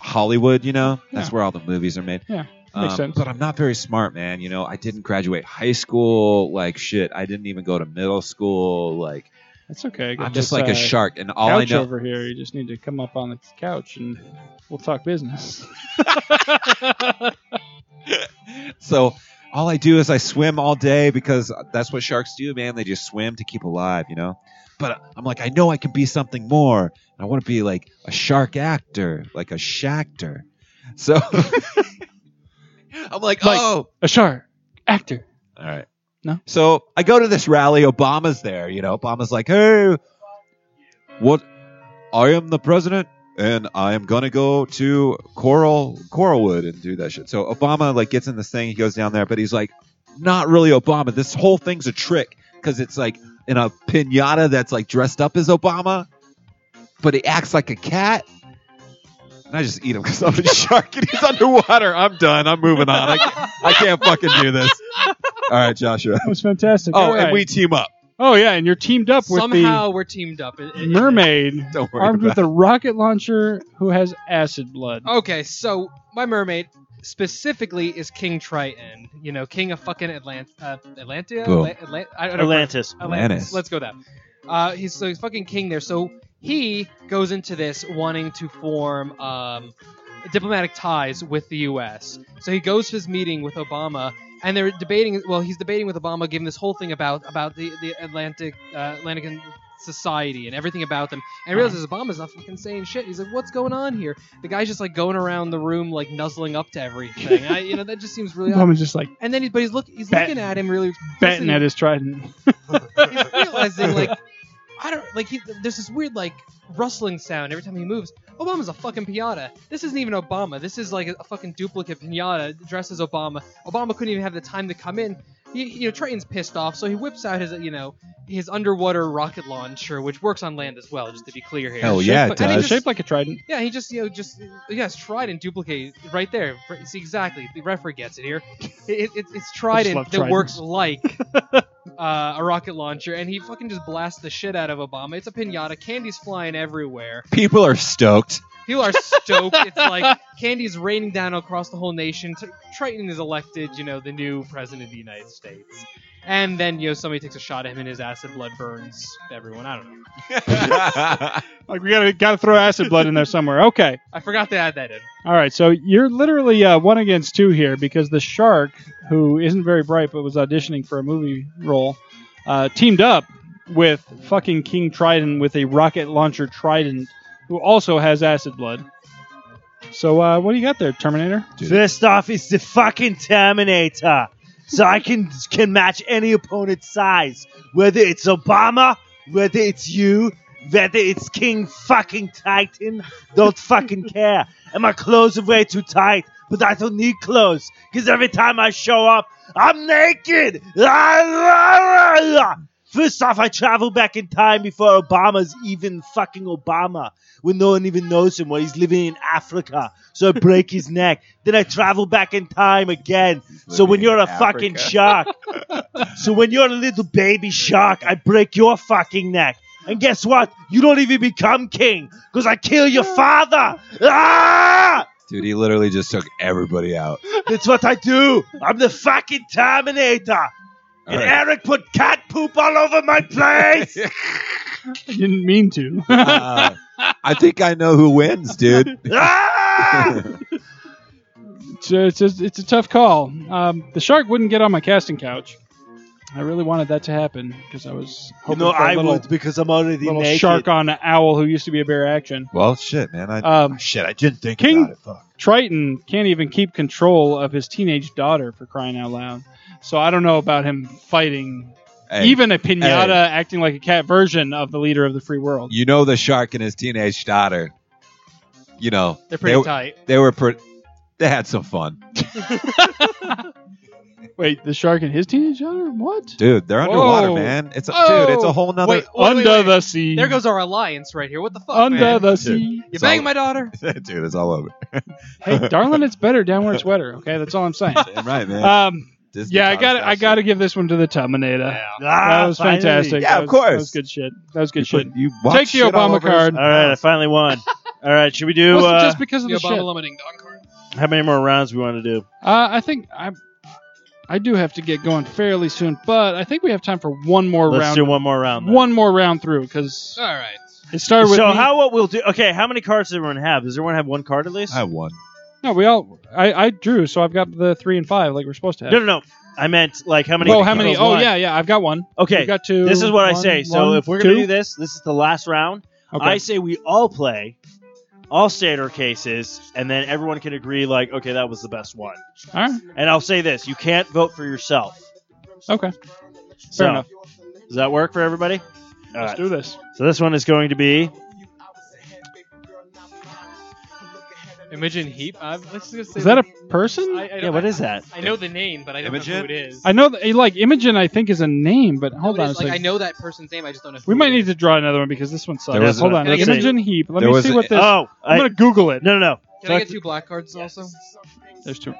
[SPEAKER 6] Hollywood. You know, that's
[SPEAKER 3] Yeah.
[SPEAKER 6] where all the movies are made. Um,
[SPEAKER 3] Yeah, makes sense.
[SPEAKER 6] But I'm not very smart, man. You know, I didn't graduate high school. Like shit, I didn't even go to middle school. Like
[SPEAKER 3] that's okay. I got
[SPEAKER 6] I'm just like a
[SPEAKER 3] this, uh,
[SPEAKER 6] shark, and all I
[SPEAKER 3] Couch
[SPEAKER 6] know.
[SPEAKER 3] over here. You just need to come up on the couch and we'll talk business.
[SPEAKER 6] so all I do is I swim all day because that's what sharks do, man. They just swim to keep alive, you know. But I'm like, I know I can be something more. And I want to be like a shark actor, like a shactor. So *laughs* I'm like,
[SPEAKER 3] Like-
[SPEAKER 6] oh,
[SPEAKER 3] A shark actor.
[SPEAKER 6] all right.
[SPEAKER 3] No?
[SPEAKER 6] So I go to this rally. Obama's there. You know, Obama's like, hey, what? I am the president, and I am gonna go to Coral Coralwood and do that shit. So Obama like gets in this thing. He goes down there, but he's like, not really Obama. This whole thing's a trick because it's like in a pinata that's like dressed up as Obama, but he acts like a cat. And I just eat him because I'm a *laughs* shark and he's underwater. I'm done. I'm moving on. I can't, I can't fucking do this. All
[SPEAKER 3] *laughs*
[SPEAKER 6] right, Joshua.
[SPEAKER 3] That was fantastic.
[SPEAKER 6] Oh,
[SPEAKER 3] All right.
[SPEAKER 6] and we team up.
[SPEAKER 3] Oh yeah, and you're teamed up with
[SPEAKER 5] Somehow we're teamed up. It-
[SPEAKER 3] the
[SPEAKER 6] *laughs*
[SPEAKER 5] it-
[SPEAKER 3] mermaid
[SPEAKER 6] Don't worry
[SPEAKER 3] armed
[SPEAKER 6] about
[SPEAKER 3] with a rocket launcher who has acid blood.
[SPEAKER 6] Oh,
[SPEAKER 5] Okay, so my mermaid specifically is King Triton. You know, King of fucking Atlant- uh, Atlantia.
[SPEAKER 6] Boom.
[SPEAKER 5] Atla- Atla- I don't know.
[SPEAKER 4] Atlantis.
[SPEAKER 6] Atlantis.
[SPEAKER 5] Let's go with that. Uh, he's so he's fucking king there. So he goes into this wanting to form um, diplomatic ties with the U.S. So he goes to his meeting with Obama, and they're debating. Well, he's debating with Obama, giving this whole thing about about the the Atlantic uh, Atlantic and society and everything about them, and realizes Obama's not fucking saying shit. He's like, "What's going on here?" The guy's just like going around the room, like nuzzling up to everything. I, you know, that just seems
[SPEAKER 3] *laughs*
[SPEAKER 5] really. odd.
[SPEAKER 3] Obama's just like
[SPEAKER 5] And then, he, but he's look, he's
[SPEAKER 3] Bat-
[SPEAKER 5] looking at him really
[SPEAKER 3] batting
[SPEAKER 5] listening
[SPEAKER 3] at his trident.
[SPEAKER 5] he's realizing like I don't like he, there's this weird like rustling sound every time he moves. Obama's a fucking pinata. This isn't even Obama. This is like a, fucking duplicate pinata dressed as Obama. Obama couldn't even have the time to come in. He, you know, Triton's pissed off, so he whips out his you know his underwater rocket launcher, which works on land as well. Just to be clear here.
[SPEAKER 6] Hell
[SPEAKER 3] Shaped
[SPEAKER 6] yeah, it
[SPEAKER 3] like-
[SPEAKER 5] I think
[SPEAKER 6] does.
[SPEAKER 5] just-
[SPEAKER 3] Shaped like a trident.
[SPEAKER 5] Yeah, he just you know just yes, Trident duplicate right there. See exactly the referee gets it here. It, it, it's
[SPEAKER 3] love
[SPEAKER 5] Trident
[SPEAKER 3] *laughs*
[SPEAKER 5] that
[SPEAKER 3] Tridents.
[SPEAKER 5] works like uh, a rocket launcher, and he fucking just blasts the shit out of Obama. It's a pinata. Candy's flying everywhere.
[SPEAKER 6] People
[SPEAKER 3] *laughs*
[SPEAKER 6] are stoked.
[SPEAKER 5] People are stoked. it's like candy's raining down across the whole nation. Tr- Triton is elected, you know, the new president of the United States. And then, you know, somebody takes a shot at him and his acid blood burns everyone. I don't know.
[SPEAKER 3] Like we gotta gotta throw acid blood in there somewhere. Okay.
[SPEAKER 5] I forgot to add that in.
[SPEAKER 3] All right, so you're literally uh, one against two here because the shark, who isn't very bright but was auditioning for a movie role, uh, teamed up with fucking King Trident with a rocket launcher Trident, who also has acid blood. So uh, what do you got there, Terminator?
[SPEAKER 4] First off, is the fucking Terminator, so I can can match any opponent's size, whether it's Obama, whether it's you, whether it's King fucking Titan. Don't fucking care. And my clothes are way too tight, but I don't need clothes because every time I show up, I'm naked. La, la, la, la. First off, I travel back in time before Obama's even fucking Obama, when no one even knows him, when he's living in Africa. So I break his neck. Then I travel back in time again. So when you're a fucking shark, so when you're a little baby shark, I break your fucking neck. And guess what? You don't even become king because I kill your father. Ah!
[SPEAKER 6] Dude, he literally just took everybody out.
[SPEAKER 4] That's what I do. I'm the fucking Terminator.
[SPEAKER 6] All
[SPEAKER 4] and
[SPEAKER 6] right.
[SPEAKER 4] Eric put cat poop all over
[SPEAKER 6] *laughs*
[SPEAKER 4] my place.
[SPEAKER 3] *laughs* I didn't mean to.
[SPEAKER 6] Uh, I think I know who wins, dude. *laughs*
[SPEAKER 4] ah!
[SPEAKER 3] *laughs* it's, a, it's, a, it's a tough call. Um, the shark wouldn't get on my casting couch. I really wanted that to happen because I was
[SPEAKER 4] You
[SPEAKER 3] hoping
[SPEAKER 4] know
[SPEAKER 3] for a
[SPEAKER 4] I
[SPEAKER 3] little,
[SPEAKER 4] would because I'm already
[SPEAKER 3] little
[SPEAKER 4] naked.
[SPEAKER 3] shark on an owl who used to be a bear action.
[SPEAKER 6] well, shit, man. I
[SPEAKER 3] Um,
[SPEAKER 6] Oh, shit, I didn't think
[SPEAKER 3] King-
[SPEAKER 6] about it. Fuck.
[SPEAKER 3] Triton can't even keep control of his teenage daughter for crying out loud. So I don't know about him fighting
[SPEAKER 6] Hey,
[SPEAKER 3] even a pinata
[SPEAKER 6] Hey.
[SPEAKER 3] acting like a cat version of the leader of the free world.
[SPEAKER 6] you know the shark and his teenage daughter. You know
[SPEAKER 5] They're pretty
[SPEAKER 6] they,
[SPEAKER 5] tight.
[SPEAKER 6] they were pretty. They had some fun,
[SPEAKER 3] Wait, the shark and his teenage daughter? What?
[SPEAKER 6] dude. They're underwater,
[SPEAKER 3] Whoa.
[SPEAKER 6] man. It's a,
[SPEAKER 5] Oh.
[SPEAKER 6] dude. It's a whole nother.
[SPEAKER 5] Wait, wait, wait,
[SPEAKER 3] Under
[SPEAKER 5] wait.
[SPEAKER 3] the sea.
[SPEAKER 5] There goes our alliance right here. What the fuck,
[SPEAKER 3] Under
[SPEAKER 5] man?
[SPEAKER 3] the sea.
[SPEAKER 5] You
[SPEAKER 6] It's
[SPEAKER 5] bang
[SPEAKER 6] all- *laughs*
[SPEAKER 5] my daughter.
[SPEAKER 6] dude, it's
[SPEAKER 3] *laughs*
[SPEAKER 6] all over. *laughs*
[SPEAKER 3] hey, darling, it's better down where it's wetter. Okay, that's all I'm saying.
[SPEAKER 6] Damn right, man.
[SPEAKER 3] Um,
[SPEAKER 6] Disney
[SPEAKER 3] yeah, I
[SPEAKER 6] Channel
[SPEAKER 3] got to I
[SPEAKER 6] stuff.
[SPEAKER 3] got to give this one to the Terminator.
[SPEAKER 4] Ah,
[SPEAKER 3] That was
[SPEAKER 4] finally.
[SPEAKER 3] fantastic.
[SPEAKER 6] Yeah,
[SPEAKER 3] That was-
[SPEAKER 6] of
[SPEAKER 3] That
[SPEAKER 6] course.
[SPEAKER 3] was good shit. That was
[SPEAKER 6] You
[SPEAKER 3] good shit.
[SPEAKER 6] put- you watch
[SPEAKER 3] Take the
[SPEAKER 6] shit all
[SPEAKER 3] Obama
[SPEAKER 6] over
[SPEAKER 3] card.
[SPEAKER 6] his-
[SPEAKER 4] All right, I finally won. All right, should we do
[SPEAKER 3] Was it
[SPEAKER 4] uh,
[SPEAKER 3] just because of
[SPEAKER 5] The
[SPEAKER 3] the
[SPEAKER 5] Obama
[SPEAKER 3] shit?
[SPEAKER 5] limiting Don card.
[SPEAKER 4] how many more rounds we want to do?
[SPEAKER 3] Uh, I think I, I do have to get going fairly soon, but I think we have time for one more
[SPEAKER 4] Let's
[SPEAKER 3] round.
[SPEAKER 4] do one more round. then.
[SPEAKER 3] one more round through because
[SPEAKER 5] All right.
[SPEAKER 3] it started
[SPEAKER 4] So
[SPEAKER 3] with me-
[SPEAKER 4] how what we'll do? Okay, how many cards does everyone have? Does everyone have one card at least?
[SPEAKER 6] I won.
[SPEAKER 3] no, we all I, I drew, so I've got the three and five like we're supposed to have.
[SPEAKER 4] no, no, no. I meant like how many?
[SPEAKER 3] oh, how many?
[SPEAKER 4] Cards?
[SPEAKER 3] Oh, yeah, yeah. I've got one.
[SPEAKER 4] Okay,
[SPEAKER 3] I've got two.
[SPEAKER 4] this is what I
[SPEAKER 3] one,
[SPEAKER 4] say. So
[SPEAKER 3] one,
[SPEAKER 4] if we're
[SPEAKER 3] two.
[SPEAKER 4] gonna do this, this is the last round.
[SPEAKER 3] okay.
[SPEAKER 4] I say we all play, all state our cases, and then everyone can agree like, okay, that was the best one.
[SPEAKER 3] all right,
[SPEAKER 4] And I'll say this: you can't vote for yourself.
[SPEAKER 3] okay, fair
[SPEAKER 4] so
[SPEAKER 3] enough.
[SPEAKER 4] does that work for everybody? All
[SPEAKER 3] Let's
[SPEAKER 4] right.
[SPEAKER 3] do this.
[SPEAKER 4] So this one is going to be
[SPEAKER 5] Imogen Heap. I'm, let's just say
[SPEAKER 3] Is that a person? I,
[SPEAKER 5] I- I-
[SPEAKER 4] yeah. What is that?
[SPEAKER 5] I know the name, but I don't know
[SPEAKER 6] Imogen?
[SPEAKER 5] who it is.
[SPEAKER 3] know that, like Imogen. I think is a name, but hold
[SPEAKER 5] No, it
[SPEAKER 3] on a
[SPEAKER 5] is, like,
[SPEAKER 3] second.
[SPEAKER 5] I know that person's name. I just don't know.
[SPEAKER 3] we
[SPEAKER 5] who
[SPEAKER 3] might
[SPEAKER 5] it
[SPEAKER 3] need
[SPEAKER 5] is.
[SPEAKER 3] to draw another one because this one sucks.
[SPEAKER 6] There was
[SPEAKER 3] hold
[SPEAKER 6] a-
[SPEAKER 3] on,
[SPEAKER 4] Can I get
[SPEAKER 3] Imogen Heap. Let
[SPEAKER 6] There
[SPEAKER 3] me
[SPEAKER 6] was
[SPEAKER 3] see
[SPEAKER 6] a-
[SPEAKER 3] what this.
[SPEAKER 4] Oh,
[SPEAKER 3] I'm
[SPEAKER 4] I,
[SPEAKER 3] gonna Google it.
[SPEAKER 4] no, no, no.
[SPEAKER 5] Can I get two black cards also?
[SPEAKER 3] There's two.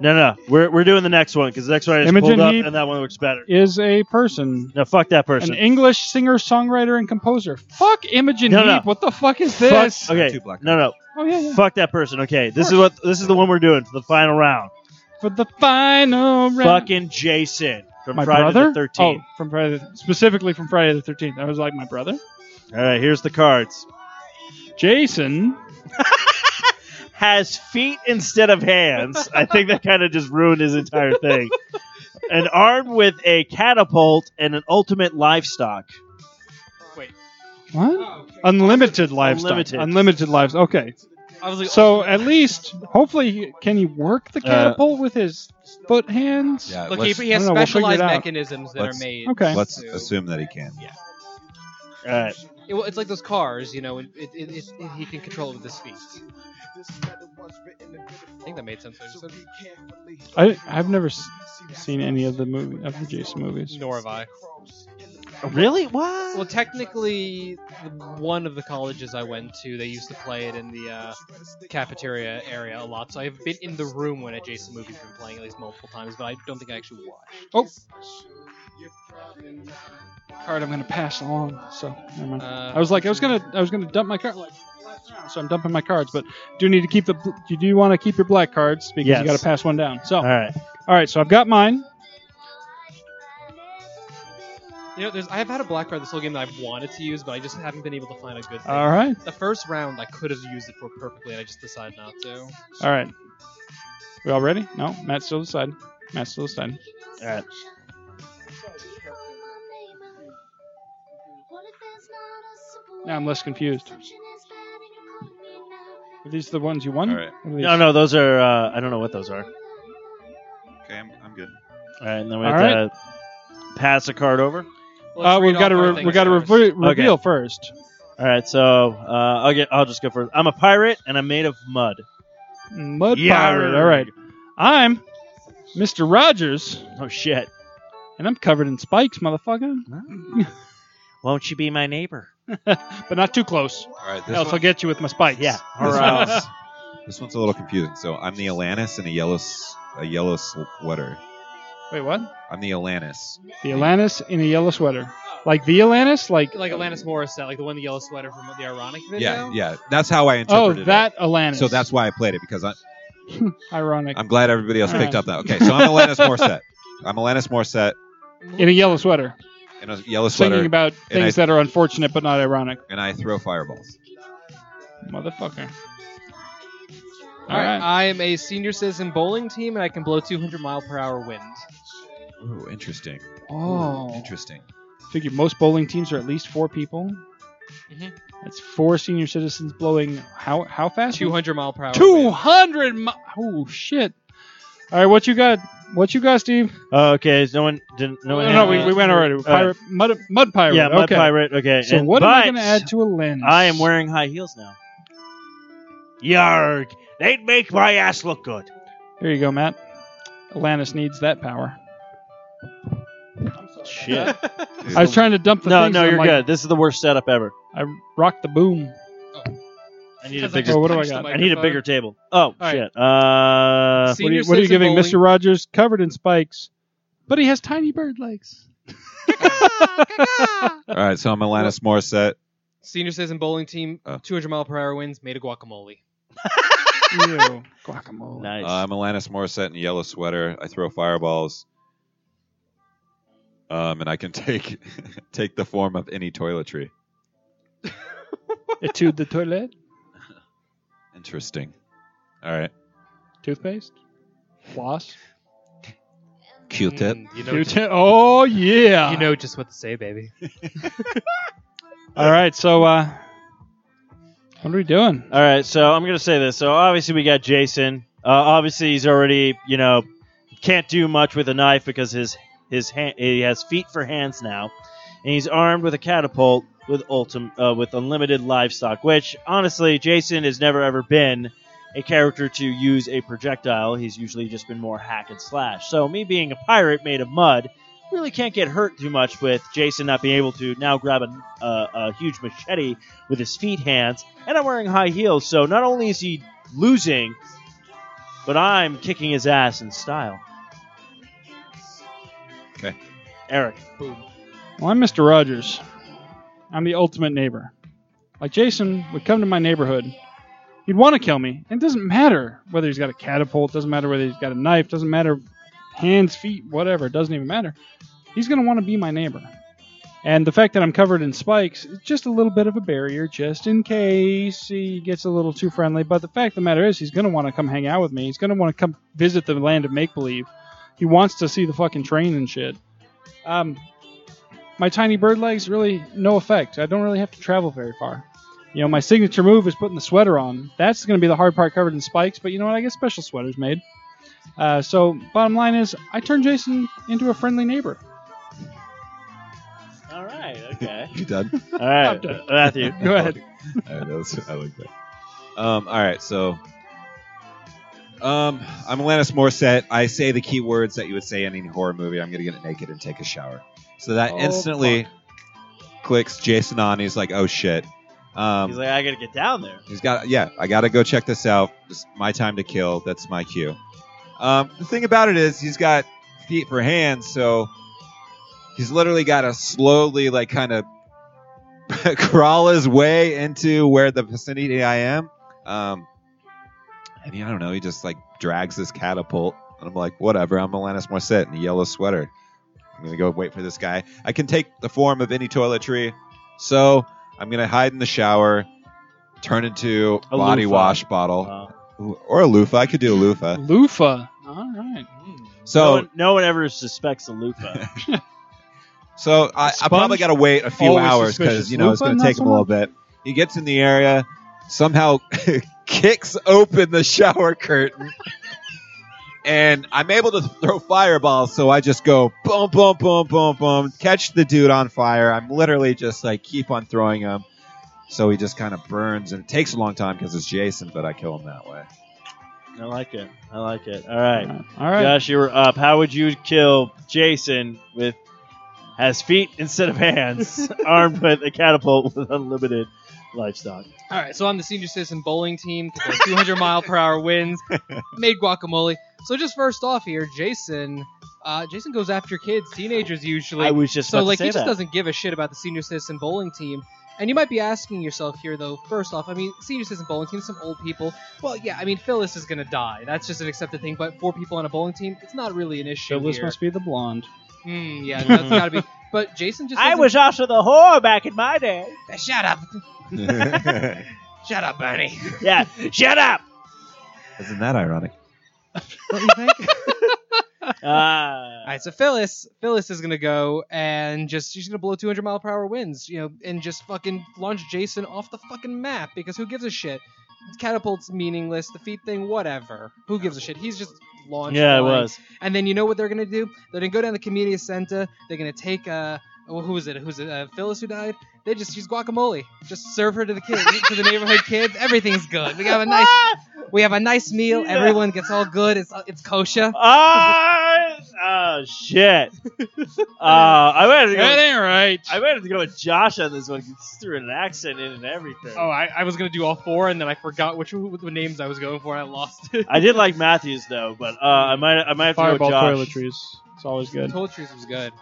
[SPEAKER 4] No, no, we're we're doing the next one because the next one I just
[SPEAKER 3] Imogen
[SPEAKER 4] pulled up
[SPEAKER 3] Heap.
[SPEAKER 4] and that one looks better.
[SPEAKER 3] Is a person.
[SPEAKER 4] No, fuck that
[SPEAKER 3] An
[SPEAKER 4] person.
[SPEAKER 3] English singer, songwriter, and composer. Fuck Imogen
[SPEAKER 4] No, no.
[SPEAKER 3] Heap. What the fuck is
[SPEAKER 4] Fuck-
[SPEAKER 3] this?
[SPEAKER 4] okay,
[SPEAKER 6] Two black
[SPEAKER 4] no, no,
[SPEAKER 3] Oh yeah, yeah.
[SPEAKER 4] fuck that person. Okay, this is what this is the one we're doing for the final round.
[SPEAKER 3] For the final round.
[SPEAKER 4] Fucking Jason from
[SPEAKER 3] my
[SPEAKER 4] Friday
[SPEAKER 3] brother.
[SPEAKER 4] the
[SPEAKER 3] oh,
[SPEAKER 4] Thirteenth.
[SPEAKER 3] from Friday, the, specifically from Friday the Thirteenth. I was like, my brother,
[SPEAKER 4] All right, here's the cards.
[SPEAKER 3] Jason.
[SPEAKER 4] Has feet instead of
[SPEAKER 3] *laughs*
[SPEAKER 4] hands. I think that kind of just ruined his entire thing. and armed with a catapult and an ultimate livestock.
[SPEAKER 5] Wait.
[SPEAKER 3] What?
[SPEAKER 5] Oh, okay.
[SPEAKER 3] Unlimited livestock.
[SPEAKER 4] Unlimited.
[SPEAKER 3] Unlimited lives. Okay.
[SPEAKER 5] I was like,
[SPEAKER 3] So at least, hopefully, he- can he work
[SPEAKER 4] Uh,
[SPEAKER 3] the catapult with his foot hands?
[SPEAKER 6] Yeah,
[SPEAKER 5] oh, Look, he,
[SPEAKER 6] let's,
[SPEAKER 5] he has
[SPEAKER 3] I don't know, we'll figure
[SPEAKER 5] specialized
[SPEAKER 3] it out.
[SPEAKER 5] mechanisms that are
[SPEAKER 6] Let's-
[SPEAKER 5] made.
[SPEAKER 3] Okay.
[SPEAKER 6] let's
[SPEAKER 5] to-
[SPEAKER 6] assume that he can.
[SPEAKER 4] All right.
[SPEAKER 5] It- well, it's like those cars, you know. It, it, it, it- he can control it with his feet. I think that made sense. I just said-
[SPEAKER 3] I, I've never s- seen any of the movie of the Jason movies.
[SPEAKER 5] Nor have I.
[SPEAKER 4] Really? What?
[SPEAKER 5] Well, technically, the- one of the colleges I went to, they used to play it in the uh, cafeteria area a lot. So I've been in the room when a Jason movie's been playing at least multiple times, but I don't think I actually watched.
[SPEAKER 3] Oh. Card I'm gonna pass along. So never mind.
[SPEAKER 5] Uh,
[SPEAKER 3] I was like, I was gonna, I was gonna dump my card. Like, so I'm dumping my cards, but do need to keep the. You do want to keep your black cards because
[SPEAKER 4] Yes.
[SPEAKER 3] you got to pass one down. So
[SPEAKER 4] All right.
[SPEAKER 3] all right, so I've got mine.
[SPEAKER 5] You know, there's I've had a black card this whole game that I've wanted to use, but I just haven't been able to find a good thing.
[SPEAKER 3] All right,
[SPEAKER 5] The first round, I could have used it for perfectly, and I just decided not to.
[SPEAKER 3] all right. We all ready? No, Matt's still deciding. Matt's still deciding.
[SPEAKER 4] All right.
[SPEAKER 3] Now I'm less confused. Are these the ones you won?
[SPEAKER 6] All right.
[SPEAKER 3] What are these?
[SPEAKER 4] No, no, those are. Uh, I don't know what those are. All
[SPEAKER 6] Okay, I'm, I'm good.
[SPEAKER 4] right, and then we
[SPEAKER 3] All
[SPEAKER 4] have to pass a card over.
[SPEAKER 3] Uh, we've got to re- we got to re- reveal first.
[SPEAKER 4] All right, so uh, I'll get. I'll just go first. I'm a pirate and I'm made of mud.
[SPEAKER 3] Mud
[SPEAKER 4] Yarr.
[SPEAKER 3] pirate. All right, I'm Mr. Rogers,
[SPEAKER 4] Oh shit!
[SPEAKER 3] and I'm covered in spikes, motherfucker.
[SPEAKER 4] Ah. Won't you be my neighbor?
[SPEAKER 3] *laughs* but not too close.
[SPEAKER 6] All right.
[SPEAKER 3] else I'll get you with my spikes.
[SPEAKER 4] Yeah. All
[SPEAKER 6] This
[SPEAKER 4] right.
[SPEAKER 6] *laughs* one's, this one's a little confusing. So I'm the Atlantis in a yellow s- a yellow sweater.
[SPEAKER 3] Wait, what?
[SPEAKER 6] I'm the Atlantis.
[SPEAKER 3] The Atlantis in a yellow sweater. Like the Atlantis? Like,
[SPEAKER 5] like Alanis Morissette, like the one in the yellow sweater from the ironic video.
[SPEAKER 6] Yeah, yeah. That's how I
[SPEAKER 3] oh,
[SPEAKER 6] interpreted
[SPEAKER 3] that
[SPEAKER 6] it.
[SPEAKER 3] Atlantis.
[SPEAKER 6] So that's why I played it because I,
[SPEAKER 3] ironic.
[SPEAKER 6] I'm glad everybody else
[SPEAKER 3] All
[SPEAKER 6] picked
[SPEAKER 3] right.
[SPEAKER 6] up that. Okay, so I'm
[SPEAKER 3] *laughs*
[SPEAKER 6] Alanis Morissette. I'm Alanis Morissette
[SPEAKER 3] in a yellow sweater.
[SPEAKER 6] in a yellow
[SPEAKER 3] Thinking
[SPEAKER 6] sweater,
[SPEAKER 3] about
[SPEAKER 6] and
[SPEAKER 3] things that are unfortunate but not ironic.
[SPEAKER 6] and I throw fireballs.
[SPEAKER 3] Motherfucker.
[SPEAKER 5] All right. I am a senior citizen bowling team, and I can blow 200 mile per hour wind.
[SPEAKER 6] Ooh, interesting.
[SPEAKER 3] Oh.
[SPEAKER 6] Interesting.
[SPEAKER 3] Figure most bowling teams are at least four people.
[SPEAKER 4] Mm-hmm.
[SPEAKER 5] Mhm.
[SPEAKER 3] That's four senior citizens blowing how how fast?
[SPEAKER 5] 200 mile per hour.
[SPEAKER 3] Two
[SPEAKER 5] wind.
[SPEAKER 3] hundred. Mi- oh shit! All right, what you got? What you got, Steve?
[SPEAKER 4] Uh, Okay, is no one didn't. No,
[SPEAKER 3] No,
[SPEAKER 4] one
[SPEAKER 3] no,
[SPEAKER 4] had- Uh,
[SPEAKER 3] we, we went already. Pirate, mud, uh, mud pirate.
[SPEAKER 4] Yeah, mud
[SPEAKER 3] okay.
[SPEAKER 4] pirate. Okay.
[SPEAKER 3] So
[SPEAKER 4] and-
[SPEAKER 3] what am I
[SPEAKER 4] but
[SPEAKER 3] going to add to a lens?
[SPEAKER 4] I am wearing high heels now. Yarg! They'd make my ass look good.
[SPEAKER 3] There you go, Matt. Atlantis needs that power.
[SPEAKER 4] Shit.
[SPEAKER 6] Dude.
[SPEAKER 3] I was trying to dump the
[SPEAKER 4] no,
[SPEAKER 3] things.
[SPEAKER 4] no,
[SPEAKER 3] and I'm
[SPEAKER 4] you're
[SPEAKER 3] like,
[SPEAKER 4] good. This is the worst setup ever.
[SPEAKER 3] I rocked the boom.
[SPEAKER 4] I need a
[SPEAKER 5] Because
[SPEAKER 4] bigger.
[SPEAKER 3] Oh, what do I
[SPEAKER 5] punched the
[SPEAKER 3] got?
[SPEAKER 4] I need a
[SPEAKER 5] microphone.
[SPEAKER 4] bigger table. Oh
[SPEAKER 5] right.
[SPEAKER 4] shit. Uh,
[SPEAKER 3] What are
[SPEAKER 5] Senior
[SPEAKER 3] you, what are you
[SPEAKER 5] citizen
[SPEAKER 3] giving
[SPEAKER 5] bowling-
[SPEAKER 3] Mr. Rogers? Covered in spikes, but he has tiny bird legs.
[SPEAKER 6] All right, so I'm Alanis Morissette.
[SPEAKER 5] Senior citizen bowling team,
[SPEAKER 6] Oh.
[SPEAKER 5] 200 mile per hour winds, made a guacamole.
[SPEAKER 3] *laughs* Ew, guacamole.
[SPEAKER 4] nice.
[SPEAKER 6] Uh, I'm Alanis Morissette in a yellow sweater. I throw fireballs. Um, and I can *laughs* take take the form of any toiletry.
[SPEAKER 3] Etude the toilet.
[SPEAKER 6] Interesting. All right.
[SPEAKER 3] Toothpaste. Floss.
[SPEAKER 6] Q-tip.
[SPEAKER 5] Mm, you, know just,
[SPEAKER 3] Q-tip. Oh yeah.
[SPEAKER 5] you know just what to say, baby.
[SPEAKER 3] All right. So, uh, what are we doing?
[SPEAKER 4] All right, so I'm gonna say this. So obviously we got Jason. Uh, obviously he's already, you know, can't do much with a knife because his his hand he has feet for hands now, and he's armed with a catapult with ultim uh, with unlimited livestock. Which honestly, Jason has never ever been a character to use a projectile. He's usually just been more hack and slash. So me being a pirate made of mud, really can't get hurt too much with Jason not being able to now grab a, uh, a huge machete with his feet hands and I'm wearing high heels, so not only is he losing, but I'm kicking his ass in style.
[SPEAKER 6] Okay.
[SPEAKER 4] Eric.
[SPEAKER 3] Well, I'm Mr. Rogers. I'm the ultimate neighbor. Like Jason would come to my neighborhood, he'd want to kill me. It doesn't matter whether he's got a catapult, doesn't matter whether he's got a knife, doesn't matter hands, feet, whatever, it doesn't even matter. He's going to want to be my neighbor. And the fact that I'm covered in spikes is just a little bit of a barrier, just in case he gets a little too friendly. But the fact of the matter is, he's going to want to come hang out with me. He's going to want to come visit the land of make believe. He wants to see the fucking train and shit. Um, my tiny bird legs really no effect. I don't really have to travel very far. You know, my signature move is putting the sweater on. That's going to be the hard part covered in spikes, but you know what? I get special sweaters made. Uh, so, bottom line is, I turn Jason into a friendly neighbor.
[SPEAKER 4] All right. Okay.
[SPEAKER 6] You done?
[SPEAKER 3] *laughs*
[SPEAKER 4] All
[SPEAKER 5] *laughs*
[SPEAKER 4] right,
[SPEAKER 3] done.
[SPEAKER 4] Matthew.
[SPEAKER 3] Mm.
[SPEAKER 6] *laughs*
[SPEAKER 3] Go ahead.
[SPEAKER 6] I, know, that's- I like that. Um, all right, so um, I'm Alanis Morissette. I say the key words that you would say in any horror movie. I'm going to get naked and take a shower. So that
[SPEAKER 3] Oh,
[SPEAKER 6] instantly clicks Jason on. He's like, oh shit. Um,
[SPEAKER 4] He's like, I gotta get down there.
[SPEAKER 6] He's got yeah. I gotta go check this out. It's my time to kill. That's my cue. Um, the thing about it is he's got feet for hands, so he's literally got to slowly like kind of *laughs* crawl his way into where the vicinity I am. Um, and he, I don't know. He just like drags this catapult, and I'm like, whatever. I'm Alanis Morissette in a yellow sweater. I'm gonna go wait for this guy. I can take the form of any toiletry, so I'm gonna hide in the shower, turn into
[SPEAKER 4] A
[SPEAKER 6] a body
[SPEAKER 4] loofah.
[SPEAKER 6] wash bottle
[SPEAKER 4] Uh,
[SPEAKER 6] or a loofah. I could do a loofah.
[SPEAKER 3] Loofah. All right.
[SPEAKER 4] no,
[SPEAKER 6] So
[SPEAKER 4] one, no one ever suspects a loofah.
[SPEAKER 6] So I, I
[SPEAKER 3] Sponge?
[SPEAKER 6] probably got to wait a few
[SPEAKER 3] Always
[SPEAKER 6] hours
[SPEAKER 3] suspicious.
[SPEAKER 6] because you know it's
[SPEAKER 3] Lupa,
[SPEAKER 6] going to
[SPEAKER 3] not
[SPEAKER 6] take
[SPEAKER 3] so
[SPEAKER 6] him a little bit. He gets in the area, somehow *laughs* kicks open the shower curtain, and I'm able to throw fireballs. So I just go boom, boom, boom, boom, boom, catch the dude on fire. I'm literally just like keep on throwing him. So he just kind of burns, and it takes a long time because it's Jason, but I kill him that way. *laughs*
[SPEAKER 4] I like it. I like it. All right.
[SPEAKER 3] All right.
[SPEAKER 4] Josh, you were up. How would you kill Jason with has feet instead of
[SPEAKER 5] *laughs*
[SPEAKER 4] hands, armed with a catapult with unlimited livestock?
[SPEAKER 5] All right, so I'm the senior citizen bowling team. took our 200 mile per hour
[SPEAKER 3] *laughs*
[SPEAKER 5] winds. Made guacamole. So just first off here, Jason. Uh, Jason goes after kids, teenagers usually.
[SPEAKER 4] I was just
[SPEAKER 5] so
[SPEAKER 4] about
[SPEAKER 5] like
[SPEAKER 4] to say
[SPEAKER 5] he just
[SPEAKER 4] that.
[SPEAKER 5] doesn't give a shit about the senior citizen bowling team. And you might be asking yourself here though. First off, I mean, senior citizen bowling team, some old people. Well, yeah, I mean, Phyllis is gonna die. That's just an accepted thing. But four people on a bowling team, it's not really an issue
[SPEAKER 3] So this
[SPEAKER 5] here.
[SPEAKER 3] must be the blonde.
[SPEAKER 5] Hmm, yeah, that's gotta
[SPEAKER 4] *laughs*
[SPEAKER 5] be. But Jason just.
[SPEAKER 4] I
[SPEAKER 5] doesn't-
[SPEAKER 4] was also the whore back in my day.
[SPEAKER 2] Shut up.
[SPEAKER 6] Isn't
[SPEAKER 2] Shut up, Bernie.
[SPEAKER 4] Yeah, shut up.
[SPEAKER 6] that ironic?
[SPEAKER 5] All
[SPEAKER 4] Uh,
[SPEAKER 5] right, so Phyllis, Phyllis is gonna go and just she's gonna blow 200 mile per hour winds, you know, and just fucking launch Jason off the fucking map because who gives a shit? Catapult's meaningless. The feet thing, whatever. Who gives a shit? He's just launched.
[SPEAKER 4] yeah, it
[SPEAKER 5] flying.
[SPEAKER 4] was.
[SPEAKER 5] And then you know what they're gonna do? They're gonna go down to Comedia Center. They're gonna take uh, well, who was it? Who's it? Uh, Phyllis who died? They just use guacamole. Just serve her to the kids, to the neighborhood kids. Everything's good. We have a nice, we have a nice meal.
[SPEAKER 4] Yeah.
[SPEAKER 5] Everyone gets all good. It's uh, it's kosher.
[SPEAKER 4] Ah, oh
[SPEAKER 6] *laughs*
[SPEAKER 4] shit. Uh, I might have to go.
[SPEAKER 5] ain't right.
[SPEAKER 4] I might have to go with Josh on this one. 'cause He just threw an accent in and everything.
[SPEAKER 5] Oh, I, I was gonna do all four, and then I forgot which w- the names I was going for. and I lost it.
[SPEAKER 4] I did like Matthews though, but uh, I might I might
[SPEAKER 3] *laughs*
[SPEAKER 4] have
[SPEAKER 3] Fireball
[SPEAKER 4] to go with Josh.
[SPEAKER 3] toiletries. It's always good.
[SPEAKER 5] Told Truth was good.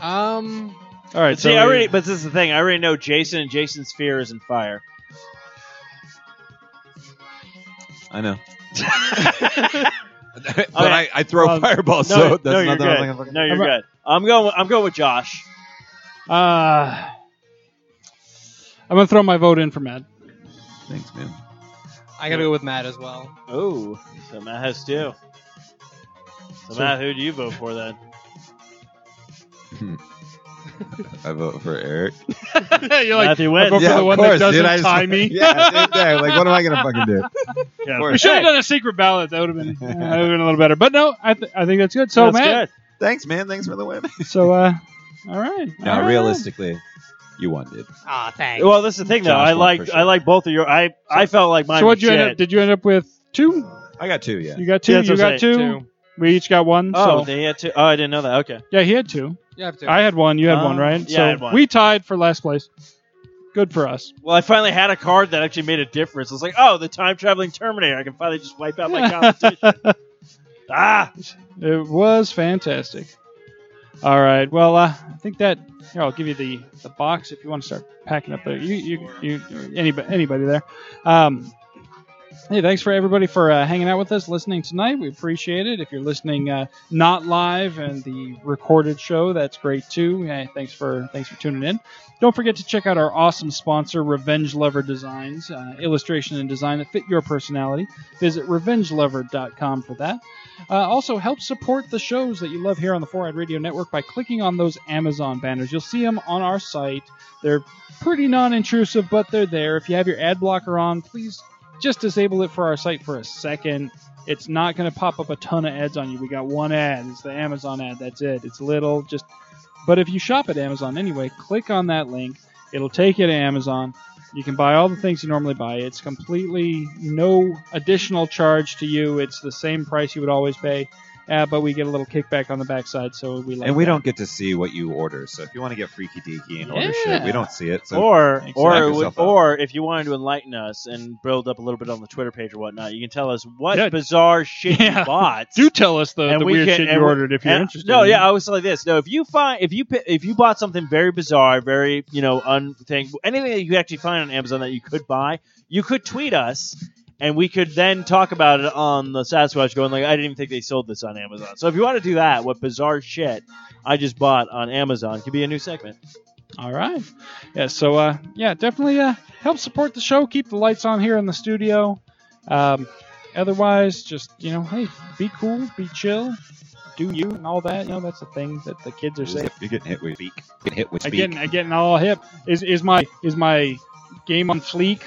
[SPEAKER 5] Um,
[SPEAKER 3] All right.
[SPEAKER 4] But
[SPEAKER 3] so
[SPEAKER 4] see, I
[SPEAKER 3] we-
[SPEAKER 4] already, but this is the thing. I already know Jason, and Jason's fear is in
[SPEAKER 3] *laughs*
[SPEAKER 4] fire.
[SPEAKER 6] I know.
[SPEAKER 4] no,
[SPEAKER 6] *laughs* but I, I throw
[SPEAKER 3] Um,
[SPEAKER 6] fireballs, so that's
[SPEAKER 4] no, you're
[SPEAKER 6] not the only thing I'm
[SPEAKER 4] good. No, you're
[SPEAKER 3] I'm a-
[SPEAKER 4] good. I'm going. I'm going with Josh.
[SPEAKER 3] Uh, I'm gonna throw my vote in for Matt.
[SPEAKER 6] Thanks, man.
[SPEAKER 5] I gotta go with Matt as well.
[SPEAKER 4] Oh, so Matt has two. So,
[SPEAKER 3] So-
[SPEAKER 4] Matt, who do you vote for then?
[SPEAKER 6] I vote for Eric.
[SPEAKER 3] *laughs* You're like,
[SPEAKER 4] Matthew
[SPEAKER 3] I vote
[SPEAKER 4] wins.
[SPEAKER 3] for
[SPEAKER 6] Yeah,
[SPEAKER 3] the
[SPEAKER 6] of
[SPEAKER 3] one
[SPEAKER 6] course,
[SPEAKER 3] that doesn't
[SPEAKER 6] dude, I just- *laughs*
[SPEAKER 3] tie me.
[SPEAKER 6] yeah, same thing. Like, what am I gonna fucking
[SPEAKER 3] *laughs*
[SPEAKER 6] do?
[SPEAKER 4] Yeah,
[SPEAKER 6] course.
[SPEAKER 3] We should have
[SPEAKER 4] Hey,
[SPEAKER 3] done a secret ballot. That would have been, uh, that would have been a little better. But no, I, th- I think that's good. So
[SPEAKER 4] that's
[SPEAKER 3] Matt,
[SPEAKER 4] good.
[SPEAKER 6] Thanks, man. Thanks for the *laughs* win.
[SPEAKER 3] so uh, all right.
[SPEAKER 6] No,
[SPEAKER 3] all right.
[SPEAKER 6] realistically, you won, dude.
[SPEAKER 5] Ah, thanks.
[SPEAKER 4] Well, that's the thing though.
[SPEAKER 6] Josh
[SPEAKER 4] I
[SPEAKER 6] won
[SPEAKER 4] like
[SPEAKER 6] for sure.
[SPEAKER 4] I like both of your. I I felt like mine.
[SPEAKER 3] So
[SPEAKER 4] was
[SPEAKER 3] what you end
[SPEAKER 4] shit.
[SPEAKER 3] up? Did you end up with two?
[SPEAKER 6] I got two, yeah.
[SPEAKER 3] You got two.
[SPEAKER 4] Yeah, that's
[SPEAKER 3] you
[SPEAKER 4] what I'm
[SPEAKER 3] got two.
[SPEAKER 4] saying,
[SPEAKER 3] We each got one.
[SPEAKER 4] Oh,
[SPEAKER 3] so
[SPEAKER 4] they had two. Oh, I didn't know that. Okay.
[SPEAKER 3] yeah, he had two.
[SPEAKER 5] You have
[SPEAKER 3] *laughs*
[SPEAKER 5] to.
[SPEAKER 3] I had one. You had
[SPEAKER 4] Uh,
[SPEAKER 3] one, right?
[SPEAKER 4] yeah,
[SPEAKER 3] so
[SPEAKER 4] I had one.
[SPEAKER 3] we tied for last place. Good for us.
[SPEAKER 4] Well, I finally had a card that actually made a difference. I was like, oh, the time traveling Terminator. I can finally just wipe out Oh
[SPEAKER 3] *laughs*
[SPEAKER 4] my competition. ah,
[SPEAKER 3] It was fantastic. All right. Well, uh, I think that here I'll give you the, the box if you want to start packing up there. You you, you anybody anybody there? Um, hey, thanks for everybody for uh, hanging out with us, listening tonight. We appreciate it. If you're listening uh, not live and the recorded show, that's great too. Hey, thanks for thanks for tuning in. Don't forget to check out our awesome sponsor, Revenge Lover Designs, uh, illustration and design that fit your personality. Visit revengelover.com for that. Uh, also, help support the shows that you love here on the Four Eyed Radio Network by clicking on those Amazon banners. You'll see them on our site. They're pretty non intrusive, but they're there. If you have your ad blocker on, please just disable it for our site for a second. It's not going to pop up a ton of ads on you. We got one ad. It's the Amazon ad. That's it. It's little. Just, but if you shop at Amazon anyway, click on that link. It'll take you to Amazon. You can buy all the things you normally buy. It's completely no additional charge to you. It's the same price you would always pay, uh, but we get a little kickback on the backside, so we like
[SPEAKER 6] And we
[SPEAKER 3] that.
[SPEAKER 6] don't get to see what you order. So if you want to get freaky deaky and order shit, we
[SPEAKER 5] Yeah.
[SPEAKER 6] don't see it. So
[SPEAKER 4] or
[SPEAKER 6] Thanks.
[SPEAKER 4] or
[SPEAKER 6] Knock
[SPEAKER 4] it would-
[SPEAKER 6] yourself out.
[SPEAKER 4] or if you wanted to enlighten us and build up a little bit on the Twitter page or whatnot, you can tell us what
[SPEAKER 3] Yeah.
[SPEAKER 4] bizarre
[SPEAKER 3] *laughs*
[SPEAKER 4] shit
[SPEAKER 3] Yeah.
[SPEAKER 4] you bought.
[SPEAKER 3] do tell us the,
[SPEAKER 4] And
[SPEAKER 3] the
[SPEAKER 4] we
[SPEAKER 3] weird
[SPEAKER 4] can-
[SPEAKER 3] shit
[SPEAKER 4] and
[SPEAKER 3] you
[SPEAKER 4] we-
[SPEAKER 3] ordered if you're
[SPEAKER 4] And-
[SPEAKER 3] interested.
[SPEAKER 4] No, yeah, I was like this. No, if you find if you pi- if you bought something very bizarre, very you know un thing, anything that you actually find on Amazon that you could buy, you could tweet us, and we could then talk about it on the Sasquatch. Going like, I didn't even think they sold this on Amazon. So if you want to do that, what bizarre shit I just bought on Amazon could be a
[SPEAKER 3] *laughs*
[SPEAKER 4] new segment.
[SPEAKER 3] All right. Yeah. So, uh, yeah, definitely uh, help support the show. Keep the lights on here in the studio. Um, otherwise, just you know, hey, be cool, be chill, do you, and all that. You know, that's the thing that the kids are saying.
[SPEAKER 6] you're getting hit with speak. Getting hit with
[SPEAKER 3] I
[SPEAKER 6] speak.
[SPEAKER 3] getting, I getting all hip. Is is my is my game on fleek?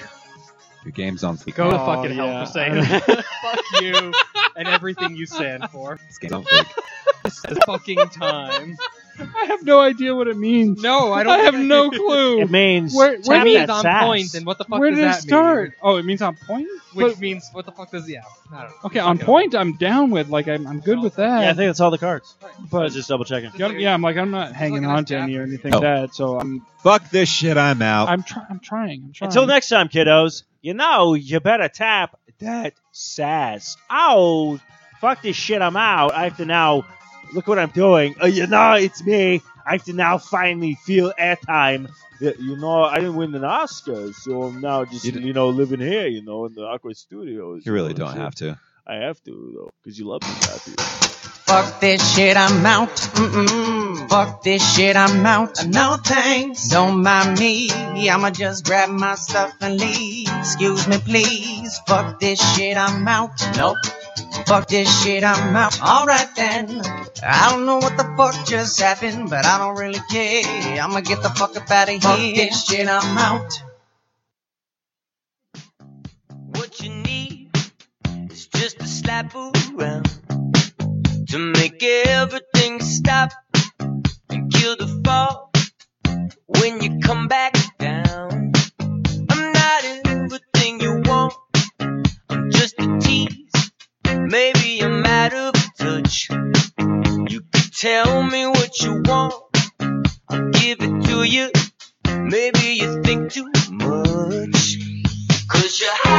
[SPEAKER 6] Your game's on fleek.
[SPEAKER 5] Go to
[SPEAKER 3] Oh,
[SPEAKER 5] fucking
[SPEAKER 3] yeah.
[SPEAKER 5] hell for
[SPEAKER 3] *laughs*
[SPEAKER 5] saying that. Fuck you and everything you stand for.
[SPEAKER 6] This game's
[SPEAKER 3] *laughs*
[SPEAKER 6] on fleek.
[SPEAKER 5] This fucking time.
[SPEAKER 3] I have no idea what it means.
[SPEAKER 5] No, I don't.
[SPEAKER 3] I have
[SPEAKER 5] think
[SPEAKER 3] no
[SPEAKER 5] do. *laughs*
[SPEAKER 3] clue.
[SPEAKER 4] It means
[SPEAKER 3] Where-
[SPEAKER 5] Where
[SPEAKER 3] Tap
[SPEAKER 5] it means
[SPEAKER 4] that
[SPEAKER 5] on
[SPEAKER 4] sass.
[SPEAKER 5] point, and what the fuck
[SPEAKER 3] Where
[SPEAKER 5] does
[SPEAKER 3] did it
[SPEAKER 5] that
[SPEAKER 3] start?
[SPEAKER 5] mean?
[SPEAKER 3] Oh, it means on point.
[SPEAKER 5] Which means what the fuck does yeah? I don't know.
[SPEAKER 3] But- okay, on
[SPEAKER 5] Fuck it.
[SPEAKER 3] point. I'm down with. Like, I'm, I'm good with that.
[SPEAKER 4] Yeah, I think that's all the cards. I
[SPEAKER 3] but
[SPEAKER 4] was just double checking.
[SPEAKER 3] You know, yeah, I'm like I'm not hanging
[SPEAKER 5] looking
[SPEAKER 3] on
[SPEAKER 5] at
[SPEAKER 3] to any or
[SPEAKER 5] Stafford.
[SPEAKER 3] anything
[SPEAKER 6] No.
[SPEAKER 3] like that. So I'm
[SPEAKER 6] Fuck this shit. I'm out.
[SPEAKER 3] I'm trying. I'm trying. I'm trying.
[SPEAKER 4] Until next time, kiddos. You know, you better tap that sass. Ow! Fuck this shit. I'm out. I have to now. Look what I'm doing. Uh, you know, it's me. I have to now finally feel airtime. Y- You know, I didn't win an Oscar, so I'm now just
[SPEAKER 6] You
[SPEAKER 4] you,
[SPEAKER 6] d-
[SPEAKER 4] know living here. You know, in the Aqua Studios.
[SPEAKER 6] you really don't have to.
[SPEAKER 4] I have to though, because you love me, Matthew.
[SPEAKER 9] Fuck this shit, I'm out. Mm-mm. Fuck this shit, I'm out. No thanks. Don't mind me. I'ma just grab my stuff and leave. Excuse me, please. Fuck this shit, I'm out. Nope. Fuck this shit, I'm out. Alright then. I don't know what the fuck just happened, but I don't really care. I'ma get the fuck up out of here. Fuck this shit, I'm out. What you need is just a slap around to make everything stop and kill the fall when you come back down. I'm not everything you want, I'm just a tease. Maybe I'm out of touch. You can tell me what you want, I'll give it to you. Maybe you think too much, cause you're